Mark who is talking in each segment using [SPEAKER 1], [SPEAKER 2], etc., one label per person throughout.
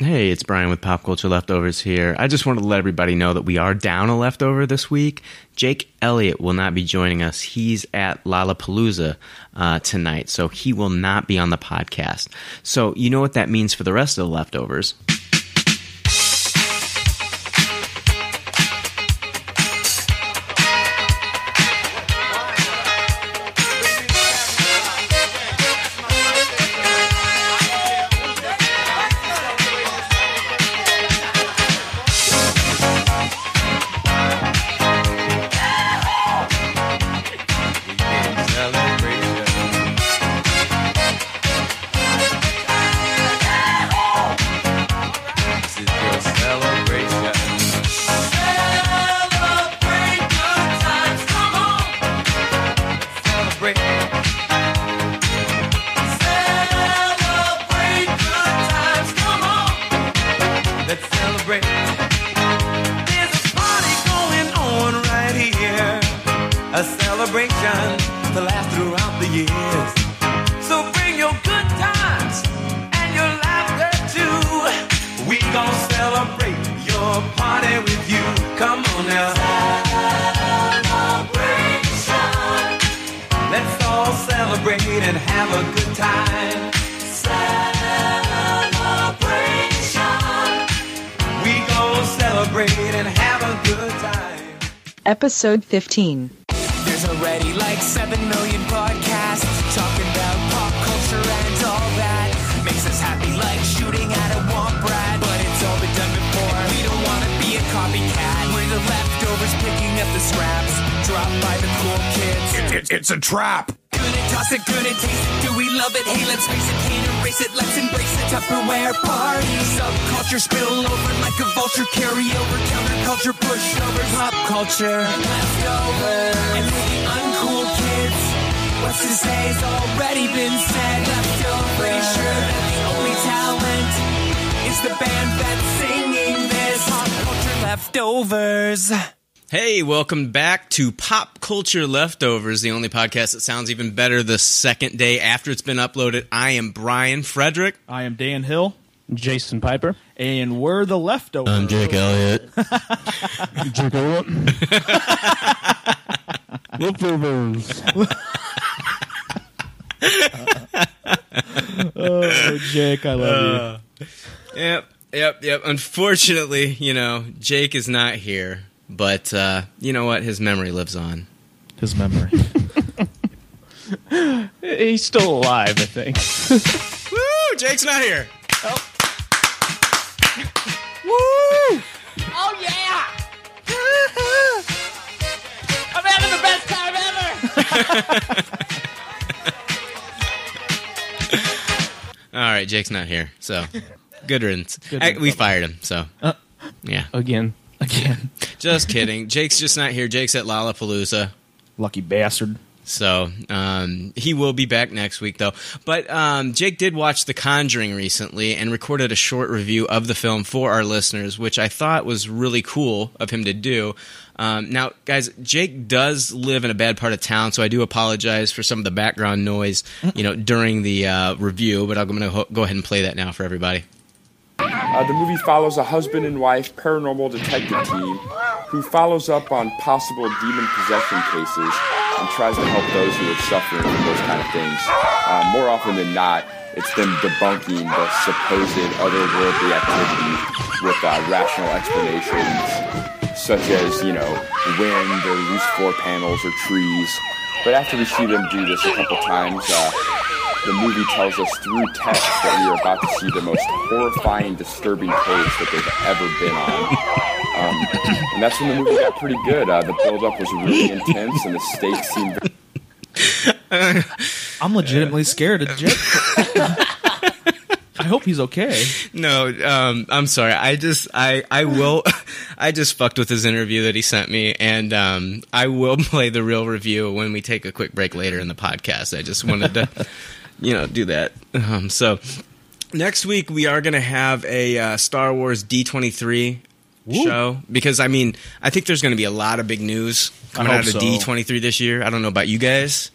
[SPEAKER 1] Hey, it's Brian with Pop Culture Leftovers here. I just wanted to let everybody know that we are down a leftover this week. Jake Elliott will not be joining us. He's at Lollapalooza uh, tonight, so he will not be on the podcast. So, you know what that means for the rest of the leftovers.
[SPEAKER 2] episode 15.
[SPEAKER 3] There's already like 7 million podcasts talking about pop culture and all that. Makes us happy like shooting at a womp rat. But it's all been done before. And we don't want to be a copycat. We're the leftovers picking up the scraps dropped by the cool kids.
[SPEAKER 4] It, it, it's a trap.
[SPEAKER 3] Gonna toss it, gonna taste it. Do we love it? Hey, let's face it. Can't erase it. Let's embrace it. Tupperware party. Subculture spill over like a vulture. Carry over counterculture. Push over pop culture. Leftovers. And for the uncool kids, what's to say's already been said. Leftovers. Pretty sure that the only talent is the band that's singing this. Pop culture leftovers.
[SPEAKER 1] Hey, welcome back to Pop Culture Leftovers, the only podcast that sounds even better the second day after it's been uploaded. I am Brian Frederick.
[SPEAKER 5] I am Dan Hill.
[SPEAKER 6] Jason Piper.
[SPEAKER 5] And we're the leftovers.
[SPEAKER 1] Uh,
[SPEAKER 7] I'm Jake Elliott.
[SPEAKER 6] Jake Elliott. leftovers.
[SPEAKER 5] oh, Jake, I love
[SPEAKER 1] uh, you. Yep, yep, yep. Unfortunately, you know, Jake is not here but uh, you know what? His memory lives on.
[SPEAKER 5] His memory.
[SPEAKER 6] He's still alive, I think.
[SPEAKER 1] Woo! Jake's not here.
[SPEAKER 5] Oh.
[SPEAKER 3] Woo! Oh yeah! I'm having the best time
[SPEAKER 1] ever. All right, Jake's not here, so good riddance. Good riddance. I, we fired him, so uh, yeah.
[SPEAKER 6] Again
[SPEAKER 5] again.
[SPEAKER 1] just kidding. Jake's just not here. Jake's at Lollapalooza.
[SPEAKER 5] Lucky bastard.
[SPEAKER 1] So um, he will be back next week, though. But um, Jake did watch The Conjuring recently and recorded a short review of the film for our listeners, which I thought was really cool of him to do. Um, now, guys, Jake does live in a bad part of town, so I do apologize for some of the background noise, you know, during the uh, review. But I'm going to ho- go ahead and play that now for everybody.
[SPEAKER 8] Uh, the movie follows a husband and wife paranormal detective team who follows up on possible demon possession cases and tries to help those who are suffering from those kind of things. Uh, more often than not, it's them debunking the supposed otherworldly activity with uh, rational explanations, such as, you know, wind or loose floor panels or trees. But after we see them do this a couple times, uh, the movie tells us through text that we are about to see the most horrifying, disturbing case that they've ever been on. Um, and that's when the movie got pretty good. Uh, the build-up was really intense, and the stakes seemed.
[SPEAKER 5] Very- I'm legitimately scared of Jake. I hope he's okay.
[SPEAKER 1] No, um, I'm sorry. I just, I, I will, I just fucked with his interview that he sent me, and um, I will play the real review when we take a quick break later in the podcast. I just wanted to. you know, do that. Um, so next week we are going to have a uh, Star Wars D23 Woo. show because I mean, I think there's going to be a lot of big news coming out of so. D23 this year. I don't know about you guys.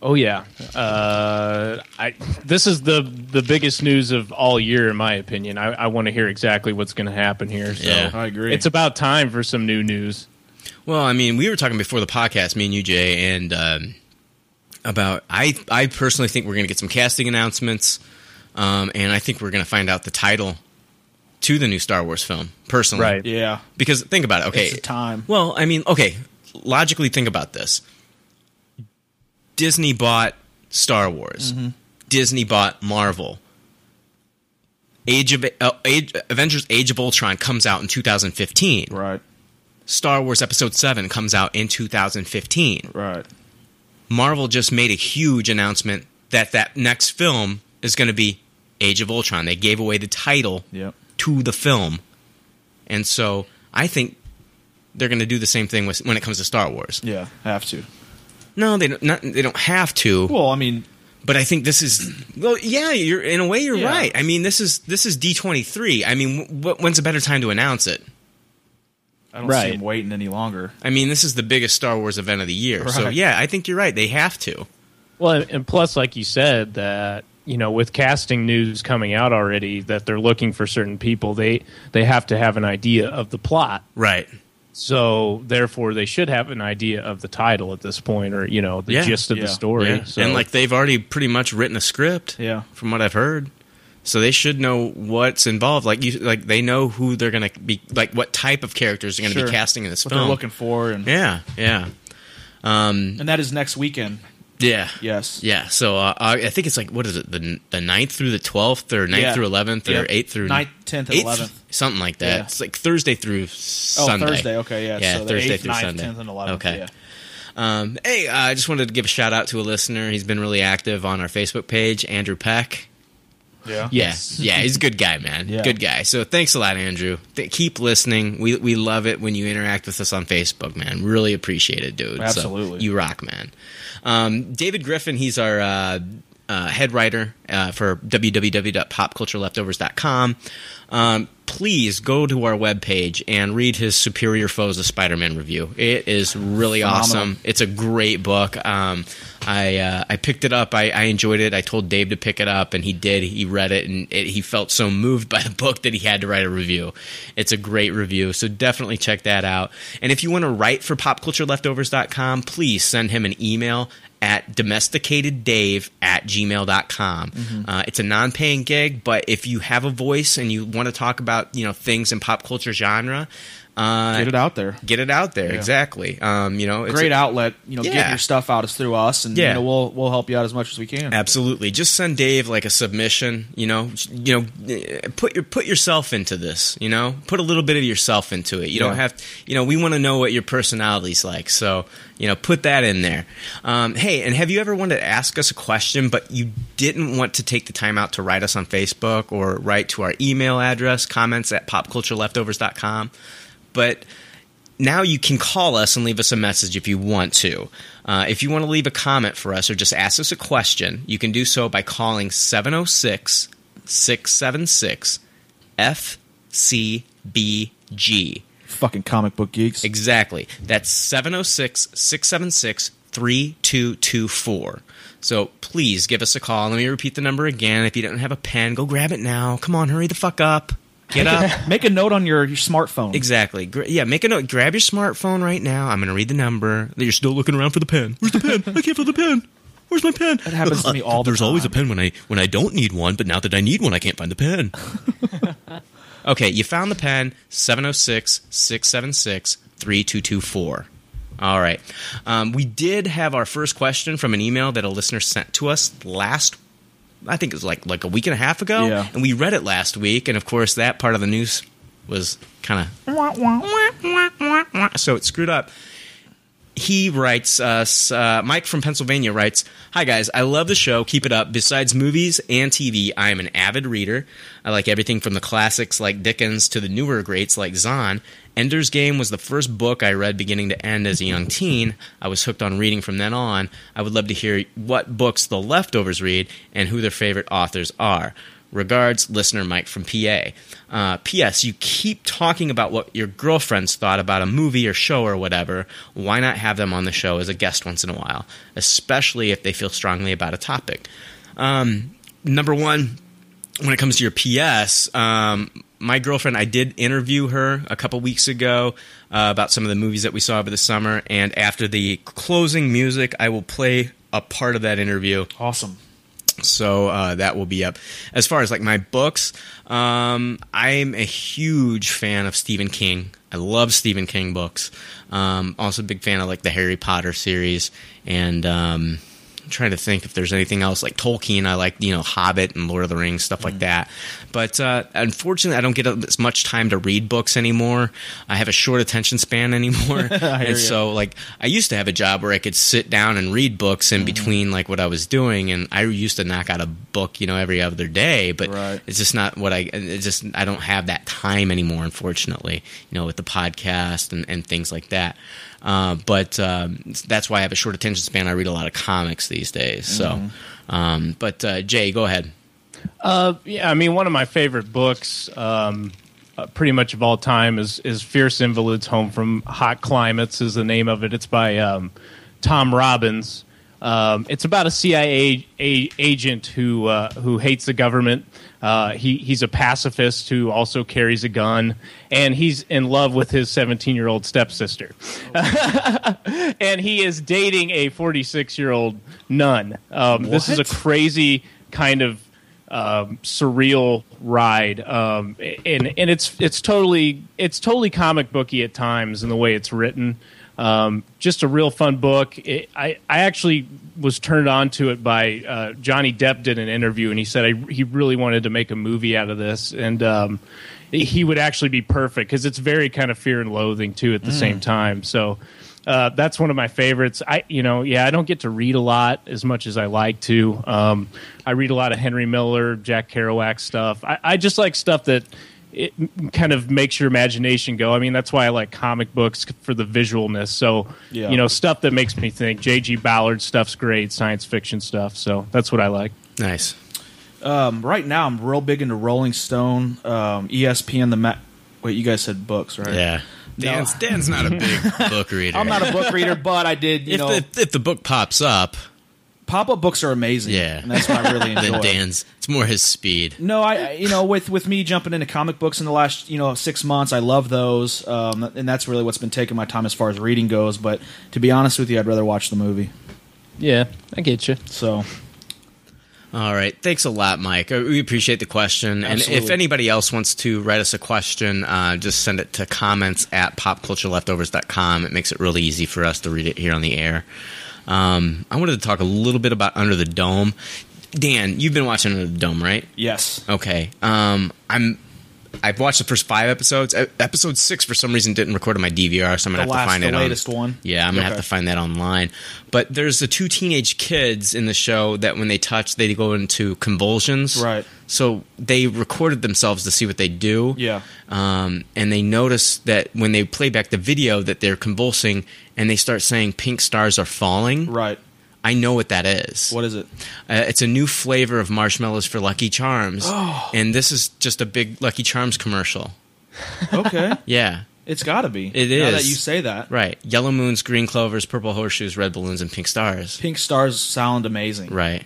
[SPEAKER 9] Oh yeah, uh, I, this is the the biggest news of all year, in my opinion. I, I want to hear exactly what's going to happen here. So
[SPEAKER 1] Yeah.
[SPEAKER 5] I agree.
[SPEAKER 9] It's about time for some new news.
[SPEAKER 1] Well, I mean, we were talking before the podcast, me and you, Jay, and um, about I. I personally think we're going to get some casting announcements, um, and I think we're going to find out the title to the new Star Wars film. Personally,
[SPEAKER 9] Right.
[SPEAKER 5] yeah.
[SPEAKER 1] Because think about it. Okay,
[SPEAKER 5] It's the time.
[SPEAKER 1] Well, I mean, okay. Logically, think about this. Disney bought Star Wars.
[SPEAKER 5] Mm-hmm.
[SPEAKER 1] Disney bought Marvel. Age of uh, Age, Avengers: Age of Ultron comes out in 2015.
[SPEAKER 5] Right.
[SPEAKER 1] Star Wars Episode 7 comes out in 2015.
[SPEAKER 5] Right.
[SPEAKER 1] Marvel just made a huge announcement that that next film is going to be Age of Ultron. They gave away the title
[SPEAKER 5] Yep.
[SPEAKER 1] to the film. And so I think they're going to do the same thing with, when it comes to Star Wars.
[SPEAKER 5] Yeah. Have to.
[SPEAKER 1] No, they don't, not, they don't have to,
[SPEAKER 5] Well, I mean,
[SPEAKER 1] but I think this is well yeah, you're in a way you're
[SPEAKER 5] Yeah.
[SPEAKER 1] right. I mean, this is this is D23. I mean, wh- when's a better time to announce it?
[SPEAKER 5] I don't see
[SPEAKER 9] Right.
[SPEAKER 5] him waiting any longer.
[SPEAKER 1] I mean, this is the biggest Star Wars event of the year. So
[SPEAKER 5] Right.
[SPEAKER 1] yeah, I think you're right. They have to.
[SPEAKER 9] Well, and plus, like you said, that you know, with casting news coming out already, that they're looking for certain people, they they have to have an idea of the plot.
[SPEAKER 1] Right.
[SPEAKER 9] So, therefore, they should have an idea of the title at this point, or you know, the
[SPEAKER 1] Yeah.
[SPEAKER 9] gist of
[SPEAKER 5] Yeah.
[SPEAKER 9] the story.
[SPEAKER 1] Yeah.
[SPEAKER 9] So,
[SPEAKER 1] And like they've already pretty much written a script.
[SPEAKER 5] Yeah.
[SPEAKER 1] From what I've heard. So they should know what's involved. Like you like they know who they're gonna be like what type of characters they're gonna
[SPEAKER 5] Sure.
[SPEAKER 1] be casting in this
[SPEAKER 5] What
[SPEAKER 1] film.
[SPEAKER 5] they're looking for, and
[SPEAKER 1] Oh. yeah, yeah.
[SPEAKER 5] and that is next weekend.
[SPEAKER 1] Yeah.
[SPEAKER 5] Yes.
[SPEAKER 1] Yeah. So uh, I I think it's like what is it, the the ninth through the twelfth or 9th
[SPEAKER 5] Yeah.
[SPEAKER 1] through eleventh or
[SPEAKER 5] Yep.
[SPEAKER 1] eighth through
[SPEAKER 5] 9th, 10th, and
[SPEAKER 1] eighth-
[SPEAKER 5] 11th.
[SPEAKER 1] Something like that.
[SPEAKER 5] Yeah.
[SPEAKER 1] It's like Thursday through
[SPEAKER 5] Oh,
[SPEAKER 1] Sunday.
[SPEAKER 5] Thursday. Okay. Yeah.
[SPEAKER 1] Yeah,
[SPEAKER 5] so the
[SPEAKER 1] Thursday
[SPEAKER 5] 8th,
[SPEAKER 1] through
[SPEAKER 5] 9th,
[SPEAKER 1] Sunday.
[SPEAKER 5] 10th, and 11th.
[SPEAKER 1] Okay.
[SPEAKER 5] Yeah.
[SPEAKER 1] Um, hey, uh, I just wanted to give a shout out to a listener. He's been really active on our Facebook page, Andrew Peck.
[SPEAKER 5] Yeah.
[SPEAKER 1] Yes. Yeah, he's a good guy, man.
[SPEAKER 5] Yeah.
[SPEAKER 1] Good guy. So thanks a lot, Andrew. Th- keep listening. We we love it when you interact with us on Facebook, man. Really appreciate it, dude. So
[SPEAKER 5] Absolutely.
[SPEAKER 1] you rock, man. Um, David Griffin, he's our uh, uh, head writer uh, for www.popcultureleftovers.com. Um, please go to our webpage and read his Superior Foes of Spider Man review. It is really
[SPEAKER 5] Phenomenal.
[SPEAKER 1] awesome. It's a great book. Um, I uh, I picked it up. I, I enjoyed it. I told Dave to pick it up, and he did. He read it, and it, he felt so moved by the book that he had to write a review. It's a great review, so definitely check that out. And if you want to write for popcultureleftovers.com, please send him an email at domesticateddave at gmail.com.
[SPEAKER 5] Mm-hmm.
[SPEAKER 1] Uh, it's a non paying gig, but if you have a voice and you want to talk about you know things in pop culture genre, uh,
[SPEAKER 5] Get it out there.
[SPEAKER 1] get it out there. Exactly. Um, you know, it's
[SPEAKER 5] Great outlet. You know,
[SPEAKER 1] Yeah.
[SPEAKER 5] get your stuff out is through us, and
[SPEAKER 1] Yeah.
[SPEAKER 5] you know, we'll we'll help you out as much as we can.
[SPEAKER 1] Absolutely. Just send Dave like a submission, you know, you know, eh, put your put yourself into this, you know? Put a little bit of yourself into it. You don't
[SPEAKER 5] Yeah.
[SPEAKER 1] have you know, we want to know what your personality's like. So, you know, put that in there. Um, hey, and have you ever wanted to ask us a question but you didn't want to take the time out to write us on Facebook or write to our email address, comments at popcultureleftovers.com? But now you can call us and leave us a message if you want to. Uh, if you want to leave a comment for us or just ask us a question, you can do so by calling 706 676 FCBG.
[SPEAKER 5] Fucking comic book geeks.
[SPEAKER 1] Exactly. That's 706 676 3224. So please give us a call. Let me repeat the number again. If you don't have a pen, go grab it now. Come on, hurry the fuck up. Get up.
[SPEAKER 5] Make a note on your, your smartphone.
[SPEAKER 1] Exactly. Gra- yeah, make a note. Grab your smartphone right now. I'm going to read the number. You're still looking around for the pen. Where's the pen? I can't find the pen. Where's my pen? That
[SPEAKER 5] happens to me all the
[SPEAKER 1] There's always a
[SPEAKER 5] time.
[SPEAKER 1] pen when I when I don't need one, but now that I need one, I can't find the pen. okay, you found the pen. 706-676-3224. All right. Um, we did have our first question from an email that a listener sent to us last I think it was like like a week and a half ago,
[SPEAKER 5] Yeah.
[SPEAKER 1] and we read it last week, and of course that part of the news was kind of so it screwed up. He writes us. Uh, Mike from Pennsylvania writes, "Hi guys, I love the show. Keep it up. Besides movies and TV, I am an avid reader. I like everything from the classics like Dickens to the newer greats like Zahn. Ender's Game was the first book I read beginning to end as a young teen. I was hooked on reading from then on. I would love to hear what books the leftovers read and who their favorite authors are. Regards, listener Mike from PA. Uh, P.S. You keep talking about what your girlfriends thought about a movie or show or whatever. Why not have them on the show as a guest once in a while, especially if they feel strongly about a topic? Um, number one, when it comes to your PS, um, my girlfriend, I did interview her a couple weeks ago uh, about some of the movies that we saw over the summer. And after the closing music, I will play a part of that interview.
[SPEAKER 5] Awesome.
[SPEAKER 1] So uh, that will be up. As far as like my books, um, I'm a huge fan of Stephen King. I love Stephen King books. Um, also, a big fan of like the Harry Potter series and. Um, I'm trying to think if there's anything else like Tolkien. I like you know Hobbit and Lord of the Rings stuff like that. But uh, unfortunately, I don't get as much time to read books anymore. I have a short attention span anymore, and so like I used to have a job where I could sit down and read books in between like what I was doing, and I used to knock out a book you know every other day. But
[SPEAKER 5] Right.
[SPEAKER 1] it's just not what I. It's just I don't have that time anymore, unfortunately. You know, with the podcast and, and things like that. Uh, but um, that's why I have a short attention span. I read a lot of comics these days. So, um, but uh, Jay, go ahead.
[SPEAKER 9] Uh, yeah, I mean, one of my favorite books, um, uh, pretty much of all time, is is Fierce Invalids Home from Hot Climates is the name of it. It's by um, Tom Robbins. Um, it's about a CIA a- agent who uh, who hates the government. Uh, he he's a pacifist who also carries a gun, and he's in love with his 17 year old stepsister and he is dating a 46 year old nun. Um, this is a crazy kind of um, surreal ride, um, and and it's it's totally it's totally comic booky at times in the way it's written. Um, just a real fun book. It, I I actually was turned on to it by uh, Johnny Depp did an interview and he said I, he really wanted to make a movie out of this and. Um, he would actually be perfect because it's very kind of fear and loathing too at the same time. So uh, that's one of my favorites. I, you know, yeah, I don't get to read a lot as much as I like to. Um, I read a lot of Henry Miller, Jack Kerouac stuff. I, I just like stuff that it m- kind of makes your imagination go. I mean, that's why I like comic books c- for the visualness. So,
[SPEAKER 5] Yeah.
[SPEAKER 9] you know, stuff that makes me think. J.G. Ballard stuff's great, science fiction stuff. So that's what I like.
[SPEAKER 1] Nice.
[SPEAKER 5] Um, right now, I'm real big into Rolling Stone, um, ESPN, the Mac. Wait, you guys said books, right?
[SPEAKER 1] Yeah. Dan's, Dan's not a big book reader.
[SPEAKER 5] I'm not a book reader, but I did. You
[SPEAKER 1] if,
[SPEAKER 5] know,
[SPEAKER 1] the, if the book pops up,
[SPEAKER 5] pop up books are amazing.
[SPEAKER 1] Yeah.
[SPEAKER 5] and that's what I really
[SPEAKER 1] then
[SPEAKER 5] enjoy.
[SPEAKER 1] Dan's. It's more his speed.
[SPEAKER 5] No, I- I you know with with me jumping into comic books in the last you know six months, I love those, um, and that's really what's been taking my time as far as reading goes. But to be honest with you, I'd rather watch the movie.
[SPEAKER 9] Yeah, I get you.
[SPEAKER 5] So
[SPEAKER 1] All right. Thanks a lot, Mike. Uh, We appreciate the question. And if
[SPEAKER 5] Absolutely.
[SPEAKER 1] anybody else wants to write us a question, uh, just send it to comments at popcultureleftovers.com. It makes it really easy for us to read it here on the air. Um, I wanted to talk a little bit about Under the Dome. Dan, you've been watching Under the Dome, right?
[SPEAKER 5] yes,
[SPEAKER 1] Okay. Um, I'm. I've watched the first five episodes. E- Episode six, for some reason, didn't record on my DVR, so I'm gonna have
[SPEAKER 5] The last-
[SPEAKER 1] to find
[SPEAKER 5] the
[SPEAKER 1] it.
[SPEAKER 5] latest
[SPEAKER 1] on,
[SPEAKER 5] one?
[SPEAKER 1] Yeah, I'm gonna have
[SPEAKER 5] Okay.
[SPEAKER 1] to find that online. But there's the two teenage kids in the show that when they touch, they go into convulsions.
[SPEAKER 5] Right.
[SPEAKER 1] So they recorded themselves to see what they do.
[SPEAKER 5] Yeah.
[SPEAKER 1] Um, and they notice that when they play back the video, that they're convulsing, and they start saying "pink stars are falling."
[SPEAKER 5] right.
[SPEAKER 1] I know what that is.
[SPEAKER 5] What is it?
[SPEAKER 1] Uh, it's a new flavor of marshmallows for Lucky Charms, and this is just a big Lucky Charms commercial.
[SPEAKER 5] Okay,
[SPEAKER 1] Yeah,
[SPEAKER 5] it's got to be.
[SPEAKER 1] It
[SPEAKER 5] now that
[SPEAKER 1] is.
[SPEAKER 5] you say that.
[SPEAKER 1] right. Yellow moons, green clovers, purple horseshoes, red balloons, and pink stars.
[SPEAKER 5] Pink stars sound amazing,
[SPEAKER 1] Right.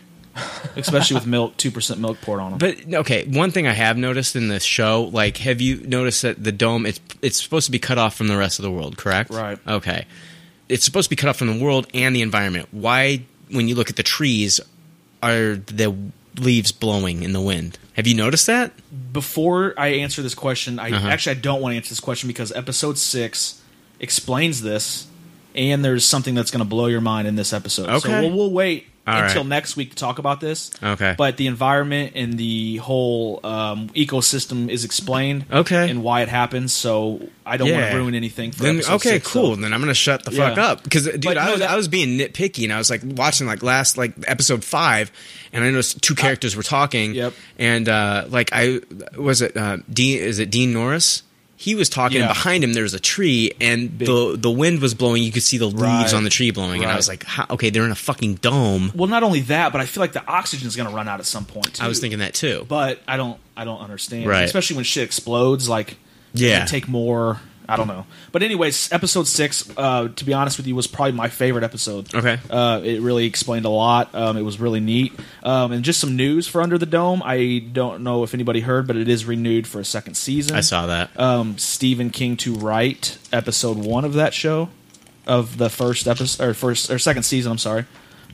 [SPEAKER 5] especially with milk two percent milk poured on them.
[SPEAKER 1] But okay, one thing I have noticed in this show, like, have you noticed that the dome it's it's supposed to be cut off from the rest of the world, correct?
[SPEAKER 5] Right.
[SPEAKER 1] Okay. It's supposed to be cut off from the world and the environment. Why, when you look at the trees, are the leaves blowing in the wind? Have you noticed that?
[SPEAKER 5] before I answer this question, I
[SPEAKER 1] Uh-huh.
[SPEAKER 5] actually I don't want to answer this question because episode six explains this, and there's something that's going to blow your mind in this episode.
[SPEAKER 1] Okay.
[SPEAKER 5] So we'll, we'll wait
[SPEAKER 1] All right.
[SPEAKER 5] until next week to talk about this.
[SPEAKER 1] Okay.
[SPEAKER 5] But the environment and the whole um, ecosystem is explained.
[SPEAKER 1] Okay.
[SPEAKER 5] And why it happens. So I don't want
[SPEAKER 1] Yeah.
[SPEAKER 5] to ruin anything for
[SPEAKER 1] Then-
[SPEAKER 5] episode
[SPEAKER 1] okay,
[SPEAKER 5] six,
[SPEAKER 1] cool.
[SPEAKER 5] though.
[SPEAKER 1] Then I'm gonna shut the
[SPEAKER 5] Yeah.
[SPEAKER 1] fuck up because dude,
[SPEAKER 5] But
[SPEAKER 1] I
[SPEAKER 5] no,
[SPEAKER 1] was
[SPEAKER 5] that-
[SPEAKER 1] I was being nitpicky and I was like watching like last like episode five, and I noticed two
[SPEAKER 5] Uh,
[SPEAKER 1] characters were talking.
[SPEAKER 5] Yep.
[SPEAKER 1] And uh, like I was it uh, Dean is it Dean Norris?
[SPEAKER 3] he was talking,
[SPEAKER 5] Yeah.
[SPEAKER 3] and behind him there was a tree, and
[SPEAKER 5] Big.
[SPEAKER 3] the the wind was blowing. You could see the leaves
[SPEAKER 5] Right.
[SPEAKER 3] on the tree blowing, and I
[SPEAKER 5] Right.
[SPEAKER 3] was like, "How- okay, they're in a fucking dome.
[SPEAKER 5] Well, not only that, but I feel like the oxygen's going to run out at some point. Too.
[SPEAKER 3] I was thinking that too.
[SPEAKER 5] but I don't, I don't understand.
[SPEAKER 3] Right.
[SPEAKER 5] Especially when shit explodes, like does
[SPEAKER 3] Yeah.
[SPEAKER 5] it take more. I don't know. But anyways, episode six, uh, to be honest with you, was probably my favorite episode.
[SPEAKER 3] Okay.
[SPEAKER 5] Uh, it really explained a lot. Um, it was really neat, um, and just some news for Under the Dome. I don't know if anybody heard, but it is renewed for a second season.
[SPEAKER 3] I saw that.
[SPEAKER 5] um, Stephen King to write episode one of that show, of the first episode or first or second season. I'm sorry.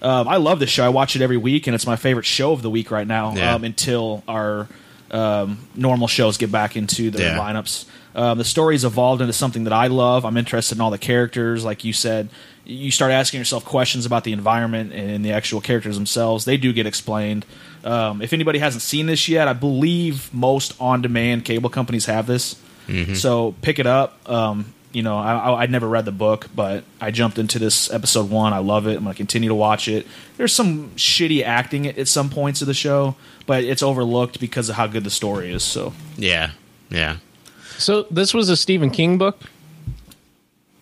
[SPEAKER 5] Um, I love this show. I watch it every week, and it's my favorite show of the week right now.
[SPEAKER 3] Yeah.
[SPEAKER 5] Um, until our um, normal shows get back into their
[SPEAKER 3] Yeah.
[SPEAKER 5] lineups. Um, the story's evolved into something that I love. I'm interested in all the characters. Like you said, you start asking yourself questions about the environment and the actual characters themselves. They do get explained. Um, if anybody hasn't seen this yet, I believe most on-demand cable companies have this.
[SPEAKER 3] Mm-hmm.
[SPEAKER 5] So pick it up. Um, you know, I, I, I'd never read the book, but I jumped into this episode one. I love it. I'm going to continue to watch it. There's some shitty acting at, at some points of the show, but it's overlooked because of how good the story is. So
[SPEAKER 3] yeah, yeah,
[SPEAKER 9] So this was a Stephen King book.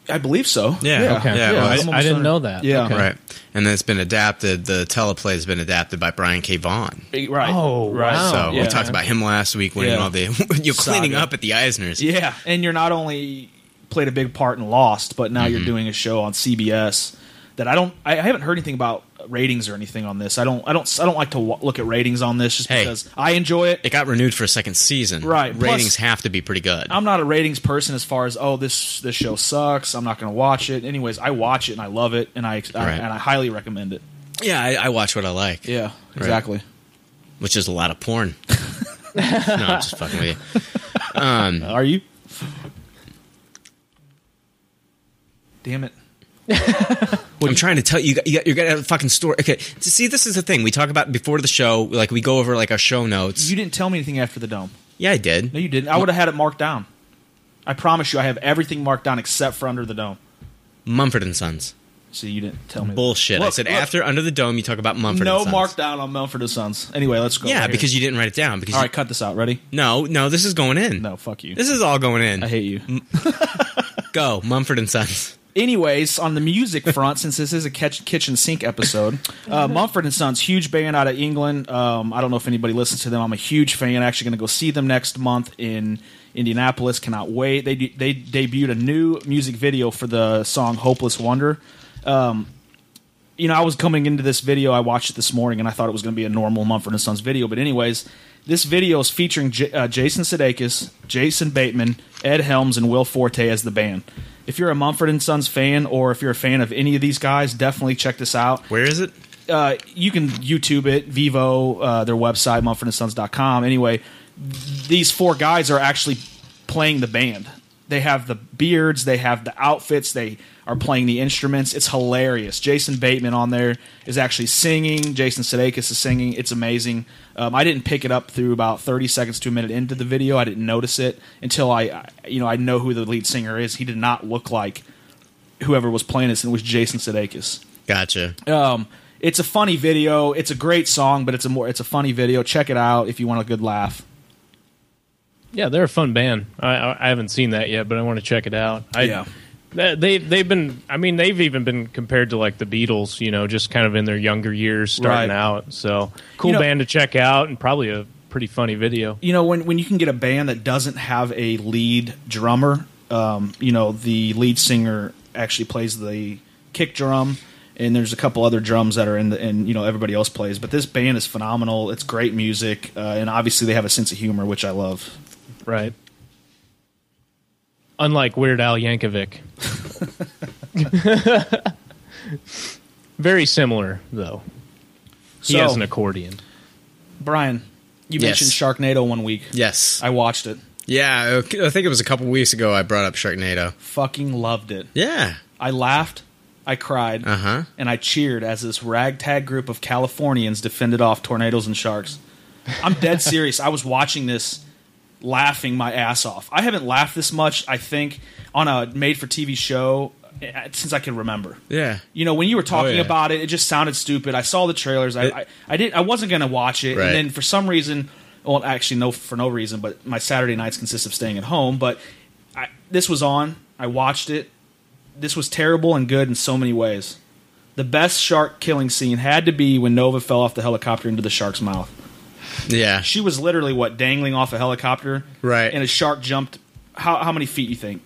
[SPEAKER 5] I believe so.
[SPEAKER 3] Yeah, okay. Yeah, well, I-
[SPEAKER 5] I'm almost
[SPEAKER 9] I didn't
[SPEAKER 5] certain.
[SPEAKER 9] know that.
[SPEAKER 5] Yeah,
[SPEAKER 9] Okay.
[SPEAKER 3] right. And then it's been adapted. The teleplay has been adapted by Brian K. Vaughan.
[SPEAKER 5] right. right.
[SPEAKER 9] Oh, wow.
[SPEAKER 3] So
[SPEAKER 5] yeah.
[SPEAKER 3] we talked about him last week when
[SPEAKER 5] Yeah.
[SPEAKER 3] all the you're cleaning
[SPEAKER 5] Saga.
[SPEAKER 3] up at the Eisners.
[SPEAKER 5] Yeah, and you're not only played a big part in Lost, but now you're
[SPEAKER 3] Mm-hmm.
[SPEAKER 5] doing a show on CBS that I don't. I, I haven't heard anything about ratings or anything on this. I don't. I don't. I don't like to w- look at ratings on this just
[SPEAKER 3] Hey.
[SPEAKER 5] because I enjoy it.
[SPEAKER 3] It got renewed for a second season.
[SPEAKER 5] Right.
[SPEAKER 3] Ratings
[SPEAKER 5] Plus-
[SPEAKER 3] have to be pretty good.
[SPEAKER 5] I'm not a ratings person as far as oh this this show sucks. I'm not going to watch it. Anyways, I watch it and I love it and I, I
[SPEAKER 3] Right.
[SPEAKER 5] and I highly recommend it.
[SPEAKER 3] yeah, I, I watch what I like.
[SPEAKER 5] Yeah, exactly.
[SPEAKER 3] which is a lot of porn. no, I'm just fucking with you.
[SPEAKER 5] Are you? Damn it.
[SPEAKER 3] I'm trying to tell you, you got, you're gonna have a fucking story. Okay, to see, this is the thing we talk about before the show. Like we go over like our show notes.
[SPEAKER 5] You didn't tell me anything after the dome.
[SPEAKER 3] yeah, I did.
[SPEAKER 5] No, you didn't. I would have had it marked down. I promise you, I have everything marked down except for under the dome.
[SPEAKER 3] Mumford and Sons.
[SPEAKER 5] See, you didn't tell me. that.
[SPEAKER 3] Bullshit. I
[SPEAKER 5] Look,
[SPEAKER 3] said
[SPEAKER 5] look,
[SPEAKER 3] after Under the Dome, you talk about Mumford.
[SPEAKER 5] No
[SPEAKER 3] and Sons.
[SPEAKER 5] marked down on Mumford and Sons. Anyway, let's go.
[SPEAKER 3] Yeah,
[SPEAKER 5] over here.
[SPEAKER 3] because you didn't write it down. Because
[SPEAKER 5] All
[SPEAKER 3] you-
[SPEAKER 5] right, cut this out. Ready?
[SPEAKER 3] no, no, this is going in.
[SPEAKER 5] No, fuck you.
[SPEAKER 3] This is all going in.
[SPEAKER 5] I hate you.
[SPEAKER 3] Go Mumford and Sons.
[SPEAKER 5] Anyways, on the music front, since this is a catch- kitchen sink episode, uh, Mumford and Sons, huge band out of England. Um, I don't know if anybody listens to them. I'm a huge fan. Actually, going to go see them next month in Indianapolis. Cannot wait. They de- they debuted a new music video for the song "Hopeless Wonder." you know, I was coming into this video. I watched it this morning, and I thought it was going to be a normal Mumford and Sons video. But anyways, this video is featuring J- uh, Jason Sudeikis, Jason Bateman, Ed Helms, and Will Forte as the band. If you're a Mumford and Sons fan, or if you're a fan of any of these guys, definitely check this out
[SPEAKER 3] Where is it?
[SPEAKER 5] uh, you can YouTube it, Vivo, uh, their website, mumfordandsons.com. Anyway, these four guys are actually playing the band. They have the beards, they have the outfits, they are playing the instruments. It's hilarious. Jason Bateman on there is actually singing. Jason Sudeikis is singing. It's amazing. Um, I didn't pick it up through about thirty seconds to a minute into the video. I didn't notice it until I, I- you know, I know who the lead singer is. He did not look like whoever was playing this, and it was Jason Sudeikis.
[SPEAKER 3] Gotcha.
[SPEAKER 5] Um, it's a funny video. It's a great song, but it's a more it's a funny video. Check it out if you want a good laugh.
[SPEAKER 9] Yeah, they're a fun band. I, I, I haven't seen that yet, but I want to check it out. I,
[SPEAKER 5] Yeah.
[SPEAKER 9] that- They they've been I mean they've even been compared to like the Beatles you know just kind of in their younger years starting
[SPEAKER 5] Right.
[SPEAKER 9] out so cool
[SPEAKER 5] You know-
[SPEAKER 9] band to check out and probably a pretty funny video
[SPEAKER 5] You know, when when you can get a band that doesn't have a lead drummer, um, you know, the lead singer actually plays the kick drum and there's a couple other drums that are in the and you know everybody else plays, but this band is phenomenal. It's great music, uh, and obviously they have a sense of humor, which I love.
[SPEAKER 9] right unlike Weird Al Yankovic very similar though he
[SPEAKER 5] So,
[SPEAKER 9] has an accordion
[SPEAKER 5] Brian, you
[SPEAKER 3] Yes.
[SPEAKER 5] mentioned Sharknado one week.
[SPEAKER 3] Yes.
[SPEAKER 5] I watched it.
[SPEAKER 3] yeah, I think it was a couple weeks ago I brought up Sharknado.
[SPEAKER 5] Fucking loved it.
[SPEAKER 3] Yeah.
[SPEAKER 5] I laughed, I cried,
[SPEAKER 3] Uh-huh.
[SPEAKER 5] and I cheered as this ragtag group of Californians defended off tornadoes and sharks. I'm dead serious. I was watching this laughing my ass off. I haven't laughed this much, I think, on a made for TV show eh, since I can remember.
[SPEAKER 3] Yeah. Oh,
[SPEAKER 5] You know, when you were talking
[SPEAKER 3] yeah.
[SPEAKER 5] about it, it just sounded stupid. I saw the trailers. I,
[SPEAKER 3] It-
[SPEAKER 5] I, I didn't. I wasn't going to watch it,
[SPEAKER 3] Right.
[SPEAKER 5] and then for some reason, well, actually, no, for no reason. But my Saturday nights consist of staying at home. But I, this was on. I watched it. This was terrible and good in so many ways. The best shark killing scene had to be when Nova fell off the helicopter into the shark's mouth.
[SPEAKER 3] Yeah.
[SPEAKER 5] She was literally what dangling off a helicopter,
[SPEAKER 3] Right.
[SPEAKER 5] And a shark jumped. How how many feet you think?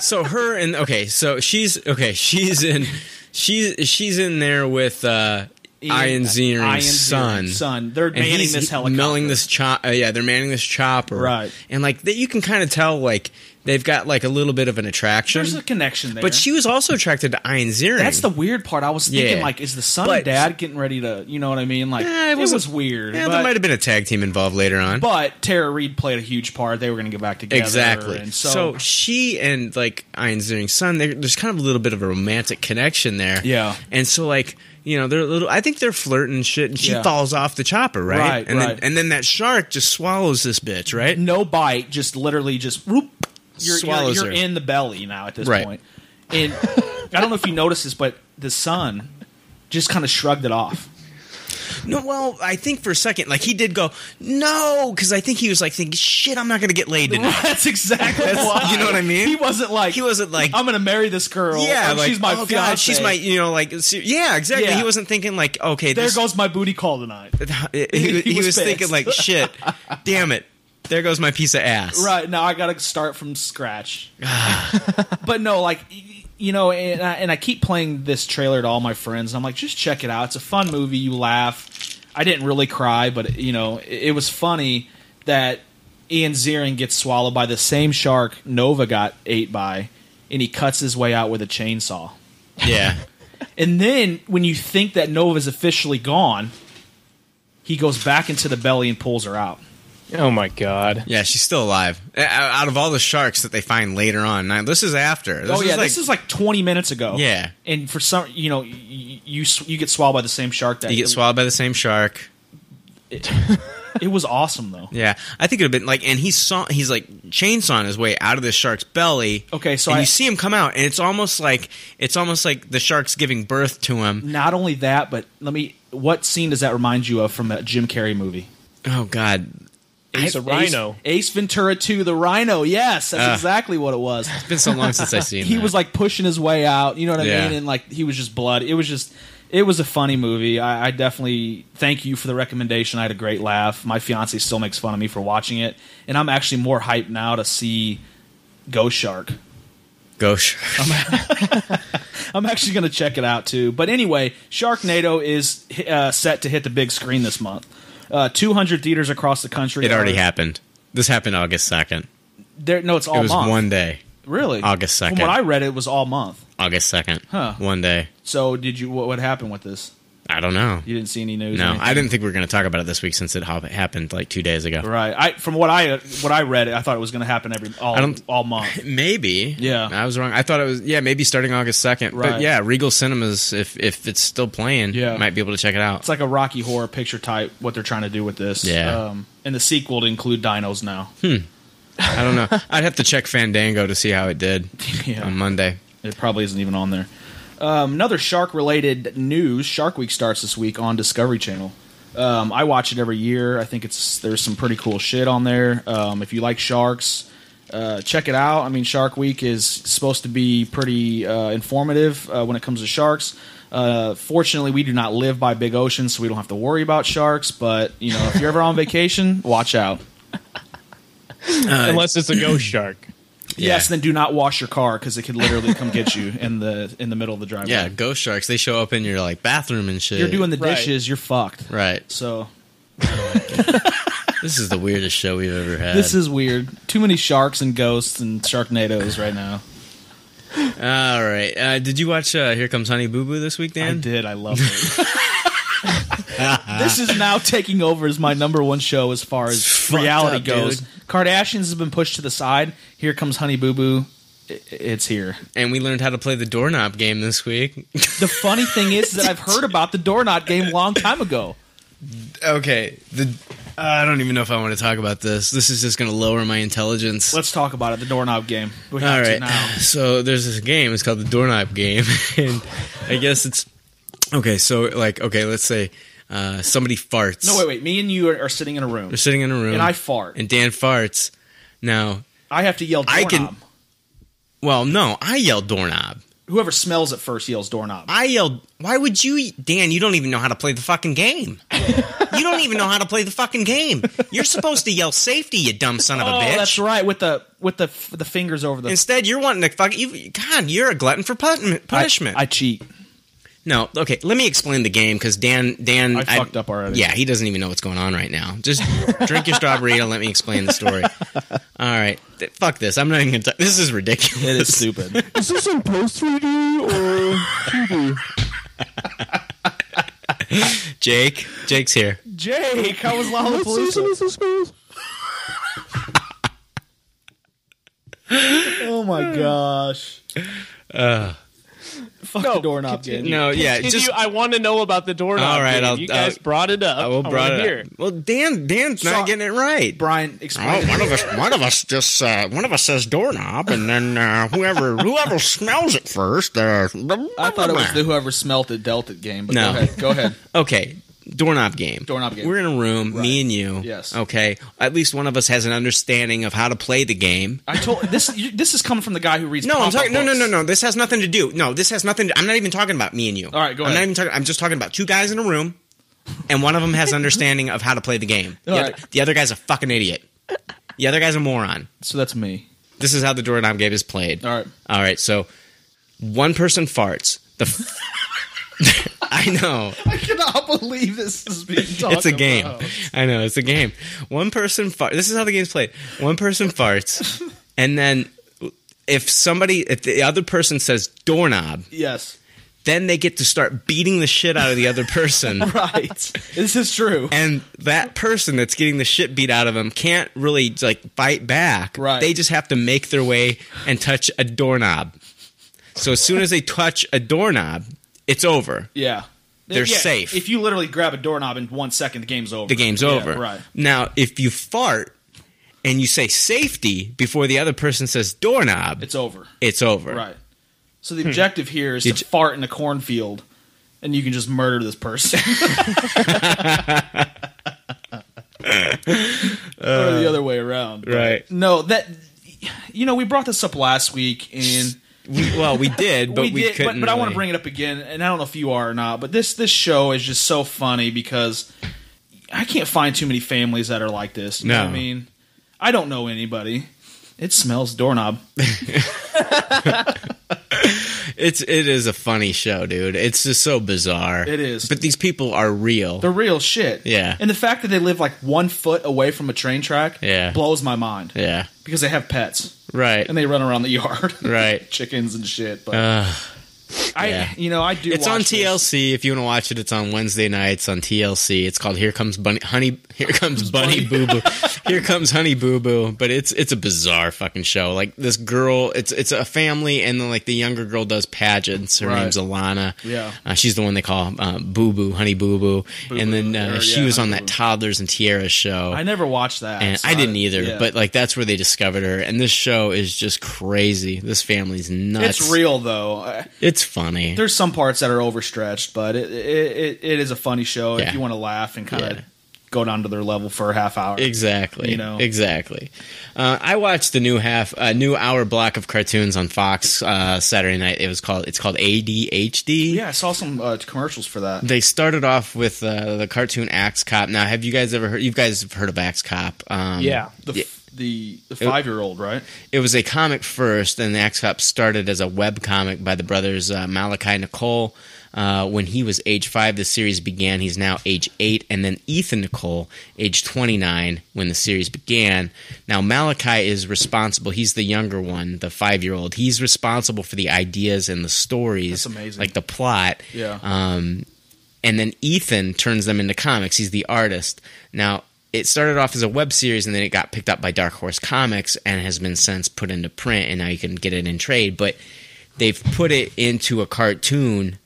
[SPEAKER 3] So her and okay, so she's okay. She's in. She's she's in there with uh, Ian Ziering's son.
[SPEAKER 5] son. They're
[SPEAKER 3] And
[SPEAKER 5] manning
[SPEAKER 3] he's
[SPEAKER 5] this helicopter.
[SPEAKER 3] Manning this chop. Uh, yeah, they're manning this chopper.
[SPEAKER 5] Right.
[SPEAKER 3] And like that, you can kind of tell like they've got like a little bit of an attraction.
[SPEAKER 5] There's a connection there.
[SPEAKER 3] but she was also attracted to Ian Ziering.
[SPEAKER 5] That's the weird part. I was thinking,
[SPEAKER 3] Yeah.
[SPEAKER 5] like, is the son
[SPEAKER 3] But-
[SPEAKER 5] and dad getting ready to, you know what I mean? Like,
[SPEAKER 3] Eh, it
[SPEAKER 5] it, was,
[SPEAKER 3] wasn't-
[SPEAKER 5] weird.
[SPEAKER 3] Yeah,
[SPEAKER 5] but,
[SPEAKER 3] there might have been a tag team involved later on.
[SPEAKER 5] but Tara Reid played a huge part. They were going to get back together.
[SPEAKER 3] Exactly.
[SPEAKER 5] and
[SPEAKER 3] so,
[SPEAKER 5] so,
[SPEAKER 3] she and like Ian Ziering's son, there- there's kind of a little bit of a romantic connection there.
[SPEAKER 5] Yeah.
[SPEAKER 3] And so like you know they're a little. I think they're flirting and shit, and she
[SPEAKER 5] Yeah.
[SPEAKER 3] falls off the chopper, right?
[SPEAKER 5] Right,
[SPEAKER 3] and
[SPEAKER 5] right.
[SPEAKER 3] then and then that shark just swallows this bitch, right?
[SPEAKER 5] no bite, just literally just whoop, you're, you're,
[SPEAKER 3] Swallows
[SPEAKER 5] you're
[SPEAKER 3] her.
[SPEAKER 5] in the belly now at this
[SPEAKER 3] Right.
[SPEAKER 5] point. And I don't know if you noticed this, but the son just kind of shrugged it off.
[SPEAKER 3] No, well, I think for a second, like he did go no, because I think he was like thinking, shit, I'm not gonna get laid tonight.
[SPEAKER 5] That's exactly
[SPEAKER 3] That's-
[SPEAKER 5] why.
[SPEAKER 3] you know what I mean?
[SPEAKER 5] He wasn't like
[SPEAKER 3] He wasn't like-
[SPEAKER 5] I'm going to marry this girl.
[SPEAKER 3] Yeah,
[SPEAKER 5] and
[SPEAKER 3] like,
[SPEAKER 5] she's my
[SPEAKER 3] oh
[SPEAKER 5] fiancée.
[SPEAKER 3] god, she's my, you know, like, se- yeah, exactly.
[SPEAKER 5] Yeah.
[SPEAKER 3] He wasn't thinking like, okay,
[SPEAKER 5] There
[SPEAKER 3] this,
[SPEAKER 5] goes my booty call tonight.
[SPEAKER 3] he, he
[SPEAKER 5] He was
[SPEAKER 3] was thinking
[SPEAKER 5] pissed.
[SPEAKER 3] like, shit, damn it, there goes my piece of ass.
[SPEAKER 5] Right now, I gotta start from scratch. but no, like y- you know, and I, and I keep playing this trailer to all my friends. And I'm like, just check it out. It's a fun movie. You laugh. I didn't really cry, but you know, it, it was funny that Ian Ziering gets swallowed by the same shark Nova got ate by, and he cuts his way out with a chainsaw.
[SPEAKER 3] Yeah.
[SPEAKER 5] And then when you think that Nova's officially gone, he goes back into the belly and pulls her out.
[SPEAKER 9] Oh my god.
[SPEAKER 3] Yeah, she's still alive. Uh, Out of all the sharks that they find later on, now, this is after. This
[SPEAKER 5] oh yeah,
[SPEAKER 3] is like,
[SPEAKER 5] this is like 20 minutes ago.
[SPEAKER 3] Yeah.
[SPEAKER 5] and for some, you know, you you, sw- you get swallowed by the same shark that
[SPEAKER 3] you get swallowed by the same shark.
[SPEAKER 5] It was awesome though.
[SPEAKER 3] Yeah, I think it would have been like, and he saw he's like chainsawing his way out of this shark's belly.
[SPEAKER 5] Okay, so
[SPEAKER 3] and
[SPEAKER 5] I-
[SPEAKER 3] you see him come out, and it's almost like it's almost like the shark's giving birth to him.
[SPEAKER 5] Not only that, but let me. What scene does that remind you of from that Jim Carrey movie?
[SPEAKER 3] Oh God,
[SPEAKER 9] Ace of Rhino.
[SPEAKER 5] Ace, Ace Ventura 2, The Rhino. Yes, that's
[SPEAKER 3] Ah.
[SPEAKER 5] exactly what it was.
[SPEAKER 3] it's been so long since I've seen.
[SPEAKER 5] He
[SPEAKER 3] that.
[SPEAKER 5] was like pushing his way out. You know what I
[SPEAKER 3] Yeah.
[SPEAKER 5] mean? And like he was just blood. It was just. It was a funny movie. I, I definitely thank you for the recommendation. I had a great laugh. My fiance still makes fun of me for watching it, and I'm actually more hyped now to see Ghost Shark.
[SPEAKER 3] Go Shark.
[SPEAKER 5] I'm actually going to check it out too. But anyway, Sharknado is uh, set to hit the big screen this month. Uh, 200 theaters across the country.
[SPEAKER 3] It already
[SPEAKER 5] are-
[SPEAKER 3] happened. This happened August second.
[SPEAKER 5] There, no, it's all
[SPEAKER 3] It was
[SPEAKER 5] Oh, month.
[SPEAKER 3] one day.
[SPEAKER 5] really
[SPEAKER 3] August
[SPEAKER 5] From
[SPEAKER 3] 2nd.
[SPEAKER 5] what I read, it was all month.
[SPEAKER 3] August second.
[SPEAKER 5] Huh.
[SPEAKER 3] One day.
[SPEAKER 5] So did you? What, what happened with this?
[SPEAKER 3] I don't know.
[SPEAKER 5] You didn't see any news? or
[SPEAKER 3] No,
[SPEAKER 5] anything?
[SPEAKER 3] I didn't think we were going to talk about it this week since it hop- happened like two days ago.
[SPEAKER 5] Right. I from what I what I read, I thought it was going to happen every all
[SPEAKER 3] I don't-
[SPEAKER 5] all month.
[SPEAKER 3] Maybe.
[SPEAKER 5] Yeah.
[SPEAKER 3] I was wrong. I thought it was yeah, maybe starting August second.
[SPEAKER 5] Right.
[SPEAKER 3] But yeah, Regal Cinemas, if if it's still playing,
[SPEAKER 5] Yeah.
[SPEAKER 3] you might be able to check it out.
[SPEAKER 5] It's like a Rocky Horror Picture type. What they're trying to do with this?
[SPEAKER 3] Yeah.
[SPEAKER 5] Um, and the sequel to include dinos now.
[SPEAKER 3] I don't know. I'd have to check Fandango to see how it did
[SPEAKER 5] Yeah.
[SPEAKER 3] on Monday.
[SPEAKER 5] It probably isn't even on there. Um, another shark related news Shark Week starts this week on Discovery Channel. Um, I watch it every year. I think it's there's some pretty cool shit on there. Um, if you like sharks, uh, check it out. I mean, Shark Week is supposed to be pretty uh, informative uh, when it comes to sharks. Uh, fortunately, we do not live by big oceans, so we don't have to worry about sharks. But you know, if you're ever on vacation, watch out.
[SPEAKER 9] Unless it's a ghost shark.
[SPEAKER 5] Yes, then do not wash your car because it could literally come get you in the in the middle of the driveway.
[SPEAKER 3] Yeah, ghost sharks. They show up in your like bathroom and shit.
[SPEAKER 5] you're doing the
[SPEAKER 9] Right.
[SPEAKER 5] dishes, you're fucked.
[SPEAKER 3] right.
[SPEAKER 5] So
[SPEAKER 3] This is the weirdest show we've ever had.
[SPEAKER 5] this is weird. Too many sharks and ghosts and sharknadoes right now.
[SPEAKER 3] all right. Uh, did you watch uh, Here Comes Honey Boo Boo this week,
[SPEAKER 5] I
[SPEAKER 3] Dan?
[SPEAKER 5] did. I love it. this is now taking over as my number one show as far as
[SPEAKER 3] fucked
[SPEAKER 5] reality
[SPEAKER 3] up,
[SPEAKER 5] goes.
[SPEAKER 3] dude.
[SPEAKER 5] Kardashians has been pushed to the side. Here comes Honey Boo Boo. I- It's here.
[SPEAKER 3] And we learned how to play the doorknob game this week.
[SPEAKER 5] The funny thing is that I've heard about the doorknob game a long time ago.
[SPEAKER 3] okay. The uh, I don't even know if I want to talk about this. This is just going to lower my intelligence.
[SPEAKER 5] Let's talk about it. The doorknob game. We
[SPEAKER 3] All
[SPEAKER 5] have to
[SPEAKER 3] right.
[SPEAKER 5] now.
[SPEAKER 3] So there's this game. It's called the doorknob game, and I guess it's okay. So like, okay, let's say uh, somebody farts.
[SPEAKER 1] Um,
[SPEAKER 5] No, wait, wait. Me and you are, are sitting in a room,
[SPEAKER 3] We're sitting in a room,
[SPEAKER 5] and I fart.
[SPEAKER 3] and Dan farts. Now
[SPEAKER 5] I have to yell
[SPEAKER 1] I
[SPEAKER 5] doorknob.
[SPEAKER 1] can- Well, no, I yelled doorknob.
[SPEAKER 5] Whoever smells it first yells doorknob.
[SPEAKER 1] I yelled, why would you, Dan? You don't even know how to play the fucking game. you don't even know how to play the fucking game. You're supposed to yell safety, you dumb son of a
[SPEAKER 5] oh,
[SPEAKER 1] bitch.
[SPEAKER 5] that's right. With the with the f- the fingers over the
[SPEAKER 1] Instead, you're wanting to fuck. You, God, you're a glutton for pun- punishment.
[SPEAKER 5] I, I cheat.
[SPEAKER 1] no, okay. Let me explain the game because Dan, Dan,
[SPEAKER 5] I fucked up already.
[SPEAKER 1] Yeah, he doesn't even know what's going on right now. Just drink your strawberry and let me explain the story. All right, Th- fuck this. I'm not even. gonna t- This is ridiculous.
[SPEAKER 5] It is stupid.
[SPEAKER 9] Is this in post 3D or 2D?
[SPEAKER 1] Jake, Jake's here.
[SPEAKER 5] Jake, how was Lollapalooza?
[SPEAKER 9] is this, guys?
[SPEAKER 5] Oh my gosh. Fuck the doorknob game.
[SPEAKER 1] Uh. No, yeah,
[SPEAKER 9] Did
[SPEAKER 1] just
[SPEAKER 9] you, I want to know about the doorknob.
[SPEAKER 1] All right,
[SPEAKER 9] game.
[SPEAKER 1] I'll-
[SPEAKER 9] you guys
[SPEAKER 1] I'll-
[SPEAKER 9] brought it up.
[SPEAKER 1] I will brought
[SPEAKER 9] wanna
[SPEAKER 1] it
[SPEAKER 9] hear.
[SPEAKER 1] up. Well, Dan, Dan's
[SPEAKER 5] So-
[SPEAKER 1] not getting it right.
[SPEAKER 5] Brian,
[SPEAKER 3] Oh,
[SPEAKER 5] explain.
[SPEAKER 3] one of us, one of us just, uh, one of us says doorknob, and then uh, whoever, whoever smells it first. Uh,
[SPEAKER 5] I thought it was the whoever smelt it dealt it game, but
[SPEAKER 1] No.
[SPEAKER 5] go ahead. Go ahead.
[SPEAKER 1] Okay. Doorknob game.
[SPEAKER 5] Doorknob game.
[SPEAKER 1] We're in a room, me and you.
[SPEAKER 5] Yes.
[SPEAKER 1] Okay. At least one of us has an understanding of how to play the game.
[SPEAKER 5] I told this. You, this is coming from the guy who reads.
[SPEAKER 1] No, I'm
[SPEAKER 5] pop-up
[SPEAKER 1] talking. No, no,
[SPEAKER 5] books.
[SPEAKER 1] no, no. This has nothing to do. No, this has nothing. To, I'm not even talking about me and you. All
[SPEAKER 5] right, go
[SPEAKER 1] I'm
[SPEAKER 5] ahead.
[SPEAKER 1] not even talking. I'm just talking about two guys in a room, and one of them has understanding of how to play the game. The,
[SPEAKER 5] All
[SPEAKER 1] other,
[SPEAKER 5] right.
[SPEAKER 1] the other guy's a fucking idiot. The other guy's a moron.
[SPEAKER 5] So that's me.
[SPEAKER 1] This is how the doorknob game is played.
[SPEAKER 5] All right.
[SPEAKER 1] All right. So one person farts. The. F- I know.
[SPEAKER 5] I cannot believe this is being talked
[SPEAKER 1] it's a game. I know it's a game. One person farts. This is how the game's played. One person farts, and then if somebody, if the other person says doorknob,
[SPEAKER 5] Yes.
[SPEAKER 1] then they get to start beating the shit out of the other person.
[SPEAKER 5] Right. this is true.
[SPEAKER 1] And that person that's getting the shit beat out of them can't really like fight back.
[SPEAKER 5] Right.
[SPEAKER 1] They just have to make their way and touch a doorknob. So as soon as they touch a doorknob, it's over.
[SPEAKER 5] Yeah.
[SPEAKER 1] They're
[SPEAKER 5] Yeah,
[SPEAKER 1] safe.
[SPEAKER 5] If you literally grab a doorknob in one second, the game's over.
[SPEAKER 1] the game's
[SPEAKER 5] Yeah,
[SPEAKER 1] over.
[SPEAKER 5] Right.
[SPEAKER 1] Now, if you fart and you say safety before the other person says doorknob,
[SPEAKER 5] It's
[SPEAKER 1] it's,
[SPEAKER 5] over.
[SPEAKER 1] over.
[SPEAKER 5] Right. So the objective here is
[SPEAKER 1] Did
[SPEAKER 5] to
[SPEAKER 1] Hmm. you-
[SPEAKER 5] fart in a cornfield, and you can just murder this person. or the other way around.
[SPEAKER 1] Right.
[SPEAKER 5] No, that you know we brought this up last week, and
[SPEAKER 1] We, well, we did, but we,
[SPEAKER 5] did,
[SPEAKER 1] couldn't.
[SPEAKER 5] But, but I want to
[SPEAKER 1] really-
[SPEAKER 5] bring it up again, and I don't know if you are or not, but this this show is just so funny because I can't find too many families that are like this. You know what I
[SPEAKER 1] No.
[SPEAKER 5] mean, I don't know anybody. It smells doorknob.
[SPEAKER 1] It's it is a funny show, dude. It's just so bizarre.
[SPEAKER 5] It is.
[SPEAKER 1] But these people are real.
[SPEAKER 5] The real shit.
[SPEAKER 1] Yeah.
[SPEAKER 5] And the fact that they live like one foot away from a train track
[SPEAKER 1] Yeah.
[SPEAKER 5] blows my mind
[SPEAKER 1] yeah.
[SPEAKER 5] because they have pets
[SPEAKER 1] Right.
[SPEAKER 5] and they run around the yard.
[SPEAKER 1] right.
[SPEAKER 5] Chickens and shit. But
[SPEAKER 1] Uh,
[SPEAKER 5] I,
[SPEAKER 1] yeah.
[SPEAKER 5] you know, I do.
[SPEAKER 1] it's on
[SPEAKER 5] watch this.
[SPEAKER 1] TLC. If you want to watch it, it's on Wednesday nights on TLC. It's called Here Comes Bunny Honey Here Comes Bunny Boo Boo. Here comes Honey Boo Boo. But it's it's a bizarre fucking show. Like this girl, it's it's a family and then like the younger girl does pageants. Her
[SPEAKER 5] Right.
[SPEAKER 1] name's Alana.
[SPEAKER 5] Yeah.
[SPEAKER 1] Uh, she's the one they call uh, Boo Boo, Honey Boo Boo. And then uh,
[SPEAKER 5] or,
[SPEAKER 1] she
[SPEAKER 5] yeah,
[SPEAKER 1] was
[SPEAKER 5] Honey
[SPEAKER 1] on
[SPEAKER 5] Boo
[SPEAKER 1] that
[SPEAKER 5] Boo.
[SPEAKER 1] Toddlers and Tiara show.
[SPEAKER 5] I never watched that.
[SPEAKER 1] and
[SPEAKER 5] so
[SPEAKER 1] I didn't either,
[SPEAKER 5] yeah.
[SPEAKER 1] but like that's where they discovered her. And this show is just crazy. This family's nuts.
[SPEAKER 5] it's real though. I-
[SPEAKER 1] It's funny.
[SPEAKER 5] There's some parts that are overstretched, but it it, it, it is a funny show
[SPEAKER 1] Yeah.
[SPEAKER 5] if you want to laugh and kind of
[SPEAKER 1] Yeah.
[SPEAKER 5] go down to their level for a half hour.
[SPEAKER 1] Exactly.
[SPEAKER 5] You know?
[SPEAKER 1] Exactly. Uh, I watched the new half, uh, new hour block of cartoons on Fox uh, Saturday night. It was called. It's called ADHD.
[SPEAKER 5] Yeah, I saw some uh, commercials for that.
[SPEAKER 1] They started off with uh, the cartoon Axe Cop. Now, have you guys ever heard? You guys have heard of Axe Cop? Um,
[SPEAKER 9] Yeah.
[SPEAKER 5] The f the, the five year old, right?
[SPEAKER 1] It was a comic first, and the Axe Cop started as a web comic by the brothers uh, Malachi Nicole. Uh, when he was age five, the series began. He's now age eight, and then Ethan Nicole, age twenty nine, when the series began. Now Malachi is responsible. He's the younger one, the five year old. He's responsible for the ideas and the stories,
[SPEAKER 5] That's amazing.
[SPEAKER 1] like the plot.
[SPEAKER 5] Yeah.
[SPEAKER 1] Um, and then Ethan turns them into comics. He's the artist. Now, it started off as a web series and then it got picked up by Dark Horse Comics and has been since put into print and now you can get it in trade, but they've put it into a cartoon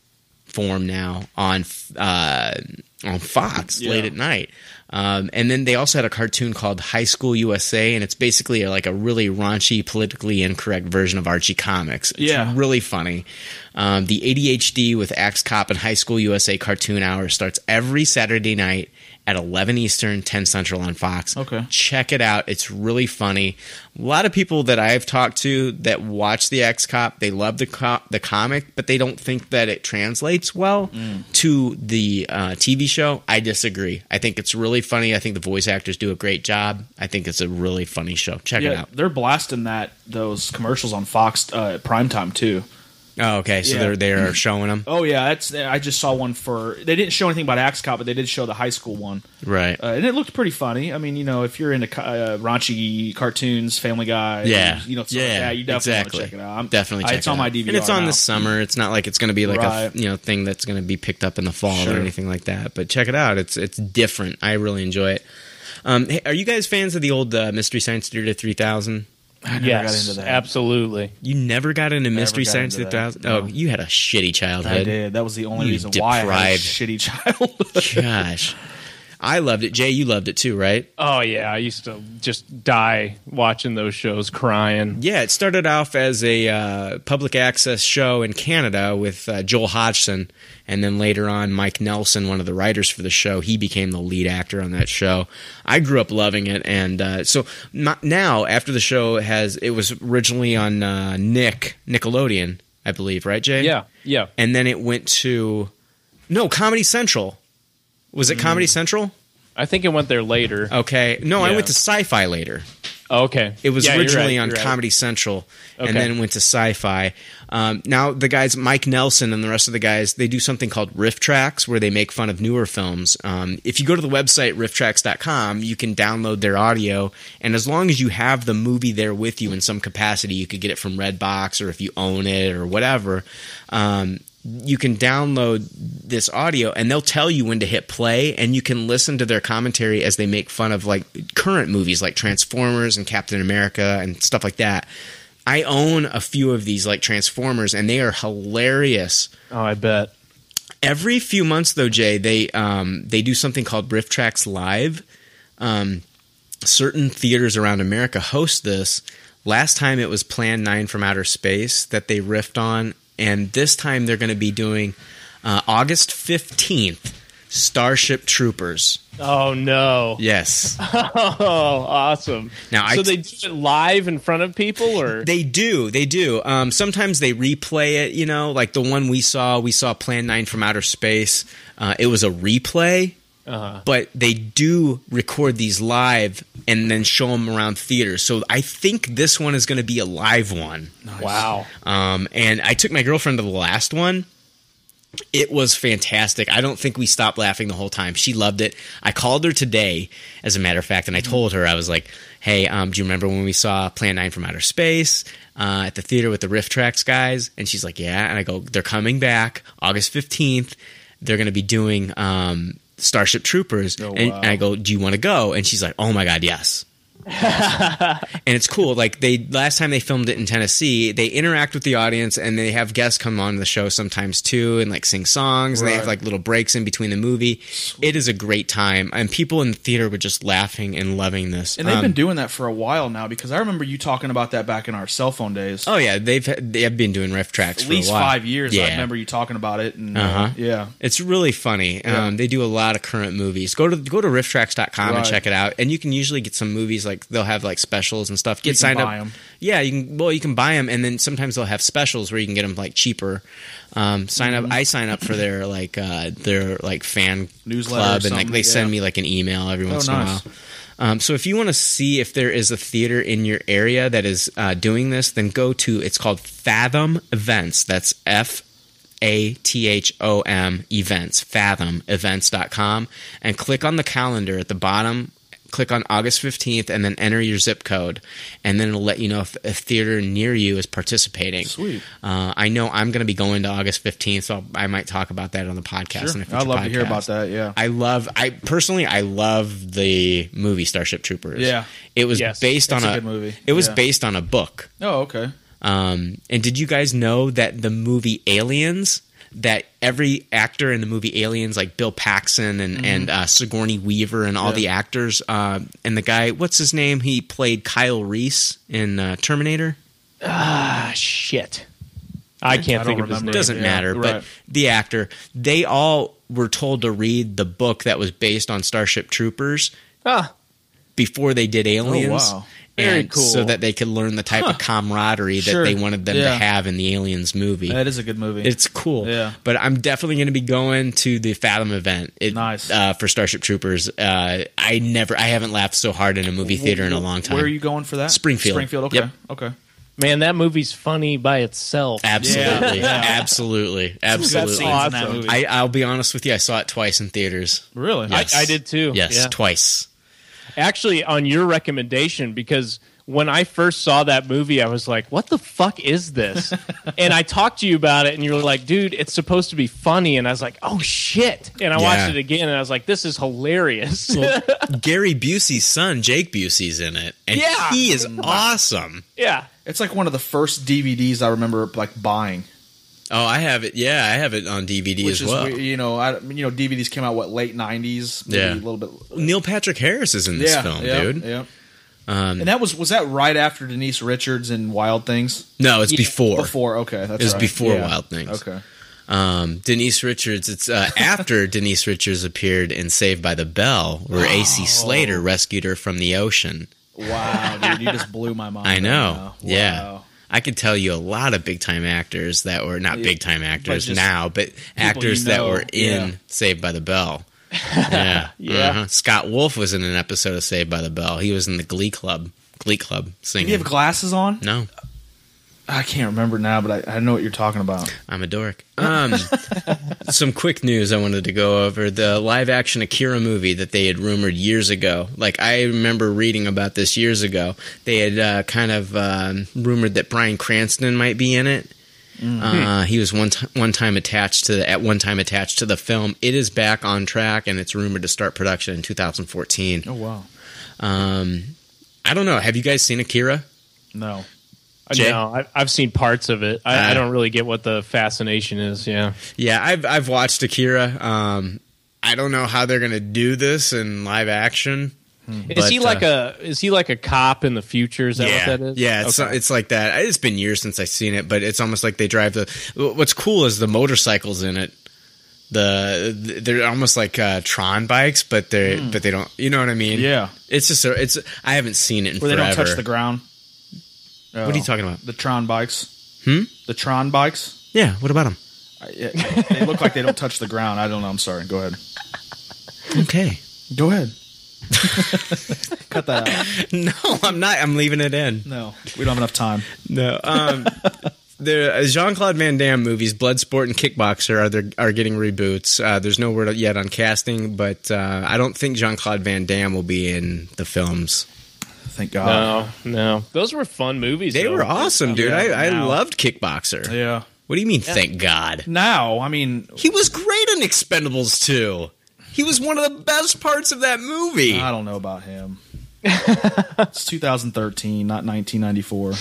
[SPEAKER 1] form now on uh on Fox late at night. Um, and then they also had a cartoon called High School USA, and it's basically like a really raunchy, politically incorrect version of Archie Comics. It's
[SPEAKER 5] Yeah.
[SPEAKER 1] really funny. Um, the ADHD with Axe Cop and High School USA Cartoon Hour starts every Saturday night at 11 Eastern, 10 Central on Fox.
[SPEAKER 5] Okay.
[SPEAKER 1] Check it out. It's really funny. A lot of people that I've talked to that watch the X Cop, they love the co- the comic, but they don't think that it translates well
[SPEAKER 5] Mm.
[SPEAKER 1] to the uh, TV show. I disagree. I think it's really funny. I think the voice actors do a great job. I think it's a really funny show. Check it
[SPEAKER 5] Yeah,
[SPEAKER 1] out.
[SPEAKER 5] they're blasting that those commercials on Fox uh, prime time too.
[SPEAKER 1] Oh, okay. So
[SPEAKER 5] Yeah.
[SPEAKER 1] they're they're showing them.
[SPEAKER 5] Oh yeah, that's I just saw one for they didn't show anything about Axe Cop, but they did show the high school one,
[SPEAKER 1] Right.
[SPEAKER 5] uh, and it looked pretty funny. I mean, you know, if you're into co- uh, raunchy cartoons, Family Guy,
[SPEAKER 1] yeah,
[SPEAKER 5] you know, stuff like that, you definitely wanna
[SPEAKER 1] exactly.
[SPEAKER 5] check it out. I'm-
[SPEAKER 1] definitely,
[SPEAKER 5] I-
[SPEAKER 1] check
[SPEAKER 5] it's
[SPEAKER 1] it out.
[SPEAKER 5] on my DVR
[SPEAKER 1] and it's on
[SPEAKER 5] now.
[SPEAKER 1] this summer. It's not like it's going to be like
[SPEAKER 5] Right.
[SPEAKER 1] a you know thing that's going to be picked up in the fall
[SPEAKER 5] Sure.
[SPEAKER 1] or anything like that. But check it out. It's it's different. I really enjoy it. Um, hey, are you guys fans of the old uh, Mystery Science Theater three thousand?
[SPEAKER 5] I never
[SPEAKER 9] yes,
[SPEAKER 5] got into that.
[SPEAKER 9] absolutely.
[SPEAKER 1] You never got into Mystery
[SPEAKER 5] got
[SPEAKER 1] Science
[SPEAKER 5] into
[SPEAKER 1] Theater
[SPEAKER 5] that.
[SPEAKER 1] three thousand. Oh, you had a shitty childhood.
[SPEAKER 5] I did. That was the only
[SPEAKER 1] You
[SPEAKER 5] reason why I had a
[SPEAKER 1] deprived.
[SPEAKER 5] shitty childhood.
[SPEAKER 1] Gosh, I loved it. Jay, you loved it too, right?
[SPEAKER 9] Oh yeah, I used to just die watching those shows, crying.
[SPEAKER 1] Yeah, it started off as a uh, public access show in Canada with uh, Joel Hodgson, and then later on, Mike Nelson, one of the writers for the show, he became the lead actor on that show. I grew up loving it, and uh, so m now after the show has, it was originally on uh, Nick Nickelodeon, I believe, right, Jay?
[SPEAKER 9] Yeah, yeah.
[SPEAKER 1] and then it went to no Comedy Central. Was it Comedy Central?
[SPEAKER 9] I think it went there later.
[SPEAKER 1] Okay, no, I
[SPEAKER 9] Mm. Yeah.
[SPEAKER 1] went to Sci-Fi later.
[SPEAKER 9] Okay,
[SPEAKER 1] It was
[SPEAKER 9] Yeah, you're
[SPEAKER 1] originally
[SPEAKER 9] right,
[SPEAKER 1] on
[SPEAKER 9] you're right.
[SPEAKER 1] Comedy Central and
[SPEAKER 9] Okay.
[SPEAKER 1] then went to Sci Fi. Um, now, the guys, Mike Nelson and the rest of the guys, they do something called Riff Tracks where they make fun of newer films. Um, if you go to the website, rifftracks.com, you can download their audio. And as long as you have the movie there with you in some capacity, you could get it from Redbox or if you own it or whatever. Um, you can download this audio and they'll tell you when to hit play and you can listen to their commentary as they make fun of like current movies like Transformers and Captain America and stuff like that. I own a few of these like Transformers and they are hilarious
[SPEAKER 9] Oh, I bet.
[SPEAKER 1] every few months though jay they um, they do something called riff tracks live um, certain theaters around america host this last time it was plan 9 from outer space that they riffed on and this time they're going to be doing uh, august 15th starship troopers
[SPEAKER 9] Oh no!
[SPEAKER 1] yes
[SPEAKER 9] Oh, awesome.
[SPEAKER 1] Now, I-
[SPEAKER 9] so they do it live in front of people, or
[SPEAKER 1] They do. They do. Um, sometimes they replay it. You know, like the one we saw. We saw Plan Nine from Outer Space. Uh, it was a replay.
[SPEAKER 9] Uh-huh.
[SPEAKER 1] But they do record these live and then show them around theaters. So I think this one is going to be a live one.
[SPEAKER 9] wow.
[SPEAKER 1] Um, and I took my girlfriend to the last one. It was fantastic. I don't think we stopped laughing the whole time. She loved it. I called her today, as a matter of fact, and I told her I was like, "Hey, um, do you remember when we saw Plan Nine from Outer Space uh, at the theater with the Rift Tracks guys?" And she's like, "Yeah." And I go, "They're coming back August fifteenth. They're going to be doing um, Starship Troopers." and, and I go, "Do you want to go?" And she's like, "Oh my god, yes." and it's cool. Like they last time they filmed it in Tennessee, they interact with the audience and they have guests come on the show sometimes too, and like sing songs. And they have like little breaks in between the movie. It is a great time, and people in the theater were just laughing and loving this.
[SPEAKER 5] And they've
[SPEAKER 1] Um,
[SPEAKER 5] been doing that for a while now because I remember you talking about that back in our cell phone days.
[SPEAKER 1] Oh yeah, they've they have been doing riff tracks
[SPEAKER 5] At
[SPEAKER 1] for a
[SPEAKER 5] least
[SPEAKER 1] while.
[SPEAKER 5] five years.
[SPEAKER 1] Yeah.
[SPEAKER 5] I remember you talking about it. And, uh,
[SPEAKER 1] Uh-huh.
[SPEAKER 5] yeah.
[SPEAKER 1] It's really funny. Um, they do a lot of current movies. Go to go to rifftracks.com
[SPEAKER 5] Right.
[SPEAKER 1] and check it out. And you can usually get some movies like they'll have like specials and stuff. Get
[SPEAKER 5] can
[SPEAKER 1] signed
[SPEAKER 5] buy
[SPEAKER 1] up.
[SPEAKER 5] 'em.
[SPEAKER 1] Yeah, you can. Well, you can buy them, and then sometimes they'll have specials where you can get them like cheaper. Um, sign
[SPEAKER 5] Mm-hmm.
[SPEAKER 1] up. I sign up for their like uh, their like fan
[SPEAKER 5] Newsletter or
[SPEAKER 1] club, and like
[SPEAKER 5] something,
[SPEAKER 1] they send
[SPEAKER 5] yeah. Oh,
[SPEAKER 1] me like an email every once in a
[SPEAKER 5] nice.
[SPEAKER 1] while. Um, so if you want to see if there is a theater in your area that is uh, doing this, then go to it's called Fathom Events. That's F A T H O M events, fathomevents.com, and click on the calendar at the bottom. Click on August 15th and then enter your zip code, and then it'll let you know if a theater near you is participating.
[SPEAKER 5] Sweet.
[SPEAKER 1] Uh, I know I'm going to be going to August 15th, so I might talk about that on the podcast.
[SPEAKER 5] Sure.
[SPEAKER 1] in a future
[SPEAKER 5] I'd love to hear
[SPEAKER 1] podcast.
[SPEAKER 5] about that. Yeah.
[SPEAKER 1] I love. I personally, I love the movie Starship Troopers.
[SPEAKER 5] Yeah.
[SPEAKER 1] it was
[SPEAKER 9] Yes.
[SPEAKER 1] based on
[SPEAKER 5] It's a
[SPEAKER 1] a,
[SPEAKER 5] good movie.
[SPEAKER 1] It was
[SPEAKER 5] Yeah.
[SPEAKER 1] based on a book.
[SPEAKER 5] oh, okay.
[SPEAKER 1] Um, and did you guys know that the movie Aliens that every actor in the movie Aliens, like Bill Paxton
[SPEAKER 5] Mm-hmm.
[SPEAKER 1] and and uh, Sigourney Weaver and all the actors, uh, and the guy, what's his name? He played Kyle Reese in uh, Terminator. Ah,
[SPEAKER 9] Shit. I can't
[SPEAKER 5] I
[SPEAKER 9] think
[SPEAKER 5] don't
[SPEAKER 9] of his
[SPEAKER 5] remember.
[SPEAKER 9] name.
[SPEAKER 1] doesn't
[SPEAKER 5] Yeah,
[SPEAKER 1] matter.
[SPEAKER 9] right.
[SPEAKER 1] But the actor, they all were told to read the book that was based on Starship Troopers
[SPEAKER 9] Ah,
[SPEAKER 1] before they did Aliens.
[SPEAKER 5] Oh, wow.
[SPEAKER 9] Very
[SPEAKER 1] and
[SPEAKER 9] cool.
[SPEAKER 1] So that they could learn the type of camaraderie that
[SPEAKER 5] Sure.
[SPEAKER 1] they wanted them to
[SPEAKER 5] Yeah.
[SPEAKER 1] have in the Aliens movie.
[SPEAKER 5] That is a good movie.
[SPEAKER 1] It's cool.
[SPEAKER 5] Yeah.
[SPEAKER 1] But I'm definitely going to be going to the Fathom event. It-
[SPEAKER 5] Nice.
[SPEAKER 1] uh, for Starship Troopers. Uh, I never, I haven't laughed so hard in a movie theater in a long time.
[SPEAKER 5] Where are you going for that?
[SPEAKER 1] Springfield.
[SPEAKER 5] Springfield. Okay.
[SPEAKER 1] Yep.
[SPEAKER 5] Okay.
[SPEAKER 9] man, that movie's funny by itself.
[SPEAKER 1] Absolutely,
[SPEAKER 5] Yeah.
[SPEAKER 1] absolutely, absolutely.
[SPEAKER 5] Scenes in that
[SPEAKER 9] Awesome.
[SPEAKER 5] movie.
[SPEAKER 1] I, I'll be honest with you. I saw it twice in theaters.
[SPEAKER 5] really?
[SPEAKER 1] Yes.
[SPEAKER 9] I did too.
[SPEAKER 1] Yes,
[SPEAKER 9] Yeah.
[SPEAKER 1] twice.
[SPEAKER 9] Actually, on your recommendation, because when I first saw that movie, I was like, what the fuck is this? and I talked to you about it, and you were like, dude, it's supposed to be funny. And I was like, oh shit. And I watched
[SPEAKER 1] Yeah.
[SPEAKER 9] it again, and I was like, this is hilarious.
[SPEAKER 1] Gary Busey's son, Jake Busey's in it, and
[SPEAKER 9] Yeah.
[SPEAKER 1] he is awesome.
[SPEAKER 9] yeah.
[SPEAKER 5] It's like one of the first DVDs I remember like buying,
[SPEAKER 1] Oh, I have it. Yeah, I have it on DVD
[SPEAKER 5] which
[SPEAKER 1] as
[SPEAKER 5] is
[SPEAKER 1] well.
[SPEAKER 5] we- you know I you know DVDs came out what late nineties, maybe
[SPEAKER 1] Yeah.
[SPEAKER 5] a little bit.
[SPEAKER 1] Neil Patrick Harris is in this
[SPEAKER 5] yeah,
[SPEAKER 1] film,
[SPEAKER 5] yeah,
[SPEAKER 1] dude. Um,
[SPEAKER 5] Yeah. and that was was that right after Denise Richards in Wild Things?
[SPEAKER 1] No, it's before.
[SPEAKER 5] Before, okay, that's
[SPEAKER 1] It was
[SPEAKER 5] right.
[SPEAKER 1] before
[SPEAKER 5] Yeah.
[SPEAKER 1] Wild Things.
[SPEAKER 5] Okay,
[SPEAKER 1] Um, Denise Richards. It's uh, after Denise Richards appeared in Saved by the Bell, where
[SPEAKER 5] Oh.
[SPEAKER 1] AC Slater rescued her from the ocean.
[SPEAKER 5] wow, dude, you just blew my mind.
[SPEAKER 1] I
[SPEAKER 5] right
[SPEAKER 1] know.
[SPEAKER 5] now.
[SPEAKER 1] Yeah.
[SPEAKER 5] Wow.
[SPEAKER 1] I could tell you a lot of big time actors that were not big time actors
[SPEAKER 5] just
[SPEAKER 1] now, but actors
[SPEAKER 5] you
[SPEAKER 1] that
[SPEAKER 5] know.
[SPEAKER 1] were in
[SPEAKER 5] Yeah.
[SPEAKER 1] Saved by the Bell. Yeah.
[SPEAKER 9] Yeah.
[SPEAKER 1] Uh-huh. Scott Wolf was in an episode of Saved by the Bell. He was in the Glee Club. Glee Club
[SPEAKER 5] Did
[SPEAKER 1] singing.
[SPEAKER 5] he have glasses on?
[SPEAKER 1] no,
[SPEAKER 5] I can't remember now, but I, I know what you're talking about.
[SPEAKER 1] I'm a dork. Um, some quick news I wanted to go over the live action Akira movie that they had rumored years ago. Like, I remember reading about this years ago. They had uh, kind of um, rumored that Brian Cranston might be in it.
[SPEAKER 5] Mm.
[SPEAKER 1] Uh, he was one t- one time attached to the, at one time attached to the film. It is back on track, and it's rumored to start production in 2014.
[SPEAKER 5] Oh wow,
[SPEAKER 1] Um, I don't know. Have you guys seen Akira?
[SPEAKER 5] no,
[SPEAKER 1] Jay?
[SPEAKER 9] No, I, I've seen parts of it. I,
[SPEAKER 1] Uh,
[SPEAKER 9] I don't really get what the fascination is. Yeah.
[SPEAKER 1] Yeah, I've I've watched Akira. Um, I don't know how they're gonna do this in live action.
[SPEAKER 9] is he
[SPEAKER 1] But,
[SPEAKER 9] like
[SPEAKER 1] uh,
[SPEAKER 9] a is he like a cop in the future? Is that
[SPEAKER 1] yeah,
[SPEAKER 9] what that is?
[SPEAKER 1] yeah, it's
[SPEAKER 9] Okay.
[SPEAKER 1] it's like that. I- It's been years since I've seen it, but it's almost like they drive the. What's cool is the motorcycles in it. The they're almost like uh, Tron bikes, but they are but they don't. You know what I mean?
[SPEAKER 5] Yeah.
[SPEAKER 1] It's just a, it's. I haven't seen it in
[SPEAKER 5] where they
[SPEAKER 1] forever.
[SPEAKER 5] don't touch the ground.
[SPEAKER 1] What are you talking about?
[SPEAKER 5] The Tron bikes. Hmm. The Tron bikes.
[SPEAKER 1] Yeah. What about them?
[SPEAKER 5] I- yeah, they look like they don't touch the ground. I don't know. I'm sorry. Go ahead.
[SPEAKER 1] Okay.
[SPEAKER 5] Go ahead. Cut that out.
[SPEAKER 1] No, I'm not. I'm leaving it in.
[SPEAKER 5] No, we don't have enough time.
[SPEAKER 1] No. Um, the Jean Claude Van Damme movies, Bloodsport and Kickboxer, are there, are getting reboots. Uh, there's no word yet on casting, but uh, I don't think Jean Claude Van Damme will be in the films.
[SPEAKER 5] Thank God.
[SPEAKER 9] No, Oh, no. Those were fun movies.
[SPEAKER 1] They
[SPEAKER 9] though.
[SPEAKER 1] were awesome, dude. I, I
[SPEAKER 5] now-
[SPEAKER 1] loved Kickboxer.
[SPEAKER 5] Yeah.
[SPEAKER 1] What do you mean? Thank God.
[SPEAKER 5] Now, I mean,
[SPEAKER 1] He was great in Expendables 2. He was one of the best parts of that movie.
[SPEAKER 5] I don't know about him. it's 2013, not 1994.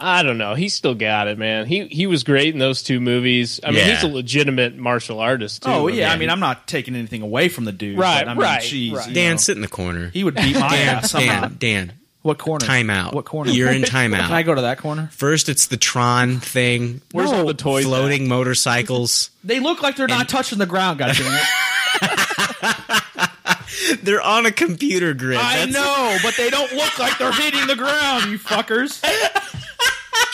[SPEAKER 9] I don't know. He still got it, man. He he was great in those two movies. I mean,
[SPEAKER 1] Yeah.
[SPEAKER 9] he's a legitimate martial artist. Too,
[SPEAKER 5] Oh yeah, I mean, I'm not taking anything away from the dude.
[SPEAKER 9] Right,
[SPEAKER 5] but I mean,
[SPEAKER 9] right,
[SPEAKER 5] Jeez,
[SPEAKER 9] right.
[SPEAKER 5] you
[SPEAKER 1] Dan,
[SPEAKER 5] know,
[SPEAKER 1] sit in the corner.
[SPEAKER 5] he would beat my
[SPEAKER 1] Dan,
[SPEAKER 5] ass somehow.
[SPEAKER 1] Dan, Dan,
[SPEAKER 5] What corner?
[SPEAKER 1] timeout.
[SPEAKER 5] What corner?
[SPEAKER 1] You're in
[SPEAKER 5] Can I
[SPEAKER 1] timeout.
[SPEAKER 5] go to that corner?
[SPEAKER 1] First, it's the Tron thing.
[SPEAKER 9] where's all the toys? at?
[SPEAKER 1] floating motorcycles.
[SPEAKER 5] They look like they're not touching the ground. God damn it.
[SPEAKER 1] They're on a computer grid.
[SPEAKER 5] I
[SPEAKER 1] That's-
[SPEAKER 5] know, but they don't look like they're hitting the ground, you fuckers.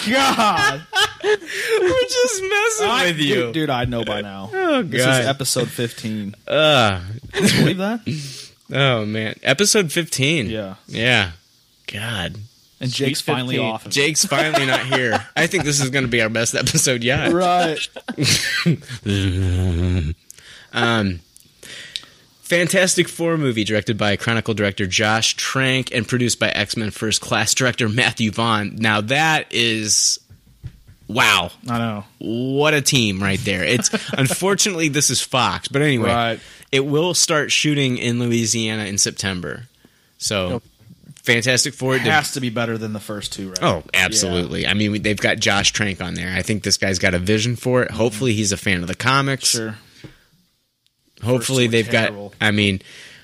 [SPEAKER 5] God,
[SPEAKER 1] We're just messing
[SPEAKER 5] I-
[SPEAKER 1] with you.
[SPEAKER 5] dude, dude, I know by now. Oh, God. This is
[SPEAKER 1] God.
[SPEAKER 5] episode fifteen. Uh, Can you believe that?
[SPEAKER 1] Oh man, episode fifteen.
[SPEAKER 5] Yeah,
[SPEAKER 1] yeah. God,
[SPEAKER 5] and Jake's
[SPEAKER 9] Sweet
[SPEAKER 5] finally
[SPEAKER 9] 15.
[SPEAKER 5] off.
[SPEAKER 1] Jake's finally not here. I think this is going to be our best episode yet.
[SPEAKER 5] Right.
[SPEAKER 1] Fantastic Four movie directed by Chronicle director Josh Trank and produced by X Men First Class director Matthew Vaughn. Now that is wow.
[SPEAKER 5] I know.
[SPEAKER 1] what a team right there. It's unfortunately this is Fox, but anyway,
[SPEAKER 5] Right.
[SPEAKER 1] it will start shooting in Louisiana in September. So Fantastic Four. did-
[SPEAKER 5] has to be better than the first two, right?
[SPEAKER 1] Oh, absolutely. I mean, they've got Josh Trank on there. I think this guy's got a vision for it. Hopefully, he's a fan of the comics.
[SPEAKER 5] sure.
[SPEAKER 1] Hopefully,
[SPEAKER 5] two
[SPEAKER 1] they've
[SPEAKER 5] terrible.
[SPEAKER 1] got. I mean,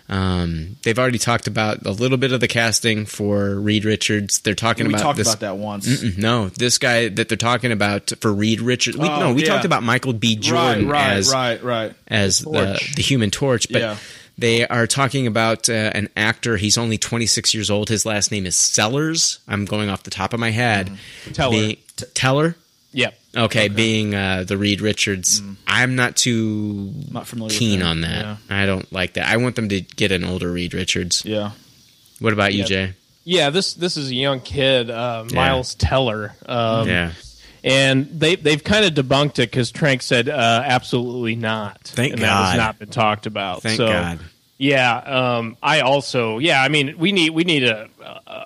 [SPEAKER 1] um, they've already talked about a little bit of the casting for Reed Richards. They're talking
[SPEAKER 5] We
[SPEAKER 1] about
[SPEAKER 5] talked
[SPEAKER 1] this.
[SPEAKER 5] about that once.
[SPEAKER 1] No, this guy that they're talking about for Reed Richards. We,
[SPEAKER 5] Oh,
[SPEAKER 1] no, we
[SPEAKER 5] yeah.
[SPEAKER 1] talked about Michael B.
[SPEAKER 5] Right,
[SPEAKER 1] Jordan
[SPEAKER 5] right,
[SPEAKER 1] as
[SPEAKER 5] right, right.
[SPEAKER 1] as the,
[SPEAKER 9] Torch.
[SPEAKER 1] the Human Torch, but
[SPEAKER 5] Yeah.
[SPEAKER 1] they are talking about uh, an actor. He's only 26 years old. His last name is Sellers. I'm going off the top of my head.
[SPEAKER 5] Mm-hmm.
[SPEAKER 9] Teller.
[SPEAKER 1] Being- T- Teller.
[SPEAKER 9] Yep.
[SPEAKER 1] Okay, being uh, the Reed Richards,
[SPEAKER 5] Mm.
[SPEAKER 1] I'm not too
[SPEAKER 5] Not familiar.
[SPEAKER 1] keen
[SPEAKER 5] with
[SPEAKER 1] on that. I don't like that. I want them to get an older Reed Richards.
[SPEAKER 5] Yeah.
[SPEAKER 1] What about you,
[SPEAKER 9] Yeah.
[SPEAKER 1] Jay?
[SPEAKER 9] Yeah, this this is a young kid, uh,
[SPEAKER 1] Yeah.
[SPEAKER 9] Miles Teller. Um,
[SPEAKER 1] yeah.
[SPEAKER 9] and they they've kind of debunked it because Trank said uh, absolutely not.
[SPEAKER 1] Thank
[SPEAKER 9] and that
[SPEAKER 1] God.
[SPEAKER 9] has not been talked about.
[SPEAKER 1] Thank
[SPEAKER 9] so,
[SPEAKER 1] God.
[SPEAKER 9] Yeah, um, I also yeah. I mean, we need we need a uh,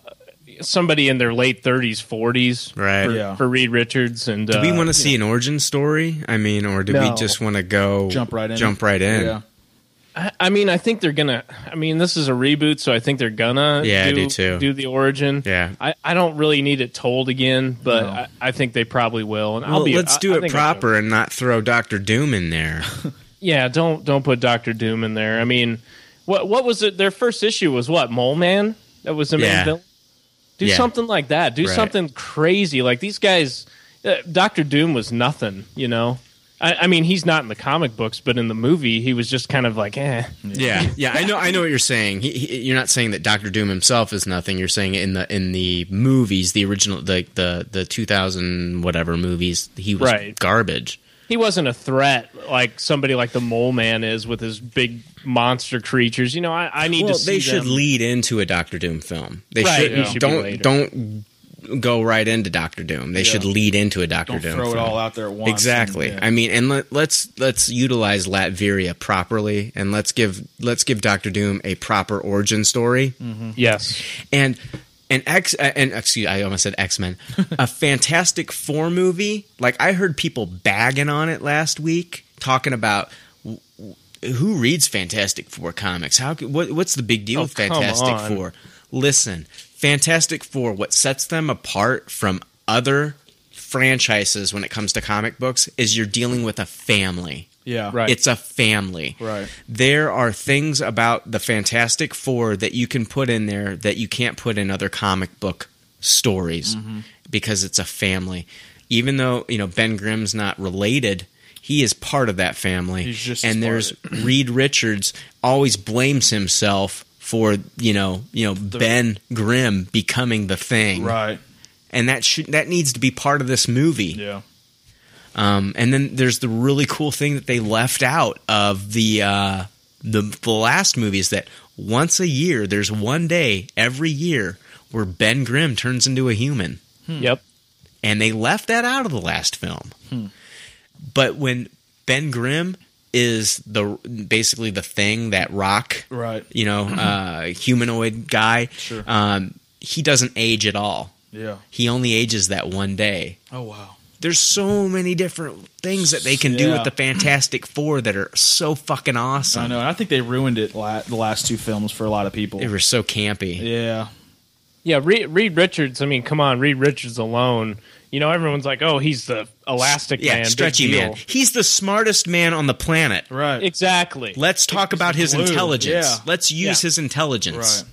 [SPEAKER 9] somebody in their late thirties, forties,
[SPEAKER 1] Right.
[SPEAKER 9] For,
[SPEAKER 5] Yeah.
[SPEAKER 9] for Reed Richards, and
[SPEAKER 1] Do we
[SPEAKER 9] uh,
[SPEAKER 1] want to see an origin story? I mean, or do we
[SPEAKER 9] No.
[SPEAKER 1] just want to go
[SPEAKER 5] Jump right in.
[SPEAKER 1] Jump right in.
[SPEAKER 5] Yeah.
[SPEAKER 9] I, I mean, I think they're gonna. I mean, this is a reboot, so I think they're gonna.
[SPEAKER 1] Yeah, I
[SPEAKER 9] do,
[SPEAKER 1] do too.
[SPEAKER 9] Do the origin.
[SPEAKER 1] Yeah.
[SPEAKER 9] I, I don't really need it told again, but
[SPEAKER 5] No.
[SPEAKER 9] I, I think they probably will. And I'll
[SPEAKER 1] Well,
[SPEAKER 9] be.
[SPEAKER 1] let's
[SPEAKER 9] I-
[SPEAKER 1] do
[SPEAKER 9] I
[SPEAKER 1] it
[SPEAKER 9] think I'll-
[SPEAKER 1] proper and not throw Doctor Doom in there.
[SPEAKER 9] Yeah, don't don't put Doctor Doom in there. I mean, what what was it? Their first issue was what Mole Man. That was the main
[SPEAKER 1] Yeah.
[SPEAKER 9] villain. Do
[SPEAKER 1] Yeah.
[SPEAKER 9] something like that. Do
[SPEAKER 1] Right.
[SPEAKER 9] something crazy. Like these guys, uh, Doctor Doom was nothing. You know, I, I mean, he's not in the comic books, but in the movie, he was just kind of like, eh.
[SPEAKER 1] Yeah, yeah, I know, I know what you're saying. He, he, you're not saying that Doctor Doom himself is nothing. You're saying in the in the movies, the original, the the the 2000 whatever movies, he was
[SPEAKER 9] Right.
[SPEAKER 1] garbage.
[SPEAKER 9] He wasn't a threat like somebody like the Mole Man is with his big monster creatures. You know, I, I need
[SPEAKER 1] Well,
[SPEAKER 9] to. See
[SPEAKER 1] they should
[SPEAKER 9] them.
[SPEAKER 1] lead into a Doctor Doom film. They
[SPEAKER 9] Right,
[SPEAKER 1] shouldn't.
[SPEAKER 9] yeah. Should be later.
[SPEAKER 1] don't don't go right into Doctor Doom. They should lead into a Doctor
[SPEAKER 5] Don't
[SPEAKER 1] Doom.
[SPEAKER 5] throw it
[SPEAKER 1] film.
[SPEAKER 5] all out there at once.
[SPEAKER 1] Exactly.
[SPEAKER 5] And, yeah.
[SPEAKER 1] I mean, and let, let's let's utilize Latveria properly, and let's give let's give Doctor Doom a proper origin story.
[SPEAKER 9] Yes.
[SPEAKER 1] and an X uh, and excuse I almost said X Men, a Fantastic Four movie. Like I heard people bagging on it last week, talking about w- w- who reads Fantastic Four comics. How could- what, what's the big deal
[SPEAKER 9] Oh,
[SPEAKER 1] with
[SPEAKER 9] come
[SPEAKER 1] Fantastic
[SPEAKER 9] on.
[SPEAKER 1] Four? Listen, Fantastic Four. What sets them apart from other franchises when it comes to comic books is you're dealing with a family.
[SPEAKER 5] yeah.
[SPEAKER 9] Right.
[SPEAKER 1] It's a family.
[SPEAKER 5] Right.
[SPEAKER 1] There are things about the Fantastic Four that you can put in there that you can't put in other comic book stories
[SPEAKER 5] Mm-hmm.
[SPEAKER 1] because it's a family. Even though, you know, Ben Grimm's not related, he is part of that family.
[SPEAKER 5] He's just as
[SPEAKER 1] and
[SPEAKER 5] part
[SPEAKER 1] there's
[SPEAKER 5] of
[SPEAKER 1] Reed Richards always blames himself for, you know, you know, Ben Grimm becoming the thing.
[SPEAKER 5] Right.
[SPEAKER 1] And that should that needs to be part of this movie.
[SPEAKER 5] Yeah.
[SPEAKER 1] Um, and then there's the really cool thing that they left out of the uh, the the last movie is that once a year, there's one day every year where Ben Grimm turns into a human,
[SPEAKER 9] Yep.
[SPEAKER 1] and they left that out of the last film.
[SPEAKER 5] Hmm.
[SPEAKER 1] But when Ben Grimm is the basically the thing that Rock,
[SPEAKER 5] Right.
[SPEAKER 1] you know, uh, humanoid guy,
[SPEAKER 5] Sure.
[SPEAKER 1] um, he doesn't age at all.
[SPEAKER 5] Yeah.
[SPEAKER 1] He only ages that one day
[SPEAKER 5] Oh wow.
[SPEAKER 1] there's so many different things that they can do
[SPEAKER 5] Yeah.
[SPEAKER 1] with the Fantastic Four that are so fucking awesome.
[SPEAKER 5] I know. And I think they ruined it la- the last two films for a lot of people.
[SPEAKER 1] They were so campy.
[SPEAKER 5] yeah.
[SPEAKER 9] Yeah, Reed, Reed Richards. I mean, come on, Reed Richards alone. You know, everyone's like, "Oh, he's the elastic
[SPEAKER 1] yeah,
[SPEAKER 9] man, big
[SPEAKER 1] stretchy
[SPEAKER 9] deal.
[SPEAKER 1] man. He's the smartest man on the planet.
[SPEAKER 5] Right.
[SPEAKER 9] Exactly.
[SPEAKER 1] Let's talk about his
[SPEAKER 9] glue.
[SPEAKER 1] intelligence.
[SPEAKER 5] Yeah.
[SPEAKER 1] Let's use
[SPEAKER 9] Yeah.
[SPEAKER 1] his intelligence.
[SPEAKER 5] right.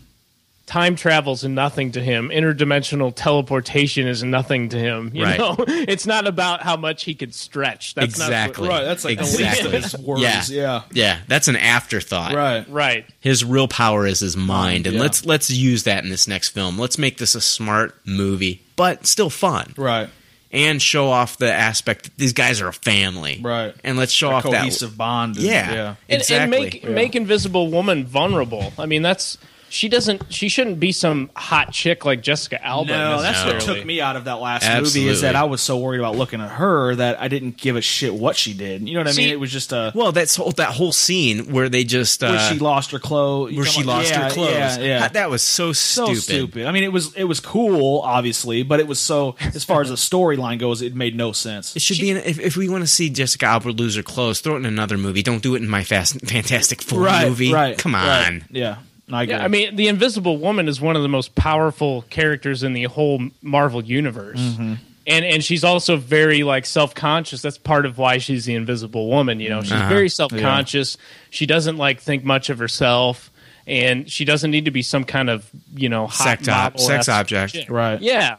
[SPEAKER 9] Time travels and nothing to him. Interdimensional teleportation is nothing to him. You
[SPEAKER 1] Right.
[SPEAKER 9] know, it's not about how much he could stretch. That's
[SPEAKER 1] Exactly.
[SPEAKER 9] Not
[SPEAKER 5] Right. That's like the
[SPEAKER 1] Exactly.
[SPEAKER 5] least of his worries.
[SPEAKER 1] Yeah.
[SPEAKER 5] Yeah.
[SPEAKER 1] Yeah, that's an afterthought.
[SPEAKER 5] Right.
[SPEAKER 9] what, right.
[SPEAKER 1] His real power is his mind, and
[SPEAKER 5] Yeah.
[SPEAKER 1] let's let's use that in this next film. Let's make this a smart movie, but still fun,
[SPEAKER 5] Right.
[SPEAKER 1] and show off the aspect that these guys are a family,
[SPEAKER 5] Right.
[SPEAKER 1] And let's show off
[SPEAKER 5] Cohesive
[SPEAKER 1] that.
[SPEAKER 5] bond. and-
[SPEAKER 1] Yeah,
[SPEAKER 5] Yeah.
[SPEAKER 9] And,
[SPEAKER 1] exactly.
[SPEAKER 9] and make make Invisible Woman vulnerable. I mean, that's she doesn't. She shouldn't be some hot chick like Jessica Alba.
[SPEAKER 5] No, that's what
[SPEAKER 9] necessarily.
[SPEAKER 5] took me out of that last movie
[SPEAKER 1] Absolutely.
[SPEAKER 5] is that I was so worried about looking at her that I didn't give a shit what she did. You know what I
[SPEAKER 9] See-
[SPEAKER 5] mean? It was just a
[SPEAKER 1] Well, that's whole, that whole scene where they just uh,
[SPEAKER 5] where she lost her clothes.
[SPEAKER 1] where she lost her clothes.
[SPEAKER 5] Yeah, yeah.
[SPEAKER 1] Ha- that was so
[SPEAKER 5] so
[SPEAKER 1] stupid.
[SPEAKER 5] stupid. I mean, it was it was cool, obviously, but it was so as far as the storyline goes, it made no sense.
[SPEAKER 1] It should be in, if, if we want to see Jessica Alba lose her clothes, throw it in another movie. Don't do it in my Fast Fantastic Four
[SPEAKER 5] right,
[SPEAKER 1] movie.
[SPEAKER 5] right?
[SPEAKER 1] Come on,
[SPEAKER 5] right. yeah. I agree.
[SPEAKER 9] Yeah, I mean, the Invisible Woman is one of the most powerful characters in the whole Marvel universe.
[SPEAKER 1] Mm-hmm.
[SPEAKER 9] And and she's also very like self-conscious. That's part of why she's the Invisible Woman, you know. She's
[SPEAKER 1] Uh-huh.
[SPEAKER 9] very self-conscious. She doesn't like think much of herself and she doesn't need to be some kind of, you know, hot
[SPEAKER 1] Sex ob-
[SPEAKER 9] model
[SPEAKER 1] sex
[SPEAKER 9] esque
[SPEAKER 1] object.
[SPEAKER 9] chick.
[SPEAKER 5] Right.
[SPEAKER 9] Yeah.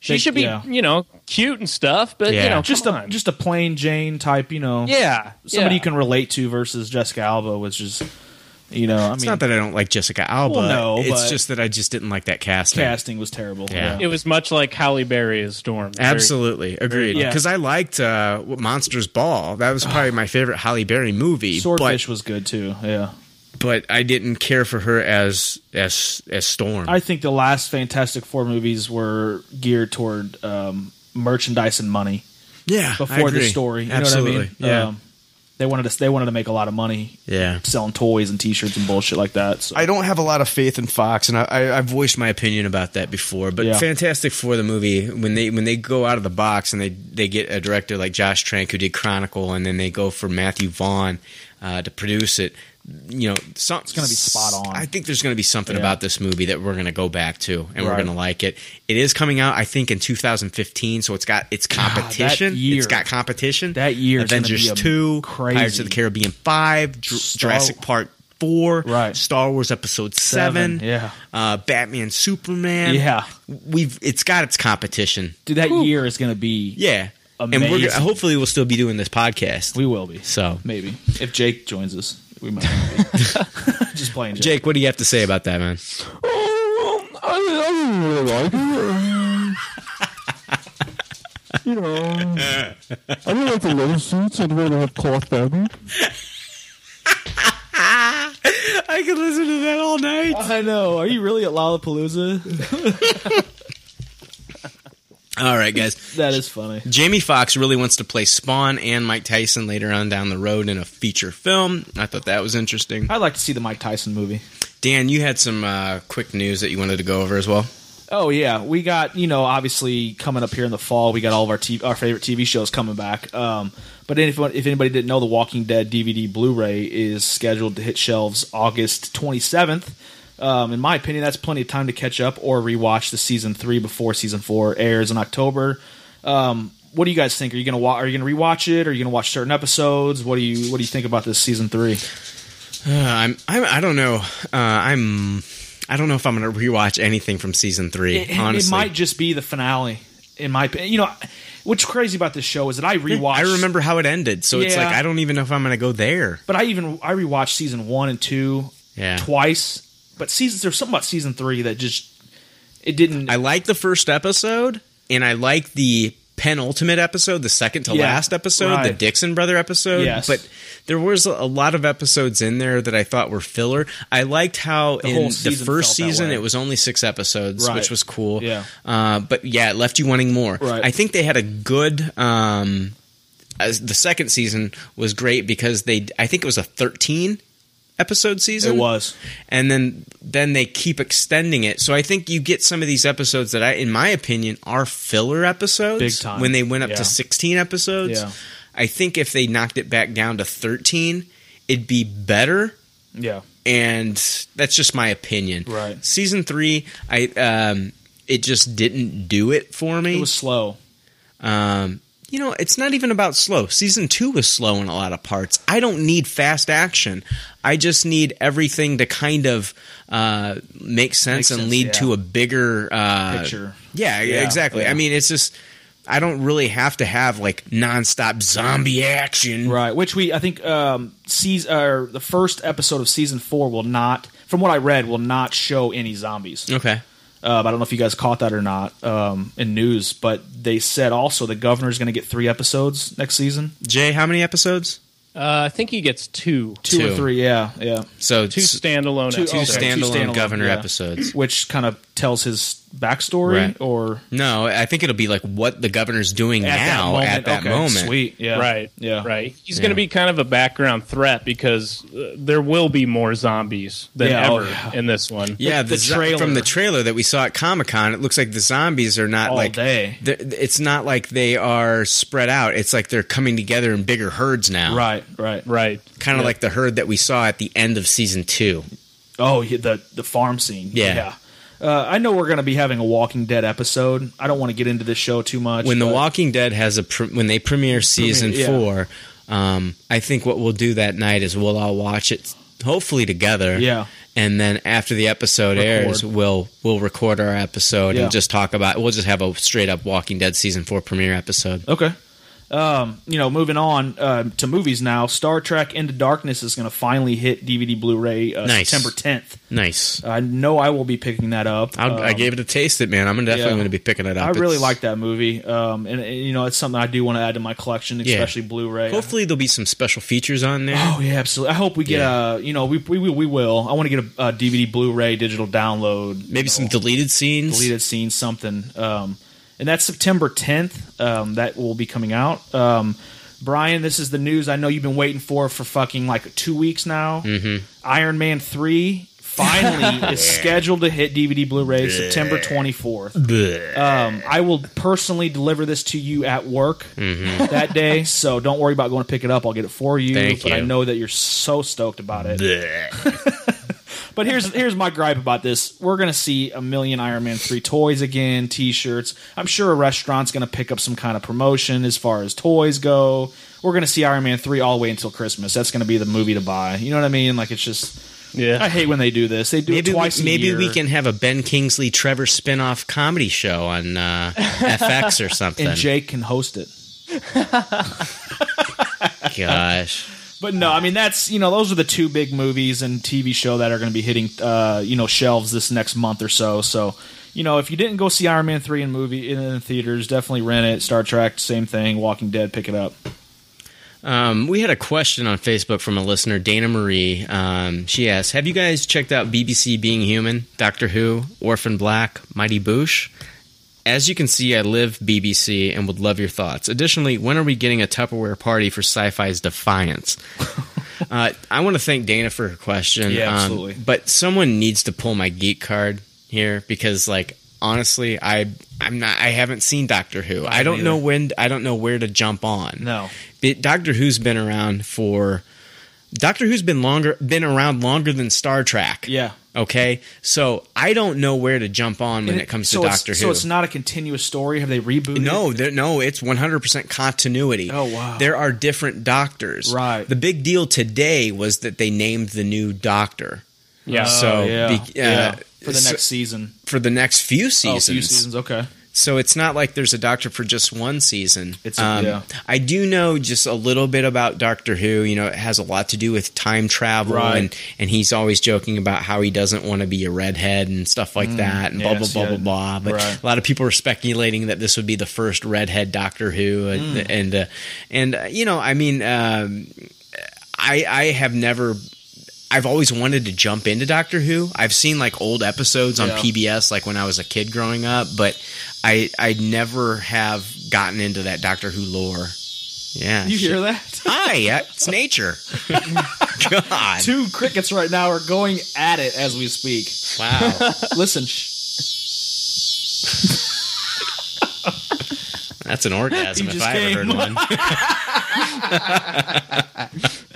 [SPEAKER 9] She
[SPEAKER 5] They-
[SPEAKER 9] should be,
[SPEAKER 5] yeah.
[SPEAKER 9] you know, cute and stuff, but
[SPEAKER 1] Yeah.
[SPEAKER 9] you know,
[SPEAKER 5] just
[SPEAKER 9] come
[SPEAKER 5] a
[SPEAKER 9] on.
[SPEAKER 5] just a plain Jane type, you know.
[SPEAKER 9] yeah,
[SPEAKER 5] Somebody
[SPEAKER 9] yeah.
[SPEAKER 5] you can relate to versus Jessica Alba, which is, you know, I
[SPEAKER 1] It's
[SPEAKER 5] mean,
[SPEAKER 1] not that I don't like Jessica Alba.
[SPEAKER 5] Well, no,
[SPEAKER 1] it's
[SPEAKER 5] but-
[SPEAKER 1] just that I just didn't like that casting.
[SPEAKER 5] casting was terrible.
[SPEAKER 1] Yeah.
[SPEAKER 9] It was much like Halle Berry as Storm. Very-
[SPEAKER 1] Absolutely agreed.
[SPEAKER 5] Yeah.
[SPEAKER 1] Because I liked uh, Monsters Ball. That was probably my favorite Holly Berry movie.
[SPEAKER 5] Swordfish was good too. Yeah.
[SPEAKER 1] but, but I didn't care for her as as as Storm.
[SPEAKER 5] I think the last Fantastic Four movies were geared toward um, merchandise and money
[SPEAKER 1] yeah, I
[SPEAKER 5] before the
[SPEAKER 1] agree.
[SPEAKER 5] story. You
[SPEAKER 1] Absolutely.
[SPEAKER 5] know what I mean?
[SPEAKER 1] Yeah,
[SPEAKER 5] Um, they wanted to they wanted to make a lot of money
[SPEAKER 1] yeah.
[SPEAKER 5] selling toys and T-shirts and bullshit like that. So
[SPEAKER 1] I don't have a lot of faith in Fox, and I, I, I've voiced my opinion about that before. But
[SPEAKER 5] Yeah.
[SPEAKER 1] Fantastic Four, the movie, when they when they go out of the box and they they get a director like Josh Trank who did Chronicle, and then they go for Matthew Vaughn uh, to produce it. You know, some, it's
[SPEAKER 5] gonna be spot on.
[SPEAKER 1] I think there's going to be something
[SPEAKER 5] Yeah.
[SPEAKER 1] about this movie that we're going to go back to, and we're
[SPEAKER 5] Right.
[SPEAKER 1] going to like it. It is coming out, I think, in 2015, so it's got it's competition.
[SPEAKER 5] year.
[SPEAKER 1] It's got competition.
[SPEAKER 5] That year is gonna
[SPEAKER 1] Avengers
[SPEAKER 5] be a-
[SPEAKER 1] two, Pirates
[SPEAKER 5] crazy.
[SPEAKER 1] of the Caribbean five, Dr-
[SPEAKER 5] Star-
[SPEAKER 1] Jurassic Park four,
[SPEAKER 5] Right.
[SPEAKER 1] Star Wars Episode
[SPEAKER 5] Seven,
[SPEAKER 1] seven,
[SPEAKER 5] yeah.
[SPEAKER 1] uh, Batman, Superman,
[SPEAKER 5] Yeah.
[SPEAKER 1] We've it's got its competition,
[SPEAKER 5] dude, that year is going to be
[SPEAKER 1] yeah. And we're
[SPEAKER 5] Amazing.
[SPEAKER 1] gonna- hopefully we'll still be doing this podcast.
[SPEAKER 5] we will be
[SPEAKER 1] so,
[SPEAKER 5] maybe if Jake joins us, we might not be. just playing Jake.
[SPEAKER 1] Jake, what do you have to say about that, man?
[SPEAKER 10] you know, I don't like the leather suits. I'd rather have cloth fabric.
[SPEAKER 1] I could listen to that all night.
[SPEAKER 5] I know. Are you really at Lollapalooza?
[SPEAKER 1] All right, guys.
[SPEAKER 5] That is funny.
[SPEAKER 1] Jamie Foxx really wants to play Spawn and Mike Tyson later on down the road in a feature film. I thought that was interesting.
[SPEAKER 5] I'd like to see the Mike Tyson movie.
[SPEAKER 1] Dan, you had some uh, quick news that you wanted to go over as well.
[SPEAKER 5] Oh yeah, we got you know obviously coming up here in the fall, we got all of our TV, our favorite TV shows coming back. Um, but if if anybody didn't know, The Walking Dead DVD Blu-ray is scheduled to hit shelves August 27th. Um, in my opinion, that's plenty of time to catch up or rewatch the season three before season four airs in October. Um, what do you guys think? Are you gonna wa- are you gonna rewatch it? Are you gonna watch certain episodes? What do you what do you think about this season three?
[SPEAKER 1] Uh, I'm, I'm I don't know. Uh, I'm I don't know if I'm going to rewatch anything from season three.
[SPEAKER 5] It, it
[SPEAKER 1] honestly,
[SPEAKER 5] might just be the finale. In my opinion, you know, what's crazy about this show is that I rewatched.
[SPEAKER 1] I remember how it ended, so it's
[SPEAKER 5] Yeah.
[SPEAKER 1] like I don't even know if I'm going to go there.
[SPEAKER 5] But I even I rewatched season one and two
[SPEAKER 1] Yeah.
[SPEAKER 5] twice. But seasons there's something about season three that just it didn't.
[SPEAKER 1] I like the first episode, and I like the penultimate episode, the second to
[SPEAKER 5] Yeah,
[SPEAKER 1] last episode, the
[SPEAKER 5] right.
[SPEAKER 1] Dixon brother episode.
[SPEAKER 5] Yes.
[SPEAKER 1] But there was a lot of episodes in there that I thought were filler. I liked how
[SPEAKER 5] whole
[SPEAKER 1] in the
[SPEAKER 5] season
[SPEAKER 1] first
[SPEAKER 5] felt that
[SPEAKER 1] season
[SPEAKER 5] way.
[SPEAKER 1] it was only six episodes,
[SPEAKER 5] Right.
[SPEAKER 1] which was cool.
[SPEAKER 5] Yeah.
[SPEAKER 1] Uh, but yeah, it left you wanting more.
[SPEAKER 5] Right.
[SPEAKER 1] I think they had a good. Um, as the second season was great because they, I think it was a thirteen episode season
[SPEAKER 5] it was
[SPEAKER 1] and then then they keep extending it. So I think you get some of these episodes that I, in my opinion, are filler episodes.
[SPEAKER 5] Big time.
[SPEAKER 1] When they went up
[SPEAKER 5] Yeah.
[SPEAKER 1] to sixteen episodes,
[SPEAKER 5] Yeah.
[SPEAKER 1] I think if they knocked it back down to thirteen, it'd be better.
[SPEAKER 5] yeah
[SPEAKER 1] And that's just my opinion.
[SPEAKER 5] Right.
[SPEAKER 1] Season three, I um, it just didn't do it for me.
[SPEAKER 5] it was slow.
[SPEAKER 1] Um, you know, it's not even about slow. Season two was slow in a lot of parts. I don't need fast action. I just need everything to kind of uh, make sense
[SPEAKER 5] Makes
[SPEAKER 1] and
[SPEAKER 5] sense,
[SPEAKER 1] lead
[SPEAKER 5] yeah.
[SPEAKER 1] to a bigger uh,
[SPEAKER 5] Picture.
[SPEAKER 1] Yeah,
[SPEAKER 5] Yeah,
[SPEAKER 1] exactly.
[SPEAKER 5] yeah.
[SPEAKER 1] I mean, it's just I don't really have to have like nonstop zombie action.
[SPEAKER 5] Right, which we I think um season or the first episode of season four will not, from what I read, will not show any zombies.
[SPEAKER 1] Okay.
[SPEAKER 5] Um, I don't know if you guys caught that or not um, in news, but they said also the governor's going to get three episodes next season,
[SPEAKER 1] Jay, how many episodes?
[SPEAKER 9] Uh, I think he gets two,
[SPEAKER 5] two,
[SPEAKER 1] Two.
[SPEAKER 5] or three. Yeah, yeah.
[SPEAKER 1] So
[SPEAKER 9] two
[SPEAKER 1] s-
[SPEAKER 9] standalone.
[SPEAKER 5] Two-
[SPEAKER 1] two
[SPEAKER 9] episodes.
[SPEAKER 5] okay.
[SPEAKER 1] standalone,
[SPEAKER 5] standalone,
[SPEAKER 1] governor
[SPEAKER 5] yeah.
[SPEAKER 1] episodes.
[SPEAKER 5] Which kind of tells his backstory,
[SPEAKER 1] Right.
[SPEAKER 5] or
[SPEAKER 1] No, I think it'll be like what the governor's doing
[SPEAKER 5] At that
[SPEAKER 1] now
[SPEAKER 5] moment,
[SPEAKER 1] at that
[SPEAKER 5] okay,
[SPEAKER 1] moment.
[SPEAKER 5] Sweet. Yeah.
[SPEAKER 9] Right.
[SPEAKER 5] Yeah.
[SPEAKER 9] Right. He's going to be kind of a background threat because uh, there will be more zombies than
[SPEAKER 5] Yeah, oh,
[SPEAKER 9] ever
[SPEAKER 5] yeah.
[SPEAKER 9] in this one.
[SPEAKER 1] Yeah,
[SPEAKER 5] The-
[SPEAKER 1] the,
[SPEAKER 5] the
[SPEAKER 1] zo-
[SPEAKER 5] trailer.
[SPEAKER 1] from the trailer that we saw at Comic Con, it looks like the zombies are not
[SPEAKER 5] All
[SPEAKER 1] like
[SPEAKER 5] day.
[SPEAKER 1] they're- It's not like they are spread out. It's like they're coming together in bigger herds now,
[SPEAKER 5] Right. Right.
[SPEAKER 9] Right.
[SPEAKER 1] Kind of like the herd that we saw at the end of season two.
[SPEAKER 5] Oh, yeah, the the farm scene.
[SPEAKER 3] Yeah.
[SPEAKER 5] Uh, I know we're going to be having a Walking Dead episode. I don't want to get into this show too much.
[SPEAKER 3] when The
[SPEAKER 5] but-
[SPEAKER 3] Walking Dead has a pr- when they premiere season
[SPEAKER 5] yeah.
[SPEAKER 3] four, um, I think what we'll do that night is we'll all watch it hopefully together.
[SPEAKER 5] Yeah.
[SPEAKER 3] And then after the episode airs, we'll we'll record our episode
[SPEAKER 5] Yeah.
[SPEAKER 3] and just talk about. We'll just have a straight up Walking Dead season four premiere episode.
[SPEAKER 5] Okay. Um, you know, moving on uh, to movies now. Star Trek Into Darkness is going to finally hit DVD Blu-ray uh,
[SPEAKER 3] Nice.
[SPEAKER 5] September 10th.
[SPEAKER 3] Nice.
[SPEAKER 5] I know I will be picking that up.
[SPEAKER 3] I'll, I
[SPEAKER 5] Um,
[SPEAKER 3] gave it a taste. It man, I'm definitely
[SPEAKER 5] yeah.
[SPEAKER 3] going to be picking it up.
[SPEAKER 5] I really
[SPEAKER 3] It's-
[SPEAKER 5] like that movie, um, and, and, you know it's something I do want to add to my collection, especially Blu-ray.
[SPEAKER 3] Hopefully there'll be some special features on there.
[SPEAKER 5] Oh yeah, absolutely. I hope we get
[SPEAKER 3] Yeah.
[SPEAKER 5] uh you know we we, we, we will. I want to get a, a DVD Blu-ray digital download, you
[SPEAKER 3] Maybe
[SPEAKER 5] know,
[SPEAKER 3] some deleted scenes.
[SPEAKER 5] deleted scenes, something. Um, and that's September 10th. Um, that will be coming out. Um, Brian, this is the news I know you've been waiting for for fucking like two weeks now. Mm-hmm. Iron Man three finally is scheduled to hit DVD Blu-ray September 24th.
[SPEAKER 3] Bleh.
[SPEAKER 5] Um, I will personally deliver this to you at work that day, so don't worry about going to pick it up. I'll get it for you.
[SPEAKER 3] Mm-hmm. Thank
[SPEAKER 5] but I
[SPEAKER 3] you.
[SPEAKER 5] know that you're so stoked about it.
[SPEAKER 3] Bleh.
[SPEAKER 5] But here's here's my gripe about this: we're gonna see a million Iron Man three toys again, T-shirts. I'm sure a restaurant's gonna pick up some kind of promotion as far as toys go. We're gonna see Iron Man three all the way until Christmas. That's gonna be the movie to buy. You know what I mean? Like it's just.
[SPEAKER 9] Yeah.
[SPEAKER 5] I hate when they do this. They do
[SPEAKER 3] Maybe
[SPEAKER 5] it twice.
[SPEAKER 3] we,
[SPEAKER 5] a
[SPEAKER 3] maybe
[SPEAKER 5] year.
[SPEAKER 3] we can have a Ben Kingsley Trevor spin-off comedy show on uh, FX or something.
[SPEAKER 5] and Jake can host it.
[SPEAKER 3] Gosh.
[SPEAKER 5] But no, I mean that's you know those are the two big movies and TV show that are going to be hitting uh, you know shelves this next month or so. So you know if you didn't go see Iron Man three in movie in, in theaters, definitely rent it. Star Trek, same thing. Walking Dead, pick it up.
[SPEAKER 3] Um, we had a question on Facebook from a listener, Dana Marie. Um, she asked, "Have you guys checked out BBC Being Human, Doctor Who, Orphan Black, Mighty Boosh?" As you can see, I live BBC and would love your thoughts. Additionally, when are we getting a Tupperware party for Sci-Fi's Defiance? uh, I want to thank Dana for her question.
[SPEAKER 5] Yeah,
[SPEAKER 3] um,
[SPEAKER 5] absolutely.
[SPEAKER 3] but someone needs to pull my geek card here because, like, honestly, I I'm not I haven't seen Doctor Who. I don't know when I don't know where to jump on.
[SPEAKER 5] No.
[SPEAKER 3] But Doctor Who's been around for Doctor Who's been longer been around longer than Star Trek.
[SPEAKER 5] Yeah.
[SPEAKER 3] Okay. So I don't know where to jump on when it, comes
[SPEAKER 5] so
[SPEAKER 3] to
[SPEAKER 5] it's-
[SPEAKER 3] Doctor
[SPEAKER 5] so
[SPEAKER 3] Who.
[SPEAKER 5] it's not a continuous story. Have they rebooted?
[SPEAKER 3] no,
[SPEAKER 5] it?
[SPEAKER 3] there, no, it's 100% continuity.
[SPEAKER 5] Oh, wow.
[SPEAKER 3] There are different doctors.
[SPEAKER 5] Right.
[SPEAKER 3] The big deal today was that they named the new doctor.
[SPEAKER 9] Yeah.
[SPEAKER 3] so
[SPEAKER 5] Oh, yeah,
[SPEAKER 3] be- uh,
[SPEAKER 5] yeah. for the
[SPEAKER 3] so-
[SPEAKER 5] next season.
[SPEAKER 3] for the next few
[SPEAKER 5] Oh, few seasons. Okay.
[SPEAKER 3] so it's not like there's a doctor for just one season. Um,
[SPEAKER 5] It's a- yeah.
[SPEAKER 3] I do know just a little bit about Doctor Who. You know, it has a lot to do with time travel,
[SPEAKER 5] Right.
[SPEAKER 3] and and he's always joking about how he doesn't want to be a redhead and stuff like that, and
[SPEAKER 5] Mm. yes,
[SPEAKER 3] blah blah blah
[SPEAKER 5] yeah.
[SPEAKER 3] blah blah. But
[SPEAKER 5] Right.
[SPEAKER 3] a lot of people are speculating that this would be the first redhead Doctor Who, and
[SPEAKER 5] Mm.
[SPEAKER 3] and uh, and uh, you know, I mean, um, I I have never. I've always wanted to jump into Doctor Who. I've seen like old episodes on
[SPEAKER 5] Yeah.
[SPEAKER 3] PBS, like when I was a kid growing up, but I I never have gotten into that Doctor Who lore. Yeah,
[SPEAKER 5] You hear that?
[SPEAKER 3] Hi, yeah, it's nature. God,
[SPEAKER 5] Two crickets right now are going at it as we speak.
[SPEAKER 3] wow,
[SPEAKER 5] Listen, shh,
[SPEAKER 3] that's an orgasm
[SPEAKER 5] You
[SPEAKER 3] if
[SPEAKER 5] just
[SPEAKER 3] I ever heard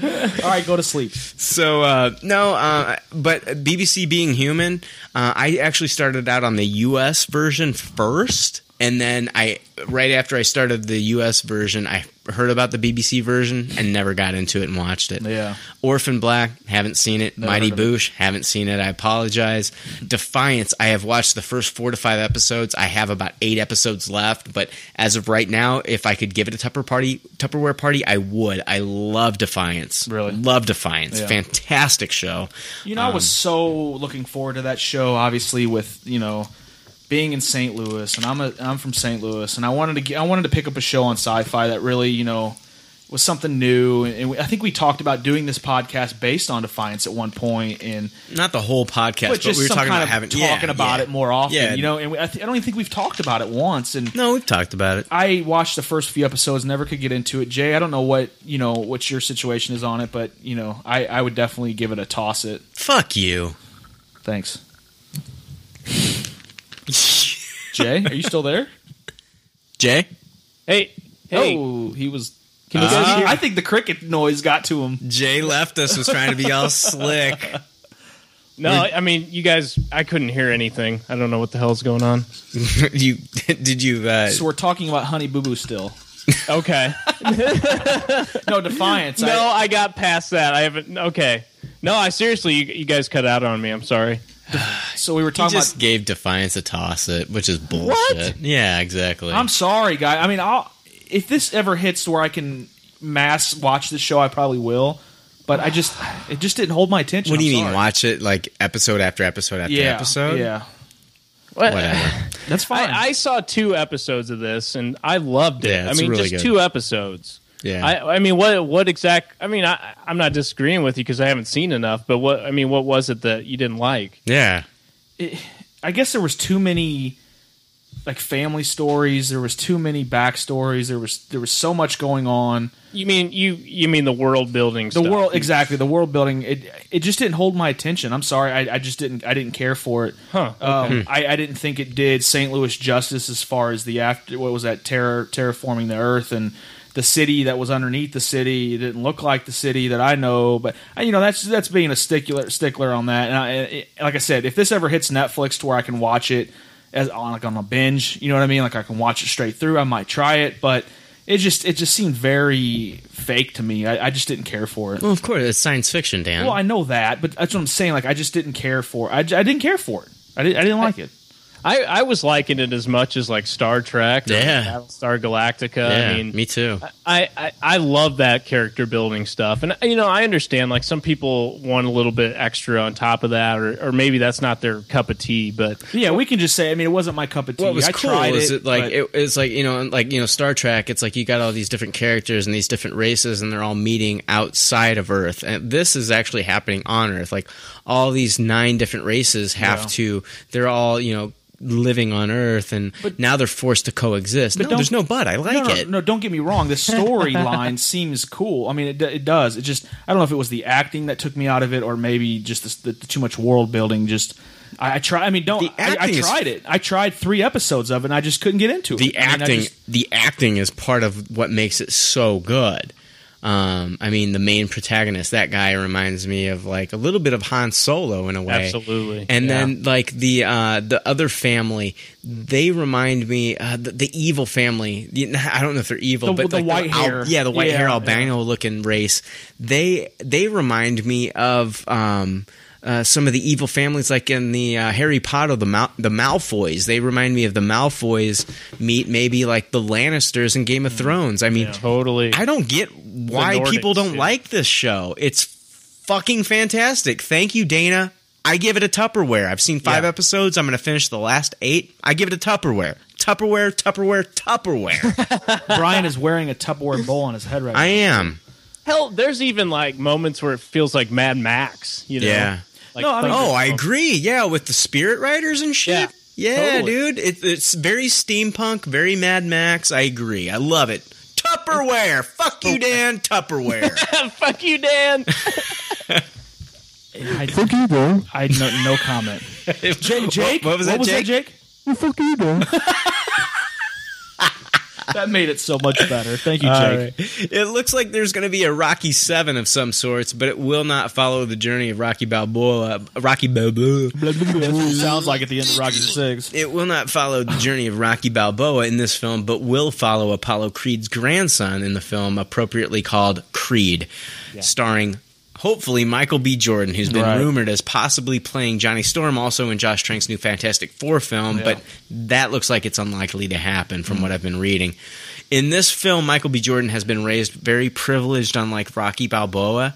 [SPEAKER 5] came.
[SPEAKER 3] one.
[SPEAKER 5] all right, go to sleep.
[SPEAKER 3] So uh, no, uh, but BBC being human, uh, I actually started out on the U.S. version first, and then I right after I started the U.S. version, I heard about the BBC version and never got into it and watched it.
[SPEAKER 5] Yeah.
[SPEAKER 3] Orphan Black, haven't seen it. Mighty
[SPEAKER 5] heard of it.
[SPEAKER 3] Boosh, haven't seen it. I apologize. Defiance, I have watched the first four to five episodes. I have about eight episodes left, but as of right now, if I could give it a Tupper party, Tupperware party, I would. I love Defiance.
[SPEAKER 5] Really?
[SPEAKER 3] love Defiance.
[SPEAKER 5] Yeah.
[SPEAKER 3] Fantastic show.
[SPEAKER 5] You know, I
[SPEAKER 3] Um,
[SPEAKER 5] was so looking forward to that show. Obviously, with you know being in St. Louis, and I'm a, I'm from St. Louis, and I wanted to get, I wanted to pick up a show on sci-fi that really you know was something new. And we, I think we talked about doing this podcast based on Defiance at one point, and
[SPEAKER 3] Not the whole podcast,
[SPEAKER 5] but
[SPEAKER 3] but,
[SPEAKER 5] just
[SPEAKER 3] we were
[SPEAKER 5] some
[SPEAKER 3] talking about
[SPEAKER 5] kind of
[SPEAKER 3] having
[SPEAKER 5] talking
[SPEAKER 3] yeah,
[SPEAKER 5] about
[SPEAKER 3] yeah.
[SPEAKER 5] it more often.
[SPEAKER 3] Yeah.
[SPEAKER 5] You know, and we, I, th- I don't even think we've talked about it once. And
[SPEAKER 3] No, we've talked about it.
[SPEAKER 5] I watched the first few episodes, never could get into it. Jay, I don't know what you know what your situation is on it, but you know, I, I would definitely give it a toss. It
[SPEAKER 3] Fuck you.
[SPEAKER 5] thanks. Jay, are you still there?
[SPEAKER 3] Jay,
[SPEAKER 9] Hey, hey,
[SPEAKER 5] Oh, he was.
[SPEAKER 9] can you guys
[SPEAKER 5] Uh,
[SPEAKER 9] hear?
[SPEAKER 5] I think the cricket noise got to him.
[SPEAKER 3] Jay left us. Was trying to be all slick.
[SPEAKER 9] No, I mean you guys. I couldn't hear anything. I don't know what the hell's going on.
[SPEAKER 1] you did you? Uh,
[SPEAKER 5] So we're talking about Honey Boo Boo still.
[SPEAKER 9] Okay.
[SPEAKER 5] No, Defiance.
[SPEAKER 9] no,
[SPEAKER 5] I,
[SPEAKER 9] I got past that. I haven't. Okay. No, I seriously, you, you guys cut out on me. I'm sorry.
[SPEAKER 5] so we were
[SPEAKER 1] he
[SPEAKER 5] talking
[SPEAKER 1] just
[SPEAKER 5] about.
[SPEAKER 1] gave Defiance a toss it, which is bullshit.
[SPEAKER 9] What?
[SPEAKER 1] Yeah, exactly.
[SPEAKER 5] I'm sorry, guy. I mean, I'll, if this ever hits to where I can mass watch this show, I probably will. But I just, it just didn't hold my attention.
[SPEAKER 1] what do
[SPEAKER 5] I'm
[SPEAKER 1] you mean?
[SPEAKER 5] sorry.
[SPEAKER 1] Watch it like episode after episode after
[SPEAKER 5] Yeah,
[SPEAKER 1] episode?
[SPEAKER 5] Yeah,
[SPEAKER 1] Whatever.
[SPEAKER 5] that's fine.
[SPEAKER 9] I, I saw two episodes of this and I loved it.
[SPEAKER 1] Yeah,
[SPEAKER 9] I
[SPEAKER 1] it's
[SPEAKER 9] mean,
[SPEAKER 1] really
[SPEAKER 9] just
[SPEAKER 1] good.
[SPEAKER 9] two episodes.
[SPEAKER 1] Yeah.
[SPEAKER 9] I, I mean, what what exact? I mean, I, I'm not disagreeing with you because I haven't seen enough. But what I mean, what was it that you didn't like?
[SPEAKER 1] yeah.
[SPEAKER 5] I guess there was too many like family stories. There was too many backstories. There was there was so much going on.
[SPEAKER 9] You mean you you mean the world building?
[SPEAKER 5] The world exactly. The world building. It it just didn't hold my attention. I'm sorry. I, I just didn't. I didn't care for it.
[SPEAKER 9] Huh,
[SPEAKER 5] Um, I, I didn't think it did St. Louis justice as far as the after. What was that? Terror terraforming the earth and the city that was underneath the city. It didn't look like the city that I know. But uh, you know that's that's being a stickler stickler on that. And I, it, like I said, if this ever hits Netflix to where I can watch it as on like on a binge, you know what I mean? Like I can watch it straight through. I might try it, but. It just it just seemed very fake to me. I, I just didn't care for it.
[SPEAKER 1] Well, of course, it's science fiction, Dan.
[SPEAKER 5] Well, I know that, but that's what I'm saying. Like, I just didn't care for. I, j- I didn't care for it. I didn't, I didn't like it.
[SPEAKER 9] I, I was liking it as much as like Star Trek, or
[SPEAKER 1] Yeah.
[SPEAKER 9] Battlestar Galactica.
[SPEAKER 1] yeah,
[SPEAKER 9] I mean,
[SPEAKER 1] me too.
[SPEAKER 9] I, I I love that character building stuff, and you know I understand like some people want a little bit extra on top of that, or or maybe that's not their cup of tea. But
[SPEAKER 5] Yeah, we can just say. I mean, it wasn't my cup of tea.
[SPEAKER 1] what was
[SPEAKER 5] I
[SPEAKER 1] cool
[SPEAKER 5] tried
[SPEAKER 1] is it like
[SPEAKER 5] but-
[SPEAKER 1] it, it's like you know and like you know Star Trek. It's like you got all these different characters and these different races, and they're all meeting outside of Earth. And this is actually happening on Earth. Like all these nine different races have to. They're all you know living on Earth, and now they're forced to coexist. No,
[SPEAKER 5] don't-
[SPEAKER 1] there's no but. I like
[SPEAKER 5] no, no,
[SPEAKER 1] it.
[SPEAKER 5] No, don't get me wrong. The storyline seems cool. I mean, it, d- it does. It just I don't know if it was the acting that took me out of it, or maybe just the, the, too much world building. Just I, I try. I mean, don't.
[SPEAKER 1] The
[SPEAKER 5] I, I
[SPEAKER 1] acting is-
[SPEAKER 5] tried it. I tried three episodes of it, and I just couldn't get into it.
[SPEAKER 1] the
[SPEAKER 5] I mean, I
[SPEAKER 1] acting
[SPEAKER 5] just-
[SPEAKER 1] the acting is part of what makes it so good um, I mean, the main protagonist, that guy reminds me of like a little bit of Han Solo in a way.
[SPEAKER 9] Absolutely,
[SPEAKER 1] And
[SPEAKER 9] yeah.
[SPEAKER 1] then like the uh, the other family, they remind me uh, the, the evil family. the- I don't know if they're evil,
[SPEAKER 5] The-
[SPEAKER 1] but
[SPEAKER 5] the
[SPEAKER 1] like
[SPEAKER 5] white
[SPEAKER 1] Al-
[SPEAKER 5] hair.
[SPEAKER 1] yeah, the white hair
[SPEAKER 5] Yeah,
[SPEAKER 1] albino looking race. They they remind me of. Um, uh, some of the evil families, like in the uh, Harry Potter, the Mal- the Malfoys, they remind me of the Malfoys. Meet maybe like the Lannisters in Game of Thrones. I mean,
[SPEAKER 9] totally,
[SPEAKER 1] I don't get why
[SPEAKER 9] Mm. Nordics,
[SPEAKER 1] people don't
[SPEAKER 9] yeah.
[SPEAKER 1] like this show. It's fucking fantastic. Thank you, Dana. I give it a Tupperware. I've seen five
[SPEAKER 9] Yeah.
[SPEAKER 1] episodes. I'm going to finish the last eight. I give it a Tupperware. Tupperware, Tupperware, Tupperware.
[SPEAKER 5] Brian is wearing a Tupperware bowl on his head right
[SPEAKER 1] I
[SPEAKER 5] now.
[SPEAKER 1] am.
[SPEAKER 9] hell, there's even like moments where it feels like Mad Max. You know,
[SPEAKER 1] Yeah.
[SPEAKER 9] Like,
[SPEAKER 5] No, I mean-
[SPEAKER 9] Thunderstorm.
[SPEAKER 1] Oh, I agree. Yeah, with the spirit riders and shit. Yeah,
[SPEAKER 9] totally.
[SPEAKER 1] dude. It, it's very steampunk, very Mad Max. I agree. I love it. Tupperware. Fuck you, Dan. Tupperware.
[SPEAKER 9] Fuck you, Dan.
[SPEAKER 3] Uh,
[SPEAKER 5] I,
[SPEAKER 11] Fuck you, Dan.
[SPEAKER 5] I, no, no comment. Jake, Jake,
[SPEAKER 1] oh. what was that, Jake?
[SPEAKER 5] Jake?
[SPEAKER 11] Well, fuck you, Dan.
[SPEAKER 5] That made it so much better. Thank you, Jake.
[SPEAKER 1] It looks like there's going to be a Rocky Seven of some sorts, but it will not follow the journey of Rocky Balboa. Rocky Balboa.
[SPEAKER 5] That's what it sounds like at the end of Rocky Six.
[SPEAKER 1] It will not follow the journey of Rocky Balboa in this film, but will follow Apollo Creed's grandson in the film, appropriately called Creed, starring. Hopefully, Michael B. Jordan, who's been
[SPEAKER 5] Right.
[SPEAKER 1] rumored as possibly playing Johnny Storm, also in Josh Trank's new Fantastic Four film, but that looks like it's unlikely to happen from what I've been reading. In this film, Michael B. Jordan has been raised very privileged, unlike Rocky Balboa,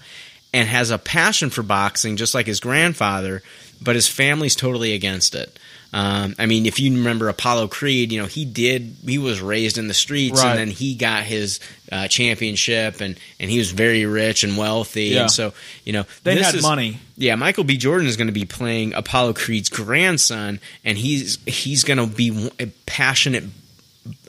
[SPEAKER 1] and has a passion for boxing, just like his grandfather, but his family's totally against it. Um, I mean, if you remember Apollo Creed, you know he did. He was raised in the streets,
[SPEAKER 5] Right.
[SPEAKER 1] and then he got his uh, championship, and and he was very rich and wealthy.
[SPEAKER 5] Yeah.
[SPEAKER 1] And so, you know,
[SPEAKER 5] They
[SPEAKER 1] this
[SPEAKER 5] had
[SPEAKER 1] is-
[SPEAKER 5] money.
[SPEAKER 1] yeah, Michael B. Jordan is going to be playing Apollo Creed's grandson, and he's he's going to be w- passionate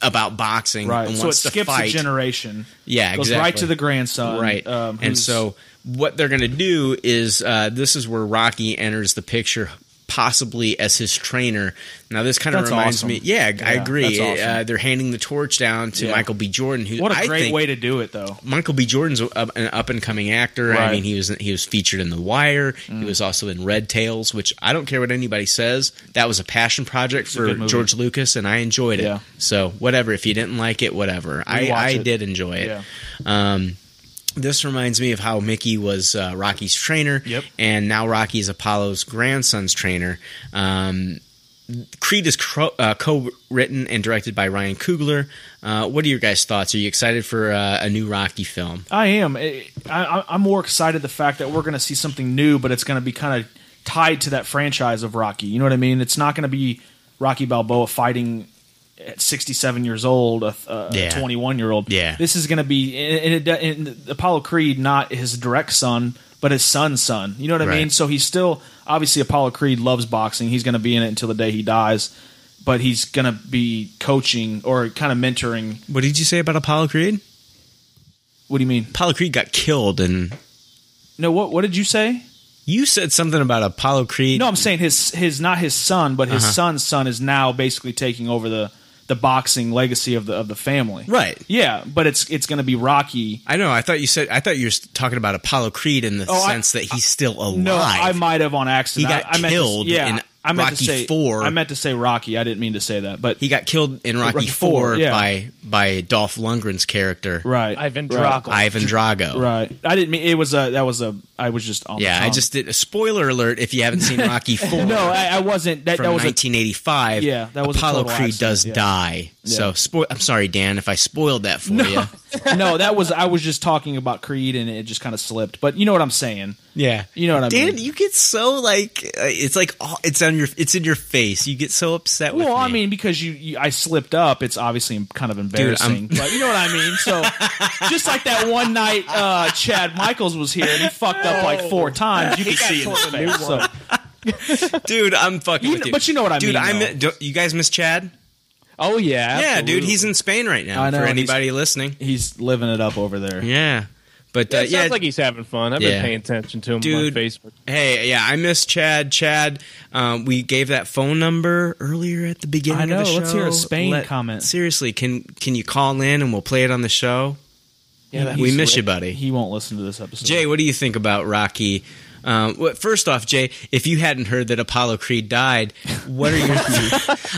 [SPEAKER 1] about boxing
[SPEAKER 5] Right.
[SPEAKER 1] and
[SPEAKER 5] So it
[SPEAKER 1] wants to
[SPEAKER 5] skips a
[SPEAKER 1] fight.
[SPEAKER 5] generation.
[SPEAKER 1] yeah,
[SPEAKER 5] goes
[SPEAKER 1] exactly.
[SPEAKER 5] right to the grandson.
[SPEAKER 1] right.
[SPEAKER 5] Um,
[SPEAKER 1] and
[SPEAKER 5] who's-
[SPEAKER 1] so what they're going to do is uh, this is where Rocky enters the picture.
[SPEAKER 3] possibly as his trainer. Now this kind of
[SPEAKER 5] That's
[SPEAKER 3] reminds
[SPEAKER 5] awesome.
[SPEAKER 3] me. Yeah, I
[SPEAKER 5] Yeah,
[SPEAKER 3] agree.
[SPEAKER 5] that's awesome.
[SPEAKER 3] uh, they're handing the torch down to
[SPEAKER 5] Yeah.
[SPEAKER 3] Michael B. Jordan, who
[SPEAKER 5] What a
[SPEAKER 3] I
[SPEAKER 5] great
[SPEAKER 3] think
[SPEAKER 5] way to do it, though.
[SPEAKER 3] Michael B. Jordan's a- an up and coming actor. I
[SPEAKER 5] Right. Mm.
[SPEAKER 3] mean, he was he was featured in The Wire. He was also in Red Tails, which I don't care what anybody says. That was a passion project
[SPEAKER 5] a
[SPEAKER 3] for
[SPEAKER 5] good movie.
[SPEAKER 3] George Lucas, and I enjoyed it.
[SPEAKER 5] Yeah.
[SPEAKER 3] So whatever. If you didn't like it, whatever. I,
[SPEAKER 5] Rewatch
[SPEAKER 3] I
[SPEAKER 5] it.
[SPEAKER 3] did enjoy it.
[SPEAKER 5] Yeah.
[SPEAKER 3] Um, this reminds me of how Mickey was uh, Rocky's trainer,
[SPEAKER 9] Yep.
[SPEAKER 3] and now Rocky is Apollo's grandson's trainer. Um, Creed is cro- uh, co-written and directed by Ryan Coogler. Uh, what are your guys' thoughts? Are you excited for uh, a new Rocky film?
[SPEAKER 5] I am. I, I, I'm more excited the fact that we're going to see something new, but it's going to be kind of tied to that franchise of Rocky. You know what I mean? It's not going to be Rocky Balboa fighting at 67 years old, a
[SPEAKER 3] Yeah.
[SPEAKER 5] 21 year old.
[SPEAKER 3] Yeah.
[SPEAKER 5] This is going to be and it, and Apollo Creed, not his direct son, but his son's son. You know what I
[SPEAKER 3] Right.
[SPEAKER 5] mean? So he's still obviously Apollo Creed loves boxing. He's going to be in it until the day he dies. But he's gonna be coaching or kind of mentoring.
[SPEAKER 3] What did you say about Apollo Creed?
[SPEAKER 5] What do you mean?
[SPEAKER 3] Apollo Creed got killed, and
[SPEAKER 5] No, what what did you say?
[SPEAKER 3] you said something about Apollo Creed.
[SPEAKER 5] No, I'm saying his his not his son, but
[SPEAKER 3] Uh-huh.
[SPEAKER 5] his son's son is now basically taking over the the boxing legacy of the of the family.
[SPEAKER 3] right?
[SPEAKER 5] Yeah, but it's it's going to be Rocky.
[SPEAKER 3] I know. I thought you said. I thought you were talking about Apollo Creed in the
[SPEAKER 5] Oh, I-
[SPEAKER 3] sense that he's still alive.
[SPEAKER 5] No, I might have on accident.
[SPEAKER 3] He got
[SPEAKER 5] I, I meant
[SPEAKER 3] killed
[SPEAKER 5] to, yeah,
[SPEAKER 3] in
[SPEAKER 5] I meant
[SPEAKER 3] Rocky
[SPEAKER 5] to say,
[SPEAKER 3] IV.
[SPEAKER 5] I meant to say Rocky. I didn't mean to say that, but
[SPEAKER 3] he got killed in Rocky,
[SPEAKER 5] Rocky
[SPEAKER 3] Four
[SPEAKER 5] Four, yeah.
[SPEAKER 3] by by Dolph Lundgren's character,
[SPEAKER 5] right,
[SPEAKER 9] Ivan
[SPEAKER 5] right,
[SPEAKER 9] Drago.
[SPEAKER 3] Ivan Drago.
[SPEAKER 5] right. I didn't mean it was a that was a. I was just on. the
[SPEAKER 3] Yeah, I
[SPEAKER 5] tongue.
[SPEAKER 3] just did a spoiler alert. If you haven't seen Rocky Four,
[SPEAKER 5] no, I, I wasn't. That
[SPEAKER 3] from
[SPEAKER 5] that was a
[SPEAKER 3] 1985.
[SPEAKER 5] Yeah, that was a
[SPEAKER 3] Apollo
[SPEAKER 5] total
[SPEAKER 3] Creed
[SPEAKER 5] accident,
[SPEAKER 3] does
[SPEAKER 5] yeah.
[SPEAKER 3] die. So, spo- I'm sorry, Dan, if I spoiled that for you.
[SPEAKER 5] no. That was I was just talking about Creed, and it just kind of slipped. But you know what I'm saying.
[SPEAKER 3] Yeah,
[SPEAKER 5] You know what I
[SPEAKER 3] Dan,
[SPEAKER 5] mean.
[SPEAKER 3] you get so like uh, it's like oh, it's on your it's in your face. You get so upset. with
[SPEAKER 5] Well, I
[SPEAKER 3] me.
[SPEAKER 5] mean, because you, you, I slipped up. It's obviously kind of embarrassing, but you know what I mean. So, just like that one night, uh, Chad Michaels was here and he fucked up like
[SPEAKER 3] Oh.
[SPEAKER 5] four times. You could see it in his face. So,
[SPEAKER 3] dude, I'm fucking.
[SPEAKER 5] You
[SPEAKER 3] with
[SPEAKER 5] kn-
[SPEAKER 3] you.
[SPEAKER 5] but you know what I
[SPEAKER 3] dude.
[SPEAKER 5] mean,
[SPEAKER 3] I
[SPEAKER 5] though.
[SPEAKER 3] mi- do, you guys miss Chad?
[SPEAKER 9] Oh yeah,
[SPEAKER 3] Yeah, dude,
[SPEAKER 9] absolutely.
[SPEAKER 3] he's in Spain right now.
[SPEAKER 5] I know,
[SPEAKER 3] for
[SPEAKER 5] and he's-
[SPEAKER 3] anybody listening,
[SPEAKER 5] he's living it up over there.
[SPEAKER 3] yeah. But uh,
[SPEAKER 9] It
[SPEAKER 3] yeah,
[SPEAKER 9] sounds like he's having fun. I've
[SPEAKER 3] Yeah.
[SPEAKER 9] been paying attention to him
[SPEAKER 3] Dude.
[SPEAKER 9] on Facebook.
[SPEAKER 3] Hey, yeah, I miss Chad. Chad, um, we gave that phone number earlier at the beginning
[SPEAKER 5] I
[SPEAKER 3] of
[SPEAKER 5] know,
[SPEAKER 3] the show.
[SPEAKER 5] let's hear a Spain comment.
[SPEAKER 3] Seriously, can can you call in and we'll play it on the show?
[SPEAKER 9] Yeah,
[SPEAKER 3] we miss you, buddy.
[SPEAKER 5] He won't listen to this episode.
[SPEAKER 3] Jay, what do you think about Rocky? Um, what, first off, Jay, if you hadn't heard that Apollo Creed died, what are your?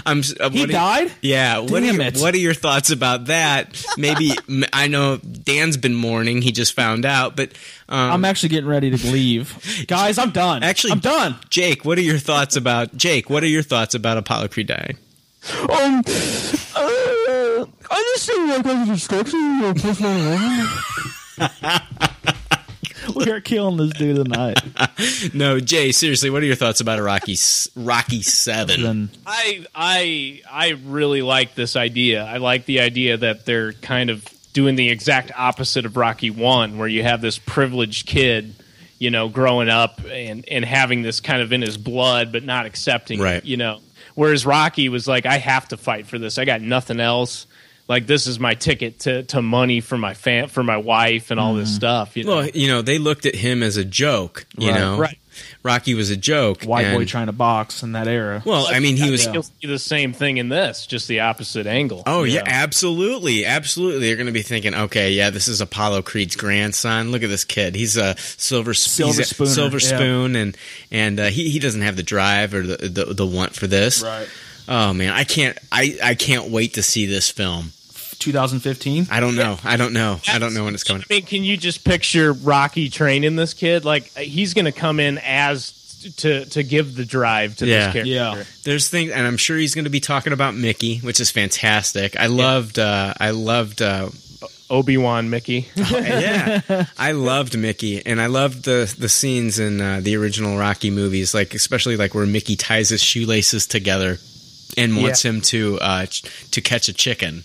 [SPEAKER 3] I'm. s- Uh,
[SPEAKER 5] he
[SPEAKER 3] what are-
[SPEAKER 5] died.
[SPEAKER 3] yeah, what are,
[SPEAKER 5] Damn
[SPEAKER 3] your,
[SPEAKER 5] it.
[SPEAKER 3] what are your thoughts about that? Maybe m- I know Dan's been mourning; he just found out. But um,
[SPEAKER 5] I'm actually getting ready to leave, guys. I'm done.
[SPEAKER 3] Actually-
[SPEAKER 5] I'm done.
[SPEAKER 3] Jake, what are your thoughts about Jake? What are your thoughts about Apollo Creed dying?
[SPEAKER 4] Um, uh, I just think like as a destruction or post 9/11.
[SPEAKER 5] We're killing this dude tonight.
[SPEAKER 3] No, Jay, seriously, what are your thoughts about a Rocky s- Rocky Seven?
[SPEAKER 5] Then
[SPEAKER 9] I I I really like this idea. I like the idea that they're kind of doing the exact opposite of Rocky One, where you have this privileged kid, you know, growing up and and having this kind of in his blood, but not accepting, it,
[SPEAKER 3] Right.
[SPEAKER 9] you know. Whereas Rocky was like, I have to fight for this. I got nothing else. Like this is my ticket to, to money for my fam for my wife and all this stuff. You know,
[SPEAKER 3] Mm-hmm. Well, oh, you know, they looked at him as a joke. You
[SPEAKER 5] Right.
[SPEAKER 3] know,
[SPEAKER 9] Right.
[SPEAKER 3] Rocky was a joke.
[SPEAKER 5] white boy
[SPEAKER 3] and-
[SPEAKER 5] trying to box in that era.
[SPEAKER 3] Well, I mean, he was.
[SPEAKER 9] you'll see the same thing in this, just the opposite angle.
[SPEAKER 3] Oh yeah,
[SPEAKER 9] You know?
[SPEAKER 3] absolutely, absolutely. You're going to be thinking, okay, yeah, this is Apollo Creed's grandson. Look at this kid; he's a silver sp-
[SPEAKER 5] Silver
[SPEAKER 3] he's a
[SPEAKER 5] spooner,
[SPEAKER 3] silver
[SPEAKER 5] yeah.
[SPEAKER 3] spoon, and and uh, he he doesn't have the drive or the the, the want for this.
[SPEAKER 5] right.
[SPEAKER 3] Oh man, I can't I I can't wait to see this film.
[SPEAKER 5] 2015.
[SPEAKER 3] I don't know. I don't know. I don't know when it's coming.
[SPEAKER 9] I mean, can you just picture Rocky training this kid? Like he's going to come in as to to give the drive to
[SPEAKER 3] Yeah.
[SPEAKER 9] this character.
[SPEAKER 5] Yeah.
[SPEAKER 3] There's things, and I'm sure he's going to be talking about Mickey, which is fantastic. I loved. Uh, I loved. Uh,
[SPEAKER 9] Obi Wan, Mickey.
[SPEAKER 3] yeah, I loved Mickey, and I loved the the scenes in uh, the original Rocky movies, like especially like where Mickey ties his shoelaces together and wants him to uh, ch- to catch a chicken.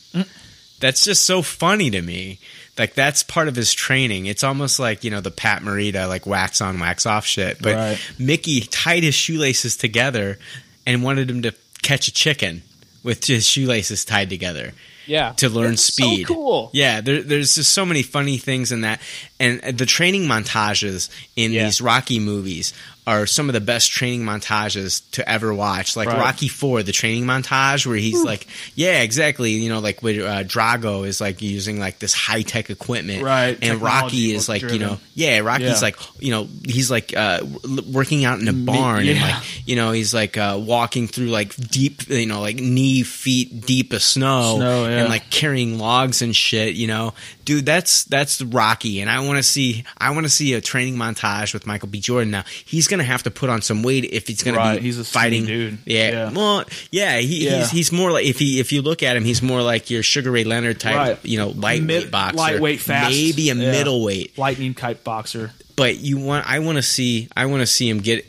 [SPEAKER 3] That's just so funny to me. Like that's part of his training. It's almost like you know the Pat Morita like wax on wax off shit. But
[SPEAKER 5] Right.
[SPEAKER 3] Mickey tied his shoelaces together and wanted him to catch a chicken with his shoelaces tied together.
[SPEAKER 9] Yeah.
[SPEAKER 3] to learn
[SPEAKER 9] It's so
[SPEAKER 3] speed.
[SPEAKER 9] cool.
[SPEAKER 3] Yeah, there, there's just so many funny things in that, and uh, the training montages in
[SPEAKER 9] Yeah.
[SPEAKER 3] these Rocky movies are some of the best training montages to ever watch. Like
[SPEAKER 9] Right.
[SPEAKER 3] Rocky Four, the training montage where he's like, yeah, exactly. You know, like where uh, Drago is like using like this high tech equipment,
[SPEAKER 9] Right,
[SPEAKER 3] And Rocky is like, you know,
[SPEAKER 9] technology-driven.
[SPEAKER 3] yeah, Rocky's
[SPEAKER 9] Yeah.
[SPEAKER 3] like, you know, he's like uh, w- working out in a barn and
[SPEAKER 9] yeah.
[SPEAKER 3] like you know he's like uh, walking through like deep you know like knee feet deep of snow,
[SPEAKER 5] Snow, yeah.
[SPEAKER 3] and like carrying logs and shit you know dude that's that's rocky and i want to see i want to see a training montage with michael b jordan now he's gonna have to put on some weight if he's gonna
[SPEAKER 5] Right,
[SPEAKER 3] be
[SPEAKER 5] he's a skinny
[SPEAKER 3] fighting
[SPEAKER 5] dude.
[SPEAKER 3] yeah,
[SPEAKER 5] Yeah.
[SPEAKER 3] well yeah, he,
[SPEAKER 5] Yeah.
[SPEAKER 3] he's he's more like if he if you look at him he's more like your sugar ray leonard type
[SPEAKER 5] Right.
[SPEAKER 3] you know lightweight
[SPEAKER 5] Mid-
[SPEAKER 3] boxer
[SPEAKER 5] lightweight, fast.
[SPEAKER 3] maybe a
[SPEAKER 5] Yeah.
[SPEAKER 3] middleweight
[SPEAKER 5] lightning kite boxer.
[SPEAKER 3] but you want I want to see I want to see him get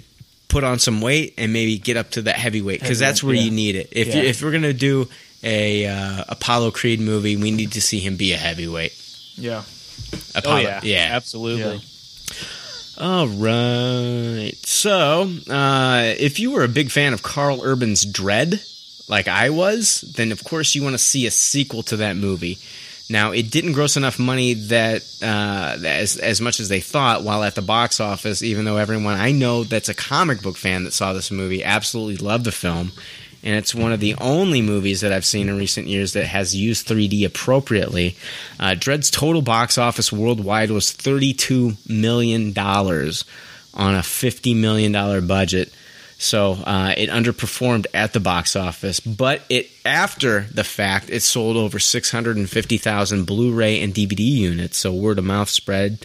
[SPEAKER 3] put on some weight and maybe get up to that heavyweight because that's where
[SPEAKER 5] Heavyweight,
[SPEAKER 3] you need it. If
[SPEAKER 5] Yeah.
[SPEAKER 3] you, if we're gonna do a uh, Apollo Creed movie, we need to see him be a heavyweight.
[SPEAKER 5] Yeah.
[SPEAKER 3] Apollo,
[SPEAKER 9] Oh yeah, absolutely.
[SPEAKER 5] Yeah.
[SPEAKER 3] All right. So, uh, if you were a big fan of Carl Urban's Dread, like I was, then of course you want to see a sequel to that movie. Now, it didn't gross enough money that uh, as as much as they thought while at the box office. Even though everyone I know that's a comic book fan that saw this movie absolutely loved the film, and it's one of the only movies that I've seen in recent years that has used 3D appropriately. Uh, Dread's total box office worldwide was $32 million on a $50 million budget. So uh, it underperformed at the box office, but it after the fact it sold over 650,000 Blu-ray and DVD units. So word of mouth spread,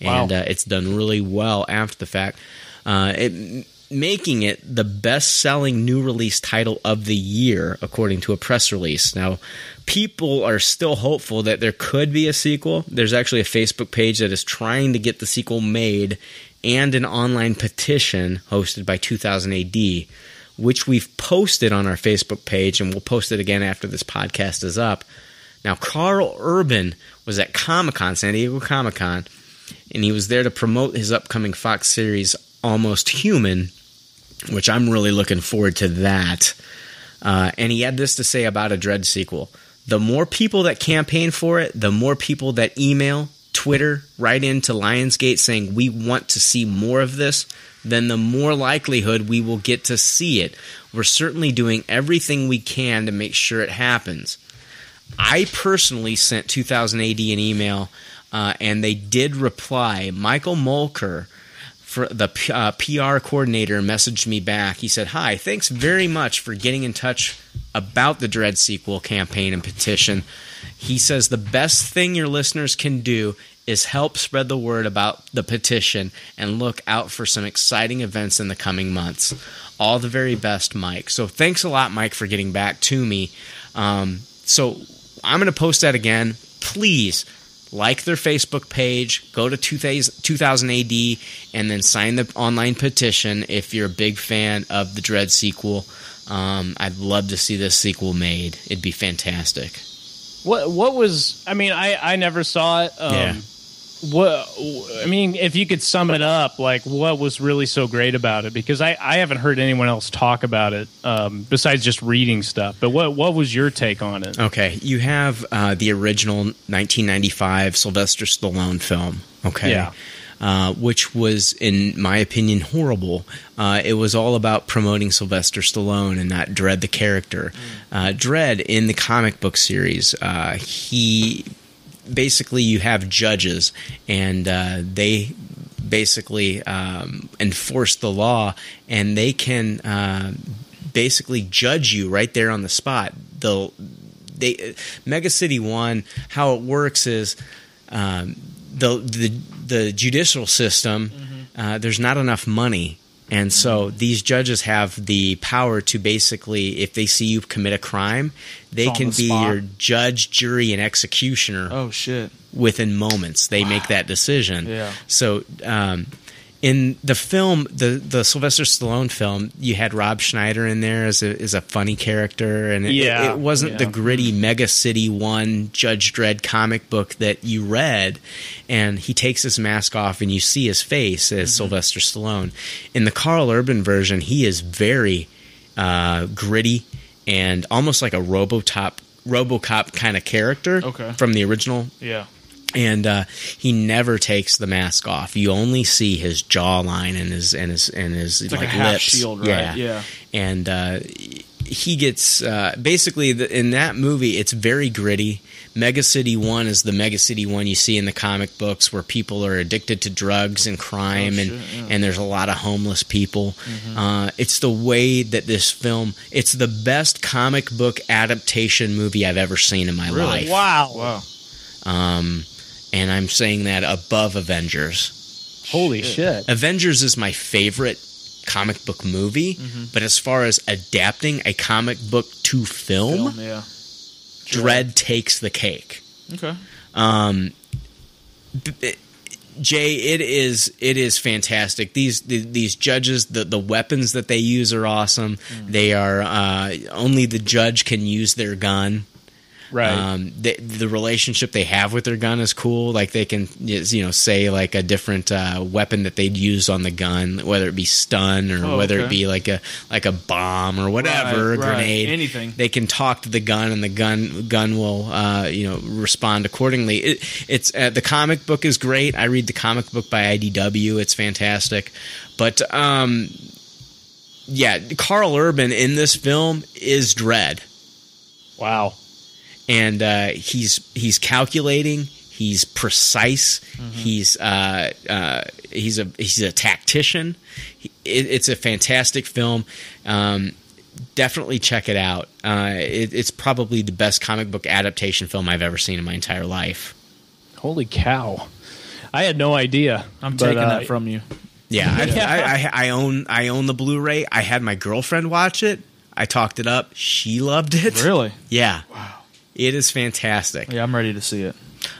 [SPEAKER 3] and uh, it's done really well after the fact. Uh, it making it the best selling new release title of the year, according to a press release. Now, people are still hopeful that there could be a sequel. There's actually a Facebook page that is trying to get the sequel made and an online petition hosted by 2000 AD, which we've posted on our Facebook page and we'll post it again after this podcast is up. Now, Carl Urban was at Comic Con, San Diego Comic Con, and he was there to promote his upcoming Fox series Almost Human, which I'm really looking forward to that. Uh, and he had this to say about a Dread sequel: the more people that campaign for it, the more people that email, Twitter, write into Lionsgate saying we want to see more of this, then the more likelihood we will get to see it. We're certainly doing everything we can to make sure it happens. I personally sent 2000 AD an email, uh, and they did reply. Michael Mulker, for the P- uh, PR coordinator, messaged me back. He said, "Hi, thanks very much for getting in touch about the Dread sequel campaign and petition." He says the best thing your listeners can do is help spread the word about the petition and look out for some exciting events in the coming months. All the very best, Mike. So thanks a lot, Mike, for getting back to me. Um, so I'm going to post that again. Please like their Facebook page, go to 2000 2000 AD, and then sign the online petition if you're a big fan of the Dread sequel. Um, I'd love to see this sequel made. It'd be fantastic.
[SPEAKER 9] What what was? I mean, I I never saw it. Um,
[SPEAKER 3] Yeah.
[SPEAKER 9] What I mean, if you could sum it up, like what was really so great about it? Because I, I haven't heard anyone else talk about it um, besides just reading stuff. But what what was your take on it?
[SPEAKER 3] Okay, you have uh, the original 1995 Sylvester Stallone film. Okay,
[SPEAKER 9] Yeah.
[SPEAKER 3] uh, which was, in my opinion, horrible. Uh, it was all about promoting Sylvester Stallone and not Dread the character. Uh, Dread in the comic book series, uh, he basically you have judges and uh, they basically um, enforce the law and they can uh, basically judge you right there on the spot they'll they mega city one how it works is um, the the the judicial system
[SPEAKER 5] Mm-hmm.
[SPEAKER 3] uh, there's not enough money and so these judges have the power to basically if they see you commit a crime they
[SPEAKER 5] on
[SPEAKER 3] can
[SPEAKER 5] the
[SPEAKER 3] be
[SPEAKER 5] spot.
[SPEAKER 3] your judge jury and executioner
[SPEAKER 5] Oh shit.
[SPEAKER 3] within moments they make that decision
[SPEAKER 5] Yeah.
[SPEAKER 3] so um, in the film the the sylvester stallone film you had rob schneider in there as a, as a funny character and it,
[SPEAKER 9] Yeah.
[SPEAKER 3] it, it wasn't the
[SPEAKER 9] Yeah.
[SPEAKER 3] gritty mega city one judge dredd comic book that you read and he takes his mask off and you see his face as
[SPEAKER 9] Mm-hmm.
[SPEAKER 3] sylvester stallone in the carl urban version he is very uh, gritty and almost like a robotop RoboCop kind of character
[SPEAKER 5] Okay.
[SPEAKER 3] from the original
[SPEAKER 5] Yeah.
[SPEAKER 3] and uh, he never takes the mask off. You only see his jawline and his and his and his
[SPEAKER 5] like
[SPEAKER 3] like,
[SPEAKER 5] a half
[SPEAKER 3] lips.
[SPEAKER 5] shield, right? Yeah.
[SPEAKER 3] and uh, he gets uh, basically the, in that movie. It's very gritty. Mega City One is the Mega City One you see in the comic books, where people are addicted to drugs and crime,
[SPEAKER 5] Oh,
[SPEAKER 3] and and there's a lot of homeless people.
[SPEAKER 5] Mm-hmm.
[SPEAKER 3] Uh, it's the way that this film. It's the best comic book adaptation movie I've ever seen in my life.
[SPEAKER 9] Wow.
[SPEAKER 3] Um, and I'm saying that above Avengers.
[SPEAKER 9] Holy shit.
[SPEAKER 3] Avengers is my favorite comic book movie, but as far as adapting a comic book to film,
[SPEAKER 5] Film, yeah.
[SPEAKER 3] Dread takes the cake.
[SPEAKER 5] Okay.
[SPEAKER 3] Um, b- it- Jay, it is it is fantastic. These the, these judges, the the weapons that they use are awesome.
[SPEAKER 5] Mm.
[SPEAKER 3] They are uh, only the judge can use their gun.
[SPEAKER 9] Right.
[SPEAKER 3] Um, the, the relationship they have with their gun is cool. Like they can, you know, say like a different uh, weapon that they'd use on the gun, whether it be stun or
[SPEAKER 5] Oh,
[SPEAKER 3] whether it
[SPEAKER 5] okay.
[SPEAKER 3] be like a like a bomb or whatever,
[SPEAKER 5] Right,
[SPEAKER 3] a
[SPEAKER 5] right.
[SPEAKER 3] grenade,
[SPEAKER 5] Anything.
[SPEAKER 3] They can talk to the gun, and the gun gun will, uh, you know, respond accordingly. It, it's uh, the comic book is great. I read the comic book by IDW. It's fantastic, but um, yeah, Carl Urban in this film is Dread
[SPEAKER 9] wow.
[SPEAKER 3] and uh, he's he's calculating. He's precise. He's uh, uh, he's a he's a tactician. He- It, it's a fantastic film. Um, definitely check it out. Uh, it, it's probably the best comic book adaptation film I've ever seen in my entire life.
[SPEAKER 9] Holy cow. I had no idea.
[SPEAKER 5] I'm
[SPEAKER 9] But,
[SPEAKER 5] taking
[SPEAKER 9] uh,
[SPEAKER 5] that from you.
[SPEAKER 3] Yeah, I, I, I, I own I own the Blu-ray. I had my girlfriend watch it. I talked it up. She loved it.
[SPEAKER 5] Really?
[SPEAKER 3] Yeah. Wow. It is fantastic.
[SPEAKER 5] Yeah, I'm ready to see it.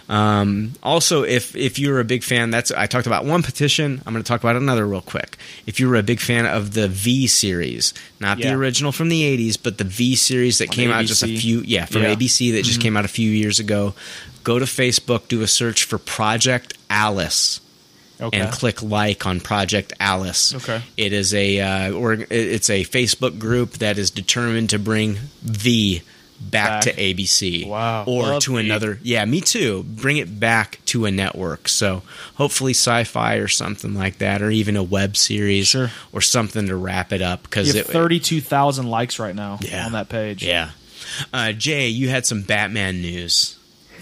[SPEAKER 3] Um, also, if if you're a big fan, that's I talked about one petition. I'm going to talk about another real quick. If you were a big fan of the V series, not
[SPEAKER 9] Yeah.
[SPEAKER 3] the original from the '80s, but the V series that came out just a
[SPEAKER 5] ABC.
[SPEAKER 3] few yeah from
[SPEAKER 5] Yeah.
[SPEAKER 3] ABC that just came out a few years ago, go to Facebook, do a search for Project Alice
[SPEAKER 9] Okay.
[SPEAKER 3] and click like on Project Alice.
[SPEAKER 5] Okay.
[SPEAKER 3] It is a uh, or it's a Facebook group that is determined to bring the back, to
[SPEAKER 9] Back.
[SPEAKER 3] ABC.
[SPEAKER 9] Wow.
[SPEAKER 3] Or
[SPEAKER 9] Love
[SPEAKER 3] to
[SPEAKER 9] V.
[SPEAKER 3] another. Yeah, me too. Bring it back to a network. So hopefully sci-fi or something like that, or even a web series
[SPEAKER 5] Sure.
[SPEAKER 3] or something to wrap it up because
[SPEAKER 5] You have
[SPEAKER 3] it.
[SPEAKER 5] 32,000 likes right now
[SPEAKER 3] Yeah.
[SPEAKER 5] on that page.
[SPEAKER 3] yeah. Uh, Jay, you had some Batman news.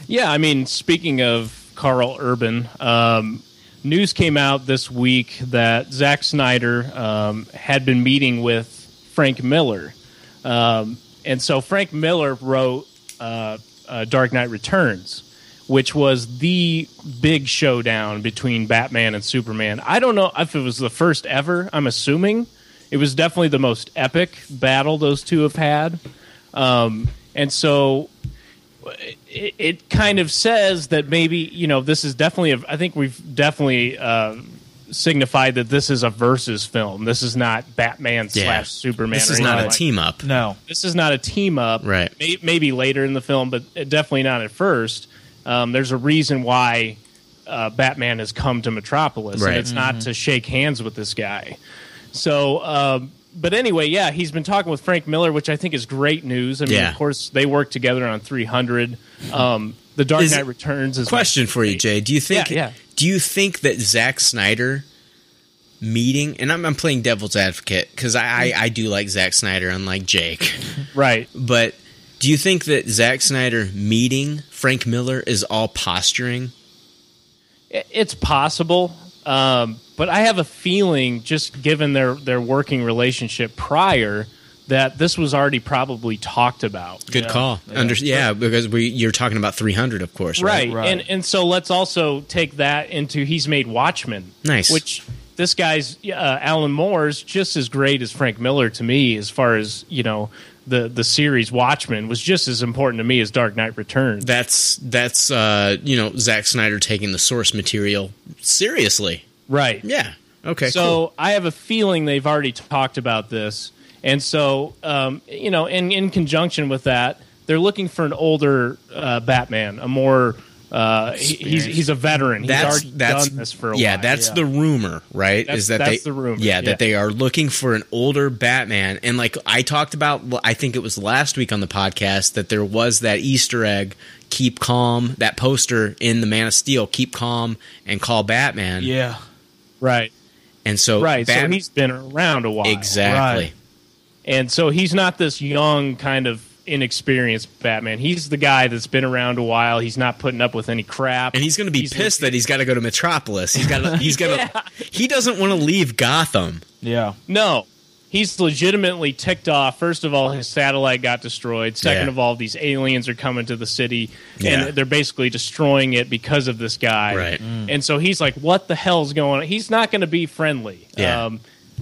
[SPEAKER 9] Yeah, I mean, speaking of Carl Urban, um, news came out this week that Zack Snyder um, had been meeting with Frank Miller. Um, and so Frank Miller wrote uh, uh, Dark Knight Returns, which was the big showdown between Batman and Superman. I don't know if it was the first ever, I'm assuming. It was definitely the most epic battle those two have had. Um, and so it, it kind of says that maybe you know this is definitely a, i think we've definitely uh, signified that this is a versus film this is not batman
[SPEAKER 3] Yeah.
[SPEAKER 9] slash superman
[SPEAKER 3] This
[SPEAKER 9] or
[SPEAKER 3] is not
[SPEAKER 9] anything
[SPEAKER 3] a
[SPEAKER 9] like-
[SPEAKER 3] team up.
[SPEAKER 5] No.
[SPEAKER 9] this is not a team up
[SPEAKER 3] Right.
[SPEAKER 9] may, maybe later in the film but definitely not at first um, there's a reason why uh, batman has come to metropolis
[SPEAKER 3] Right.
[SPEAKER 9] and it's not to shake hands with this guy so um, but anyway yeah he's been talking with frank miller which i think is great news i mean
[SPEAKER 3] Yeah.
[SPEAKER 9] of course they work together on 300 um, the dark
[SPEAKER 3] Is-
[SPEAKER 9] knight returns is
[SPEAKER 3] question for you, Jay. Do you think?
[SPEAKER 9] Yeah, yeah.
[SPEAKER 3] Do you think that Zack Snyder meeting and I'm, I'm playing devil's advocate because I, I I do like Zack Snyder, unlike Jake.
[SPEAKER 9] right
[SPEAKER 3] But do you think that Zack Snyder meeting Frank Miller is all posturing?
[SPEAKER 9] It- It's possible, um, but I have a feeling, just given their their working relationship prior, that this was already probably talked about.
[SPEAKER 3] Good call. Yeah, Under, yeah because we you're talking about 300, of course, right?
[SPEAKER 9] Right.
[SPEAKER 5] Right.
[SPEAKER 9] And and so let's also take that into he's made Watchmen.
[SPEAKER 3] Nice.
[SPEAKER 9] Which this guy's uh, Alan Moore's just as great as Frank Miller to me as far as, you know, the the series Watchmen was just as important to me as Dark Knight Returns.
[SPEAKER 3] That's that's uh, you know Zack Snyder taking the source material seriously.
[SPEAKER 9] right.
[SPEAKER 3] Yeah. Okay.
[SPEAKER 9] So I have a feeling they've already talked about this, and so um, you know, in in conjunction with that, they're looking for an older uh, Batman, a more Uh, he, he's he's a veteran. He's
[SPEAKER 3] that's
[SPEAKER 9] already
[SPEAKER 3] that's
[SPEAKER 9] done this for a
[SPEAKER 3] yeah.
[SPEAKER 9] while.
[SPEAKER 3] That's the rumor, right?
[SPEAKER 9] That's-
[SPEAKER 3] Is that
[SPEAKER 9] that's
[SPEAKER 3] they,
[SPEAKER 9] the rumor,
[SPEAKER 3] Yeah,
[SPEAKER 9] yeah.
[SPEAKER 3] that they are looking for an older Batman, and like I talked about, Uh, I think it was last week on the podcast that there was that Easter egg. Keep calm. That poster in the Man of Steel. Keep calm and call Batman.
[SPEAKER 5] Yeah.
[SPEAKER 9] right,
[SPEAKER 3] and so
[SPEAKER 9] right. so
[SPEAKER 3] Bat-
[SPEAKER 9] he's been around a while.
[SPEAKER 3] exactly.
[SPEAKER 9] Right. And so he's not this young kind of inexperienced Batman. He's the guy that's been around a while. He's not putting up with any crap.
[SPEAKER 3] and he's going to be pissed that he's got to go to Metropolis. He's got to. He's going to. He doesn't want to leave Gotham.
[SPEAKER 5] Yeah.
[SPEAKER 9] No. He's legitimately ticked off. First of all, his satellite got destroyed. Second
[SPEAKER 3] Yeah.
[SPEAKER 9] of all, these aliens are coming to the city
[SPEAKER 3] Yeah.
[SPEAKER 9] and they're basically destroying it because of this guy.
[SPEAKER 3] Right.
[SPEAKER 9] Mm. And so he's like, what the hell's going on? He's not going to be friendly. Um,
[SPEAKER 3] Yeah.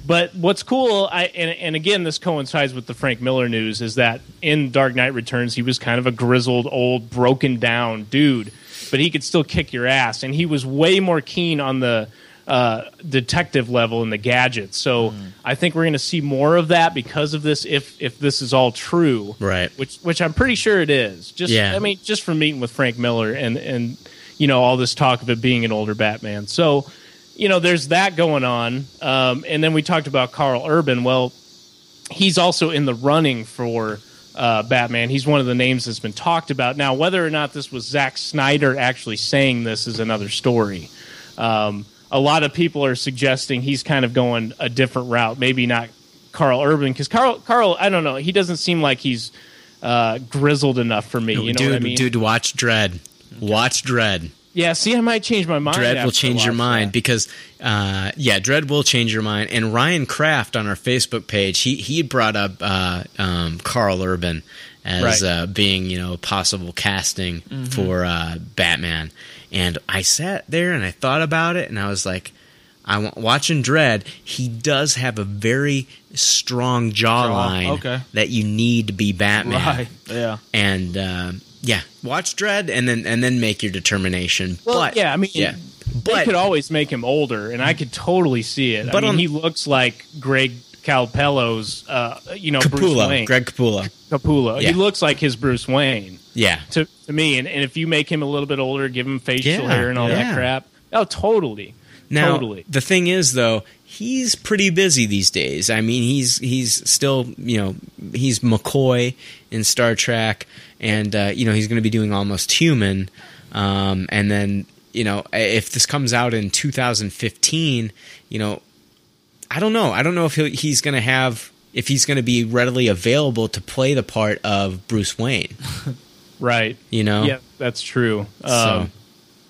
[SPEAKER 9] but what's cool, I, and, and again, this coincides with the Frank Miller news, is that in Dark Knight Returns, he was kind of a grizzled, old, broken down dude, but he could still kick your ass. And he was way more keen on the uh, detective level and the gadgets. So
[SPEAKER 3] Mm.
[SPEAKER 9] I think we're going to see more of that because of this, if if this is all true,
[SPEAKER 3] Right.
[SPEAKER 9] Which which I'm pretty sure it is. Just
[SPEAKER 3] Yeah.
[SPEAKER 9] I mean, just from meeting with Frank Miller and and you know all this talk of it being an older Batman. So you know, there's that going on. Um, and then we talked about Carl Urban. Well, he's also in the running for uh, Batman. He's one of the names that's been talked about. Now, whether or not this was Zack Snyder actually saying this is another story. Um, a lot of people are suggesting he's kind of going a different route. Maybe not Carl Urban because Carl, Carl, I don't know. He doesn't seem like he's uh, grizzled enough for me. You know
[SPEAKER 3] dude,
[SPEAKER 9] what I mean?
[SPEAKER 3] dude, watch Dread. Watch Dread.
[SPEAKER 9] Yeah. See, I might change my mind.
[SPEAKER 3] Dread will
[SPEAKER 9] after
[SPEAKER 3] change your
[SPEAKER 9] watching
[SPEAKER 3] mind
[SPEAKER 9] that.
[SPEAKER 3] because, uh, yeah, Dread will change your mind. And Ryan Kraft on our Facebook page, he he had brought up uh, um, Carl Urban as
[SPEAKER 9] Right. Mm-hmm.
[SPEAKER 3] uh, being you know possible casting for uh, Batman. And I sat there and I thought about it, and I was like, I wa- watching Dread. He does have a very strong jawline
[SPEAKER 5] okay.
[SPEAKER 3] that you need to be Batman.
[SPEAKER 5] Right. Yeah.
[SPEAKER 3] and um, yeah, watch Dread, and then and then make your determination.
[SPEAKER 9] Well,
[SPEAKER 3] but
[SPEAKER 9] yeah, I mean,
[SPEAKER 3] yeah,
[SPEAKER 9] they
[SPEAKER 3] But-
[SPEAKER 9] could always make him older, and I could totally see it.
[SPEAKER 3] But
[SPEAKER 9] I mean,
[SPEAKER 3] on-
[SPEAKER 9] he looks like Greg Calpello's, uh, you know, Bruce
[SPEAKER 3] Capullo,
[SPEAKER 9] Wayne,
[SPEAKER 3] Greg Capullo.
[SPEAKER 9] Capullo.
[SPEAKER 3] Yeah.
[SPEAKER 9] He looks like his Bruce Wayne
[SPEAKER 3] Yeah,
[SPEAKER 9] to, to me. And, and if you make him a little bit older, give him facial
[SPEAKER 3] Yeah,
[SPEAKER 9] hair and all
[SPEAKER 3] yeah.
[SPEAKER 9] that crap. Oh, totally.
[SPEAKER 3] Now,
[SPEAKER 9] totally.
[SPEAKER 3] the thing is, though, he's pretty busy these days. I mean, he's he's still you know he's McCoy in Star Trek, and uh, you know he's going to be doing Almost Human, um, and then you know if this comes out in 2015, you know I don't know. I don't know if he'll, he's going to have if he's going to be readily available to play the part of Bruce Wayne.
[SPEAKER 9] Right.
[SPEAKER 3] You
[SPEAKER 1] Oh.
[SPEAKER 3] know.
[SPEAKER 9] Yeah, that's true. Um,
[SPEAKER 3] So-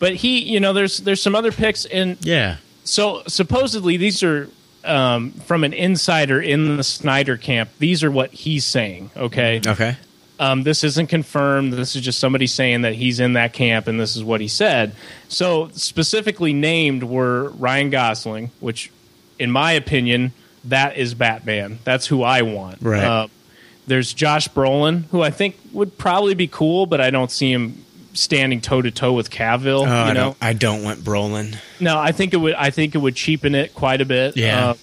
[SPEAKER 9] But he, you know, there's there's some other picks, and
[SPEAKER 3] Yeah.
[SPEAKER 9] so supposedly these are um, from an insider in the Snyder camp. These are what he's saying. Okay.
[SPEAKER 3] Okay.
[SPEAKER 9] um, this isn't confirmed. This is just somebody saying that he's in that camp, and this is what he said. So specifically named were Ryan Gosling, which, in my opinion, that is Batman. That's who I want. Uh,
[SPEAKER 3] Right.
[SPEAKER 9] there's Josh Brolin, who I think would probably be cool, but I don't see him standing toe to toe with Cavill.
[SPEAKER 3] Oh, I
[SPEAKER 9] you know,
[SPEAKER 3] don't. I don't want Brolin.
[SPEAKER 9] no, I think it would. I think it would cheapen it quite a bit.
[SPEAKER 3] Yeah.
[SPEAKER 9] Uh,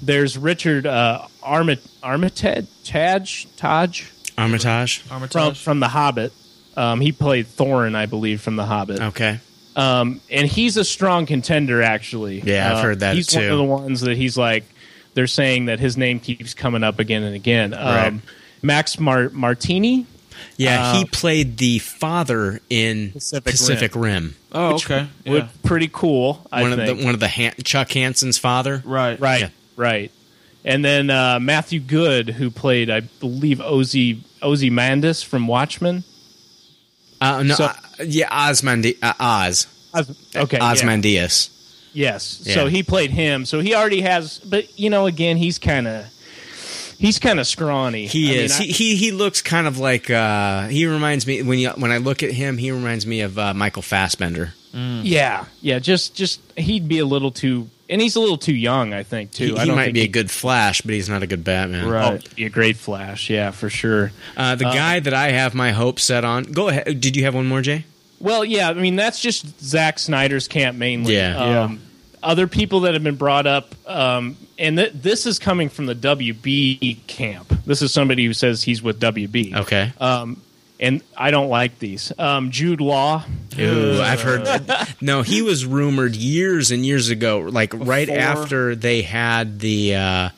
[SPEAKER 9] there's Richard uh, Armit Armitage Taj Taj
[SPEAKER 3] Armitage.
[SPEAKER 9] from from The Hobbit. Um, he played Thorin, I believe, from The Hobbit,
[SPEAKER 3] Okay.
[SPEAKER 9] um, and he's a strong contender. Actually,
[SPEAKER 3] Yeah, I've
[SPEAKER 9] Uh,
[SPEAKER 3] heard that
[SPEAKER 9] He's one
[SPEAKER 3] too.
[SPEAKER 9] of the ones that he's like. They're saying that his name keeps coming up again and again. Um,
[SPEAKER 3] Right.
[SPEAKER 9] Max Mar- Martini,
[SPEAKER 3] Yeah, he
[SPEAKER 9] Um,
[SPEAKER 3] played the father in Pacific,
[SPEAKER 9] Pacific
[SPEAKER 3] Rim.
[SPEAKER 5] Oh, okay. Yeah.
[SPEAKER 9] would- pretty cool. I
[SPEAKER 3] One of
[SPEAKER 9] think.
[SPEAKER 3] the one of the Han- Chuck Hansen's father.
[SPEAKER 5] right.
[SPEAKER 9] Right.
[SPEAKER 3] Yeah.
[SPEAKER 9] Right. And then uh, Matthew Good, who played, I believe, Ozzy Ozzy Mandis from Watchmen.
[SPEAKER 3] Uh, no,
[SPEAKER 9] So-
[SPEAKER 3] uh, yeah, Osmandi- uh, Oz.
[SPEAKER 9] Oz- okay. yeah.
[SPEAKER 3] Osmandius.
[SPEAKER 9] Yes.
[SPEAKER 3] Yeah.
[SPEAKER 9] So he played him. So he already has. But you know, again, he's kind of he's kind of scrawny.
[SPEAKER 3] He
[SPEAKER 9] I mean,
[SPEAKER 3] is.
[SPEAKER 9] I-
[SPEAKER 3] he, he he looks kind of like. Uh, he reminds me when you when I look at him, he reminds me of uh, Michael Fassbender.
[SPEAKER 9] yeah. Yeah. Just just he'd be a little too, and he's a little too young. I think too.
[SPEAKER 3] He,
[SPEAKER 9] I
[SPEAKER 3] he
[SPEAKER 9] don't
[SPEAKER 3] might
[SPEAKER 9] think
[SPEAKER 3] be a
[SPEAKER 9] he'd
[SPEAKER 3] good Flash, but he's not a good Batman.
[SPEAKER 5] Right.
[SPEAKER 9] be a great Flash. Yeah, for sure.
[SPEAKER 3] Uh, the guy that I have my hope set on. Go ahead. Did you have one more, Jay?
[SPEAKER 9] Well, yeah, I mean that's just Zack Snyder's camp mainly.
[SPEAKER 3] Yeah.
[SPEAKER 9] Um, Other people that have been brought up, um, and th- this is
[SPEAKER 3] Oh.
[SPEAKER 9] coming from the WB camp. This is somebody who says he's with WB.
[SPEAKER 3] Okay.
[SPEAKER 9] Um, and I don't like these. Um, Jude Law,
[SPEAKER 3] Ooh, I've heard. No, he was rumored years and years ago, like right
[SPEAKER 9] Before-
[SPEAKER 3] after they had the uh,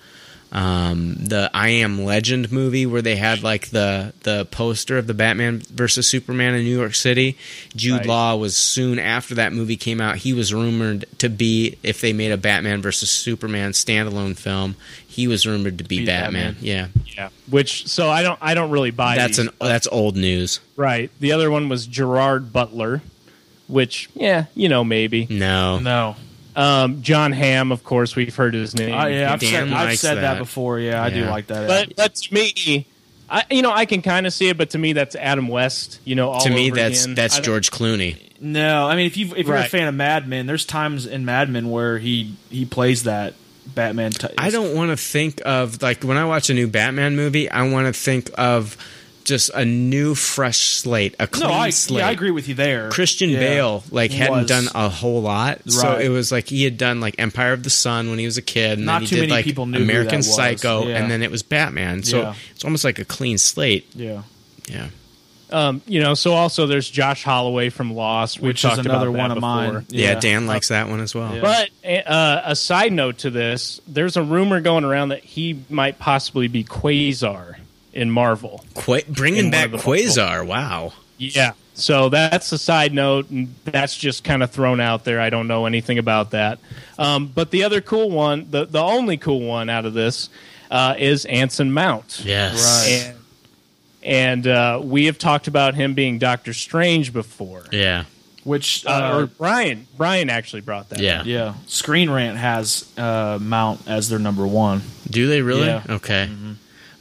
[SPEAKER 3] um, the I Am Legend movie, where they had like the the poster of the Batman versus Superman in New York City. Jude
[SPEAKER 9] Right.
[SPEAKER 3] Law was soon after that movie came out. He was rumored to be if they made a Batman versus Superman standalone film. He was rumored to be,
[SPEAKER 5] Be
[SPEAKER 3] Batman.
[SPEAKER 5] Batman.
[SPEAKER 3] Yeah,
[SPEAKER 9] yeah. Which so I don't I don't really buy.
[SPEAKER 3] that's
[SPEAKER 9] these.
[SPEAKER 3] an that's old news.
[SPEAKER 9] right. The other one was Gerard Butler, which yeah, you know maybe.
[SPEAKER 3] No,
[SPEAKER 5] No.
[SPEAKER 9] Um, John Hamm, of course, we've heard his name.
[SPEAKER 5] Uh, yeah, I've
[SPEAKER 3] Dan
[SPEAKER 5] said, I've
[SPEAKER 3] likes
[SPEAKER 5] said that.
[SPEAKER 3] that.
[SPEAKER 5] before. Yeah, I do
[SPEAKER 3] Yeah.
[SPEAKER 5] like that.
[SPEAKER 9] But but to me, I you know I can kind of see it, but to me that's Adam West. You know, all
[SPEAKER 3] to me
[SPEAKER 9] over
[SPEAKER 3] that's
[SPEAKER 9] again.
[SPEAKER 3] that's
[SPEAKER 9] I don't-
[SPEAKER 3] George Clooney.
[SPEAKER 5] no, I mean if you if you're a
[SPEAKER 9] Right.
[SPEAKER 5] fan of Mad Men, there's times in Mad Men where he he plays that Batman. T-
[SPEAKER 3] I don't want to think of like when I watch a new Batman movie, I want to think of just a new fresh slate, a clean
[SPEAKER 5] No, I,
[SPEAKER 3] slate.
[SPEAKER 5] yeah, I agree with you there.
[SPEAKER 3] Christian
[SPEAKER 5] Yeah.
[SPEAKER 3] Bale like hadn't
[SPEAKER 5] Was.
[SPEAKER 3] done a whole lot, so
[SPEAKER 5] Right.
[SPEAKER 3] it was like he had done like Empire of the Sun when he was a kid, and
[SPEAKER 5] Not
[SPEAKER 3] then he
[SPEAKER 5] too
[SPEAKER 3] did
[SPEAKER 5] many
[SPEAKER 3] like
[SPEAKER 5] people knew who
[SPEAKER 3] American
[SPEAKER 5] that was.
[SPEAKER 3] Psycho,
[SPEAKER 5] Yeah.
[SPEAKER 3] and then it was Batman. So
[SPEAKER 5] Yeah.
[SPEAKER 3] it's almost like a clean slate.
[SPEAKER 5] Yeah,
[SPEAKER 3] Yeah,
[SPEAKER 9] um, you know. So also there's Josh Holloway from Lost, we
[SPEAKER 5] which is
[SPEAKER 9] talked
[SPEAKER 5] another
[SPEAKER 9] about that
[SPEAKER 5] one of
[SPEAKER 9] before.
[SPEAKER 5] mine.
[SPEAKER 3] yeah. Uh, Dan likes that one as well.
[SPEAKER 5] Yeah.
[SPEAKER 9] But uh, a side note to this, there's a rumor going around that he might possibly be Quasar in Marvel.
[SPEAKER 3] Qu- bringing
[SPEAKER 9] In one
[SPEAKER 3] back oh.
[SPEAKER 9] of the-
[SPEAKER 3] Quasar, wow.
[SPEAKER 9] Yeah. So that's a side note, and that's just kind of thrown out there. I don't know anything about that. Um, but the other cool one, the, the only cool one out of this, uh, is Anson Mount.
[SPEAKER 3] Yes.
[SPEAKER 9] And, and uh, we have talked about him being Doctor Strange before.
[SPEAKER 3] Yeah.
[SPEAKER 5] Which uh,
[SPEAKER 9] Uh, or Brian. Brian actually brought that.
[SPEAKER 3] Yeah.
[SPEAKER 5] yeah, Screen Rant has uh, Mount as their number one.
[SPEAKER 3] Do they really?
[SPEAKER 5] Yeah. Mm-hmm.
[SPEAKER 3] Okay.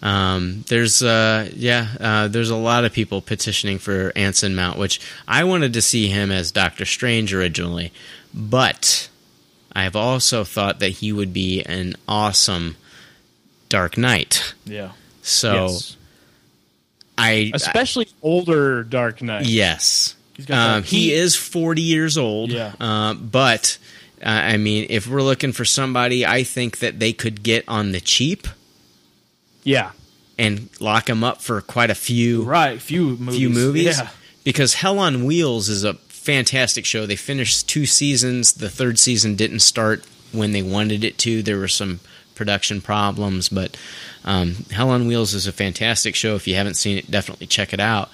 [SPEAKER 3] Um, there's uh, yeah, uh, there's a lot of people petitioning for Anson Mount, which I wanted to see him as Doctor Strange originally, but I've also thought that he would be an awesome Dark Knight.
[SPEAKER 5] Yeah,
[SPEAKER 3] So
[SPEAKER 9] Yes.
[SPEAKER 3] I
[SPEAKER 9] Especially older Dark Knight.
[SPEAKER 3] Yes.
[SPEAKER 5] He's got that
[SPEAKER 3] Um, he
[SPEAKER 5] heat.
[SPEAKER 3] is 40 years old.
[SPEAKER 5] Yeah.
[SPEAKER 3] Um, but, uh, I mean, if we're looking for somebody I think that they could get on the cheap
[SPEAKER 9] Yeah.
[SPEAKER 3] and lock him up for quite a few
[SPEAKER 5] right. Few movies.
[SPEAKER 3] few movies
[SPEAKER 5] Yeah.
[SPEAKER 3] because Hell on Wheels is a fantastic show. They finished two seasons. The third season didn't start when they wanted it to. There were some production problems, but um, Hell on Wheels is a fantastic show. If you haven't seen it, definitely check it out.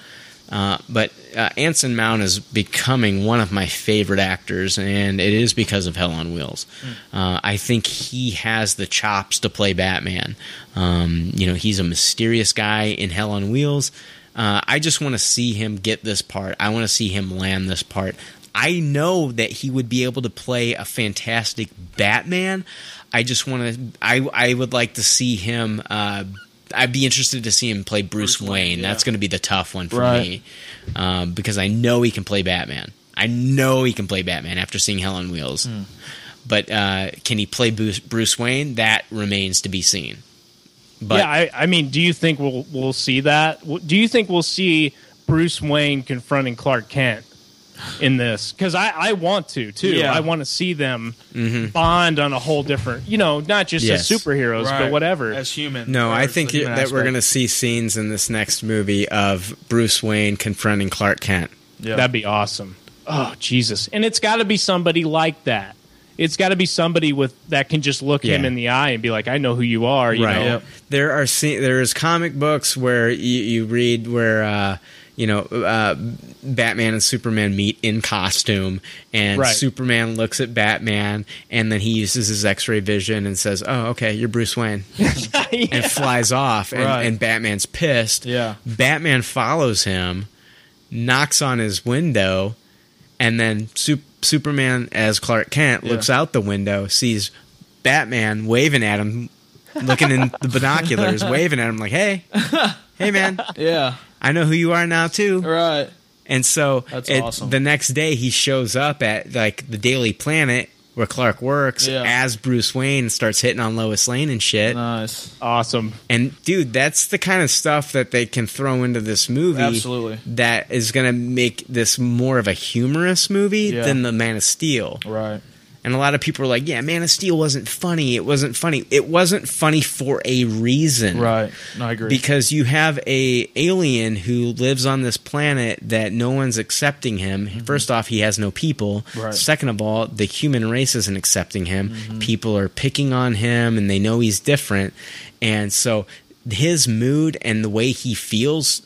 [SPEAKER 3] Uh, but uh, Anson Mount is becoming one of my favorite actors, and it is because of Hell on Wheels.
[SPEAKER 5] Hmm.
[SPEAKER 3] Uh, I think he has the chops to play Batman. Um, you know, he's a mysterious guy in Hell on Wheels. Uh, I just want to see him get this part. I want to see him land this part. I know that he would be able to play a fantastic Batman. I just want to. I I would like to see him. Uh, I'd be interested to see him play Bruce, Wayne. That's going to be the tough one for
[SPEAKER 5] Right.
[SPEAKER 3] me um, because I know he can play Batman. I know he can play Batman after seeing Hell on Wheels. But uh, can he play Bruce, Bruce Wayne? That remains to be seen. But
[SPEAKER 9] yeah, I, I mean, do you think we'll we'll see that? W- Do you think we'll see Bruce Wayne confronting Clark Kent in this? Because I, I want to too.
[SPEAKER 5] Yeah.
[SPEAKER 9] I want to see them bond on a whole different, you know, not just
[SPEAKER 3] Yes.
[SPEAKER 9] as superheroes, but
[SPEAKER 5] Right.
[SPEAKER 9] whatever.
[SPEAKER 5] As human.
[SPEAKER 3] No,
[SPEAKER 5] or
[SPEAKER 3] I
[SPEAKER 5] as
[SPEAKER 3] think
[SPEAKER 5] the
[SPEAKER 3] that
[SPEAKER 5] human
[SPEAKER 3] we're
[SPEAKER 5] aspect.
[SPEAKER 3] going to see scenes in this next movie of Bruce Wayne confronting Clark Kent.
[SPEAKER 5] Yeah.
[SPEAKER 9] That'd be awesome. Oh Jesus! And it's got to be somebody like that. It's got to be somebody with that can just look him
[SPEAKER 3] Yeah.
[SPEAKER 9] in the eye and be like, "I know who you are." You Know?
[SPEAKER 5] Yep.
[SPEAKER 3] There are sce- there is comic books where you, you read where uh, you know uh, Batman and Superman meet in costume, and
[SPEAKER 9] Right.
[SPEAKER 3] Superman looks at Batman, and then he uses his X-ray vision and says, "Oh, okay, you're Bruce Wayne," and flies off, and,
[SPEAKER 5] Right.
[SPEAKER 3] and Batman's pissed.
[SPEAKER 5] Yeah.
[SPEAKER 3] Batman follows him, knocks on his window, and then Sup- Superman as Clark Kent looks out the window, sees Batman waving at him, looking in the binoculars, waving at him like, "Hey, hey, man,
[SPEAKER 5] Yeah.
[SPEAKER 3] I know who you are now too."
[SPEAKER 5] Right.
[SPEAKER 3] And so
[SPEAKER 5] That's
[SPEAKER 3] it-
[SPEAKER 5] awesome.
[SPEAKER 3] the next day, he shows up at like the Daily Planet where Clark works
[SPEAKER 5] Yeah.
[SPEAKER 3] as Bruce Wayne, and starts hitting on Lois Lane and shit.
[SPEAKER 5] Nice.
[SPEAKER 9] Awesome.
[SPEAKER 3] And dude, that's the kind of stuff that they can throw into this movie.
[SPEAKER 5] Absolutely.
[SPEAKER 3] That is going to make this more of a humorous movie
[SPEAKER 5] Yeah.
[SPEAKER 3] than The Man of Steel.
[SPEAKER 5] Right.
[SPEAKER 3] And a lot of people are like, yeah, Man of Steel wasn't funny. It wasn't funny. It wasn't funny for a reason.
[SPEAKER 5] Right. No, I agree.
[SPEAKER 3] Because you have a alien who lives on this planet that no one's accepting him. First off, he has no people.
[SPEAKER 5] Mm-hmm. Right. Mm-hmm.
[SPEAKER 3] Second of all, the human race isn't accepting him. People are picking on him and they know he's different. And so his mood and the way he feels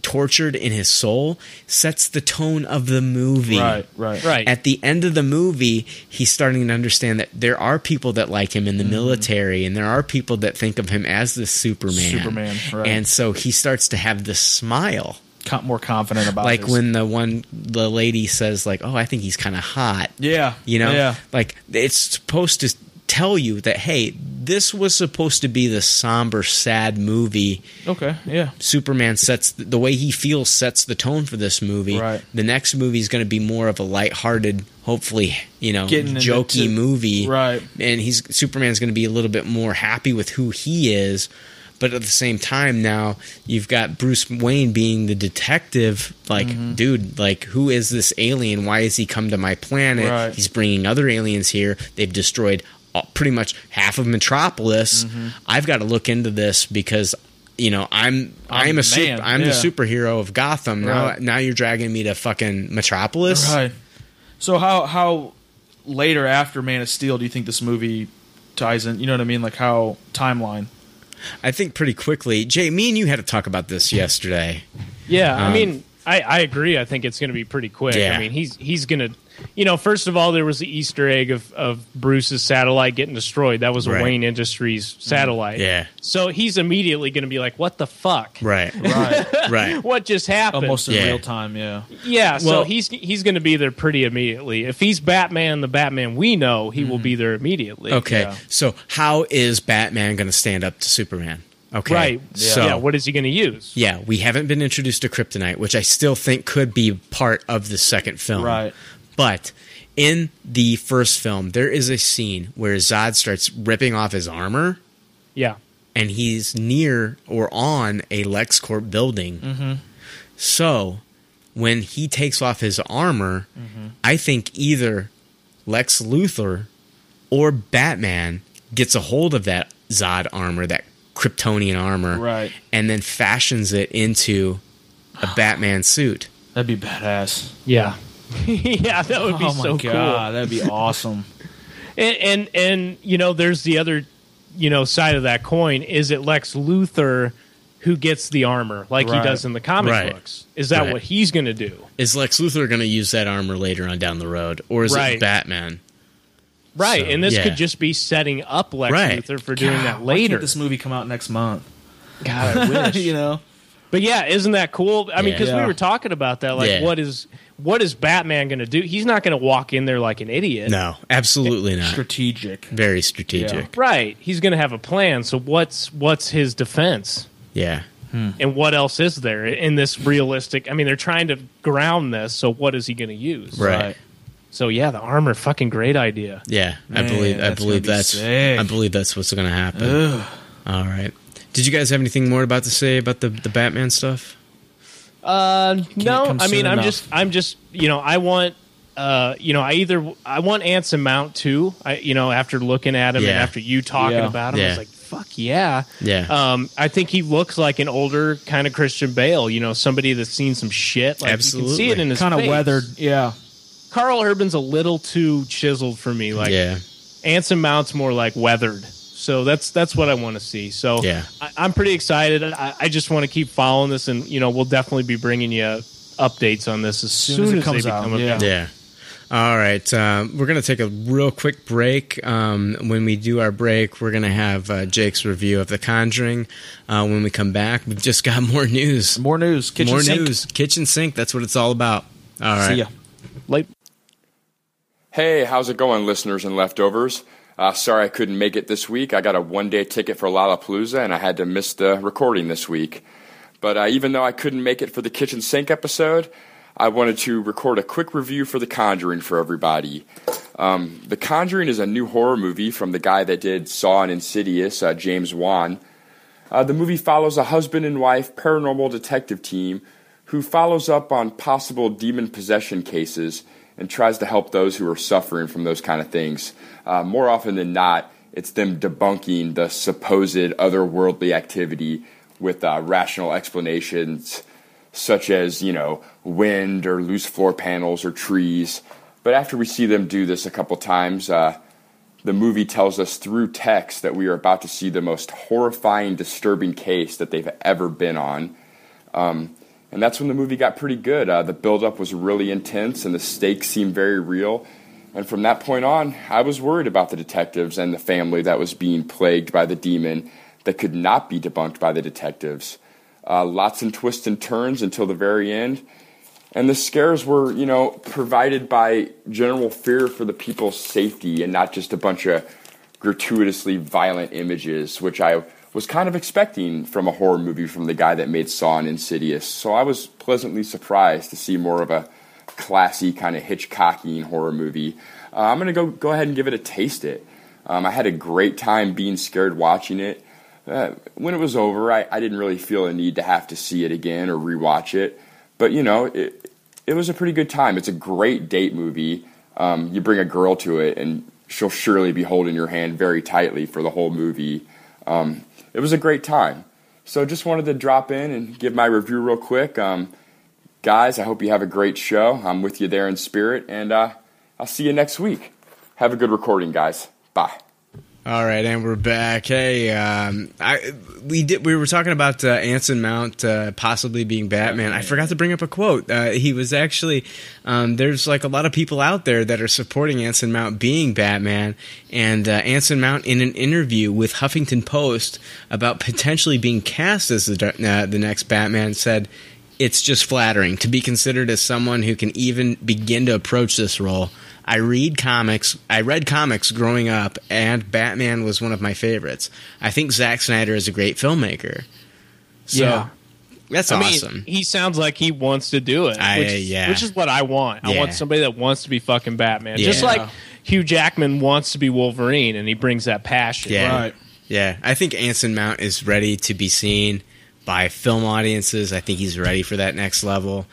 [SPEAKER 3] tortured in his soul sets the tone of the movie.
[SPEAKER 5] right, right,
[SPEAKER 9] Right.
[SPEAKER 3] At the end of the movie, he's starting to understand that there are people that like him in the military, and there are people that think of him as the Superman.
[SPEAKER 5] Superman, right.
[SPEAKER 3] And so he starts to have this smile,
[SPEAKER 5] Com- more confident about
[SPEAKER 3] like
[SPEAKER 5] his-
[SPEAKER 3] when the one the lady says, "Like, oh, I think he's kind of hot."
[SPEAKER 5] yeah,
[SPEAKER 3] You know,
[SPEAKER 5] yeah,
[SPEAKER 3] like it's supposed to tell you that hey, this was supposed to be the somber, sad movie.
[SPEAKER 5] okay, yeah,
[SPEAKER 3] Superman sets the way he feels sets the tone for this movie.
[SPEAKER 5] Right.
[SPEAKER 3] The next movie is going to be more of a lighthearted, hopefully, you know,
[SPEAKER 5] Getting into-
[SPEAKER 3] jokey movie.
[SPEAKER 5] right.
[SPEAKER 3] And he's Superman's going to be a little bit more happy with who he is. But at the same time, now you've got Bruce Wayne being the detective. Like,
[SPEAKER 5] Mm-hmm.
[SPEAKER 3] dude, like, who is this alien? Why has he come to my planet?
[SPEAKER 5] Right.
[SPEAKER 3] He's bringing other aliens here. They've destroyed all, uh, pretty much half of Metropolis.
[SPEAKER 5] Mm-hmm.
[SPEAKER 3] I've got to look into this because you know I'm I'm,
[SPEAKER 5] I'm
[SPEAKER 3] a
[SPEAKER 5] the
[SPEAKER 3] super,
[SPEAKER 5] man,
[SPEAKER 3] I'm the
[SPEAKER 5] yeah.
[SPEAKER 3] superhero of Gotham.
[SPEAKER 5] Right.
[SPEAKER 3] Now now you're dragging me to fucking Metropolis.
[SPEAKER 5] Right. So how how later after Man of Steel do you think this movie ties in? You know what I mean? Like how timeline?
[SPEAKER 3] I think pretty quickly, Jay. Me and you had to talk about this yesterday.
[SPEAKER 9] Yeah,
[SPEAKER 3] Um,
[SPEAKER 9] I mean, I, I agree. I think it's going to be pretty quick.
[SPEAKER 3] Yeah.
[SPEAKER 9] I mean, he's he's going to, you know, first of all, there was the Easter egg of, of Bruce's satellite getting destroyed. That was a
[SPEAKER 3] Right. Mm.
[SPEAKER 9] Wayne Industries satellite.
[SPEAKER 3] Yeah.
[SPEAKER 9] So he's immediately going to be like, "What the fuck?
[SPEAKER 3] Right,
[SPEAKER 5] Right.
[SPEAKER 3] right.
[SPEAKER 9] What just happened?"
[SPEAKER 5] Almost in
[SPEAKER 3] Yeah.
[SPEAKER 5] real time. Yeah.
[SPEAKER 9] Yeah.
[SPEAKER 3] Well-
[SPEAKER 9] so he's he's going to be there pretty immediately. If he's Batman, the Batman we know, he will be there immediately.
[SPEAKER 3] Mm-hmm. Okay,
[SPEAKER 5] Yeah.
[SPEAKER 3] so how is Batman going to stand up to Superman? Okay,
[SPEAKER 9] Right.
[SPEAKER 3] So
[SPEAKER 9] yeah. What is he going to use?
[SPEAKER 3] Yeah, we haven't been introduced to kryptonite, which I still think could be part of the second film.
[SPEAKER 5] Right.
[SPEAKER 3] But in the first film, there is a scene where Zod starts ripping off his armor
[SPEAKER 9] Yeah.
[SPEAKER 3] and he's near or on a LexCorp building. So when he takes off his armor, I think either Lex Luthor or Batman gets a hold of that Zod armor, that Kryptonian armor,
[SPEAKER 5] Right.
[SPEAKER 3] and then fashions it into a Batman suit.
[SPEAKER 5] That'd be badass.
[SPEAKER 9] Yeah. yeah, that would be
[SPEAKER 5] oh my
[SPEAKER 9] so cool.
[SPEAKER 5] god, that'd be awesome.
[SPEAKER 9] and, and and you know there's the other you know side of that coin is it lex luthor who gets the armor like
[SPEAKER 5] Right.
[SPEAKER 9] he does in the comic
[SPEAKER 3] Right.
[SPEAKER 9] books is that
[SPEAKER 3] Right.
[SPEAKER 9] what he's gonna do
[SPEAKER 3] Is Lex Luthor going to use that armor later on down the road, or is it
[SPEAKER 9] Right.
[SPEAKER 3] Batman?
[SPEAKER 9] right
[SPEAKER 3] So,
[SPEAKER 9] and this
[SPEAKER 3] uh, yeah.
[SPEAKER 9] could just be setting up lex
[SPEAKER 3] Right.
[SPEAKER 9] luthor for doing
[SPEAKER 5] Why
[SPEAKER 9] that
[SPEAKER 5] can't
[SPEAKER 9] later
[SPEAKER 5] this movie come out next month.
[SPEAKER 9] God, I wish.
[SPEAKER 5] you know.
[SPEAKER 9] but yeah isn't that cool i mean
[SPEAKER 3] Yeah.
[SPEAKER 9] because
[SPEAKER 5] Yeah.
[SPEAKER 9] we were talking about that like
[SPEAKER 3] Yeah.
[SPEAKER 9] what is what is batman gonna do he's not gonna walk in there like an idiot
[SPEAKER 3] No, absolutely not.
[SPEAKER 5] Strategic.
[SPEAKER 3] Very strategic.
[SPEAKER 9] right he's gonna have a plan so what's what's his defense
[SPEAKER 3] Yeah.
[SPEAKER 9] and what else is there in this realistic i mean they're trying to ground this so what is he going to use
[SPEAKER 3] Right.
[SPEAKER 9] so yeah the armor fucking great idea
[SPEAKER 3] Yeah, I
[SPEAKER 5] Man,
[SPEAKER 3] believe I
[SPEAKER 5] that's gonna
[SPEAKER 3] believe
[SPEAKER 5] be
[SPEAKER 3] that's
[SPEAKER 5] sick.
[SPEAKER 3] I believe that's what's going to happen.
[SPEAKER 5] Ugh.
[SPEAKER 3] All right. Did you guys have anything more about to say about the the Batman stuff?
[SPEAKER 9] uh, no
[SPEAKER 5] come
[SPEAKER 9] i mean
[SPEAKER 5] soon
[SPEAKER 9] i'm
[SPEAKER 5] enough?
[SPEAKER 9] just i'm just you know i want uh, you know, I either I want Anson Mount too. I you know after looking at him and
[SPEAKER 3] Yeah.
[SPEAKER 9] after you talking
[SPEAKER 5] Yeah.
[SPEAKER 9] about him, I
[SPEAKER 3] Yeah.
[SPEAKER 9] was like, "Fuck yeah!"
[SPEAKER 5] Uh,
[SPEAKER 3] Yeah.
[SPEAKER 9] Um, I think he looks like an older kind of Christian Bale. You know, somebody that's seen some shit. Like, You can
[SPEAKER 3] Absolutely.
[SPEAKER 9] see it in his
[SPEAKER 5] Kind of
[SPEAKER 9] face.
[SPEAKER 5] weathered. Yeah.
[SPEAKER 9] Carl Urban's a little too chiseled for me. Like,
[SPEAKER 3] yeah.
[SPEAKER 9] Anson Mount's more like weathered. So that's that's what I want to see. So
[SPEAKER 3] Yeah.
[SPEAKER 9] I, I'm pretty excited. I, I just want to keep following this, and you know we'll definitely be bringing you updates on this as soon,
[SPEAKER 5] as it
[SPEAKER 9] as,
[SPEAKER 5] comes
[SPEAKER 9] they
[SPEAKER 5] out,
[SPEAKER 9] become
[SPEAKER 5] yeah.
[SPEAKER 9] available.
[SPEAKER 3] Yeah. All right. Um, we're going to take a real quick break. Um, when we do our break, we're going to have uh, Jake's review of The Conjuring. Uh, when we come back, we've just got more news.
[SPEAKER 5] More news. Kitchen
[SPEAKER 3] More
[SPEAKER 5] sink.
[SPEAKER 3] news. Kitchen sink. That's what it's all about. All right.
[SPEAKER 5] See ya.
[SPEAKER 9] Like
[SPEAKER 8] Hey, how's it going, listeners and leftovers? Uh, sorry I couldn't make it this week. I got a one day ticket for Lollapalooza and I had to miss the recording this week. But uh, even though I couldn't make it for the kitchen sink episode, I wanted to record a quick review for The Conjuring for everybody. Um, the Conjuring is a new horror movie from the guy that did Saw and Insidious, uh, James Wan. Uh, the movie follows a husband and wife paranormal detective team who follows up on possible demon possession cases and tries to help those who are suffering from those kind of things. Uh, more often than not, it's them debunking the supposed otherworldly activity with uh, rational explanations such as, you know, wind or loose floor panels or trees. But after we see them do this a couple times, uh, the movie tells us through text that we are about to see the most horrifying, disturbing case that they've ever been on. Um, and that's when the movie got pretty good. Uh, the buildup was really intense, and the stakes seemed very real. And from that point on, I was worried about the detectives and the family that was being plagued by the demon that could not be debunked by the detectives. Uh, lots and twists and turns until the very end. And the scares were, you know, provided by general fear for the people's safety and not just a bunch of gratuitously violent images, which I was kind of expecting from a horror movie from the guy that made Saw and Insidious. So I was pleasantly surprised to see more of a classy kind of Hitchcockian horror movie. Uh, I'm gonna go go ahead and give it a taste. It. Um, I had a great time being scared watching it. Uh, when it was over, I, I didn't really feel a need to have to see it again or rewatch it. But you know, it it was a pretty good time. It's a great date movie. Um, you bring a girl to it, and she'll surely be holding your hand very tightly for the whole movie. Um, it was a great time. So just wanted to drop in and give my review real quick. Um, guys, I hope you have a great show. I'm with you there in spirit, and uh, I'll see you next week. Have a good recording, guys. Bye.
[SPEAKER 3] All right, and we're back. Hey, um, I we did we were talking about uh, Anson Mount uh, possibly being Batman. I forgot to bring up a quote. Uh, he was actually um, there's like a lot of people out there that are supporting Anson Mount being Batman, and uh, Anson Mount in an interview with Huffington Post about potentially being cast as the uh, the next Batman said. It's just flattering to be considered as someone who can even begin to approach this role. I read comics. I read comics growing up, and Batman was one of my favorites. I think Zack Snyder is a great filmmaker. So,
[SPEAKER 5] Yeah.
[SPEAKER 3] that's
[SPEAKER 9] I mean,
[SPEAKER 3] awesome.
[SPEAKER 9] he sounds like he wants to do it,
[SPEAKER 3] I-
[SPEAKER 9] which, is-
[SPEAKER 3] yeah.
[SPEAKER 9] which is what I want. I
[SPEAKER 3] Yeah.
[SPEAKER 9] want somebody that wants to be fucking Batman, just
[SPEAKER 3] Yeah.
[SPEAKER 9] like Hugh Jackman wants to be Wolverine, and he brings that passion.
[SPEAKER 3] yeah,
[SPEAKER 5] Right.
[SPEAKER 3] yeah. I think Anson Mount is ready to be seen by film audiences. I think he's ready for that next level.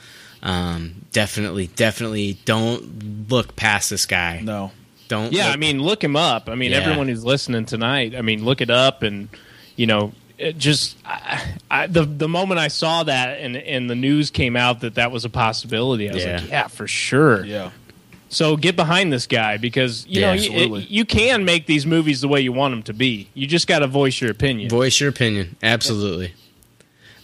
[SPEAKER 3] Um, definitely, definitely don't look past this guy.
[SPEAKER 5] No.
[SPEAKER 3] Don't.
[SPEAKER 9] Yeah,
[SPEAKER 3] look-
[SPEAKER 9] I mean, look him up. I mean,
[SPEAKER 3] Yeah.
[SPEAKER 9] everyone who's listening tonight, I mean, look it up and you know, it just I, I, the the moment I saw that and and the news came out that that was a possibility, I was
[SPEAKER 3] Yeah.
[SPEAKER 9] like, yeah, for sure.
[SPEAKER 5] Yeah.
[SPEAKER 9] So get behind this guy because you
[SPEAKER 3] Yeah,
[SPEAKER 9] know you,
[SPEAKER 5] absolutely.
[SPEAKER 9] you can make these movies the way you want them to be. You just got to voice your opinion.
[SPEAKER 3] voice your opinion. Absolutely.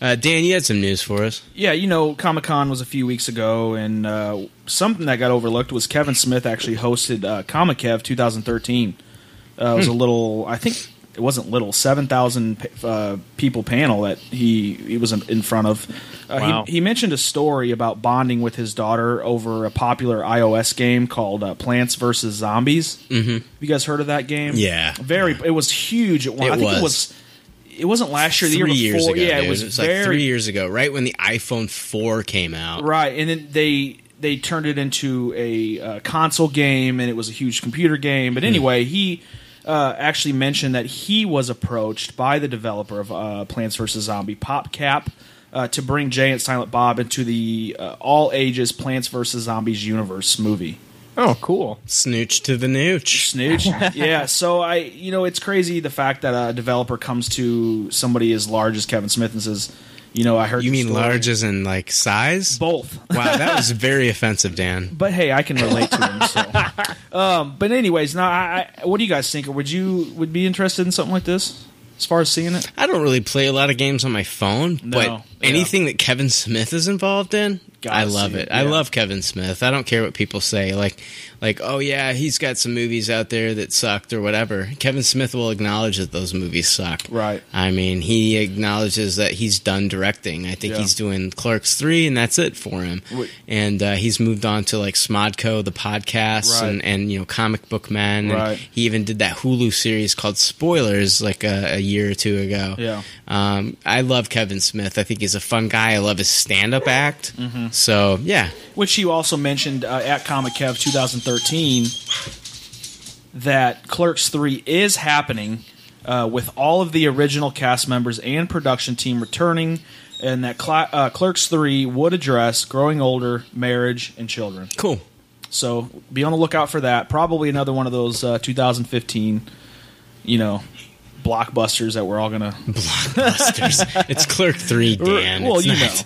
[SPEAKER 3] Uh, Dan, you had some news for us.
[SPEAKER 5] Yeah, you know, Comic Con was a few weeks ago, and uh, something that got overlooked was Kevin Smith actually hosted uh, Comic Kev 2013. Uh, it was a
[SPEAKER 3] Hmm.
[SPEAKER 5] little, I think it wasn't little, 7,000 p- uh, people panel that he, he was in in front of. Uh,
[SPEAKER 9] Wow.
[SPEAKER 5] he, he mentioned a story about bonding with his daughter over a popular iOS game called uh, Plants vs. Zombies. Mm-hmm. Have you guys heard of that game?
[SPEAKER 3] Yeah.
[SPEAKER 5] Very, it was huge at one.
[SPEAKER 3] It
[SPEAKER 5] I think
[SPEAKER 3] was.
[SPEAKER 5] it was. It wasn't last year, the
[SPEAKER 3] three
[SPEAKER 5] year
[SPEAKER 3] years
[SPEAKER 5] before.
[SPEAKER 3] ago.
[SPEAKER 5] yeah,
[SPEAKER 3] dude.
[SPEAKER 5] it was,
[SPEAKER 3] like
[SPEAKER 5] very
[SPEAKER 3] three years ago, right when the iPhone four came out.
[SPEAKER 5] Right, and then they they turned it into a uh, console game, and it was a huge computer game.
[SPEAKER 3] Hmm.
[SPEAKER 5] But anyway, he uh, actually mentioned that he was approached by the developer of uh, Plants vs Zombie, PopCap, uh, to bring Jay and Silent Bob into the uh, all ages Plants vs Zombies universe movie.
[SPEAKER 9] Oh, cool.
[SPEAKER 3] Snooch to the nooch.
[SPEAKER 5] Snooch. yeah. So I, you know, it's crazy the fact that a developer comes to somebody as large as Kevin Smith and says, you know, I heard
[SPEAKER 3] You
[SPEAKER 5] your
[SPEAKER 3] mean
[SPEAKER 5] story.
[SPEAKER 3] large as in like size?
[SPEAKER 5] Both.
[SPEAKER 3] Wow, that was very offensive, Dan.
[SPEAKER 5] but hey, I can relate to him. So. um, but anyways, now I, I, what do you guys think? Or would you would be interested in something like this as far as seeing it?
[SPEAKER 3] I don't really play a lot of games on my phone,
[SPEAKER 5] No,
[SPEAKER 3] but
[SPEAKER 5] yeah.
[SPEAKER 3] anything that Kevin Smith is involved in,
[SPEAKER 5] Gotta
[SPEAKER 3] I love
[SPEAKER 5] see
[SPEAKER 3] it.
[SPEAKER 5] it,
[SPEAKER 3] I
[SPEAKER 5] yeah.
[SPEAKER 3] love Kevin Smith. I don't care what people say. Like, like, oh yeah, he's got some movies out there that sucked or whatever. Kevin Smith will acknowledge that those movies suck.
[SPEAKER 5] Right.
[SPEAKER 3] I mean, he acknowledges that he's done directing. I think
[SPEAKER 5] Yeah.
[SPEAKER 3] he's doing Clerks three, and that's it for him.
[SPEAKER 5] Wait.
[SPEAKER 3] And uh, he's moved on to like Smodco, the podcast,
[SPEAKER 5] Right.
[SPEAKER 3] and, and you know, comic book men.
[SPEAKER 5] Right.
[SPEAKER 3] And he even did that Hulu series called Spoilers like uh, a, a year or two ago.
[SPEAKER 5] Yeah.
[SPEAKER 3] Um, I love Kevin Smith. I think he's a fun guy. I love his stand up act.
[SPEAKER 5] Mm-hmm.
[SPEAKER 3] So, yeah.
[SPEAKER 5] Which you also mentioned uh, at Comic Kev 2013 that Clerks Three is happening uh, with all of the original cast members and production team returning. And that Cla- uh, Clerks 3 would address growing older, marriage, and children.
[SPEAKER 3] Cool.
[SPEAKER 5] So be on the lookout for that. Probably another one of those uh, 2015, you know, blockbusters that we're all gonna.
[SPEAKER 3] blockbusters. it's Clerk Three, Dan.
[SPEAKER 5] well,
[SPEAKER 3] It's
[SPEAKER 5] you
[SPEAKER 3] not-
[SPEAKER 5] know.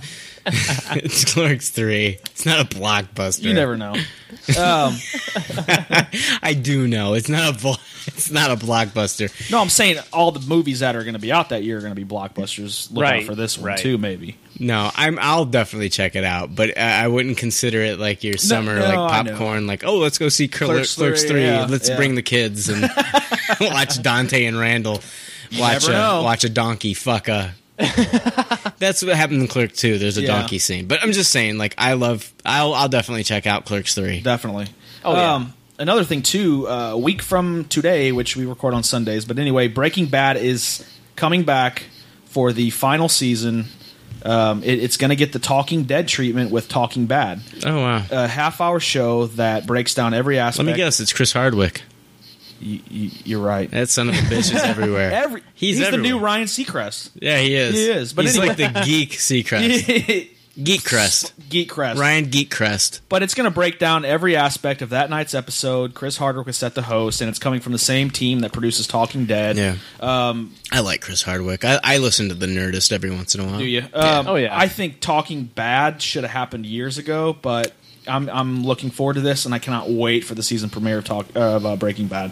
[SPEAKER 3] it's Clerks Three. It's not a blockbuster.
[SPEAKER 5] You never know.
[SPEAKER 3] I do know. It's not a. Blo- it's not a blockbuster.
[SPEAKER 5] No, I'm saying all the movies that are going to be out that year are going to be blockbusters. Look out
[SPEAKER 9] Right,
[SPEAKER 5] for this one
[SPEAKER 9] right.
[SPEAKER 5] too, maybe.
[SPEAKER 3] No, I'm. I'll definitely check it out, but I I wouldn't consider it like your summer
[SPEAKER 5] no,
[SPEAKER 3] like
[SPEAKER 5] I know.
[SPEAKER 3] popcorn. Like, oh, let's go see Cler- Clerks,
[SPEAKER 5] Clerks three,
[SPEAKER 3] Three.
[SPEAKER 5] yeah,
[SPEAKER 3] let's
[SPEAKER 5] yeah.
[SPEAKER 3] bring the kids and watch Dante and Randall. Watch
[SPEAKER 5] never
[SPEAKER 3] a,
[SPEAKER 5] know.
[SPEAKER 3] watch a donkey fuck a. That's what happened in Clerk Two. There's a
[SPEAKER 5] Yeah.
[SPEAKER 3] donkey scene, but I'm just saying. Like, I love. I'll. I'll definitely check out Clerks Three.
[SPEAKER 5] Definitely. Oh yeah. Um, another thing too, uh, a week from today, which we record on Sundays, but anyway, Breaking Bad is coming back for the final season. Um, it, it's going to get the Talking Dead treatment with Talking Bad,
[SPEAKER 3] oh wow.
[SPEAKER 5] a half-hour show that breaks down every aspect.
[SPEAKER 3] Let me guess. It's Chris Hardwick.
[SPEAKER 5] You, you, you're right.
[SPEAKER 3] That son of a bitch is everywhere.
[SPEAKER 5] Every
[SPEAKER 3] he's
[SPEAKER 5] he's, the
[SPEAKER 3] everywhere.
[SPEAKER 5] new Ryan Seacrest.
[SPEAKER 3] yeah, he is.
[SPEAKER 5] He is, but
[SPEAKER 3] he's
[SPEAKER 5] anyway.
[SPEAKER 3] like the geek Seacrest, geek crest,
[SPEAKER 5] Geek Crest.
[SPEAKER 3] Ryan Geek Crest.
[SPEAKER 5] But it's going to break down every aspect of that night's episode. Chris Hardwick is set to host, and it's coming from the same team that produces Talking Dead.
[SPEAKER 3] Yeah. Um, I like Chris Hardwick. I, I listen to the Nerdist every once in a while.
[SPEAKER 5] Do you? Um,
[SPEAKER 9] Oh, yeah.
[SPEAKER 5] I think Talking Bad should have happened years ago, but I'm I'm looking forward to this, and I cannot wait for the season premiere of Talk uh, of uh, Breaking Bad.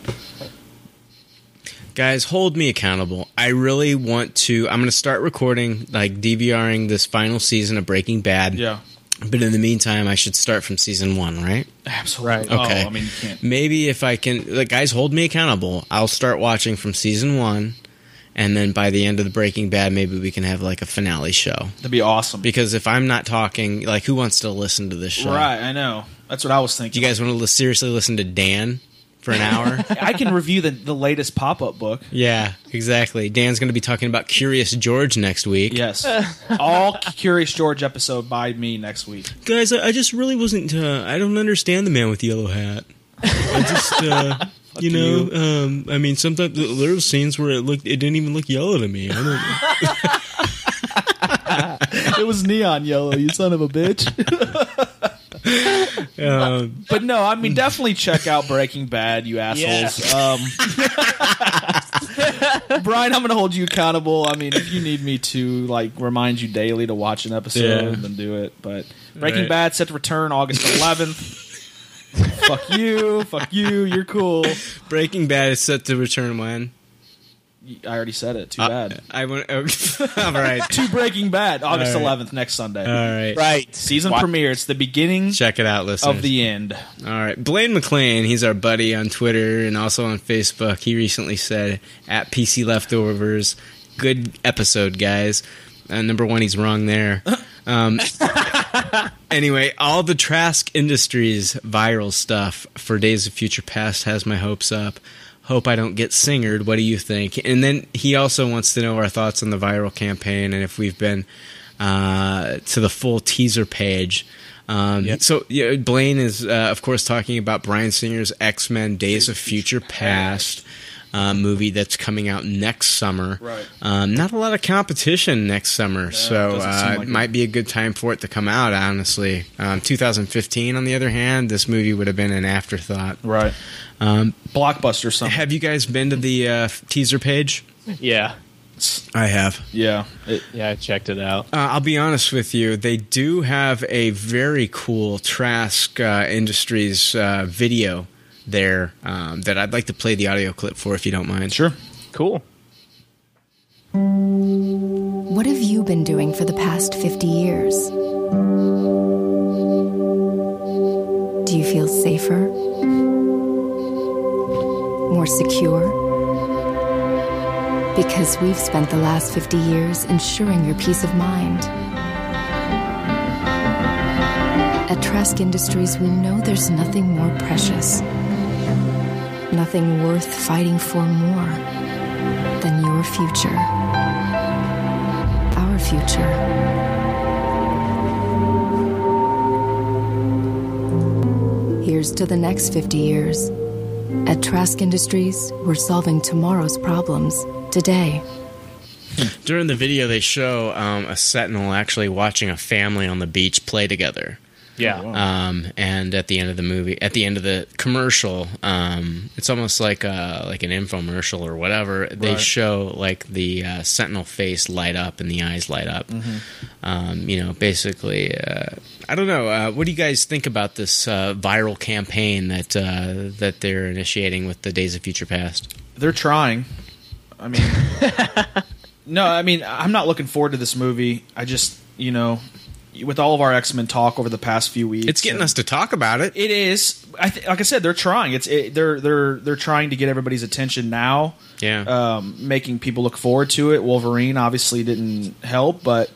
[SPEAKER 3] Guys, hold me accountable. I really want to. I'm going to start recording, like DVRing this final season of Breaking Bad. But in the meantime, I should start from season one, right?
[SPEAKER 5] absolutely.
[SPEAKER 3] Okay.
[SPEAKER 5] Oh, I mean, you can't.
[SPEAKER 3] Maybe if I can, like, guys, hold me accountable. I'll start watching from season one, and then by the end of the Breaking Bad, maybe we can have like a finale show.
[SPEAKER 5] That'd be awesome.
[SPEAKER 3] Because if I'm not talking, like, who wants to listen to this show?
[SPEAKER 5] Right. I know. That's what I was
[SPEAKER 3] Do
[SPEAKER 5] thinking.
[SPEAKER 3] you guys want to li- seriously listen to Dan for an hour?
[SPEAKER 5] I can review the the latest pop up book.
[SPEAKER 3] yeah, exactly. Dan's going to be talking about Curious George next week.
[SPEAKER 5] Yes. All Curious George episode by me next week.
[SPEAKER 3] Guys, I, I just really wasn't. Uh, I don't understand the man with the yellow hat. I just. Uh, You know, Um, I mean, sometimes the- there were scenes where it looked, it didn't even look yellow to me. I don't,
[SPEAKER 5] It was neon yellow. You son of a bitch.
[SPEAKER 3] Um,
[SPEAKER 5] But no, I mean definitely check out Breaking Bad, you assholes. Um, Brian, I'm going to hold you accountable. I mean, if you need me to like remind you daily to watch an episode,
[SPEAKER 3] Yeah.
[SPEAKER 5] then do it. But Breaking
[SPEAKER 3] Right.
[SPEAKER 5] Bad set to return August 11th. fuck you, fuck you. You're cool.
[SPEAKER 3] Breaking Bad is set to return when?
[SPEAKER 5] I already said
[SPEAKER 3] Uh,
[SPEAKER 5] it. Too bad.
[SPEAKER 3] I went. oh, all right,
[SPEAKER 5] To Breaking Bad, August
[SPEAKER 3] All right.
[SPEAKER 5] 11th next Sunday.
[SPEAKER 3] all right.
[SPEAKER 9] Right.
[SPEAKER 5] Season premiere. It's the beginning
[SPEAKER 3] Check it out, listeners.
[SPEAKER 5] of the end.
[SPEAKER 3] All right. Blaine McLean, he's our buddy on Twitter and also on Facebook. He recently said at PC Leftovers, good episode, guys. Uh, number one, he's wrong there. Um, anyway, all the Trask Industries viral stuff for Days of Future Past has my hopes up. Hope I don't get singered. What do you think? And then he also wants to know our thoughts on the viral campaign and if we've been uh, to the full teaser page. Um, So yeah, Blaine is, uh, of course, talking about Brian Singer's X Men: Days of Future Past. Uh, movie that's coming out next summer.
[SPEAKER 5] Right.
[SPEAKER 3] Um, not a lot of competition next summer, so
[SPEAKER 5] doesn't seem
[SPEAKER 3] uh,
[SPEAKER 5] like it.
[SPEAKER 3] might be a good time for it to come out. Honestly, um, 2015. On the other hand, this movie would have been an afterthought.
[SPEAKER 5] Right. Um, Blockbuster something.
[SPEAKER 3] Have you guys been to the uh, teaser page?
[SPEAKER 9] Yeah.
[SPEAKER 3] I have.
[SPEAKER 5] Yeah. It,
[SPEAKER 9] Yeah, I checked it out.
[SPEAKER 3] Uh, I'll be honest with you. They do have a very cool Trask uh, Industries uh, video there um, that I'd like to play the audio clip for if you don't mind.
[SPEAKER 5] sure.
[SPEAKER 9] Cool.
[SPEAKER 12] What have you been doing for the past 50 years? Do you feel safer? More secure? Because we've spent the last 50 years ensuring your peace of mind. At Trask Industries, we know there's nothing more precious, nothing worth fighting for more than your future our future. Here's to the next 50 years. At Trask Industries, we're solving tomorrow's problems today.
[SPEAKER 3] During the video, they show um, a sentinel actually watching a family on the beach play together.
[SPEAKER 9] Yeah.
[SPEAKER 3] Um, and at the end of the movie, at the end of the commercial, um, it's almost like uh, like an infomercial or whatever. They
[SPEAKER 9] Right.
[SPEAKER 3] show like the uh, sentinel face light up and the eyes light up. Um, you know, basically, uh, I don't know. Uh, what do you guys think about this uh, viral campaign that uh, that they're initiating with the Days of Future Past?
[SPEAKER 5] They're trying. I mean, no, I mean, I'm not looking forward to this movie. I just, you know, with all of our X Men talk over the past few weeks,
[SPEAKER 3] It's getting
[SPEAKER 5] and-
[SPEAKER 3] us to talk about it.
[SPEAKER 5] It is. I th- like I said, they're trying. It's it, they're they're they're trying to get everybody's attention now.
[SPEAKER 3] Yeah.
[SPEAKER 5] um, making people look forward to it. Wolverine obviously didn't help, but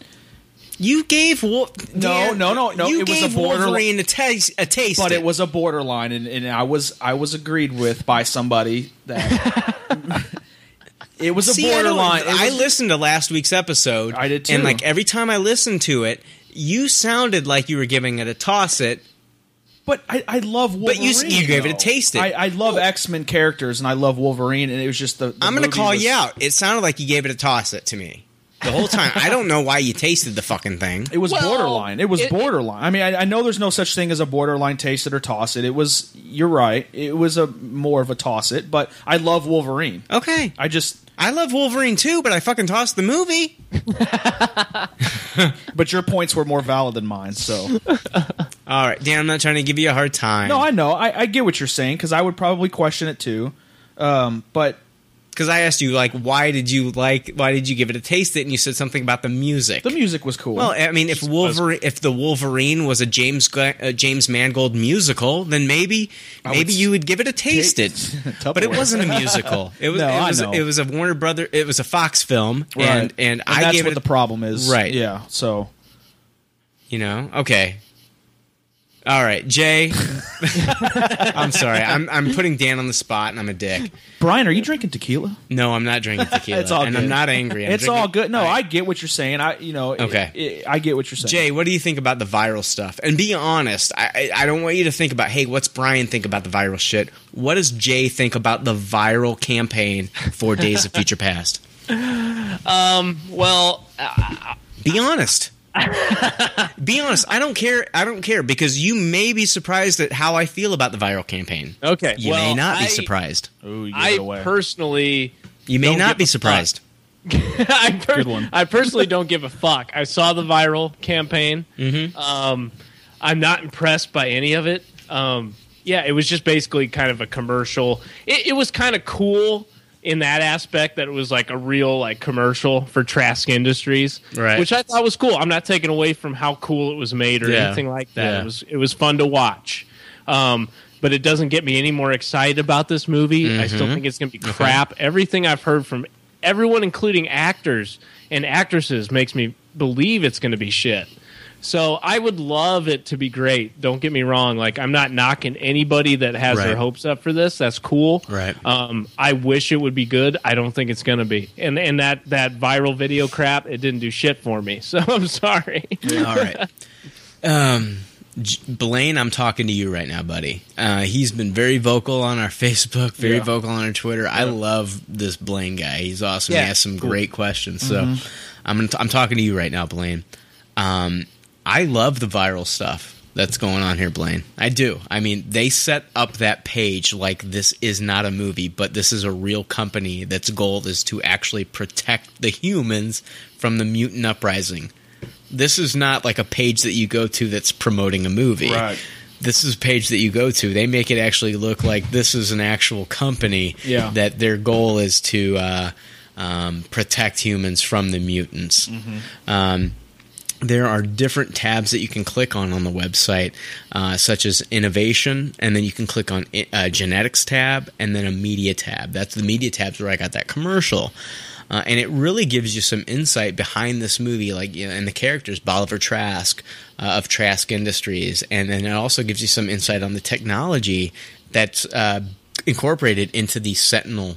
[SPEAKER 3] You gave Wolf.
[SPEAKER 5] No, no, no, no,
[SPEAKER 3] You
[SPEAKER 5] it was a
[SPEAKER 3] gave
[SPEAKER 5] borderli-
[SPEAKER 3] Wolverine a taste. A taste
[SPEAKER 5] but it was a borderline, and, and I was I was agreed with by somebody that it was a
[SPEAKER 3] See, I don't-
[SPEAKER 5] borderline. It
[SPEAKER 3] I,
[SPEAKER 5] was-
[SPEAKER 3] listened to last week's episode.
[SPEAKER 5] I did, too.
[SPEAKER 3] And like every time I listened to it, you sounded like you were giving it a toss. It.
[SPEAKER 5] But I, I love Wolverine.
[SPEAKER 3] you- you gave it a
[SPEAKER 5] though.
[SPEAKER 3] taste it.
[SPEAKER 5] I, I love X Men characters, and I love Wolverine, and it was just the. the
[SPEAKER 3] I'm gonna
[SPEAKER 5] movie
[SPEAKER 3] call
[SPEAKER 5] was-
[SPEAKER 3] you out. It sounded like you gave it a toss. It to me the whole time. I don't know why you tasted the fucking thing.
[SPEAKER 5] It was
[SPEAKER 2] Well,
[SPEAKER 5] borderline. It was
[SPEAKER 2] it-
[SPEAKER 5] borderline. I mean, I, I know there's no such thing as a borderline taste it or toss it. It was. You're right. It was a more of a toss it, but I love Wolverine.
[SPEAKER 3] Okay,
[SPEAKER 5] I just.
[SPEAKER 3] I love Wolverine too, but I fucking tossed the movie.
[SPEAKER 5] But your points were more valid than mine, so
[SPEAKER 3] All right, Dan. I'm not trying to give you a hard time.
[SPEAKER 5] no, I know. I, I get what you're saying because I would probably question it too. Um, but
[SPEAKER 3] because I asked you like, why did you like? Why did you give it a taste? It, and you said something about the music.
[SPEAKER 5] the music was cool.
[SPEAKER 3] Well, I mean, if Wolverine, if the Wolverine was a James Gu- uh, James Mangold musical, then maybe maybe you would give it a taste. It, but it
[SPEAKER 5] Tupperware.
[SPEAKER 3] wasn't a musical. It was
[SPEAKER 5] No,
[SPEAKER 3] it
[SPEAKER 5] I
[SPEAKER 3] was,
[SPEAKER 5] know.
[SPEAKER 3] it was a Warner Brother. It was a Fox film,
[SPEAKER 5] Right.
[SPEAKER 3] and and, I
[SPEAKER 5] that's
[SPEAKER 3] gave
[SPEAKER 5] what
[SPEAKER 3] it
[SPEAKER 5] the problem is,
[SPEAKER 3] Right.
[SPEAKER 5] Yeah. So
[SPEAKER 3] You know, okay. All right, Jay. I'm sorry. I'm I'm putting Dan on the spot, and I'm a dick.
[SPEAKER 5] Brian, are you drinking tequila?
[SPEAKER 3] No, I'm not drinking tequila,
[SPEAKER 5] It's all
[SPEAKER 3] and
[SPEAKER 5] good.
[SPEAKER 3] I'm not angry. I'm
[SPEAKER 5] it's
[SPEAKER 3] drinking-
[SPEAKER 5] all good. No, I, get what you're saying. I, you know, it-
[SPEAKER 3] Okay.
[SPEAKER 5] it- I get what you're saying.
[SPEAKER 3] Jay, what do you think about the viral stuff? And be honest, I, I I don't want you to think about, hey, what's Brian think about the viral shit? What does Jay think about the viral campaign for Days of Future Past?
[SPEAKER 2] Well,
[SPEAKER 3] Be honest. be honest. I don't care. I don't care because you may be surprised at how I feel about the viral campaign.
[SPEAKER 9] Okay.
[SPEAKER 3] You
[SPEAKER 9] well,
[SPEAKER 3] may not
[SPEAKER 9] I-
[SPEAKER 3] be surprised.
[SPEAKER 5] Ooh, you gave
[SPEAKER 9] I
[SPEAKER 5] it away.
[SPEAKER 9] personally
[SPEAKER 3] You may
[SPEAKER 9] don't
[SPEAKER 3] not
[SPEAKER 9] give
[SPEAKER 3] be
[SPEAKER 9] a fuck.
[SPEAKER 3] surprised.
[SPEAKER 9] I per-
[SPEAKER 5] Good one.
[SPEAKER 9] I personally don't give a fuck. I saw the viral campaign.
[SPEAKER 3] Mm-hmm.
[SPEAKER 9] Um, I'm not impressed by any of it. Um, yeah, it was just basically kind of a commercial. It, it was kind of cool in that aspect that it was like a real like commercial for Trask Industries,
[SPEAKER 3] Right.
[SPEAKER 9] Which I thought was cool. I'm not taking away from how cool it was made or
[SPEAKER 3] Yeah.
[SPEAKER 9] anything like that.
[SPEAKER 3] Yeah.
[SPEAKER 9] It was it was fun to watch. Um, but it doesn't get me any more excited about this movie. I still
[SPEAKER 3] Mm-hmm.
[SPEAKER 9] think it's going to be crap. Everything I've heard from everyone, including actors and actresses, makes me believe it's going to be shit. So I would love it to be great. Don't get me wrong. Like I'm not knocking anybody that has
[SPEAKER 3] Right.
[SPEAKER 9] their hopes up for this. That's cool.
[SPEAKER 3] Right.
[SPEAKER 9] Um, I wish it would be good. I don't think it's going to be. And and that that viral video crap, it didn't do shit for me. So I'm sorry.
[SPEAKER 3] All right. Um, J- Blaine, I'm talking to you right now, buddy. Uh, he's been very vocal on our Facebook, very
[SPEAKER 5] Yeah.
[SPEAKER 3] vocal on our Twitter. I love this Blaine guy. He's awesome.
[SPEAKER 9] Yeah,
[SPEAKER 3] He asks some great questions. So
[SPEAKER 5] Mm-hmm.
[SPEAKER 3] I'm gonna t- I'm talking to you right now, Blaine. Um, I love the viral stuff that's going on here, Blaine. I do. I mean, they set up that page like this is not a movie, but this is a real company that's goal is to actually protect the humans from the mutant uprising this is not like a page that you go to that's promoting a movie.
[SPEAKER 5] Right.
[SPEAKER 3] This is a page that you go to. They make it actually look like this is an actual company
[SPEAKER 5] Yeah.
[SPEAKER 3] that their goal is to uh, um, protect humans from the mutants. Um, there are different tabs that you can click on on the website, uh, such as innovation, and then you can click on i- a genetics tab and then a media tab. That's the media tabs where I got that commercial. Uh, and it really gives you some insight behind this movie, like you know, and the characters, Bolivar Trask uh, of Trask Industries, and then it also gives you some insight on the technology that's uh, incorporated into the Sentinel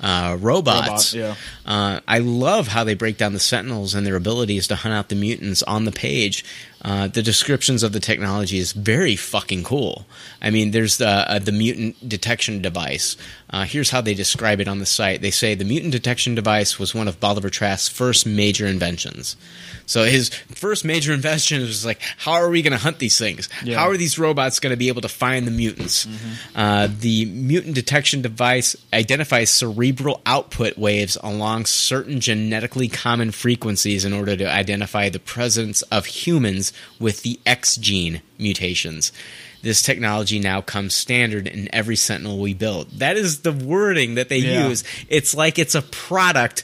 [SPEAKER 3] uh, robots.
[SPEAKER 5] Robot, yeah.
[SPEAKER 3] Uh, I love how they break down the Sentinels and their abilities to hunt out the mutants on the page. Uh, the descriptions of the technology is very fucking cool. I mean, there's the uh, the mutant detection device. Uh, here's how they describe it on the site. They say the mutant detection device was one of Bolivar Trask's first major inventions. So his first major invention was like, how are we going to hunt these things? How are these robots going to be able to find the mutants? Uh, the mutant detection device identifies cerebral output waves along certain genetically common frequencies in order to identify the presence of humans with the X gene mutations. This technology now comes standard in every Sentinel we build. That is the wording that they
[SPEAKER 5] Yeah.
[SPEAKER 3] use. It's like it's a product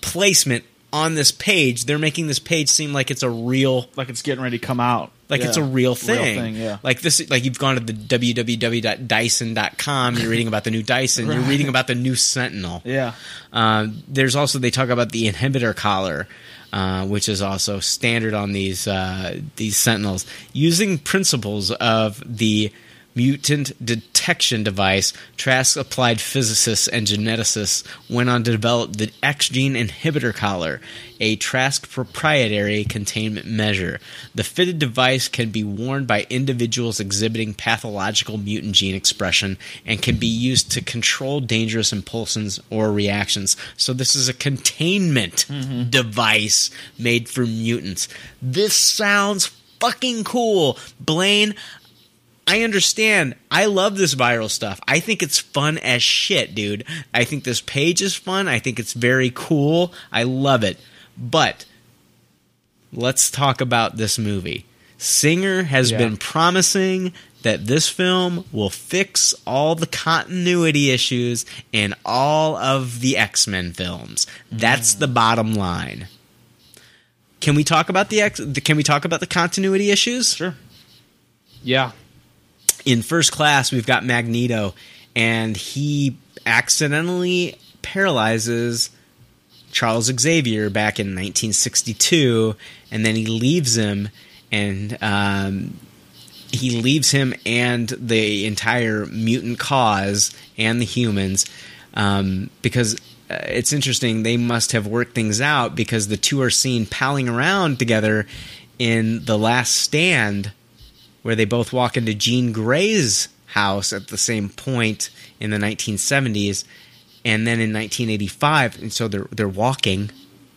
[SPEAKER 3] placement on this page. They're making this page seem like it's a real
[SPEAKER 5] Like it's getting ready to come out.
[SPEAKER 3] like
[SPEAKER 5] Yeah.
[SPEAKER 3] it's a real thing.
[SPEAKER 5] thing, yeah.
[SPEAKER 3] Like this like you've gone to the www.dyson.com, you're reading about the new Dyson, you're reading about the new Sentinel.
[SPEAKER 5] yeah.
[SPEAKER 3] Um, there's also they talk about the inhibitor collar, uh, which is also standard on these uh, these sentinels, using principles of the mutant detection device. Trask applied physicists and geneticists went on to develop the X gene inhibitor collar, a Trask proprietary containment measure. The fitted device can be worn by individuals exhibiting pathological mutant gene expression and can be used to control dangerous impulsions or reactions. So, this is a containment device made for mutants. This sounds fucking cool. Blaine, I understand. I love this viral stuff. I think it's fun as shit, dude. I think this page is fun. I think it's very cool. I love it. But let's talk about this movie. Singer has been promising that this film will fix all the continuity issues in all of the X Men films. That's the bottom line. Can we talk about the X? Can we talk about the continuity issues? Sure
[SPEAKER 9] Yeah.
[SPEAKER 3] in first class we've got magneto and he accidentally paralyzes charles xavier back in 1962 and then he leaves him and um, he leaves him and the entire mutant cause and the humans um, because uh, it's interesting they must have worked things out because the two are seen palling around together in the last stand where they both walk into Jean Grey's house at the same point in the 1970s, and then in 1985, and so they're they're walking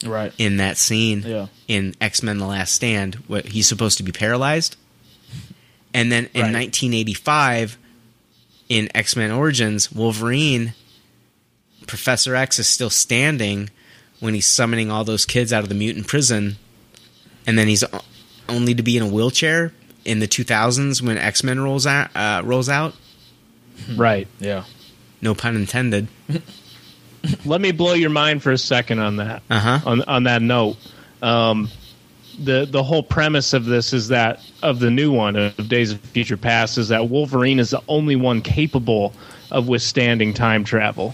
[SPEAKER 5] Right.
[SPEAKER 3] in that scene
[SPEAKER 5] Yeah.
[SPEAKER 3] in X Men: The Last Stand. What he's supposed to be paralyzed, and then in
[SPEAKER 5] Right.
[SPEAKER 3] 1985, in X Men Origins, Wolverine, Professor X is still standing when he's summoning all those kids out of the mutant prison, and then he's o- only to be in a wheelchair in the 2000s when X Men rolls out. Uh, rolls out.
[SPEAKER 9] Right.
[SPEAKER 5] Yeah.
[SPEAKER 3] No pun intended.
[SPEAKER 9] Let me blow your mind for a second on that.
[SPEAKER 3] Uh-huh.
[SPEAKER 9] On on that note, um, the the whole premise of this is that of the new one of Days of Future Past is that Wolverine is the only one capable of withstanding time travel.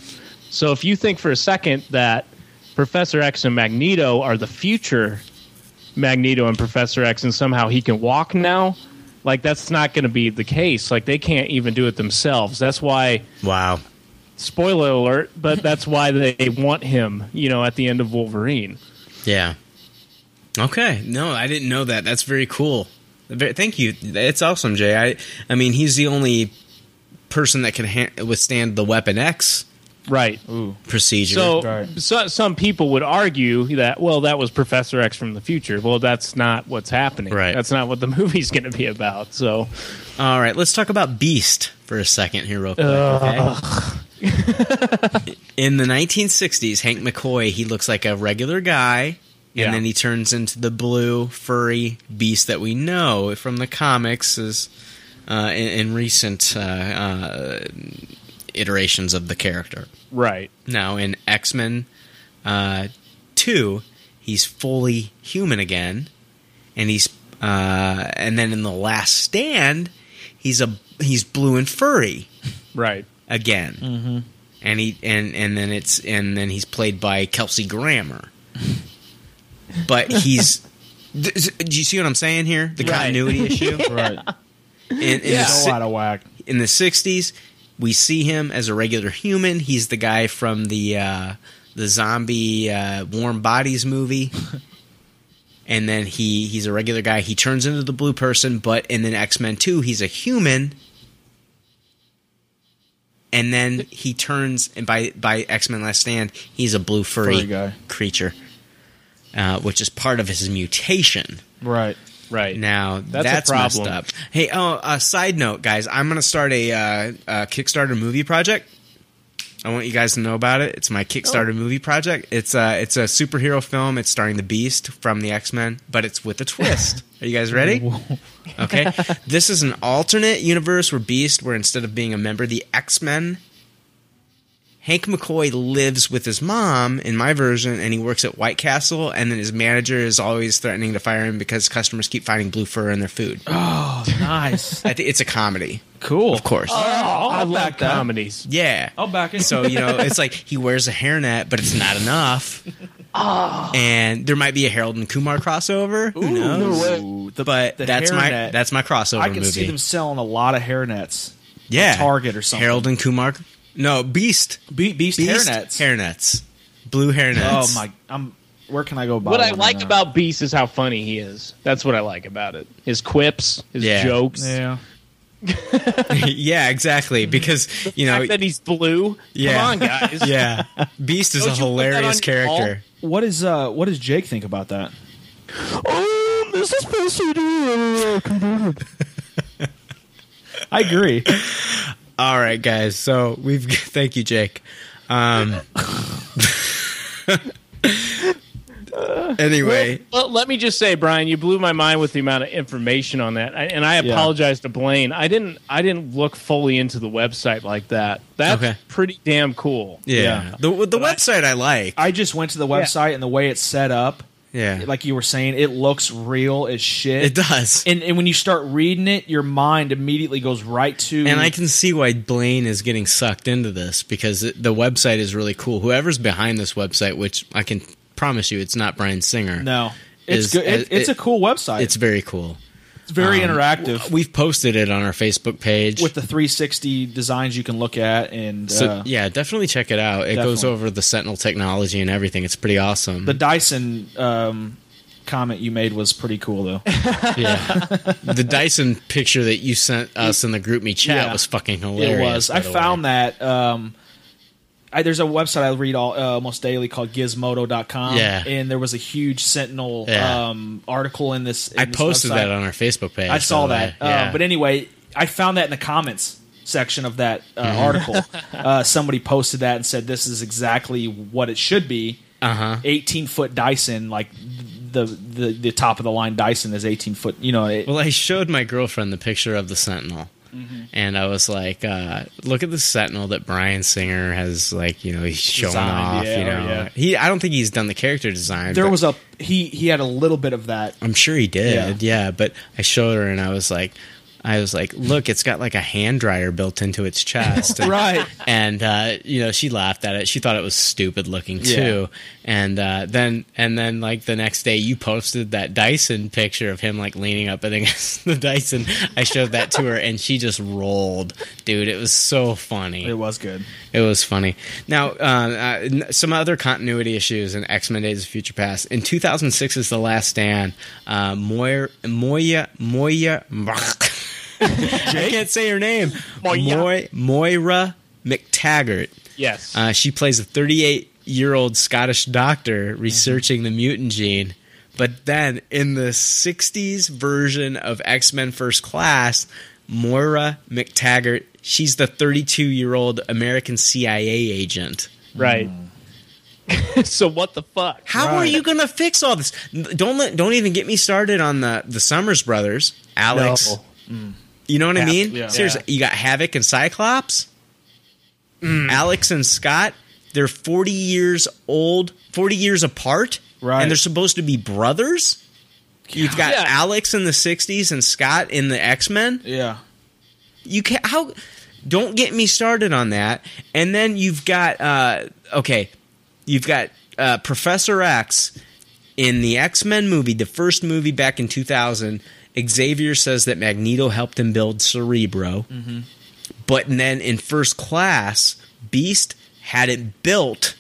[SPEAKER 9] So if you think for a second that Professor X and Magneto are the future Magneto and Professor X, and somehow he can walk now. Like that's not going to be the case. Like they can't even do it themselves. That's why
[SPEAKER 3] Wow.
[SPEAKER 9] spoiler alert, but that's why they want him, you know, at the end of Wolverine.
[SPEAKER 3] Yeah. Okay. No, I didn't know that. That's very cool. Ve- Thank you. It's awesome, Jay. I, I mean, he's the only person that can ha- withstand the Weapon X
[SPEAKER 9] Right.
[SPEAKER 3] procedure.
[SPEAKER 9] So,
[SPEAKER 5] Right.
[SPEAKER 9] so some people would argue that well that was Professor X from the future. Well, that's not what's happening.
[SPEAKER 3] Right.
[SPEAKER 9] That's not what the movie's going to be about. So,
[SPEAKER 3] all right, let's talk about Beast for a second here, real quick. okay? In the 1960s, Hank McCoy he looks like a regular guy.
[SPEAKER 9] Yeah.
[SPEAKER 3] And then he turns into the blue furry beast that we know from the comics is uh, in, in recent uh, uh, iterations of the character.
[SPEAKER 9] right.
[SPEAKER 3] Now in X Men uh, Two, he's fully human again, and he's uh, and then in the Last Stand, he's a he's blue and furry
[SPEAKER 9] Right.
[SPEAKER 3] again, mm-hmm. and he and and then it's and then he's played by Kelsey Grammer, but he's. d- d- Do you see what I'm saying here? The continuity issue
[SPEAKER 5] Right.
[SPEAKER 3] in, in,
[SPEAKER 5] Yeah.
[SPEAKER 3] the,
[SPEAKER 5] So
[SPEAKER 3] si-
[SPEAKER 5] out of whack.
[SPEAKER 3] in the 60s we see him as a regular human. He's the guy from the uh, the zombie uh, Warm Bodies movie. and then he he's a regular guy. He turns into the blue person, but in then X Men Two, he's a human. And then he turns, and by by X Men Last Stand, he's a blue furry,
[SPEAKER 5] Furry guy.
[SPEAKER 3] creature, uh, which is part of his mutation.
[SPEAKER 5] Right.
[SPEAKER 9] Right
[SPEAKER 3] Now
[SPEAKER 9] That's a
[SPEAKER 3] that's, messed
[SPEAKER 9] problem.
[SPEAKER 3] up. Hey, oh, uh, side note, guys, I'm gonna start a, uh, a Kickstarter movie project. I want you guys to know about it. It's my Kickstarter movie project. It's uh, it's a superhero film. It's starring the Beast from the X Men, but it's with a twist. Are you guys ready? Okay, this is an alternate universe where Beast, where instead of being a member of the X Men, Hank McCoy lives with his mom in my version, and he works at White Castle. And then his manager is always threatening to fire him because customers keep finding blue fur in their food.
[SPEAKER 5] Oh, Nice.
[SPEAKER 3] I thi- it's a comedy,
[SPEAKER 5] cool. Oh.
[SPEAKER 3] of course.
[SPEAKER 9] I
[SPEAKER 5] back
[SPEAKER 9] like
[SPEAKER 5] that.
[SPEAKER 9] comedies.
[SPEAKER 3] yeah.
[SPEAKER 5] I'll back it.
[SPEAKER 3] So you know, it's like he wears a hairnet, but it's not enough. And there might be a Harold and Kumar crossover. Who knows? but
[SPEAKER 5] the
[SPEAKER 3] that's my
[SPEAKER 5] hairnet.
[SPEAKER 3] that's my crossover
[SPEAKER 5] I can
[SPEAKER 3] movie.
[SPEAKER 5] see them selling a lot of hairnets.
[SPEAKER 3] yeah,
[SPEAKER 5] Target or something.
[SPEAKER 3] Harold and Kumar. No, Beast.
[SPEAKER 5] Be- beast,
[SPEAKER 3] Beast
[SPEAKER 5] hairnets.
[SPEAKER 3] Hairnets. Blue hairnets.
[SPEAKER 5] Oh my! I'm. Where can I go buy?
[SPEAKER 9] What I
[SPEAKER 5] one
[SPEAKER 9] like
[SPEAKER 5] right now?
[SPEAKER 9] about Beast is how funny he is. That's what I like about it. His quips, his
[SPEAKER 3] Yeah.
[SPEAKER 9] jokes.
[SPEAKER 5] yeah.
[SPEAKER 3] yeah, exactly. Because you know,
[SPEAKER 9] fact that he's blue.
[SPEAKER 3] Yeah.
[SPEAKER 9] Come on, guys.
[SPEAKER 3] yeah, Beast is
[SPEAKER 9] Don't
[SPEAKER 3] a
[SPEAKER 9] you put that
[SPEAKER 3] hilarious
[SPEAKER 9] on your wall?
[SPEAKER 3] character.
[SPEAKER 5] What is uh? What does Jake think about that?
[SPEAKER 4] Oh,
[SPEAKER 3] Um,
[SPEAKER 4] this is supposed to do.
[SPEAKER 5] I agree.
[SPEAKER 3] All right, guys. So we've thank you, Jake. Um, anyway,
[SPEAKER 9] Well, let me just say, Brian, you blew my mind with the amount of information on that, I, and I
[SPEAKER 5] Yeah.
[SPEAKER 9] apologize to Blaine. I didn't. I didn't look fully into the website like that. That's
[SPEAKER 3] Okay.
[SPEAKER 9] pretty damn cool.
[SPEAKER 3] yeah,
[SPEAKER 5] yeah.
[SPEAKER 3] the the website I, like.
[SPEAKER 5] I just went to the website and the way it's set up,
[SPEAKER 3] yeah,
[SPEAKER 5] like you were saying, it looks real as shit.
[SPEAKER 3] it does.
[SPEAKER 5] And, and when you start reading it, your mind immediately goes right to.
[SPEAKER 3] and I can see why Blaine is getting sucked into this because it, the website is really cool. Whoever's behind this website, which I can promise you, it's not Brian Singer.
[SPEAKER 5] no, it's
[SPEAKER 3] Is-
[SPEAKER 5] good. It,
[SPEAKER 3] it-
[SPEAKER 5] it's a cool website.
[SPEAKER 3] it's
[SPEAKER 5] It's,
[SPEAKER 3] very cool.
[SPEAKER 5] very interactive
[SPEAKER 3] We've posted it on our Facebook page.
[SPEAKER 5] with the 360 designs you can look at, and
[SPEAKER 3] So
[SPEAKER 5] uh,
[SPEAKER 3] yeah, definitely check it out. It goes
[SPEAKER 5] Definitely.
[SPEAKER 3] over the Sentinel technology and everything. It's pretty awesome.
[SPEAKER 5] the Dyson um, comment you made was pretty cool though.
[SPEAKER 3] yeah, the Dyson picture that you sent us in the group me chat
[SPEAKER 5] Yeah.
[SPEAKER 3] was fucking
[SPEAKER 5] It
[SPEAKER 3] hilarious.
[SPEAKER 5] was. I found that. Um, I, there's a website I read all, uh, almost daily called Gizmodo.com.
[SPEAKER 3] Yeah.
[SPEAKER 5] And there was a huge Sentinel
[SPEAKER 3] Yeah.
[SPEAKER 5] um, article in this. in
[SPEAKER 3] I
[SPEAKER 5] this
[SPEAKER 3] posted
[SPEAKER 5] website.
[SPEAKER 3] that on our Facebook page.
[SPEAKER 5] I saw
[SPEAKER 3] by the
[SPEAKER 5] that.
[SPEAKER 3] way. Yeah.
[SPEAKER 5] Uh, but anyway, I found that in the comments section of that uh, article. uh, somebody posted that and said this is exactly what it should be.
[SPEAKER 3] uh
[SPEAKER 5] Uh-huh.
[SPEAKER 3] huh.
[SPEAKER 5] 18 foot Dyson, like the the the top of the line Dyson is 18 foot. You know, it,
[SPEAKER 3] Well, I showed my girlfriend the picture of the Sentinel.
[SPEAKER 5] Mm-hmm.
[SPEAKER 3] And I was like, uh, "Look at the Sentinel that Brian Singer has, like, you know, he's showing
[SPEAKER 5] Designed,
[SPEAKER 3] off.
[SPEAKER 5] yeah,
[SPEAKER 3] you
[SPEAKER 5] oh,
[SPEAKER 3] know,
[SPEAKER 5] yeah.
[SPEAKER 3] he. I don't think he's done the character design.
[SPEAKER 5] there
[SPEAKER 3] but-
[SPEAKER 5] was a he he had a little bit of that.
[SPEAKER 3] I'm sure he did. Yeah. but I showed her and I was like, I was like, look, it's got like a hand dryer built into its chest. And,
[SPEAKER 5] Right.
[SPEAKER 3] And uh, you know, she laughed at it. She thought it was stupid looking too. And uh, then and then like the next day, you posted that Dyson picture of him like leaning up and against the Dyson. I showed that to her and she just rolled, dude. It was so funny.
[SPEAKER 5] It was good.
[SPEAKER 3] It was funny. Now, uh, uh, n- some other continuity issues in X Men Days of Future Past. In 2006 is The Last Stand. Uh, Moira, Moya, Moya, I can't say her name. Moira, Moira McTaggart.
[SPEAKER 9] Yes.
[SPEAKER 3] Uh, she plays a 38 year old Scottish doctor researching the mutant gene. But then in the 60s version of X Men First Class, Moira McTaggart, she's the 32 year old American CIA agent.
[SPEAKER 9] right. so what the fuck?
[SPEAKER 3] How are you going to fix all this? N- Don't let, don't even get me started on the the Summers brothers, Alex. Mm.
[SPEAKER 9] No.
[SPEAKER 3] You know what I mean?
[SPEAKER 5] yeah.
[SPEAKER 3] Seriously, you got Havoc and Cyclops, Alex and Scott. They're forty years old, forty years apart,
[SPEAKER 5] Right.
[SPEAKER 3] And they're supposed to be brothers. You've got
[SPEAKER 9] Yeah.
[SPEAKER 3] Alex in the '60s and Scott in the X Men.
[SPEAKER 5] Yeah.
[SPEAKER 3] You can not how? Don't get me started on that. And then you've got uh, okay, you've got uh, Professor X in the X Men movie, the first movie back in 2000. Xavier says that Magneto helped him build Cerebro, But then in first class, Beast had it built.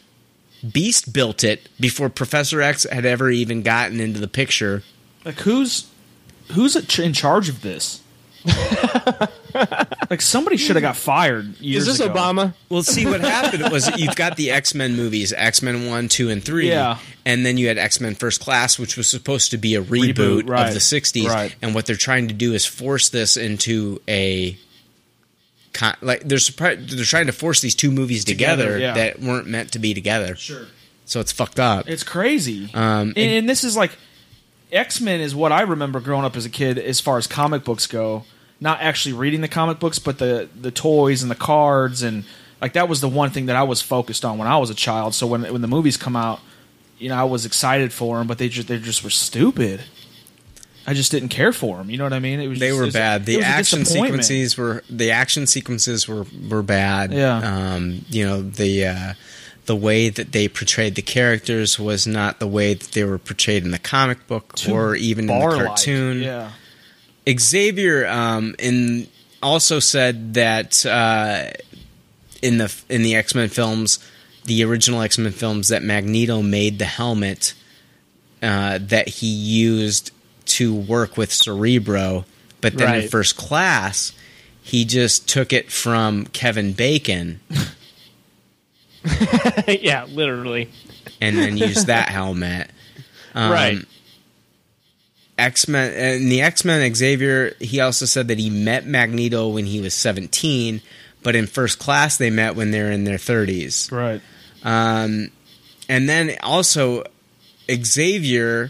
[SPEAKER 3] Beast built it before Professor X had ever even gotten into the picture.
[SPEAKER 5] Like who's who's at- in charge of this? like somebody should have got fired years
[SPEAKER 9] Is this
[SPEAKER 5] ago.
[SPEAKER 9] Obama?
[SPEAKER 3] Well, see what happened was you've got the X Men movies, X Men One, Two, and Three,
[SPEAKER 5] Yeah.
[SPEAKER 3] and then you had X Men First Class, which was supposed to be a reboot,
[SPEAKER 5] Reboot, right,
[SPEAKER 3] of the '60s.
[SPEAKER 5] right.
[SPEAKER 3] And what they're trying to do is force this into a con- like they're surpri- they're trying to force these two movies together,
[SPEAKER 5] Together, yeah.
[SPEAKER 3] that weren't meant to be together.
[SPEAKER 5] Sure.
[SPEAKER 3] So it's fucked up.
[SPEAKER 5] It's crazy.
[SPEAKER 3] Um,
[SPEAKER 5] and, and this is like X Men is what I remember growing up as a kid as far as comic books go. Not actually reading the comic books, but the the toys and the cards and like that was the one thing that I was focused on when I was a child. So when when the movies come out, you know, I was excited for them, but they just they just were stupid. I just didn't care for them. You know what I mean? It was
[SPEAKER 3] they
[SPEAKER 5] just-
[SPEAKER 3] were
[SPEAKER 5] it's-
[SPEAKER 3] bad.
[SPEAKER 5] it
[SPEAKER 3] The
[SPEAKER 5] was a
[SPEAKER 3] action
[SPEAKER 5] disappointment.
[SPEAKER 3] sequences were the action sequences were were bad.
[SPEAKER 5] Yeah.
[SPEAKER 3] Um, you know the uh, the way that they portrayed the characters was not the way that they were portrayed in the comic book or even in the
[SPEAKER 5] Bar-like.
[SPEAKER 3] cartoon.
[SPEAKER 5] Yeah.
[SPEAKER 3] Xavier um, in also said that uh, in the in the X Men films, the original X Men films, that Magneto made the helmet uh, that he used to work with Cerebro, but then in
[SPEAKER 5] Right.
[SPEAKER 3] First Class, he just took it from Kevin Bacon
[SPEAKER 9] yeah, literally.
[SPEAKER 3] and then used that helmet.
[SPEAKER 5] Um,
[SPEAKER 9] right.
[SPEAKER 3] X Men and uh, the X Men Xavier. He also said that he met Magneto when he was seventeen, but in first class they met when they're in their thirties.
[SPEAKER 5] Right.
[SPEAKER 3] And then also Xavier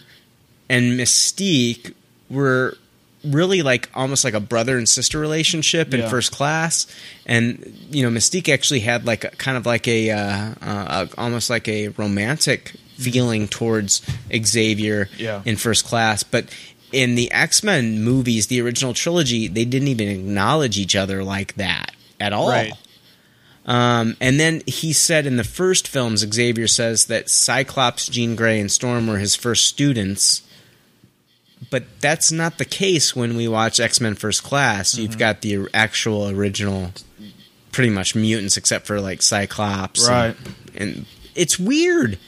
[SPEAKER 3] and Mystique were really like almost like a brother and sister relationship in
[SPEAKER 5] Yeah.
[SPEAKER 3] first class and you know mystique actually had like a, kind of like a uh, uh, uh, almost like a romantic feeling towards xavier
[SPEAKER 5] Yeah.
[SPEAKER 3] in first class but in the x-men movies the original trilogy they didn't even acknowledge each other like that at all
[SPEAKER 5] Right.
[SPEAKER 3] um, and then he said in the first films, Xavier says that Cyclops, Jean Grey, and Storm were his first students. But that's not the case when we watch X Men First Class.
[SPEAKER 5] Mm-hmm.
[SPEAKER 3] You've got the actual original, pretty much mutants, except for like Cyclops.
[SPEAKER 5] Right.
[SPEAKER 3] And, and it's weird.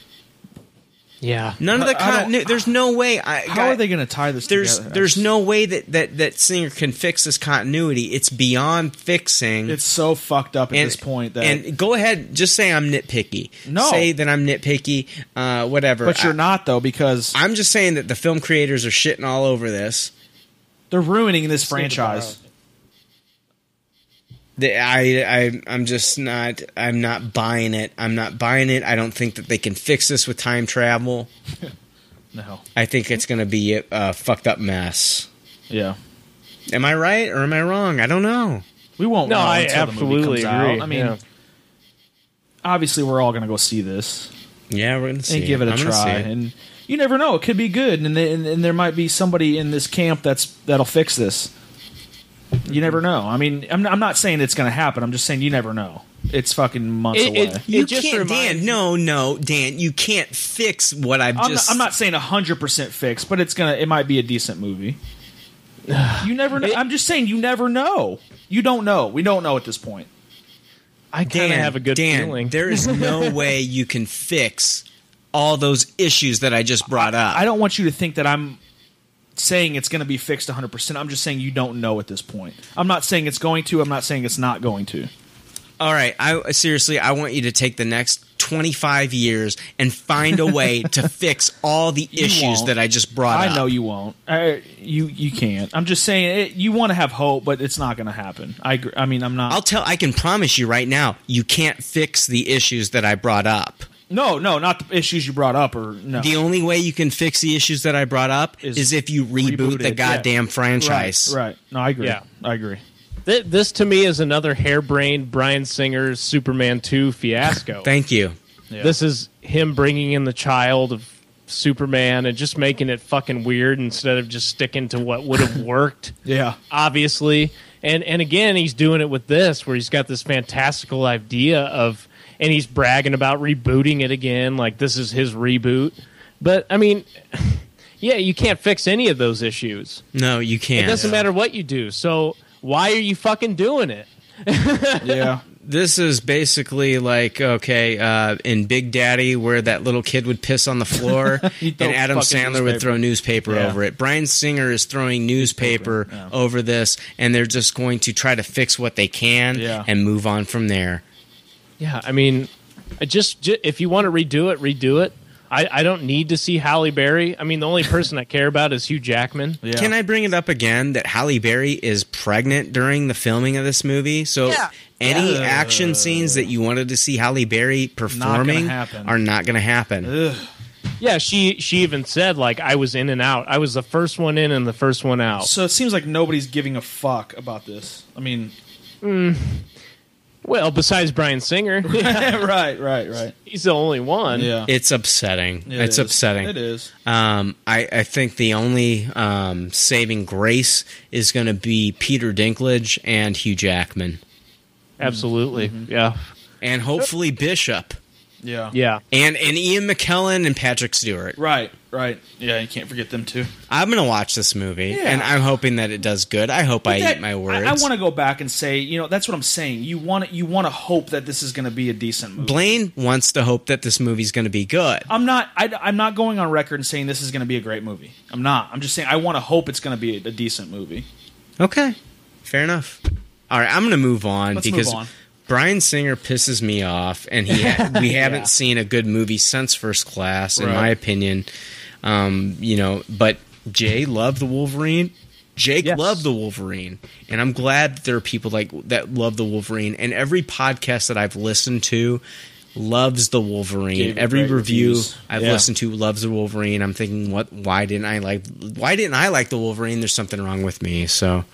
[SPEAKER 9] Yeah.
[SPEAKER 3] None of the
[SPEAKER 5] I don't-
[SPEAKER 3] continuity. There's no way. I,
[SPEAKER 5] How
[SPEAKER 3] God-
[SPEAKER 5] are they going to tie this
[SPEAKER 3] There's
[SPEAKER 5] together?
[SPEAKER 3] there's no way that, that that Singer can fix this continuity. It's beyond fixing
[SPEAKER 5] It's so fucked up at this point that
[SPEAKER 3] and go ahead, just say I'm nitpicky.
[SPEAKER 5] No.
[SPEAKER 3] say that I'm nitpicky. Uh, whatever.
[SPEAKER 5] But you're not though because
[SPEAKER 3] I, am just saying that the film creators are shitting all over this.
[SPEAKER 5] they're ruining this franchise.
[SPEAKER 3] The- I, I, I'm just not. I'm not buying it. I'm not buying it. I don't think that they can fix this with time travel.
[SPEAKER 5] No.
[SPEAKER 3] I think it's going to be a, a fucked up mess.
[SPEAKER 5] Yeah.
[SPEAKER 3] Am I right or am I wrong? I don't know.
[SPEAKER 5] We won't
[SPEAKER 9] No,
[SPEAKER 5] know
[SPEAKER 9] I
[SPEAKER 5] until the movie
[SPEAKER 9] absolutely
[SPEAKER 5] comes
[SPEAKER 9] agree.
[SPEAKER 5] out. I mean,
[SPEAKER 9] yeah.
[SPEAKER 5] obviously we're all going to go see this
[SPEAKER 3] Yeah, we're gonna see.
[SPEAKER 5] and give it a
[SPEAKER 3] I'm gonna
[SPEAKER 5] try
[SPEAKER 3] see it.
[SPEAKER 5] and you never know, it could be good and, then- and and there might be somebody in this camp that's that'll fix this. You never know. I mean, I'm I'm not saying it's going to happen. I'm just saying you never know. It's fucking months
[SPEAKER 9] It-
[SPEAKER 5] away.
[SPEAKER 9] it-
[SPEAKER 3] You
[SPEAKER 9] just
[SPEAKER 3] can't,
[SPEAKER 9] reminds-
[SPEAKER 3] Dan. No, no, Dan. You can't fix what I've
[SPEAKER 5] I'm,
[SPEAKER 3] just.
[SPEAKER 5] not, I'm not saying 100% fixed, but it's going to it might be a decent movie. You never know. I'm just saying you never know. You don't know. We don't know at this point.
[SPEAKER 9] I kind of have a good
[SPEAKER 3] Dan,
[SPEAKER 9] feeling.
[SPEAKER 3] There is no way you can fix all those issues that I just brought up.
[SPEAKER 5] I don't want you to think that I'm saying it's going to be fixed 100%. I'm just saying you don't know at this point. I'm not saying it's going to. I'm not saying it's not going to.
[SPEAKER 3] all right, I seriously, I want you to take the next 25 years and find a way to fix all the
[SPEAKER 5] You
[SPEAKER 3] issues
[SPEAKER 5] won't.
[SPEAKER 3] that I just brought
[SPEAKER 5] I
[SPEAKER 3] up.
[SPEAKER 5] know you won't. I, you you can't. I'm just saying it, you want to have hope, but it's not going to happen. I agree. I mean, I'm not.
[SPEAKER 3] I'll tell. I can promise you right now, you can't fix the issues that I brought up.
[SPEAKER 5] no, no, not the issues you brought up or no.
[SPEAKER 3] The only way you can fix the issues that I brought up is,
[SPEAKER 5] Is
[SPEAKER 3] if you reboot,
[SPEAKER 5] reboot
[SPEAKER 3] the
[SPEAKER 5] it,
[SPEAKER 3] goddamn
[SPEAKER 5] right,
[SPEAKER 3] franchise.
[SPEAKER 5] right. No, I agree.
[SPEAKER 9] Yeah.
[SPEAKER 5] I agree.
[SPEAKER 9] Th- this to me is another harebrained Brian Singer Superman 2 fiasco.
[SPEAKER 3] Thank you.
[SPEAKER 9] This is him bringing in the child of Superman and just making it fucking weird instead of just sticking to what would have worked.
[SPEAKER 5] Yeah.
[SPEAKER 9] obviously. And and again, he's doing it with this, where he's got this fantastical idea of, and he's bragging about rebooting it again, like this is his reboot. But I mean, yeah, you can't fix any of those issues.
[SPEAKER 3] No, you
[SPEAKER 9] It
[SPEAKER 3] can't.
[SPEAKER 9] doesn't matter what you do. So why are you fucking doing it?
[SPEAKER 5] Yeah.
[SPEAKER 3] This is basically like okay, uh, in Big Daddy, where that little kid would piss on the floor, and
[SPEAKER 5] throw
[SPEAKER 3] Adam
[SPEAKER 5] fucking
[SPEAKER 3] Sandler would
[SPEAKER 5] newspaper.
[SPEAKER 3] throw newspaper
[SPEAKER 5] Yeah.
[SPEAKER 3] over it. Brian Singer is throwing newspaper over this, and they're just going to try to fix what they can
[SPEAKER 5] Yeah.
[SPEAKER 3] and move on from there.
[SPEAKER 9] Yeah, I mean, I just, ju- if you want to redo it, redo it. I, I don't need to see Halle Berry. I mean, the only person I care about is Hugh Jackman.
[SPEAKER 5] Yeah.
[SPEAKER 3] Can I bring it up again that Halle Berry is pregnant during the filming of this movie? So any action scenes that you wanted to see Halle Berry performing
[SPEAKER 5] happen.
[SPEAKER 3] are not going to happen.
[SPEAKER 9] Yeah, she she even said like I was in and out. I was the first one in and the first one out.
[SPEAKER 5] So it seems like nobody's giving a fuck about this. I mean,
[SPEAKER 9] Well, besides Brian Singer,
[SPEAKER 5] right, right, right.
[SPEAKER 9] he's the only one.
[SPEAKER 5] Yeah.
[SPEAKER 3] It's upsetting.
[SPEAKER 5] It
[SPEAKER 3] it's
[SPEAKER 5] is.
[SPEAKER 3] upsetting.
[SPEAKER 5] It is.
[SPEAKER 3] Um, I, I think the only um, saving grace is going to be Peter Dinklage and Hugh Jackman,
[SPEAKER 9] absolutely. Yeah,
[SPEAKER 3] and hopefully Bishop,
[SPEAKER 5] Yeah.
[SPEAKER 9] yeah.
[SPEAKER 3] and and Ian McKellen and Patrick Stewart.
[SPEAKER 5] Right, right. Yeah, you can't forget them too.
[SPEAKER 3] I'm going to watch this movie, and I'm hoping that it does good. I hope I
[SPEAKER 5] That-
[SPEAKER 3] eat my words.
[SPEAKER 5] I, want to go back and say, you know, that's what I'm saying. You want to, you want to hope that this is going to be a decent movie.
[SPEAKER 3] Blaine wants to hope that this movie's going to be good.
[SPEAKER 5] I'm not. I, am not going on record and saying this is going to be a great movie. I'm not. I'm just saying I want to hope it's going to be a, a decent movie.
[SPEAKER 3] Okay, fair enough. All right, I'm going to move on
[SPEAKER 5] Let's
[SPEAKER 3] because
[SPEAKER 5] move on.
[SPEAKER 3] Brian Singer pisses me off, and he ha- we haven't seen a good movie since First Class, in
[SPEAKER 5] Right.
[SPEAKER 3] my opinion. Um, you know, but Jay loved the Wolverine. Jake
[SPEAKER 9] Yes.
[SPEAKER 3] loved the Wolverine, and I'm glad that there are people like that love the Wolverine. And every podcast that I've listened to loves the Wolverine.
[SPEAKER 5] Gave it
[SPEAKER 3] every
[SPEAKER 5] great
[SPEAKER 3] review
[SPEAKER 5] reviews.
[SPEAKER 3] I've
[SPEAKER 5] Yeah.
[SPEAKER 3] listened to loves the Wolverine. I'm thinking, what? Why didn't I like? Why didn't I like the Wolverine? There's something wrong with me. So,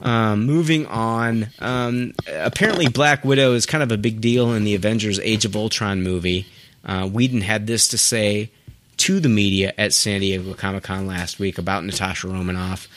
[SPEAKER 3] um, moving on. Um, apparently, Black Widow is kind of a big deal in the Avengers: Age of Ultron movie. Uh, Whedon had this to say to the media at San Diego Comic Con last week about Natasha Romanoff.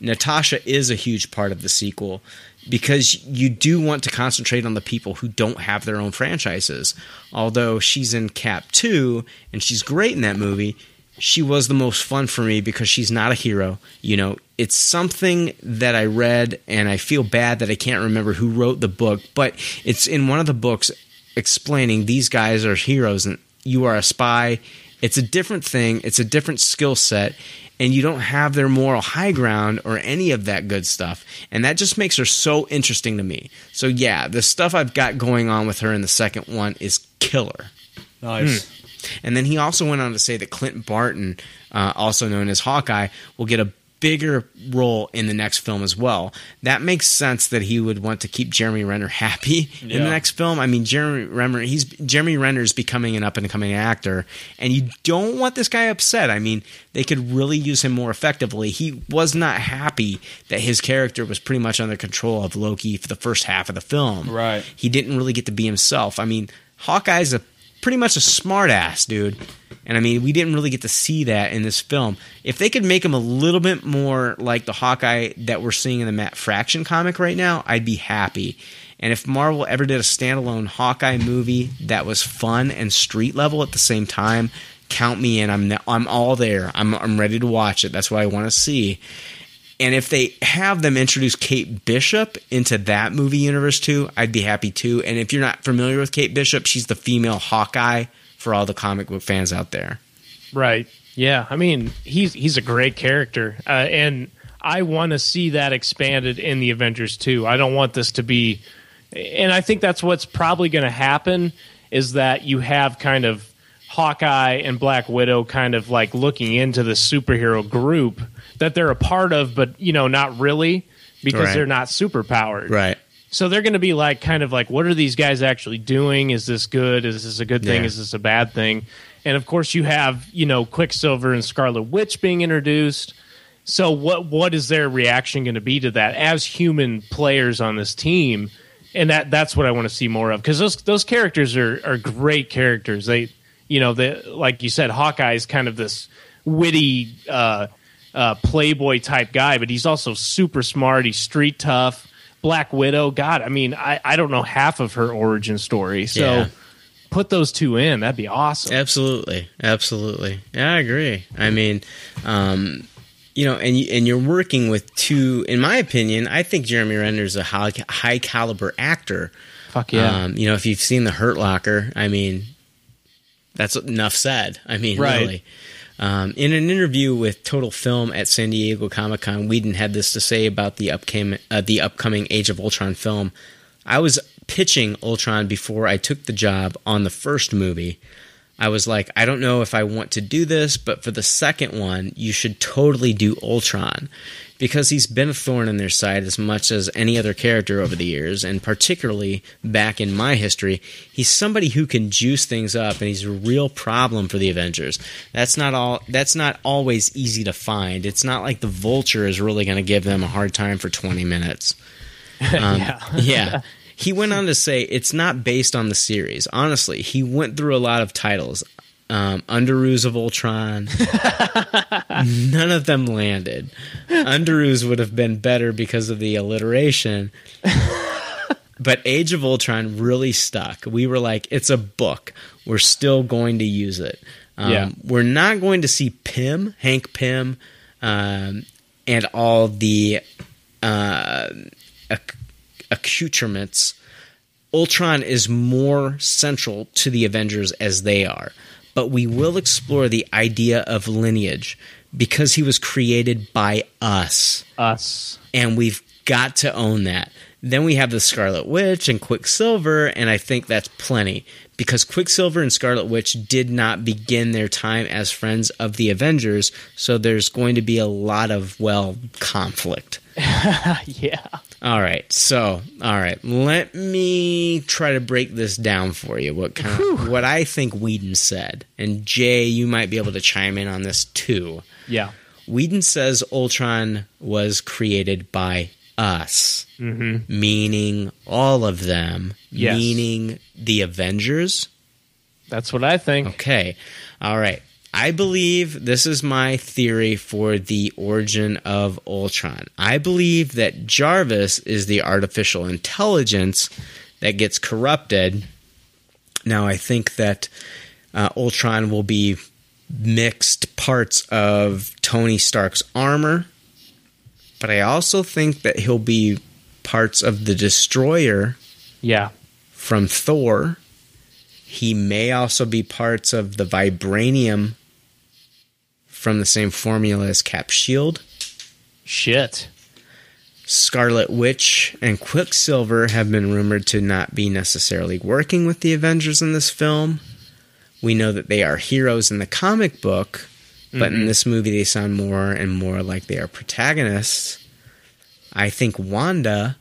[SPEAKER 3] Natasha is a huge part of the sequel because you do want to concentrate on the people who don't have their own franchises. Although she's in Cap 2 and she's great in that movie, she was the most fun for me because she's not a hero. You know, it's something that I read and I feel bad that I can't remember who wrote the book, but it's in one of the books explaining these guys are heroes and you are a spy. It's a different thing, it's a different skill set, and you don't have their moral high ground or any of that good stuff. And that just makes her so interesting to me. So, yeah, the stuff I've got going on with her in the second one is killer.
[SPEAKER 5] Nice.
[SPEAKER 3] Hmm. And then he also went on to say that Clint Barton, uh, also known as Hawkeye, will get a bigger role in the next film as well. That makes sense that he would want to keep Jeremy Renner happy in the
[SPEAKER 5] Yeah.
[SPEAKER 3] next film. I mean, Jeremy Renner, he's Jeremy Renner's becoming an up and coming actor, and you don't want this guy upset. I mean, they could really use him more effectively. He was not happy that his character was pretty much under control of Loki for the first half of the film.
[SPEAKER 5] Right.
[SPEAKER 3] He didn't really get to be himself. I mean, Hawkeye's a pretty much a smart ass dude. And I mean, we didn't really get to see that in this film. If they could make him a little bit more like the Hawkeye that we're seeing in the Matt Fraction comic right now, I'd be happy. And if Marvel ever did a standalone Hawkeye movie that was fun and street level at the same time, count me in. I'm I'm all there. I'm I'm ready to watch it. That's what I want to see. And if they have them introduce Kate Bishop into that movie universe too, I'd be happy too. And if you're not familiar with Kate Bishop, she's the female Hawkeye for all the comic book fans out there.
[SPEAKER 9] Right. Yeah. I mean, he's he's a great character, uh, and I want to see that expanded in the Avengers too. I don't want this to be, and I think that's what's probably going to happen is that you have kind of Hawkeye and Black Widow kind of like looking into the superhero group that they're a part of, but you know, not really because
[SPEAKER 3] Right.
[SPEAKER 9] they're not superpowered.
[SPEAKER 3] Right.
[SPEAKER 9] So they're going to be like, kind of like, what are these guys actually doing? Is this good? Is this a good thing?
[SPEAKER 3] Yeah.
[SPEAKER 9] Is this a bad thing? And of course, you have you know Quicksilver and Scarlet Witch being introduced. So what what is their reaction going to be to that as human players on this team? And that that's what I want to see more of because those those characters are are great characters. They you know they like you said, Hawkeye is kind of this witty. uh uh, playboy type guy, but he's also super smart. He's street tough. Black Widow. God, I mean, I, I don't know half of her origin story. So
[SPEAKER 3] Yeah.
[SPEAKER 9] put those two in. That'd be awesome.
[SPEAKER 3] Absolutely. Absolutely. Yeah, I agree. I mean, um, you know, and you, and you're working with two. In my opinion, I think Jeremy Renner's a high, high caliber actor.
[SPEAKER 9] Fuck yeah.
[SPEAKER 5] Uh,
[SPEAKER 3] Um, you know, if you've seen The Hurt Locker, I mean, that's enough said. I mean,
[SPEAKER 9] Right.
[SPEAKER 3] really. Um, in an interview with Total Film at San Diego Comic Con, Whedon had this to say about the upcoming uh, the upcoming Age of Ultron film. I was pitching Ultron before I took the job on the first movie. I was like, I don't know if I want to do this, but for the second one, you should totally do Ultron because he's been a thorn in their side as much as any other character over the years, and particularly back in my history, he's somebody who can juice things up, and he's a real problem for the Avengers. That's not all. That's not always easy to find. It's not like the Vulture is really going to give them a hard time for twenty minutes. Um, yeah. He went on to say it's not based on the series. Honestly, he went through a lot of titles. Um, Under Ruse of Ultron. None of them landed. Under Ruse would have been better because of the alliteration. But Age of Ultron really stuck. We were like, it's a book. We're still going to use it. Um,
[SPEAKER 9] Yeah.
[SPEAKER 3] We're not going to see Pym, Hank Pym, um, and all the uh, acc- accoutrements. Ultron is more central to the Avengers as they are, but we will explore the idea of lineage because he was created by us
[SPEAKER 9] Us.
[SPEAKER 3] and we've got to own that. Then we have the Scarlet Witch and Quicksilver, and I think that's plenty because Quicksilver and Scarlet Witch did not begin their time as friends of the Avengers, so there's going to be a lot of, well, conflict.
[SPEAKER 9] Yeah.
[SPEAKER 3] All right, so, all right, let me try to break this down for you. What kind of, what I think Whedon said, and Jay, you might be able to chime in on this too.
[SPEAKER 9] Yeah.
[SPEAKER 3] Whedon says Ultron was created by us, meaning all of them,
[SPEAKER 9] Yes.
[SPEAKER 3] meaning the Avengers.
[SPEAKER 9] That's what I think.
[SPEAKER 3] Okay. All right. I believe this is my theory for the origin of Ultron. I believe that Jarvis is the artificial intelligence that gets corrupted. Now, I think that uh, Ultron will be mixed parts of Tony Stark's armor, but I also think that he'll be parts of the Destroyer
[SPEAKER 9] Yeah.
[SPEAKER 3] from Thor. He may also be parts of the vibranium from the same formula as Cap Shield.
[SPEAKER 9] Shit.
[SPEAKER 3] Scarlet Witch and Quicksilver have been rumored to not be necessarily working with the Avengers in this film. We know that they are heroes in the comic book, but in this movie they sound more and more like they are protagonists. I think Wanda,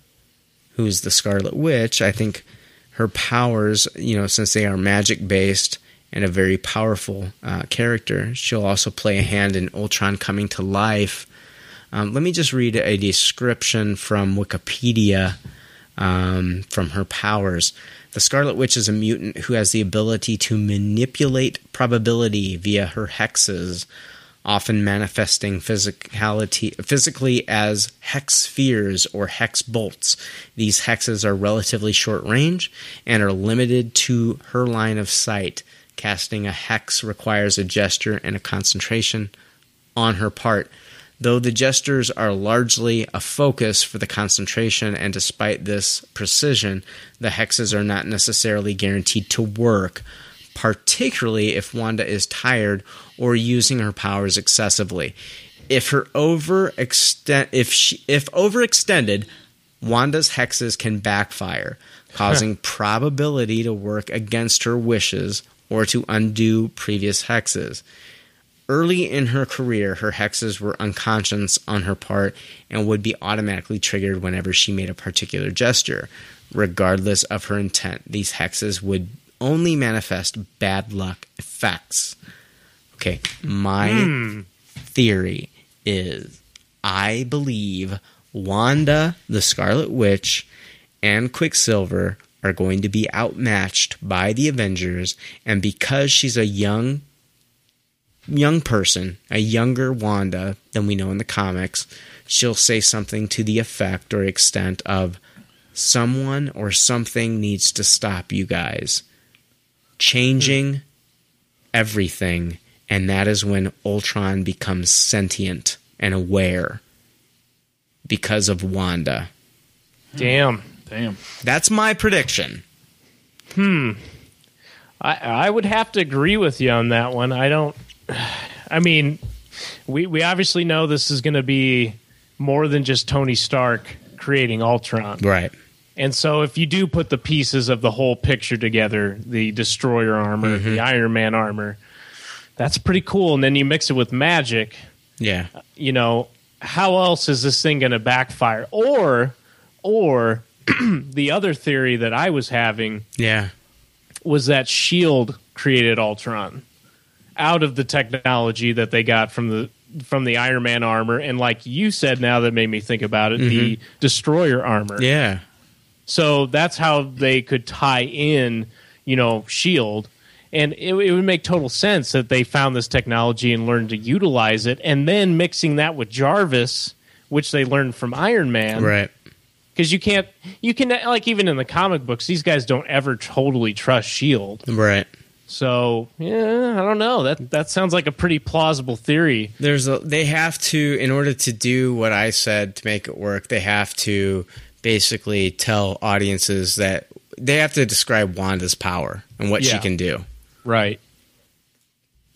[SPEAKER 3] who's the Scarlet Witch, I think her powers, you know, since they are magic based and a very powerful uh, character, she'll also play a hand in Ultron coming to life. Um, let me just read a description from Wikipedia um, from her powers. The Scarlet Witch is a mutant who has the ability to manipulate probability via her hexes, often manifesting physicality physically as hex spheres or hex bolts. These hexes are relatively short range and are limited to her line of sight. Casting a hex requires a gesture and a concentration on her part. Though the gestures are largely a focus for the concentration, and despite this precision, the hexes are not necessarily guaranteed to work, particularly if Wanda is tired or using her powers excessively. If her overextend, if she, if overextended, Wanda's hexes can backfire, causing probability to work against her wishes or to undo previous hexes. Early in her career, her hexes were unconscious on her part and would be automatically triggered whenever she made a particular gesture, regardless of her intent. These hexes would only manifest bad luck effects. Okay, my theory is I believe Wanda, the Scarlet Witch, and Quicksilver are going to be outmatched by the Avengers, and because she's a young young person, a younger Wanda than we know in the comics, she'll say something to the effect or extent of someone or something needs to stop you guys. Changing everything, and that is when Ultron becomes sentient and aware because of Wanda.
[SPEAKER 9] Damn.
[SPEAKER 5] Damn.
[SPEAKER 3] That's my prediction.
[SPEAKER 9] I, I would have to agree with you on that one. I don't. I mean, we we obviously know this is going to be more than just Tony Stark creating Ultron,
[SPEAKER 3] Right.
[SPEAKER 9] and so if you do put the pieces of the whole picture together, the Destroyer armor, the Iron Man armor, that's pretty cool. And then you mix it with magic,
[SPEAKER 3] Yeah.
[SPEAKER 9] you know, how else is this thing going to backfire? Or, or the other theory that I was having
[SPEAKER 3] Yeah.
[SPEAKER 9] was that Shield E created Ultron out of the technology that they got from the from the Iron Man armor, and like you said, now that made me think about it, the Destroyer armor.
[SPEAKER 3] Yeah.
[SPEAKER 9] So that's how they could tie in, you know, Shield, E and it, it would make total sense that they found this technology and learned to utilize it, and then mixing that with Jarvis, which they learned from Iron Man,
[SPEAKER 3] Right.
[SPEAKER 9] Because you can't, you can like even in the comic books, these guys don't ever totally trust Shield.
[SPEAKER 3] Right.
[SPEAKER 9] E So yeah, I don't know. That that sounds like a pretty plausible theory.
[SPEAKER 3] there's a, they have to in order to do what I said to make it work. They have to basically tell audiences that they have to describe Wanda's power and what she
[SPEAKER 9] Yeah.
[SPEAKER 3] can do.
[SPEAKER 9] Right.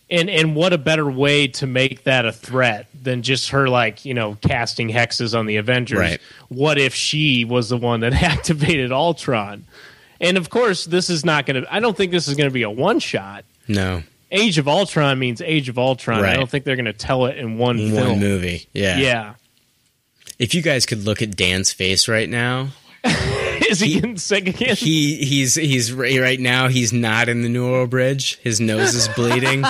[SPEAKER 9] And and what a better way to make that a threat than just her like, you know, casting hexes on the Avengers.
[SPEAKER 3] Right.
[SPEAKER 9] What if she was the one that activated Ultron? And of course, this is not going to I don't think this is going to be a one shot.
[SPEAKER 3] No,
[SPEAKER 9] Age of Ultron means Age of Ultron.
[SPEAKER 3] Right.
[SPEAKER 9] I don't think they're going to tell it in one,
[SPEAKER 3] in
[SPEAKER 9] film.
[SPEAKER 3] one movie. Yeah.
[SPEAKER 9] Yeah.
[SPEAKER 3] If you guys could look at Dan's face right now,
[SPEAKER 9] Is he, getting sick again?
[SPEAKER 3] he he's he's ri- right now he's not in the neural bridge. His nose is bleeding.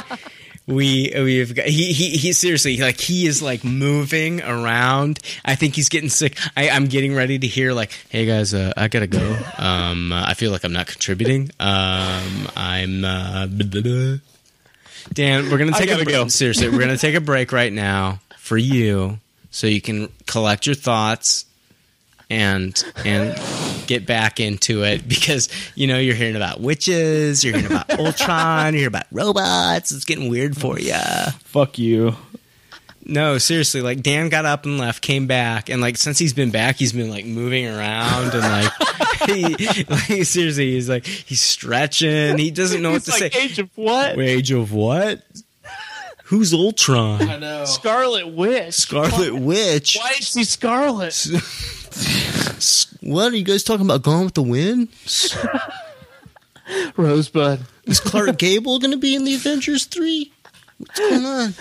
[SPEAKER 3] We we've got he he he seriously like he is like moving around. I think he's getting sick. I, I'm getting ready to hear like, hey guys, uh, I gotta go. Um, uh, I feel like I'm not contributing. Um, I'm uh, blah, blah, blah. Dan. We're gonna take a
[SPEAKER 9] gotta
[SPEAKER 3] br-
[SPEAKER 9] go.
[SPEAKER 3] seriously. We're gonna take a break right now for you, so you can collect your thoughts and and get back into it because you know you're hearing about witches, you're hearing about Ultron, you're hearing about robots. It's getting weird for you.
[SPEAKER 5] Fuck you.
[SPEAKER 3] No, seriously, like Dan got up and left, came back, and like since he's been back, he's been like moving around and like. He, like seriously, he's like he's stretching. He doesn't know what
[SPEAKER 9] It's
[SPEAKER 3] to
[SPEAKER 9] like
[SPEAKER 3] say.
[SPEAKER 9] Age of what?
[SPEAKER 3] Age of what? Who's Ultron?
[SPEAKER 9] Scarlet Witch.
[SPEAKER 3] Scarlet Witch.
[SPEAKER 9] Why is she Scarlet?
[SPEAKER 3] What are you guys talking about? Gone with the Wind?
[SPEAKER 9] Rosebud.
[SPEAKER 3] Is Clark Gable going to be in the Avengers 3? What's going on?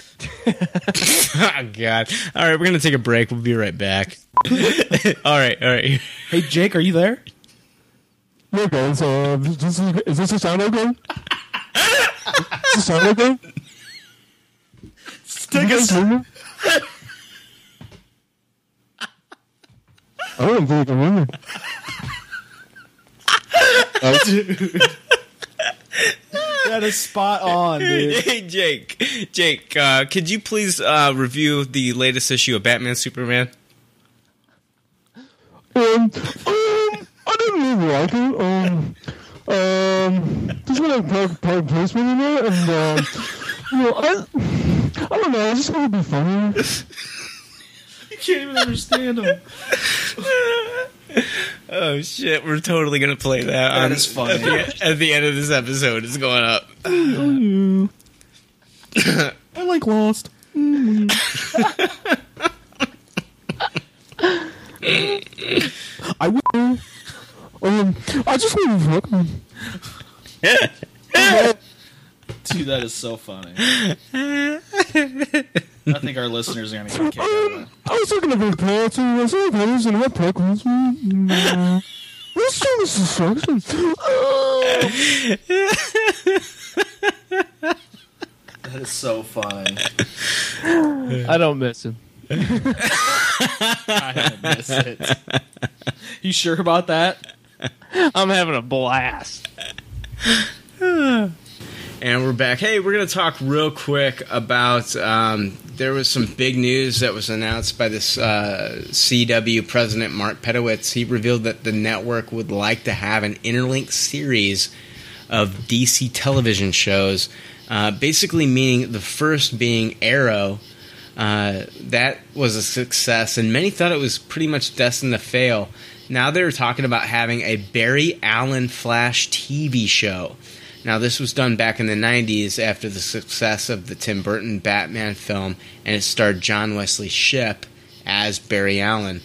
[SPEAKER 3] oh, God. All right, we're going to take a break. We'll be right back. all right, all right.
[SPEAKER 5] Hey Jake, are you there?
[SPEAKER 4] Hey guys, uh, is this, is this a sound okay? is this sound okay? Stick us. I don't think I'm in it.
[SPEAKER 5] That is spot on, dude.
[SPEAKER 3] Hey, Jake. Jake, uh, could you please uh, review the latest issue of Batman Superman?
[SPEAKER 4] Um, um, I didn't really like it. Um, um, there's no like product, product placement in there, and um, you know, I, I don't know. I just want to be funny.
[SPEAKER 5] Can't even understand him.
[SPEAKER 3] Oh, shit. We're totally going to play that. on-
[SPEAKER 5] is funny.
[SPEAKER 3] At the, at the end of this episode, it's going up.
[SPEAKER 4] I like Lost. I will. Um, I just want to fuck him.
[SPEAKER 5] Dude, that is so funny. I think our listeners are gonna get a kick out of that.
[SPEAKER 4] I was talking about parts and I saw brothers and what problems. This song is destruction. Oh,
[SPEAKER 5] That is so funny.
[SPEAKER 9] I don't miss him.
[SPEAKER 5] I miss it. You sure about that?
[SPEAKER 9] I'm having a blast.
[SPEAKER 3] And we're back. Hey, we're going to talk real quick about um, there was some big news that was announced by this uh, CW president, Mark Pedowitz. He revealed that the network would like to have an interlinked series of DC television shows, uh, basically meaning the first being Arrow, Uh, that was a success, and many thought it was pretty much destined to fail. Now they were talking about having a Barry Allen Flash TV show. Now, this was done back in the 90s after the success of the Tim Burton Batman film, and it starred John Wesley Shipp as Barry Allen.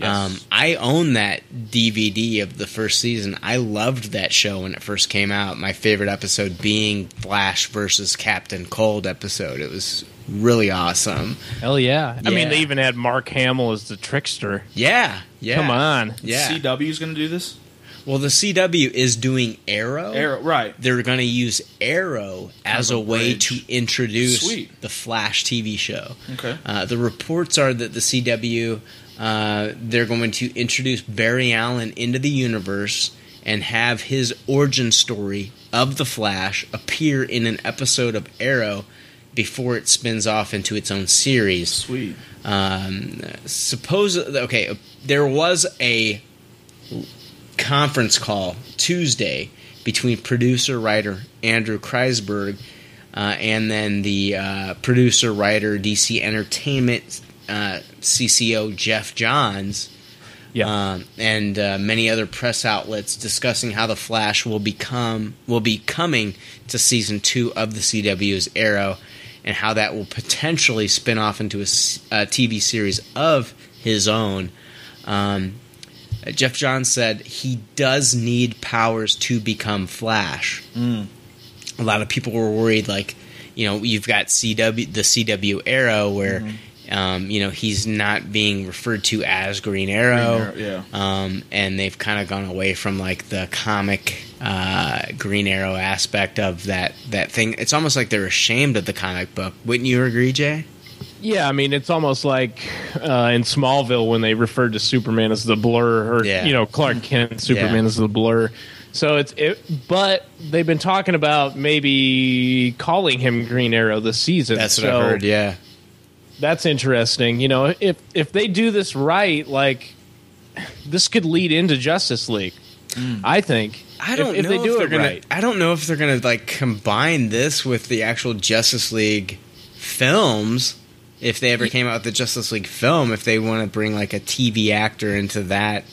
[SPEAKER 3] Um, I own that DVD of the first season. I loved that show when it first came out. My favorite episode being Flash versus Captain Cold episode. It was really awesome.
[SPEAKER 9] Hell yeah. I
[SPEAKER 3] Yeah.
[SPEAKER 9] mean, they even had Mark Hamill as the trickster.
[SPEAKER 3] Yeah, yeah.
[SPEAKER 9] Come on.
[SPEAKER 3] Yeah.
[SPEAKER 5] CW's going to do this.
[SPEAKER 3] well, the CW is doing Arrow.
[SPEAKER 5] Arrow, right?
[SPEAKER 3] They're going to use Arrow as
[SPEAKER 5] a
[SPEAKER 3] a, way
[SPEAKER 5] bridge.
[SPEAKER 3] to introduce
[SPEAKER 5] Sweet.
[SPEAKER 3] the Flash TV show.
[SPEAKER 5] Okay.
[SPEAKER 3] Uh, the reports are that the CW uh, they're going to introduce Barry Allen into the universe and have his origin story of the Flash appear in an episode of Arrow before it spins off into its own series
[SPEAKER 5] Sweet.
[SPEAKER 3] um, suppose okay there was a conference call tuesday between producer writer andrew kreisberg uh, and then the uh, producer writer dc entertainment uh, cco jeff johns
[SPEAKER 9] Yeah.
[SPEAKER 3] um, and uh, many other press outlets discussing how the Flash will become will be coming to season two of the CW's Arrow, and how that will potentially spin off into a, s- a TV series of his own. Um, uh, Jeff Johns said he does need powers to become Flash. A lot of people were worried, like you know, you've got CW the CW Arrow where. Um, you know he's not being referred to as Green Arrow,
[SPEAKER 5] Green Arrow,
[SPEAKER 3] um, and they've kind of gone away from like the comic uh, Green Arrow aspect of that that thing. It's almost like they're ashamed of the comic book. Wouldn't you agree, Jay?
[SPEAKER 9] yeah, I mean, it's almost like uh, in Smallville when they referred to Superman as the blur, or,
[SPEAKER 3] Yeah.
[SPEAKER 9] you know, Clark Kent, Superman
[SPEAKER 3] Yeah.
[SPEAKER 9] as the blur. So it's it, but they've been talking about maybe calling him Green Arrow this season.
[SPEAKER 3] That's what
[SPEAKER 9] so
[SPEAKER 3] I heard. Yeah,
[SPEAKER 9] that's interesting. You know, if if they do this right, like this could lead into Justice League. I think.
[SPEAKER 3] Hmm. I don't
[SPEAKER 9] if,
[SPEAKER 3] know
[SPEAKER 9] if they do
[SPEAKER 3] they're
[SPEAKER 9] it
[SPEAKER 3] gonna,
[SPEAKER 9] right.
[SPEAKER 3] I don't know if they're gonna like combine this with the actual Justice League films. If they ever came out with the Justice League film, if they want to bring like a TV actor into that,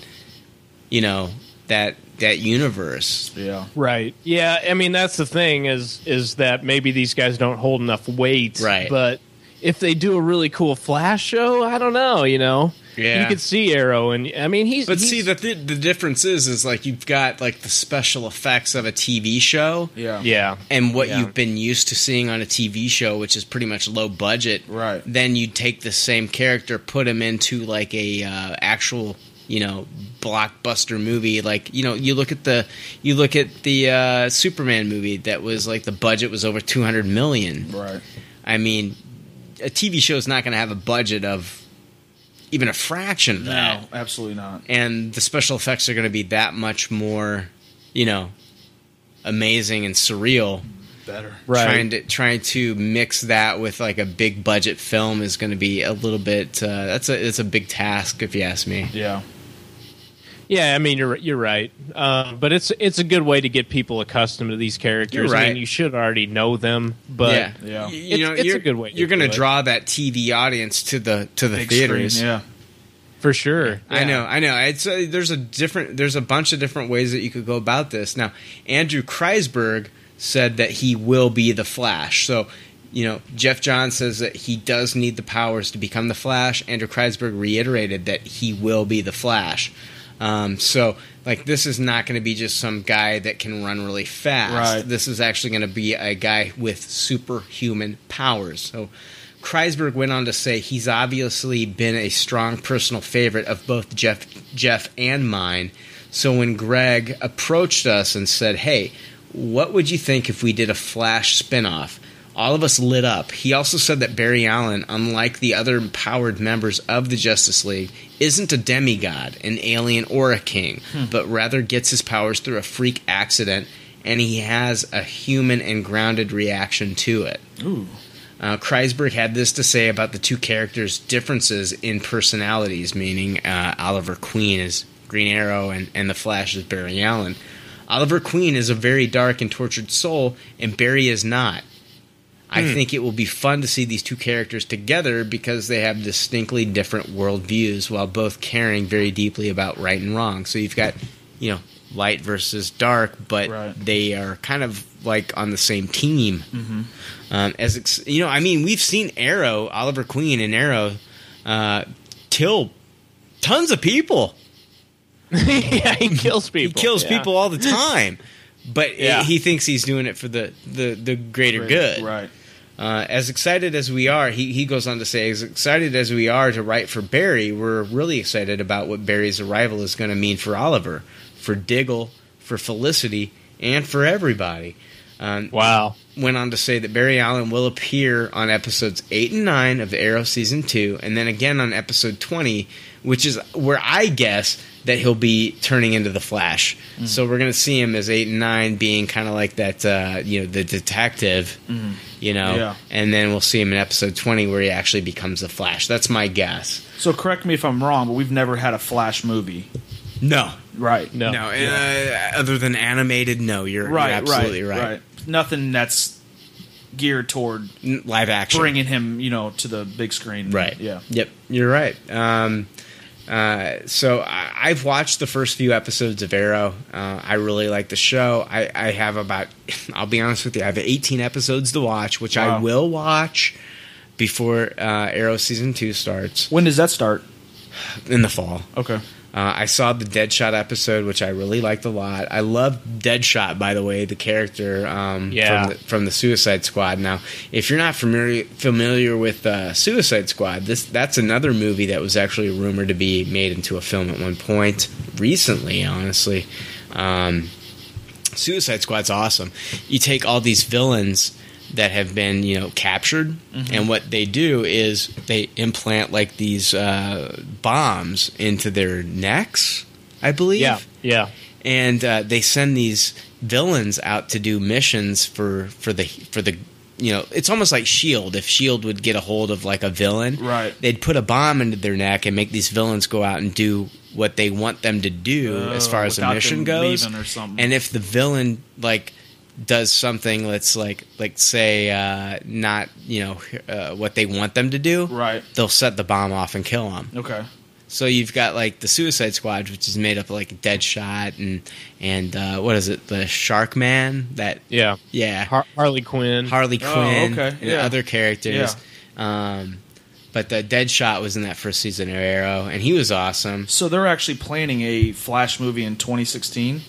[SPEAKER 3] you know that that universe.
[SPEAKER 5] Yeah.
[SPEAKER 9] Right. Yeah, I mean that's the thing is is that maybe these guys don't hold enough weight.
[SPEAKER 3] Right.
[SPEAKER 9] But if they do a really cool Flash show, I don't know. You know.
[SPEAKER 3] Yeah.
[SPEAKER 9] You could see Arrow, and I mean he's.
[SPEAKER 3] But
[SPEAKER 9] he's-
[SPEAKER 3] see, the th- the difference is, is like you've got like the special effects of a TV show,
[SPEAKER 5] Yeah.
[SPEAKER 9] Yeah.
[SPEAKER 3] and what
[SPEAKER 9] Yeah.
[SPEAKER 3] you've been used to seeing on a TV show, which is pretty much low budget.
[SPEAKER 5] Right.
[SPEAKER 3] Then you take the same character, put him into like a uh, actual, you know, blockbuster movie. Like you know, you look at the you look at the uh, Superman movie that was like the budget was over two hundred million.
[SPEAKER 5] Right.
[SPEAKER 3] I mean, a TV show is not going to have a budget of even a fraction of that
[SPEAKER 5] No, absolutely not.
[SPEAKER 3] and the special effects are going to be that much more, you know, amazing and surreal.
[SPEAKER 5] Better.
[SPEAKER 9] Right.
[SPEAKER 3] Trying to trying to mix that with like a big budget film is going to be a little bit. Uh, that's a it's a big task if you ask me.
[SPEAKER 5] Yeah.
[SPEAKER 9] Yeah, I mean you're you're right, uh, but it's it's a good way to get people accustomed to these characters. I
[SPEAKER 3] right.
[SPEAKER 9] mean, you should already know them, but
[SPEAKER 3] yeah,
[SPEAKER 5] Yeah.
[SPEAKER 3] Y- You
[SPEAKER 9] It's-
[SPEAKER 3] know,
[SPEAKER 9] it's a
[SPEAKER 3] you're,
[SPEAKER 9] good way to
[SPEAKER 3] You're going to
[SPEAKER 9] do it.
[SPEAKER 3] draw that TV audience to the to the
[SPEAKER 5] Big
[SPEAKER 3] theaters.
[SPEAKER 5] screen, Yeah.
[SPEAKER 9] for sure.
[SPEAKER 3] I know, I know. It's uh, there's a different, there's a bunch of different ways that you could go about this. Now, Andrew Kreisberg said that he will be the Flash. So, you know, Jeff John says that he does need the powers to become the Flash. Andrew Kreisberg reiterated that he will be the Flash. Um, so, like, this is not going to be just some guy that can run really fast.
[SPEAKER 5] Right.
[SPEAKER 3] This is actually going to be a guy with superhuman powers. So, Kreisberg went on to say he's obviously been a strong personal favorite of both Jeff, Jeff and mine. So when Greg approached us and said, "Hey, what would you think if we did a Flash spinoff?" All of us lit up. He also said that Barry Allen, unlike the other empowered members of the Justice League, isn't a demigod, an alien, or a king, but rather gets his powers through a freak accident, and he has a human and grounded reaction to it. Uh, Kreisberg had this to say about the two characters' differences in personalities, meaning uh, Oliver Queen is Green Arrow and, and The Flash is Barry Allen. Oliver Queen is a very dark and tortured soul, and Barry is not. I think it will be fun to see these two characters together because they have distinctly different worldviews while both caring very deeply about right and wrong. So you've got, you know, light versus dark, but
[SPEAKER 5] Right.
[SPEAKER 3] they are kind of like on the same team. Um, as ex- you know, I mean, we've seen Arrow, Oliver Queen, and Arrow uh, kill tons of people.
[SPEAKER 9] yeah, he kills people.
[SPEAKER 3] He kills
[SPEAKER 9] Yeah.
[SPEAKER 3] people all the time, but
[SPEAKER 9] Yeah.
[SPEAKER 3] he thinks he's doing it for the the, the greater, good.
[SPEAKER 5] Right.
[SPEAKER 3] Uh, as excited as we are, he, he goes on to say, as excited as we are to write for Barry, we're really excited about what Barry's arrival is going to mean for Oliver, for Diggle, for Felicity, and for everybody. Um,
[SPEAKER 9] Wow.
[SPEAKER 3] went on to say that Barry Allen will appear on episodes 8 and 9 of the Arrow season 2 and then again on episode 20 which is where I guess that he'll be turning into the Flash. So we're going to see him as 8 and 9 being kind of like that uh, you know the detective you know
[SPEAKER 5] Yeah.
[SPEAKER 3] and then we'll see him in episode 20 where he actually becomes the Flash. That's my guess.
[SPEAKER 5] So correct me if I'm wrong, but we've never had a Flash movie.
[SPEAKER 3] No.
[SPEAKER 5] Right.
[SPEAKER 9] No.
[SPEAKER 3] No, uh, other than animated no, you're, you're
[SPEAKER 5] Right.
[SPEAKER 3] absolutely
[SPEAKER 5] right,
[SPEAKER 3] right.
[SPEAKER 5] Nothing that's geared toward
[SPEAKER 3] N- Live action.
[SPEAKER 5] bringing him, you know, to the big screen.
[SPEAKER 3] Right.
[SPEAKER 5] Yeah.
[SPEAKER 3] Yep. You're right. Um, uh, so I, I've watched the first few episodes of Arrow. Uh, I really like the show. I, I have about, I'll be honest with you, I have 18 episodes to watch, which I
[SPEAKER 5] Wow.
[SPEAKER 3] will watch before uh, Arrow season two starts
[SPEAKER 5] When does that start?
[SPEAKER 3] in the fall.
[SPEAKER 5] Okay.
[SPEAKER 3] Uh, I saw the Deadshot episode, which I really liked a lot. I love Deadshot, by the way, the character um,
[SPEAKER 9] Yeah.
[SPEAKER 3] from, the, from the Suicide Squad. Now, if you're not familiar familiar with uh, Suicide Squad, this that's another movie that was actually rumored to be made into a film at one point recently. Honestly, um, Suicide Squad's awesome. You take all these villains that have been, you know, captured, and what they do is they implant like these uh, bombs into their necks, I believe.
[SPEAKER 9] Yeah. Yeah.
[SPEAKER 3] And uh, they send these villains out to do missions for for the for the you know it's almost like shield E if shield would get a hold of like a villain
[SPEAKER 5] Right.
[SPEAKER 3] they'd put a bomb into their neck and make these villains go out and do what they want them to do as far as a
[SPEAKER 5] Oh, without
[SPEAKER 3] mission
[SPEAKER 5] them
[SPEAKER 3] goes
[SPEAKER 5] leaving or something.
[SPEAKER 3] and if the villain like does something that's like like say uh not you know uh, what they want them to do
[SPEAKER 5] Right.
[SPEAKER 3] they'll set the bomb off and kill them
[SPEAKER 5] Okay.
[SPEAKER 3] so you've got like the suicide squad which is made up of like deadshot and and uh what is it the shark man that
[SPEAKER 9] Yeah.
[SPEAKER 3] yeah
[SPEAKER 9] Har- Harley Quinn.
[SPEAKER 3] Harley
[SPEAKER 5] Oh,
[SPEAKER 3] Quinn
[SPEAKER 5] okay,
[SPEAKER 3] and
[SPEAKER 5] yeah.
[SPEAKER 3] other characters. Um, but the Deadshot was in that first season of Arrow, and he was awesome.
[SPEAKER 5] So they're actually planning a Flash movie in 2016.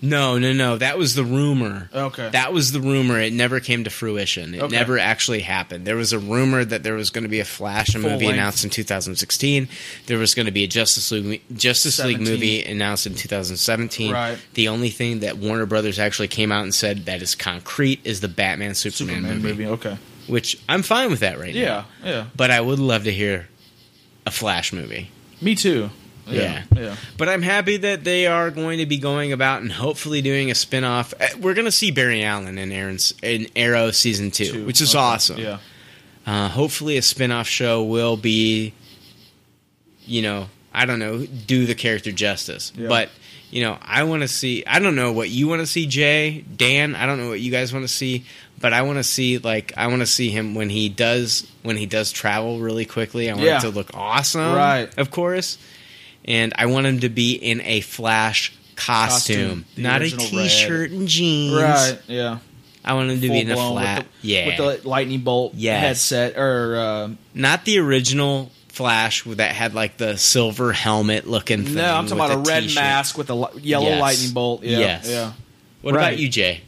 [SPEAKER 3] No, no, no. That was the rumor.
[SPEAKER 5] Okay.
[SPEAKER 3] That was the rumor. It never came to fruition. It
[SPEAKER 5] Okay.
[SPEAKER 3] never actually happened. There was a rumor that there was going to be a Flash movie
[SPEAKER 5] length.
[SPEAKER 3] announced in 2016. There was going to be a Justice League Justice League
[SPEAKER 5] 17.
[SPEAKER 3] movie announced in 2017.
[SPEAKER 5] Right.
[SPEAKER 3] The only thing that Warner Brothers actually came out and said that is concrete is the Batman Superman,
[SPEAKER 5] Superman
[SPEAKER 3] movie,
[SPEAKER 5] movie. Okay.
[SPEAKER 3] which I'm fine with that right now.
[SPEAKER 5] Yeah. Yeah.
[SPEAKER 3] but I would love to hear a Flash movie.
[SPEAKER 5] Me too.
[SPEAKER 3] Yeah.
[SPEAKER 5] Yeah. yeah.
[SPEAKER 3] But I'm happy that they are going to be going about and hopefully doing a spin-off. Eh, We're going to see Barry Allen in Aaron's in Arrow season 2,
[SPEAKER 5] Two.
[SPEAKER 3] which is
[SPEAKER 5] Okay.
[SPEAKER 3] awesome.
[SPEAKER 5] Yeah.
[SPEAKER 3] Uh, hopefully a spin-off show will be you know, I don't know, do the character justice.
[SPEAKER 5] Yeah.
[SPEAKER 3] But you know, I want to see. I don't know what you want to see, Jay, Dan. I don't know what you guys want to see, but I want to see like I want to see him when he does when he does travel really quickly. I want
[SPEAKER 5] Yeah.
[SPEAKER 3] it to look awesome,
[SPEAKER 5] Right.
[SPEAKER 3] Of course, and I want him to be in a Flash costume,
[SPEAKER 5] Costume. The
[SPEAKER 3] not a
[SPEAKER 5] original red.
[SPEAKER 3] T-shirt and jeans.
[SPEAKER 5] Right. Yeah.
[SPEAKER 3] I want him to be in a
[SPEAKER 5] Full-blown
[SPEAKER 3] flat,
[SPEAKER 5] With the,
[SPEAKER 3] yeah,
[SPEAKER 5] With the lightning bolt
[SPEAKER 3] Yes.
[SPEAKER 5] headset or uh,
[SPEAKER 3] not the original. Flash that had like the silver helmet looking thing.
[SPEAKER 5] no, I'm talking
[SPEAKER 3] with
[SPEAKER 5] about a
[SPEAKER 3] the
[SPEAKER 5] red
[SPEAKER 3] t-shirt.
[SPEAKER 5] mask with a li- yellow
[SPEAKER 3] Yes.
[SPEAKER 5] lightning bolt. Yeah.
[SPEAKER 3] Yes.
[SPEAKER 5] Yeah.
[SPEAKER 3] What
[SPEAKER 9] Right.
[SPEAKER 3] about you, Jay?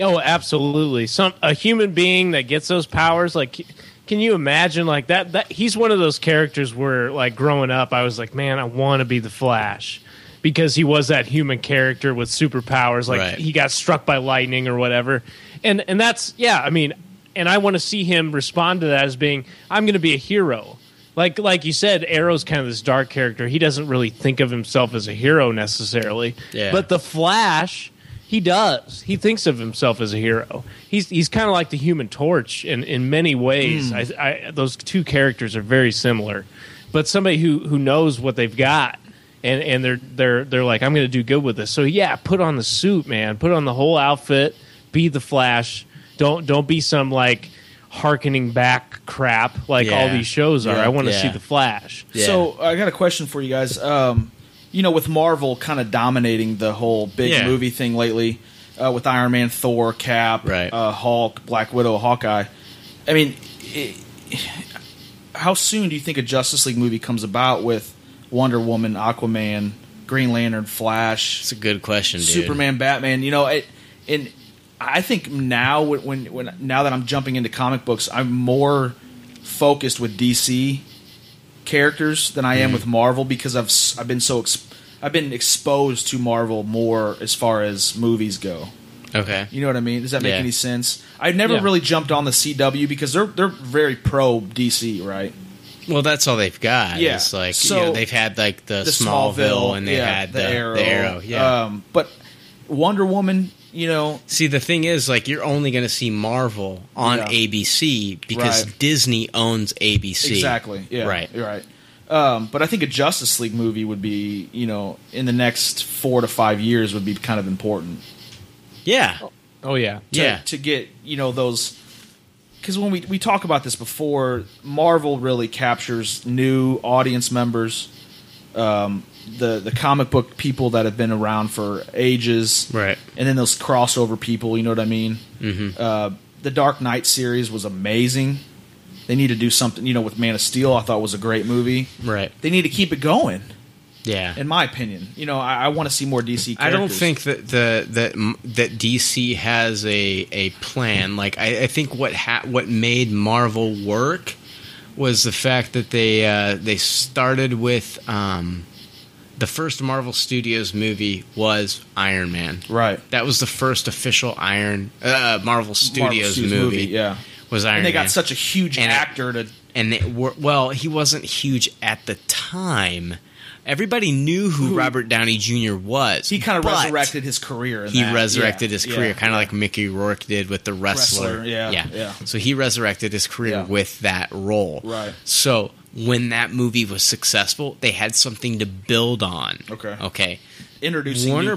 [SPEAKER 9] Oh, absolutely. Some a human being that gets those powers, like can you imagine like that that he's one of those characters where like growing up I was like, man, I want to be the Flash because he was that human character with superpowers like
[SPEAKER 3] Right.
[SPEAKER 9] he got struck by lightning or whatever. And and that's yeah, I mean, and I want to see him respond to that as being I'm going to be a hero. Like like you said, Arrow's kind of this dark character. He doesn't really think of himself as a hero necessarily.
[SPEAKER 3] Yeah.
[SPEAKER 9] But the Flash, he does. He thinks of himself as a hero. He's he's kind of like the Human Torch in in many ways. I, I, those two characters are very similar, but somebody who who knows what they've got. And, and they're they're they're like I'm going to do good with this. So yeah, put on the suit, man. Put on the whole outfit. Be the Flash. Don't don't be some like harkening back crap like all
[SPEAKER 3] Yeah.
[SPEAKER 9] these shows are.
[SPEAKER 3] Yeah.
[SPEAKER 9] I want to
[SPEAKER 3] Yeah.
[SPEAKER 9] see the Flash.
[SPEAKER 3] Yeah.
[SPEAKER 5] So I got a question for you guys. Um, you know, with Marvel kind of dominating the whole big
[SPEAKER 3] Yeah.
[SPEAKER 5] movie thing lately, uh, with Iron Man, Thor, Cap,
[SPEAKER 3] Right.
[SPEAKER 5] uh, Hulk, Black Widow, Hawkeye. I mean, it, how soon do you think a Justice League movie comes about with Wonder Woman, Aquaman, Green Lantern, Flash,
[SPEAKER 3] It's a good question, dude.
[SPEAKER 5] Superman, Batman. You know, it, and I think now when, when when now that I'm jumping into comic books, I'm more focused with DC characters than I am
[SPEAKER 3] Mm-hmm.
[SPEAKER 5] with Marvel because I've s- I've been so ex- I've been exposed to Marvel more as far as movies go.
[SPEAKER 3] Okay.
[SPEAKER 5] You know what I mean? Does that make
[SPEAKER 3] Yeah.
[SPEAKER 5] any sense? I've never
[SPEAKER 9] Yeah.
[SPEAKER 5] really jumped on the CW because they're they're very pro DC, right?
[SPEAKER 3] Well, that's all they've got.
[SPEAKER 5] Yeah.
[SPEAKER 3] It's like
[SPEAKER 5] So-
[SPEAKER 3] you know, they've had like the,
[SPEAKER 5] the
[SPEAKER 3] Smallville,
[SPEAKER 5] Smallville,
[SPEAKER 3] and they
[SPEAKER 5] yeah,
[SPEAKER 3] had the, the arrow. Yeah.
[SPEAKER 5] Um, but Wonder Woman, you know,
[SPEAKER 3] See, the thing is, like, you're only going to see Marvel on
[SPEAKER 5] Yeah.
[SPEAKER 3] ABC because
[SPEAKER 5] Right.
[SPEAKER 3] Disney owns ABC.
[SPEAKER 5] Exactly. Yeah.
[SPEAKER 3] Right.
[SPEAKER 5] You're right. Um, but I think a Justice League movie would be, you know, in the next four to five years would be kind of important.
[SPEAKER 3] Yeah.
[SPEAKER 9] Oh yeah.
[SPEAKER 5] To,
[SPEAKER 3] yeah.
[SPEAKER 5] To get you know those. Because when we, we talk about this before, Marvel really captures new audience members, um, the the comic book people that have been around for ages,
[SPEAKER 3] Right.
[SPEAKER 5] And then those crossover people, you know what I mean? Mm-hmm. Uh, the Dark Knight series was amazing. They need to do something, you know, with Man of Steel. I thought was a great movie.
[SPEAKER 3] Right.
[SPEAKER 5] They need to keep it going,
[SPEAKER 3] Yeah.
[SPEAKER 5] in my opinion. You know, I, I want to see more DC. characters.
[SPEAKER 3] I don't think that the that m- that DC has a a plan. Like I, I think what ha- what made Marvel work was the fact that they uh, they started with um, the first Marvel Studios movie was Iron Man.
[SPEAKER 5] right.
[SPEAKER 3] That was the first official Iron uh, Marvel Studios
[SPEAKER 5] Studios
[SPEAKER 3] movie.
[SPEAKER 5] movie, yeah.
[SPEAKER 3] was Iron.
[SPEAKER 5] and they got
[SPEAKER 3] Man.
[SPEAKER 5] such a huge
[SPEAKER 3] And it-
[SPEAKER 5] actor to
[SPEAKER 3] and they were well. He wasn't huge at the time. Everybody knew who, Robert Downey Jr. was.
[SPEAKER 5] he kind of
[SPEAKER 3] but-
[SPEAKER 5] resurrected his career. In
[SPEAKER 3] he
[SPEAKER 5] that.
[SPEAKER 3] resurrected
[SPEAKER 5] Yeah,
[SPEAKER 3] his
[SPEAKER 5] yeah.
[SPEAKER 3] career, kind of like Mickey Rourke did with the wrestler.
[SPEAKER 5] Wrestler, yeah, yeah.
[SPEAKER 3] So he resurrected his career
[SPEAKER 5] Yeah.
[SPEAKER 3] with that role.
[SPEAKER 5] Right.
[SPEAKER 3] So when that movie was successful, they had something to build on.
[SPEAKER 5] Okay.
[SPEAKER 3] Okay.
[SPEAKER 5] introducing new
[SPEAKER 3] Uh, Warner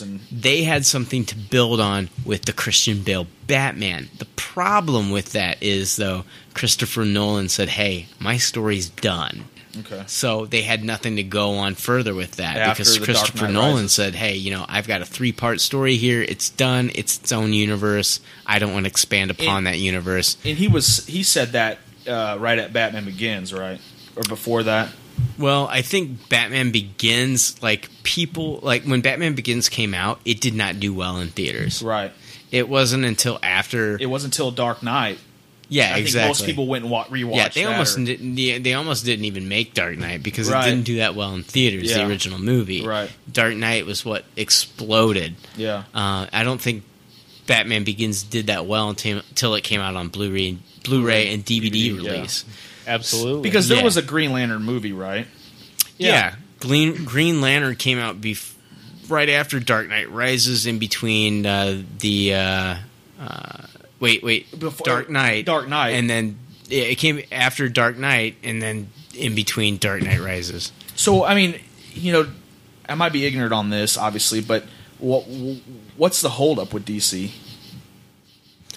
[SPEAKER 3] Brothers,
[SPEAKER 5] and
[SPEAKER 3] they had something to build on with the Christian Bale Batman. The problem with that is, though, Christopher Nolan said, "Hey, my story's done."
[SPEAKER 5] okay,
[SPEAKER 3] So they had nothing to go on further with that
[SPEAKER 5] After
[SPEAKER 3] because
[SPEAKER 5] The Dark
[SPEAKER 3] Christopher
[SPEAKER 5] Knight
[SPEAKER 3] Nolan
[SPEAKER 5] Rises.
[SPEAKER 3] said, "Hey, you know, I've got a three-part story here. It's done. It's its own universe. I don't want to expand upon
[SPEAKER 5] And-
[SPEAKER 3] that universe."
[SPEAKER 5] and he was he said that uh, right at Batman Begins, right or before that.
[SPEAKER 3] Well, I think Batman Begins like people like when Batman Begins came out, it did not do well in theaters.
[SPEAKER 5] Right.
[SPEAKER 3] It wasn't until after
[SPEAKER 5] It wasn't until Dark Knight.
[SPEAKER 3] yeah,
[SPEAKER 5] I
[SPEAKER 3] exactly.
[SPEAKER 5] think most people went and wa- rewatched.
[SPEAKER 3] yeah, they
[SPEAKER 5] that
[SPEAKER 3] almost
[SPEAKER 5] or-
[SPEAKER 3] didn't. yeah, They almost didn't even make Dark Knight because
[SPEAKER 5] Right.
[SPEAKER 3] it didn't do that well in theaters.
[SPEAKER 5] Yeah.
[SPEAKER 3] The original movie,
[SPEAKER 5] Right.
[SPEAKER 3] Dark Knight was what exploded.
[SPEAKER 5] Yeah.
[SPEAKER 3] Uh, I don't think Batman Begins did that well until, until it came out on Blu-ray, Blu-ray and DVD,
[SPEAKER 5] yeah.
[SPEAKER 3] release.
[SPEAKER 9] Absolutely.
[SPEAKER 5] because there
[SPEAKER 3] yeah.
[SPEAKER 5] was a Green Lantern movie, right?
[SPEAKER 3] Yeah, Green, Green Lantern came out bef- right after Dark Knight Rises, in between uh, the uh, uh, wait, wait,
[SPEAKER 5] Before-
[SPEAKER 3] Dark Knight,
[SPEAKER 5] Dark Knight.
[SPEAKER 3] and then yeah, it came after Dark Knight, and then in between Dark Knight Rises.
[SPEAKER 5] So I mean, you know, I might be ignorant on this, obviously, but what what's the holdup with DC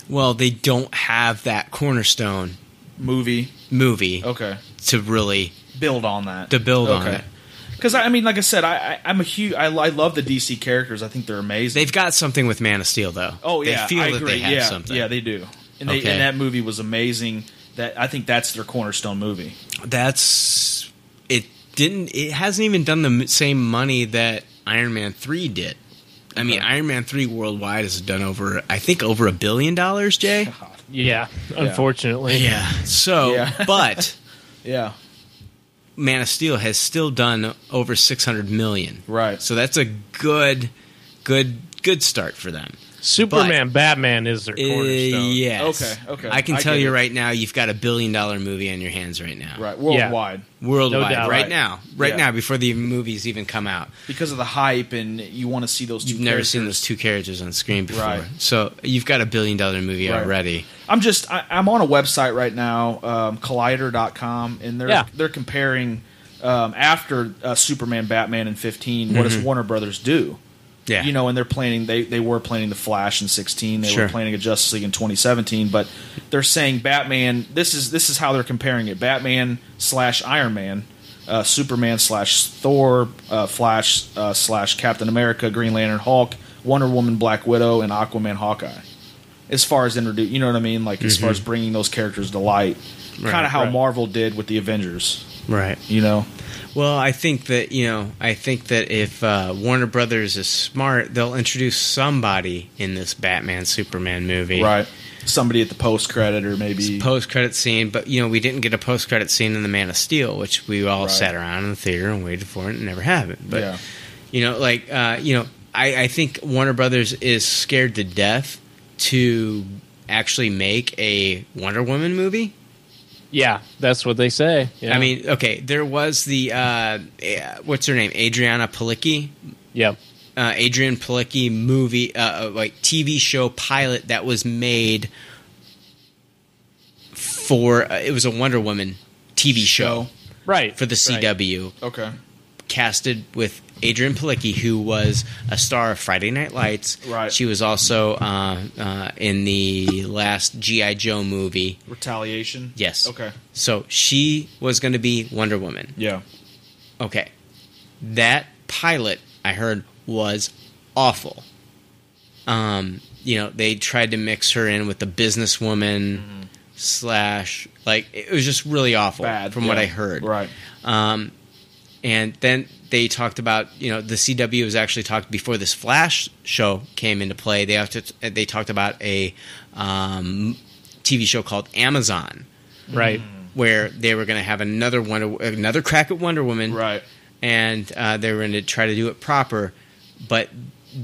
[SPEAKER 3] Well, they don't have that cornerstone
[SPEAKER 5] movie?
[SPEAKER 3] movie
[SPEAKER 5] Okay,
[SPEAKER 3] to really
[SPEAKER 5] build on that.
[SPEAKER 3] to build on
[SPEAKER 5] Okay.
[SPEAKER 3] it.
[SPEAKER 5] Because I, I mean, like I said, I, I I'm a huge. I, I love the DC characters. I think they're amazing.
[SPEAKER 3] They've got something with Man of Steel, though.
[SPEAKER 5] oh yeah,
[SPEAKER 3] they feel
[SPEAKER 5] I
[SPEAKER 3] that
[SPEAKER 5] agree.
[SPEAKER 3] they have
[SPEAKER 5] yeah,
[SPEAKER 3] something.
[SPEAKER 5] yeah, they do. And, they,
[SPEAKER 3] Okay.
[SPEAKER 5] and that movie was amazing. That I think that's their cornerstone movie.
[SPEAKER 3] That's it. Didn't it hasn't even done the m- same money that Iron Man three did. I mean, Iron Man three worldwide has done over, I think, over a billion dollars, Jay.
[SPEAKER 9] yeah, unfortunately.
[SPEAKER 3] Yeah. So,
[SPEAKER 5] Yeah.
[SPEAKER 3] but
[SPEAKER 5] Yeah,
[SPEAKER 3] Man of Steel has still done over six hundred million.
[SPEAKER 5] Right.
[SPEAKER 3] So that's a good, good, good start for them.
[SPEAKER 9] Superman, Batman is their
[SPEAKER 3] Uh,
[SPEAKER 9] cornerstone.
[SPEAKER 3] yes.
[SPEAKER 5] Okay, okay.
[SPEAKER 3] I can
[SPEAKER 5] I
[SPEAKER 3] tell
[SPEAKER 5] get
[SPEAKER 3] you
[SPEAKER 5] it.
[SPEAKER 3] right now, you've got a billion dollar movie on your hands right now.
[SPEAKER 5] right. Worldwide
[SPEAKER 3] worldwide
[SPEAKER 9] No doubt.
[SPEAKER 3] right
[SPEAKER 5] Right.
[SPEAKER 3] now right
[SPEAKER 5] Yeah.
[SPEAKER 3] now before the movies even come out
[SPEAKER 5] because of the hype, and you want to see those. Two
[SPEAKER 3] you've never seen
[SPEAKER 5] characters.
[SPEAKER 3] those two characters on screen before
[SPEAKER 5] Right.
[SPEAKER 3] so you've got a billion dollar movie
[SPEAKER 5] Right.
[SPEAKER 3] already
[SPEAKER 5] I'm just I, I'm on a website right now, um, Collider.com, and they're
[SPEAKER 9] Yeah.
[SPEAKER 5] they're comparing um, after uh, Superman, Batman, and 15 what does Warner Brothers do?
[SPEAKER 3] Yeah.
[SPEAKER 5] You know, and they're planning they, they were planning the Flash in sixteen, they
[SPEAKER 3] Sure.
[SPEAKER 5] were planning a Justice League in twenty seventeen, but they're saying Batman this is this is how they're comparing it. Batman slash Iron Man, uh, Superman slash Thor, uh, Flash uh, slash Captain America, Green Lantern, Hulk, Wonder Woman, Black Widow, and Aquaman Hawkeye. As far as introduce, you know what I mean? Like as far
[SPEAKER 3] Mm-hmm.
[SPEAKER 5] as bringing those characters to light, kind of how Marvel did with the Avengers.
[SPEAKER 3] Right.
[SPEAKER 5] You know,
[SPEAKER 3] Well, I think that you know, I think that if uh, Warner Brothers is smart, they'll introduce somebody in this Batman Superman movie,
[SPEAKER 5] right? Somebody at the post credit or maybe
[SPEAKER 3] Post credit scene, but you know, we didn't get a post credit scene in The Man of Steel, which we all
[SPEAKER 5] Right.
[SPEAKER 3] sat around in the theater and waited for it and never happened. But
[SPEAKER 5] Yeah.
[SPEAKER 3] you know, like uh, you know, I, I think Warner Brothers is scared to death to actually make a Wonder Woman movie.
[SPEAKER 9] Yeah, that's what they say. Yeah.
[SPEAKER 3] I mean, okay, there was the uh, eh, what's her name, Adriana Palicki,
[SPEAKER 9] yeah,
[SPEAKER 3] uh, Adrian Palicki movie, uh, uh, like TV show pilot that was made for uh, it was a Wonder Woman TV show
[SPEAKER 9] right
[SPEAKER 3] for the
[SPEAKER 9] right.
[SPEAKER 3] CW,
[SPEAKER 5] okay,
[SPEAKER 3] casted with Adrian Palicki, who was a star of Friday Night Lights.
[SPEAKER 5] Right.
[SPEAKER 3] She was also uh, uh, in the last GI Joe movie.
[SPEAKER 5] retaliation.
[SPEAKER 3] Yes.
[SPEAKER 5] Okay.
[SPEAKER 3] So she was going to be Wonder Woman.
[SPEAKER 5] Yeah.
[SPEAKER 3] Okay. That pilot I heard was awful. Um, you know, they tried to mix her in with the businesswoman
[SPEAKER 5] Mm-hmm.
[SPEAKER 3] slash like it was just really awful
[SPEAKER 5] Bad
[SPEAKER 3] from what
[SPEAKER 5] yeah.
[SPEAKER 3] I heard.
[SPEAKER 5] Right.
[SPEAKER 3] And then they talked about, you know, the CW was actually talked before this Flash show came into play. They after they talked about a um, TV show called Amazon
[SPEAKER 9] right.
[SPEAKER 5] Mm.
[SPEAKER 3] where they were going to have another Wonder another crack at Wonder Woman
[SPEAKER 5] Right.
[SPEAKER 3] and uh, they were going to try to do it proper. But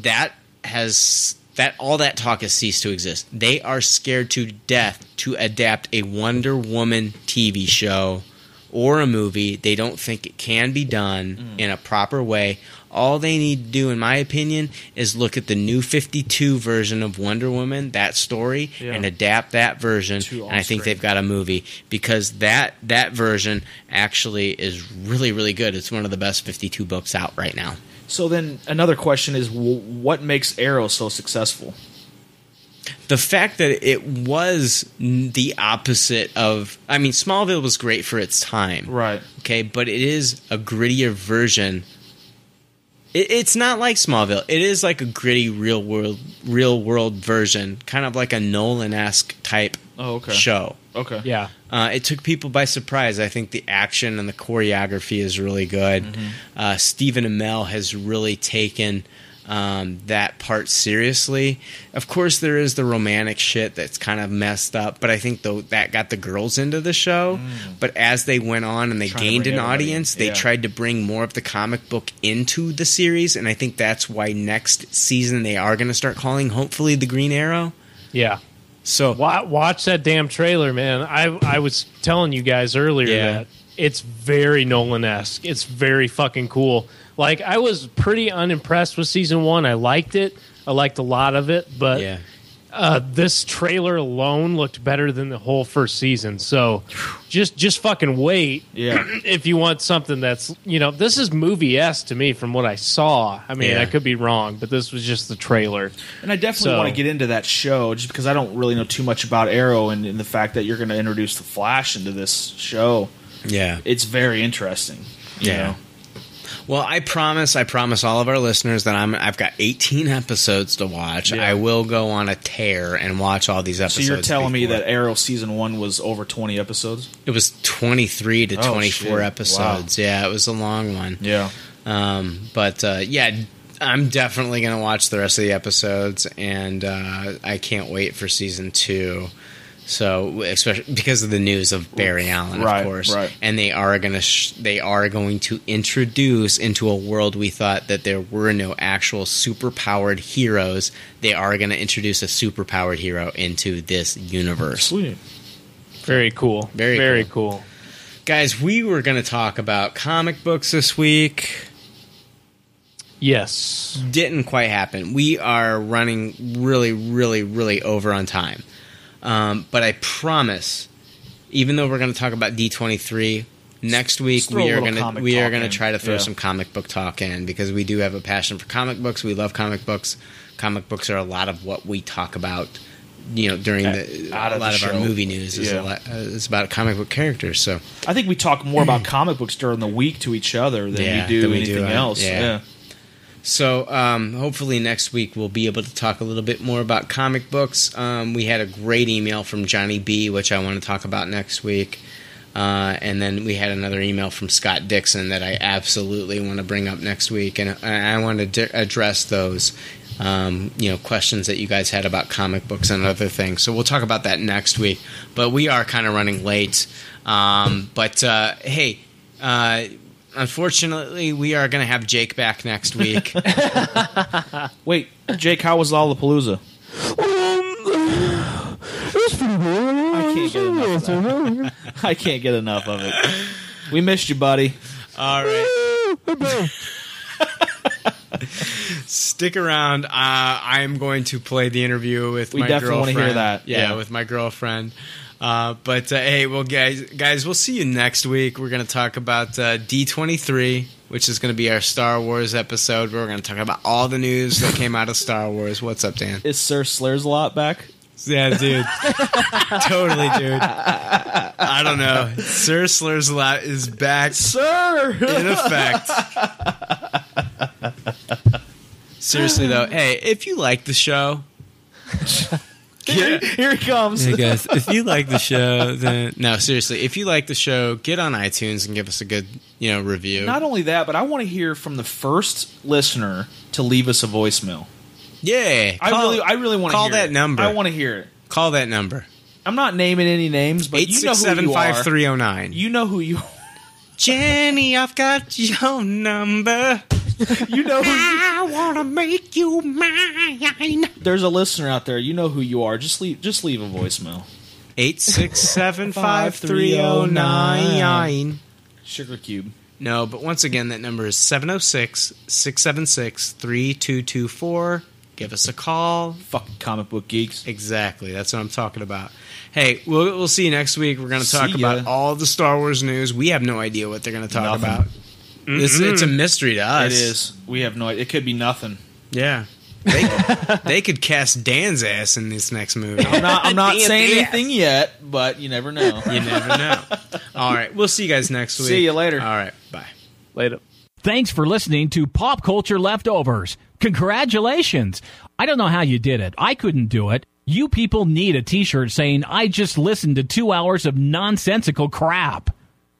[SPEAKER 3] that has that all that talk has ceased to exist. They are scared to death to adapt a Wonder Woman TV show or a movie. They don't think it can be done in a proper way. All they need to do, in my opinion, is look at the new 52 version of Wonder Woman, that story, and adapt that version.
[SPEAKER 5] To
[SPEAKER 3] And I think
[SPEAKER 5] on-screen.
[SPEAKER 3] they've got a movie because that that version actually is really really good. It's one of the best 52 books out right now.
[SPEAKER 5] So then another question is w- what makes Arrow so successful?
[SPEAKER 3] The fact that it was n- the opposite of I mean Smallville was great for its time.
[SPEAKER 5] Right.
[SPEAKER 3] Okay, but it is a grittier version. It, it's not like Smallville. It is like a gritty real world real world version, kind of like a Nolan-esque type
[SPEAKER 5] Oh, okay.
[SPEAKER 3] show.
[SPEAKER 5] Okay.
[SPEAKER 9] Yeah,
[SPEAKER 3] Uh, it took people by surprise. I think the action and the choreography is really good.
[SPEAKER 5] Mm-hmm.
[SPEAKER 3] Uh, Stephen Amell has really taken um, that part seriously. Of course, there is the romantic shit that's kind of messed up, but I think though that got the girls into the show. But as they went on and they
[SPEAKER 5] Mm. to
[SPEAKER 3] gained
[SPEAKER 5] bring
[SPEAKER 3] an
[SPEAKER 5] everybody in.
[SPEAKER 3] audience, they
[SPEAKER 5] Yeah.
[SPEAKER 3] tried to bring more of the comic book into the series, and I think that's why next season they are going to start calling hopefully the Green Arrow.
[SPEAKER 9] yeah.
[SPEAKER 3] So
[SPEAKER 9] Wa- Watch that damn trailer, man. I I was telling you guys earlier
[SPEAKER 3] Yeah.
[SPEAKER 9] that it's very Nolan esque. It's very fucking cool. Like I was pretty unimpressed with season one. I liked it. I liked a lot of it, but
[SPEAKER 3] yeah.
[SPEAKER 9] uh, this trailer alone looked better than the whole first season. So just just fucking wait.
[SPEAKER 5] Yeah.
[SPEAKER 9] if you want something that's you know this is movie esque to me from what I saw. I mean
[SPEAKER 3] Yeah.
[SPEAKER 9] I could be wrong, but this was just the trailer.
[SPEAKER 5] And I definitely
[SPEAKER 9] So-
[SPEAKER 5] want to get into that show just because I don't really know too much about Arrow and, and the fact that you're going to introduce the Flash into this show.
[SPEAKER 3] Yeah.
[SPEAKER 5] It's very interesting. you
[SPEAKER 3] Yeah.
[SPEAKER 5] know?
[SPEAKER 3] Well, I promise, I promise all of our listeners that I'm I've got 18 episodes to watch.
[SPEAKER 5] Yeah.
[SPEAKER 3] I will go on a tear and watch all these
[SPEAKER 5] So
[SPEAKER 3] episodes.
[SPEAKER 5] you're telling me
[SPEAKER 3] before-
[SPEAKER 5] that Arrow season one was over 20 episodes?
[SPEAKER 3] it was 23 to
[SPEAKER 5] Oh,
[SPEAKER 3] 24
[SPEAKER 5] shit.
[SPEAKER 3] episodes. Yeah, it was a long one.
[SPEAKER 5] Yeah.
[SPEAKER 3] Um, but uh, yeah, I'm definitely going to watch the rest of the episodes, and uh, I can't wait for season two. So, especially because of the news of Barry Allen,
[SPEAKER 5] Right,
[SPEAKER 3] of course,
[SPEAKER 5] right.
[SPEAKER 3] and they are going to sh- they are going to introduce into a world we thought that there were no actual superpowered heroes. They are going to introduce a superpowered hero into this universe.
[SPEAKER 5] Sweet.
[SPEAKER 9] Very cool.
[SPEAKER 3] Very
[SPEAKER 9] very cool.
[SPEAKER 3] Guys, we were going to talk about comic books this week.
[SPEAKER 9] Yes.
[SPEAKER 3] didn't quite happen. We are running really, really, really over on time. Um, but I promise, even though we're going to talk about D23, next week
[SPEAKER 5] Just throw
[SPEAKER 3] we
[SPEAKER 5] a
[SPEAKER 3] are
[SPEAKER 5] little
[SPEAKER 3] gonna
[SPEAKER 5] comic
[SPEAKER 3] we are
[SPEAKER 5] talk
[SPEAKER 3] gonna
[SPEAKER 5] in.
[SPEAKER 3] try to throw
[SPEAKER 5] Yeah.
[SPEAKER 3] some comic book talk in because we do have a passion for comic books. We love comic books. Comic books are a lot of what we talk about. You know, during the
[SPEAKER 5] Out
[SPEAKER 3] a
[SPEAKER 5] of
[SPEAKER 3] lot
[SPEAKER 5] the
[SPEAKER 3] of our
[SPEAKER 5] show.
[SPEAKER 3] movie news is
[SPEAKER 5] Yeah.
[SPEAKER 3] a lot, uh, it's about comic book characters. So
[SPEAKER 5] I think we talk more about comic books during the week to each other than
[SPEAKER 3] Yeah,
[SPEAKER 5] we do
[SPEAKER 3] than we do,
[SPEAKER 5] anything
[SPEAKER 3] uh,
[SPEAKER 5] else.
[SPEAKER 3] yeah.
[SPEAKER 5] Yeah.
[SPEAKER 3] So um, hopefully next week we'll be able to talk a little bit more about comic books. Um, we had a great email from Johnny B, which I want to talk about next week. Uh, and then we had another email from Scott Dixon that I absolutely want to bring up next week, and I, I want to d- address those, um, you know, questions that you guys had about comic books and other things. So we'll talk about that next week. But we are kind of running late. Um, but uh, hey, uh, unfortunately, we are going to have Jake back next week.
[SPEAKER 5] Wait, Jake, how was Lollapalooza?
[SPEAKER 4] That's pretty good. I
[SPEAKER 5] can't get enough of I can't get enough of it. We missed you, buddy.
[SPEAKER 3] All right. Stick around. Uh, I am going to play the interview with
[SPEAKER 5] We
[SPEAKER 3] my
[SPEAKER 5] definitely wanna
[SPEAKER 3] girlfriend.
[SPEAKER 5] hear that.
[SPEAKER 3] Yeah.
[SPEAKER 5] Yeah.
[SPEAKER 3] with my girlfriend. Uh, but uh, hey, well, guys, guys, we'll see you next week. We're going to talk about uh, D23, which is going to be our Star Wars episode. We're going to talk about all the news that came out of Star Wars. What's up, Dan?
[SPEAKER 5] Is Sir Slurs a lot back?
[SPEAKER 3] Yeah, dude. totally, dude. I don't know. Sir Slur's lot is back
[SPEAKER 5] Sir!
[SPEAKER 3] in effect. Seriously though, hey, if you like the show,
[SPEAKER 5] Here he comes.
[SPEAKER 3] hey guys, if you like the show, then no, seriously, if you like the show, get on iTunes and give us a good, you know, review.
[SPEAKER 5] Not only that, but I want to hear from the first listener to leave us a voicemail.
[SPEAKER 3] yeah,
[SPEAKER 5] I really, I really want to
[SPEAKER 3] call
[SPEAKER 5] hear
[SPEAKER 3] that
[SPEAKER 5] it.
[SPEAKER 3] number.
[SPEAKER 5] I want to hear it.
[SPEAKER 3] call that number
[SPEAKER 5] I'm not naming any names, but
[SPEAKER 3] eight
[SPEAKER 5] you know
[SPEAKER 3] six
[SPEAKER 5] who
[SPEAKER 3] seven
[SPEAKER 5] you
[SPEAKER 3] five
[SPEAKER 5] are.
[SPEAKER 3] three zero nine.
[SPEAKER 5] You know who you.
[SPEAKER 3] Jenny, I've got your number.
[SPEAKER 5] You know who. You,
[SPEAKER 3] I wanna make you mine.
[SPEAKER 5] there's a listener out there. You know who you are. Just leave. Just leave a voicemail.
[SPEAKER 3] Eight six seven five three
[SPEAKER 5] oh
[SPEAKER 3] zero oh nine.
[SPEAKER 5] Sugar Cube.
[SPEAKER 3] No, but once again, that number is 706 676 3224. Give us a call.
[SPEAKER 5] Fucking comic book geeks.
[SPEAKER 3] Exactly. That's what I'm talking about. Hey, we'll, we'll see you next week. We're going to talk
[SPEAKER 5] See ya.
[SPEAKER 3] about all the Star Wars news. We have no idea what they're going to talk
[SPEAKER 5] Nothing. Mm-hmm.
[SPEAKER 3] about. It's, it's a mystery to us.
[SPEAKER 5] It is. We have no. It could be nothing.
[SPEAKER 3] Yeah. They, they could cast Dan's ass in this next movie.
[SPEAKER 5] I'm not. Uh, I'm not saying anything yet, but you never know.
[SPEAKER 3] You never know. All right. We'll see you guys next week.
[SPEAKER 5] See you later.
[SPEAKER 3] All right. Bye.
[SPEAKER 9] Later.
[SPEAKER 2] Thanks for listening to Pop Culture Leftovers. Congratulations! I don't know how you did it. I couldn't do it. You people need a t shirt saying, I just listened to two hours of nonsensical crap.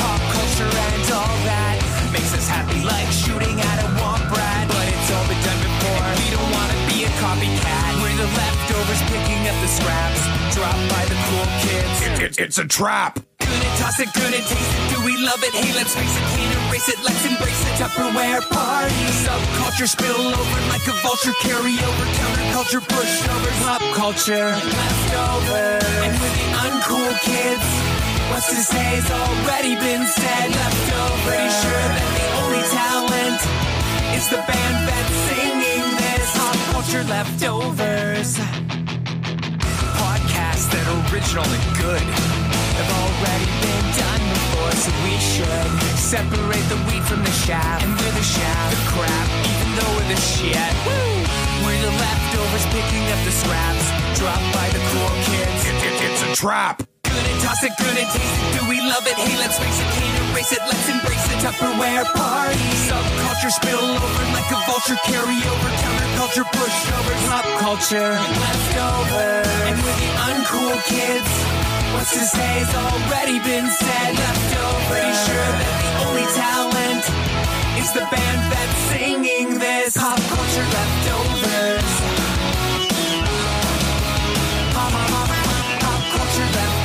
[SPEAKER 13] pop culture and all that. Makes us happy like shooting at a womp rat. But it's all been done before. and we don't want to be a copycat. We're the leftovers picking up the scraps dropped by the cool kids.
[SPEAKER 8] it's a trap.
[SPEAKER 13] Gonna toss it, gonna taste it. Do we love it? Hey, let's face it, can't erase it. Let's embrace the Tupperware party. Subculture spill over like a vulture. Carry over counterculture, pushovers, pop culture, leftovers. And with the uncool kids, what's to say has already been said. Leftovers. Pretty sure that the only talent is the band that's singing this. Pop culture leftovers podcasts that are original and good have already been done before, so we should separate the wheat from the chaff. And we're the chaff, the crap, even though we're the shit. Woo! We're the leftovers picking up the scraps dropped by the cool kids.
[SPEAKER 8] it's a trap.
[SPEAKER 13] Gonna toss it, gonna taste it. Do we love it? Hey, let's face it, can't erase it. Let's embrace the Tupperware party. Subculture spill over like a vulture. Carry over counterculture, pushovers, pop culture, leftovers. And with the uncool kids, what's to say has already been said. Leftovers. Pretty sure that the only talent is the band that's singing this. Pop culture leftovers. Pop, pop, pop, pop culture leftovers.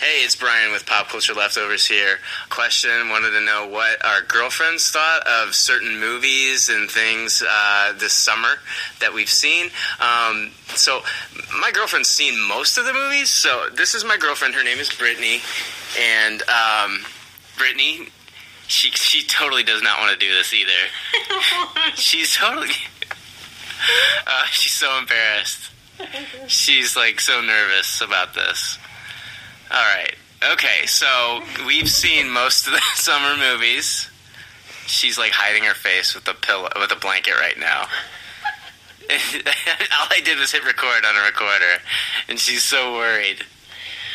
[SPEAKER 1] Hey, it's Brian with Pop Culture Leftovers here. Question wanted to know what our girlfriends thought of certain movies and things uh, this summer that we've seen. Um, so, my girlfriend's seen most of the movies. So, this is my girlfriend. Her name is Brittany. And, um, Brittany, she, she totally does not want to do this either. She's totally. Uh, she's so embarrassed. She's like so nervous about this. All right. Okay, so we've seen most of the summer movies. She's like hiding her face with a pillow with a blanket right now. All I did was hit record on a recorder, and she's so worried.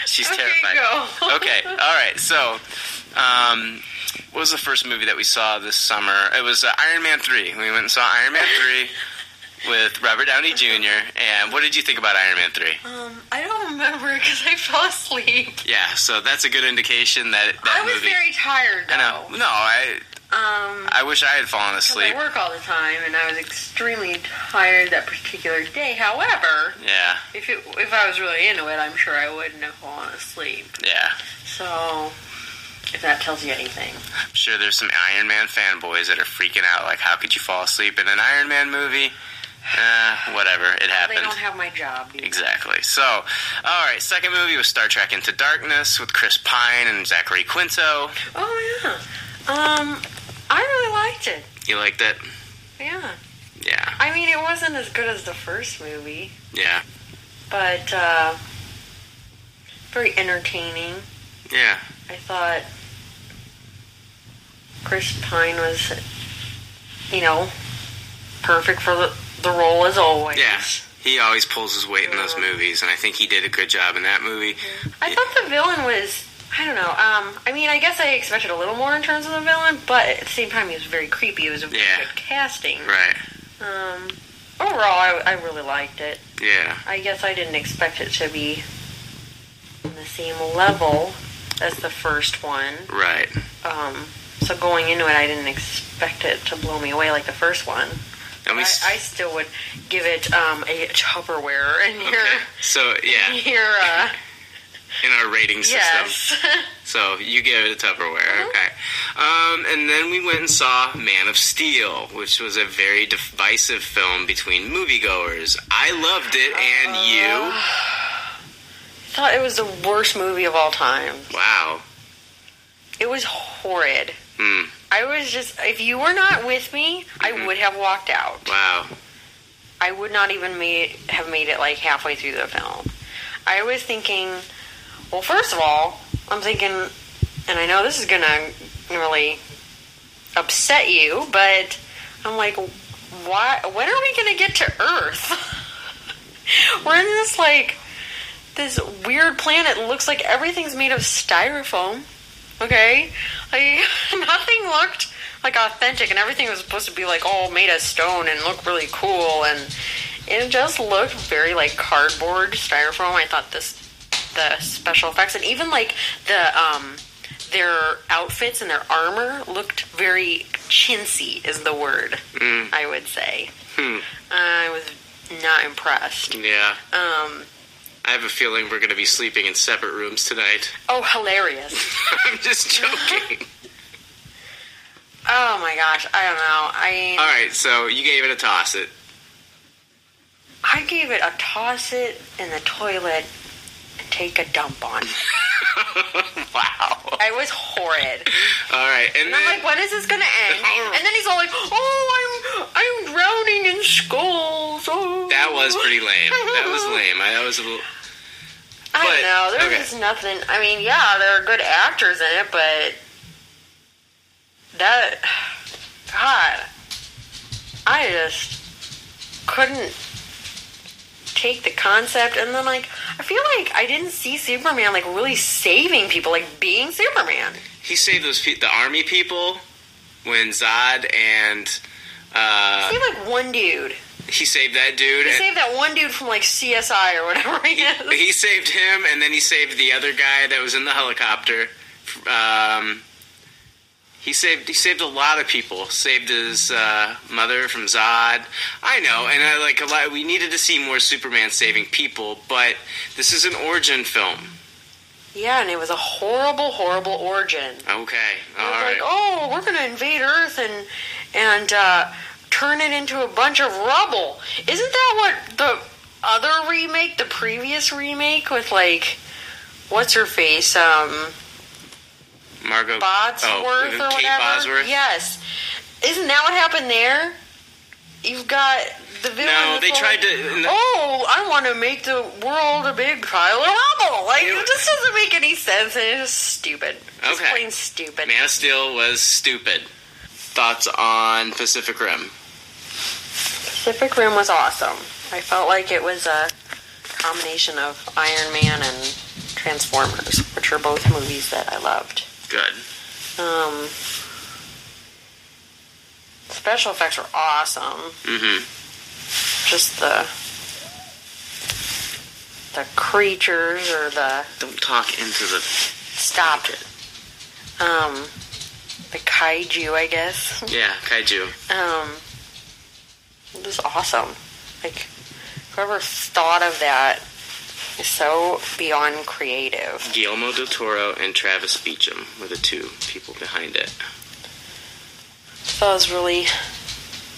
[SPEAKER 1] She's terrified. okay, all right. So, um, what was the first movie that we saw this summer? It was uh, Iron Man three. We went and saw Iron Man three with Robert Downey Jr. And what did you think about Iron Man three?
[SPEAKER 9] Um, I don't remember because I fell asleep.
[SPEAKER 1] Yeah, so that's a good indication that that
[SPEAKER 9] I was
[SPEAKER 1] movie.
[SPEAKER 9] very tired. Though.
[SPEAKER 1] I know. No, I
[SPEAKER 9] Um,
[SPEAKER 1] I wish I had fallen
[SPEAKER 9] 'cause
[SPEAKER 1] asleep.
[SPEAKER 9] I work all the time, and I was extremely tired that particular day. However,
[SPEAKER 1] Yeah,
[SPEAKER 9] if it, if I was really into it, I'm sure I wouldn't have fallen asleep.
[SPEAKER 1] yeah.
[SPEAKER 9] So, if that tells you anything,
[SPEAKER 1] I'm sure there's some Iron Man fanboys that are freaking out. Like, how could you fall asleep in an Iron Man movie? Uh, whatever. It
[SPEAKER 9] they don't
[SPEAKER 1] happened.
[SPEAKER 9] have my job. dude.
[SPEAKER 1] Exactly. So, all right. Second movie was Star Trek Into Darkness with Chris Pine and Zachary Quinto.
[SPEAKER 9] Oh yeah. Um, I really liked it.
[SPEAKER 1] You liked it?
[SPEAKER 9] Yeah.
[SPEAKER 1] Yeah.
[SPEAKER 9] I mean, it wasn't as good as the first movie,
[SPEAKER 1] Yeah.
[SPEAKER 9] but uh, very entertaining.
[SPEAKER 1] Yeah.
[SPEAKER 9] I thought Chris Pine was, you know, perfect for the, the role as always.
[SPEAKER 1] Yeah. He always pulls his weight in those movies, and I think he did a good job in that movie.
[SPEAKER 9] Mm-hmm. I thought the villain was, I don't know, um, I mean, I guess I expected a little more in terms of the villain, but at the same time, he was very creepy. It was a very
[SPEAKER 1] Yeah.
[SPEAKER 9] good casting.
[SPEAKER 1] Right.
[SPEAKER 9] Um, overall, I, I really liked it.
[SPEAKER 1] Yeah.
[SPEAKER 9] I guess I didn't expect it to be on the same level as the first one.
[SPEAKER 1] Right.
[SPEAKER 9] Um, so going into it, I didn't expect it to blow me away like the first one.
[SPEAKER 1] And
[SPEAKER 9] I,
[SPEAKER 1] we. s-
[SPEAKER 9] I still would give it um, a Tupperware in your
[SPEAKER 1] okay. So yeah,
[SPEAKER 9] your uh,
[SPEAKER 1] in our rating system.
[SPEAKER 9] yes. Mm-hmm.
[SPEAKER 1] So you gave it a Tupperware, okay? Um, and then we went and saw Man of Steel, which was a very divisive film between moviegoers. I loved it, and
[SPEAKER 9] Uh, Thought it was the worst movie of all time.
[SPEAKER 1] you? Wow.
[SPEAKER 9] It was horrid.
[SPEAKER 1] Hmm.
[SPEAKER 9] I was just if you were not with me,
[SPEAKER 1] Mm-hmm.
[SPEAKER 9] I would have walked out.
[SPEAKER 1] Wow.
[SPEAKER 9] I would not even made, have made it like halfway through the film. I was thinking, well, first of all, I'm thinking, and I know this is gonna really upset you, but I'm like, why? When are we gonna get to Earth? We're in this like this weird planet. that Looks like everything's made of styrofoam. Okay, like nothing looked like authentic, and everything was supposed to be like all made of stone and look really cool, and it just looked very like cardboard styrofoam. I thought this the special effects and even like the um their outfits and their armor looked very chintzy is the word
[SPEAKER 1] Mm.
[SPEAKER 9] I would say. I was not impressed.
[SPEAKER 1] Hmm. Yeah.
[SPEAKER 9] Um,
[SPEAKER 1] I have a feeling we're going to be sleeping in separate rooms tonight.
[SPEAKER 9] oh, hilarious.
[SPEAKER 1] I'm just joking.
[SPEAKER 9] Oh my gosh, I don't know. I
[SPEAKER 1] All right, so you gave it a toss. It.
[SPEAKER 9] I gave it a toss it in the toilet and take a dump on.
[SPEAKER 1] wow.
[SPEAKER 9] I was horrid.
[SPEAKER 1] All right, and
[SPEAKER 9] And I'm
[SPEAKER 1] then
[SPEAKER 9] like, when is this gonna end? And then he's all like, oh, I'm I'm drowning in skulls. Oh.
[SPEAKER 1] that was pretty lame. That was lame. I that was a little.
[SPEAKER 9] I
[SPEAKER 1] but-
[SPEAKER 9] don't know. There
[SPEAKER 1] okay.
[SPEAKER 9] was just nothing. I mean, yeah, there are good actors in it, but that God, I just couldn't take the concept. And then, like, I feel like I didn't see Superman like really saving people, like being Superman.
[SPEAKER 1] He saved those pe- the army people. when Zod and uh,
[SPEAKER 9] Save like one dude.
[SPEAKER 1] he saved that dude.
[SPEAKER 9] He
[SPEAKER 1] and-
[SPEAKER 9] saved that one dude from like CSI or whatever he is.
[SPEAKER 1] he saved him, and then he saved the other guy that was in the helicopter. Um, he saved he saved a lot of people. Saved his uh, mother from Zod. I know, and I like a lot. We needed to see more Superman saving people, but this is an origin film.
[SPEAKER 9] Yeah, and it was a horrible, horrible origin.
[SPEAKER 1] Okay, all
[SPEAKER 9] It's
[SPEAKER 1] right.
[SPEAKER 9] like, oh, we're gonna invade Earth and and uh, turn it into a bunch of rubble. Isn't that what the other remake, the previous remake with like, what's her face, um,
[SPEAKER 1] Margot
[SPEAKER 9] Bodsworth
[SPEAKER 1] oh,
[SPEAKER 9] or
[SPEAKER 1] Kate
[SPEAKER 9] whatever?
[SPEAKER 1] Bosworth.
[SPEAKER 9] Yes. Isn't that what happened there? You've got the villain.
[SPEAKER 1] No, they
[SPEAKER 9] that's
[SPEAKER 1] tried
[SPEAKER 9] like,
[SPEAKER 1] to. no,
[SPEAKER 9] Oh, I want to make the world a big pile of rubble. Like
[SPEAKER 1] Ew.
[SPEAKER 9] it just doesn't make any sense, and it's just stupid. Just
[SPEAKER 1] Okay.
[SPEAKER 9] plain stupid.
[SPEAKER 1] Man of Steel was stupid. Thoughts on Pacific Rim?
[SPEAKER 9] Pacific Rim was awesome. I felt like it was a combination of Iron Man and Transformers, which are both movies that I loved.
[SPEAKER 1] Good.
[SPEAKER 9] Um, special effects were awesome.
[SPEAKER 1] Mm-hmm.
[SPEAKER 9] Just the the creatures or the
[SPEAKER 1] Don't talk into the.
[SPEAKER 9] Stop it. Um, the kaiju, I guess.
[SPEAKER 1] Yeah, kaiju.
[SPEAKER 9] Um, it was awesome. Like, whoever thought of that is so beyond creative.
[SPEAKER 1] Guillermo del Toro and Travis Beecham were the two people behind it.
[SPEAKER 9] So it was really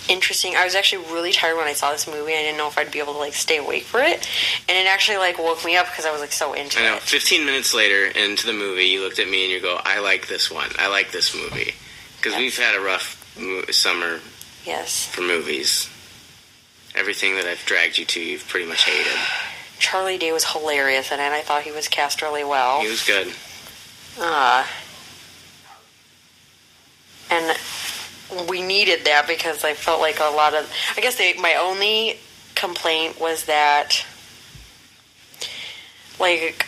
[SPEAKER 9] interesting. I was actually really tired when I saw this movie. I didn't know if I'd be able to like stay awake for it, and it actually like woke me up because I was like so into
[SPEAKER 1] I know.
[SPEAKER 9] it.
[SPEAKER 1] 15 minutes later into the movie, you looked at me and you go, "I like this one. I like this movie." Because we've had a rough mo- summer
[SPEAKER 9] Yes,
[SPEAKER 1] for movies. Everything that I've dragged you to, you've pretty much hated.
[SPEAKER 9] Charlie Day was hilarious in it. I thought he was cast really well.
[SPEAKER 1] He was good.
[SPEAKER 9] Uh, and we needed that because I felt like a lot of. I guess they, my only complaint was that, like,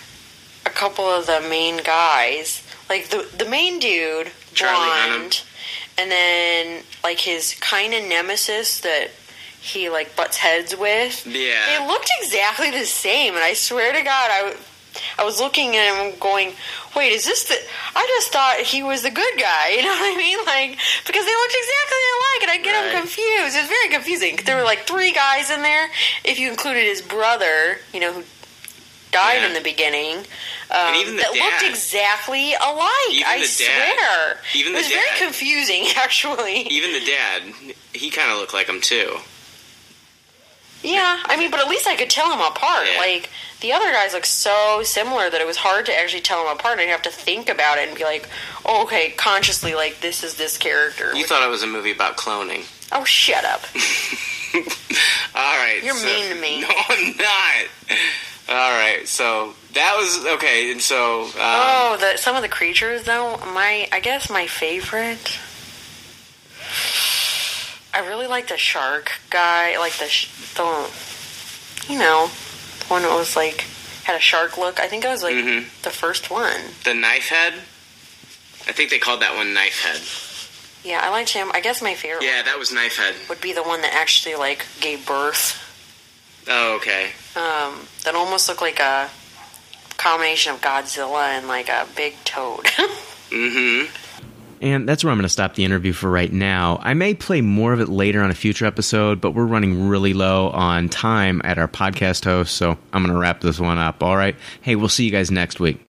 [SPEAKER 9] a couple of the main guys, like the the main dude,
[SPEAKER 1] Charlie
[SPEAKER 9] blonde, and then like his kind of nemesis that he like butts heads with. They
[SPEAKER 1] Yeah.
[SPEAKER 9] looked exactly the same, and I swear to God, I, w- I was looking at him going, wait, is this the. I just thought he was the good guy, you know what I mean? Like, because they looked exactly alike, and I get
[SPEAKER 1] Right.
[SPEAKER 9] them confused. It was very confusing. There were like three guys in there, if you included his brother, you know, who died
[SPEAKER 1] Yeah.
[SPEAKER 9] in the beginning. Um,
[SPEAKER 1] even the
[SPEAKER 9] that looked
[SPEAKER 1] dad.
[SPEAKER 9] exactly alike.
[SPEAKER 1] Even
[SPEAKER 9] I
[SPEAKER 1] the dad.
[SPEAKER 9] swear,
[SPEAKER 1] Even
[SPEAKER 9] it
[SPEAKER 1] the
[SPEAKER 9] was very
[SPEAKER 1] dad.
[SPEAKER 9] confusing, actually.
[SPEAKER 1] Even the dad, he kind of looked like him too.
[SPEAKER 9] Yeah, I mean, but at least I could tell them apart.
[SPEAKER 1] Yeah.
[SPEAKER 9] Like the other guys look so similar that it was hard to actually tell them apart. I'd have to think about it and be like, oh, okay, consciously, like this is this character.
[SPEAKER 1] You thought it was a movie about cloning.
[SPEAKER 9] oh, shut up!
[SPEAKER 1] All right.
[SPEAKER 9] You're
[SPEAKER 1] so-
[SPEAKER 9] mean to me.
[SPEAKER 1] No, I'm Oh, not. All right. So that was okay. And so, um,
[SPEAKER 9] oh, the some of the creatures though. My, I guess my favorite. I really like the shark guy, like the sh- the, you know, the one that was like had a shark look. I think I was like
[SPEAKER 1] Mhm.
[SPEAKER 9] the first one.
[SPEAKER 1] the knife head. I think they called that one knife head.
[SPEAKER 9] Yeah, I liked him. I guess my favorite.
[SPEAKER 1] Yeah, that was knife head.
[SPEAKER 9] would be the one that actually like gave birth.
[SPEAKER 1] Oh, okay.
[SPEAKER 9] Um, that almost looked like a combination of Godzilla and like a big toad.
[SPEAKER 1] Mm-hmm.
[SPEAKER 14] And that's where I'm going to stop the interview for right now. I may play more of it later on a future episode, but we're running really low on time at our podcast host, so I'm going to wrap this one up. All right. Hey, we'll see you guys next week.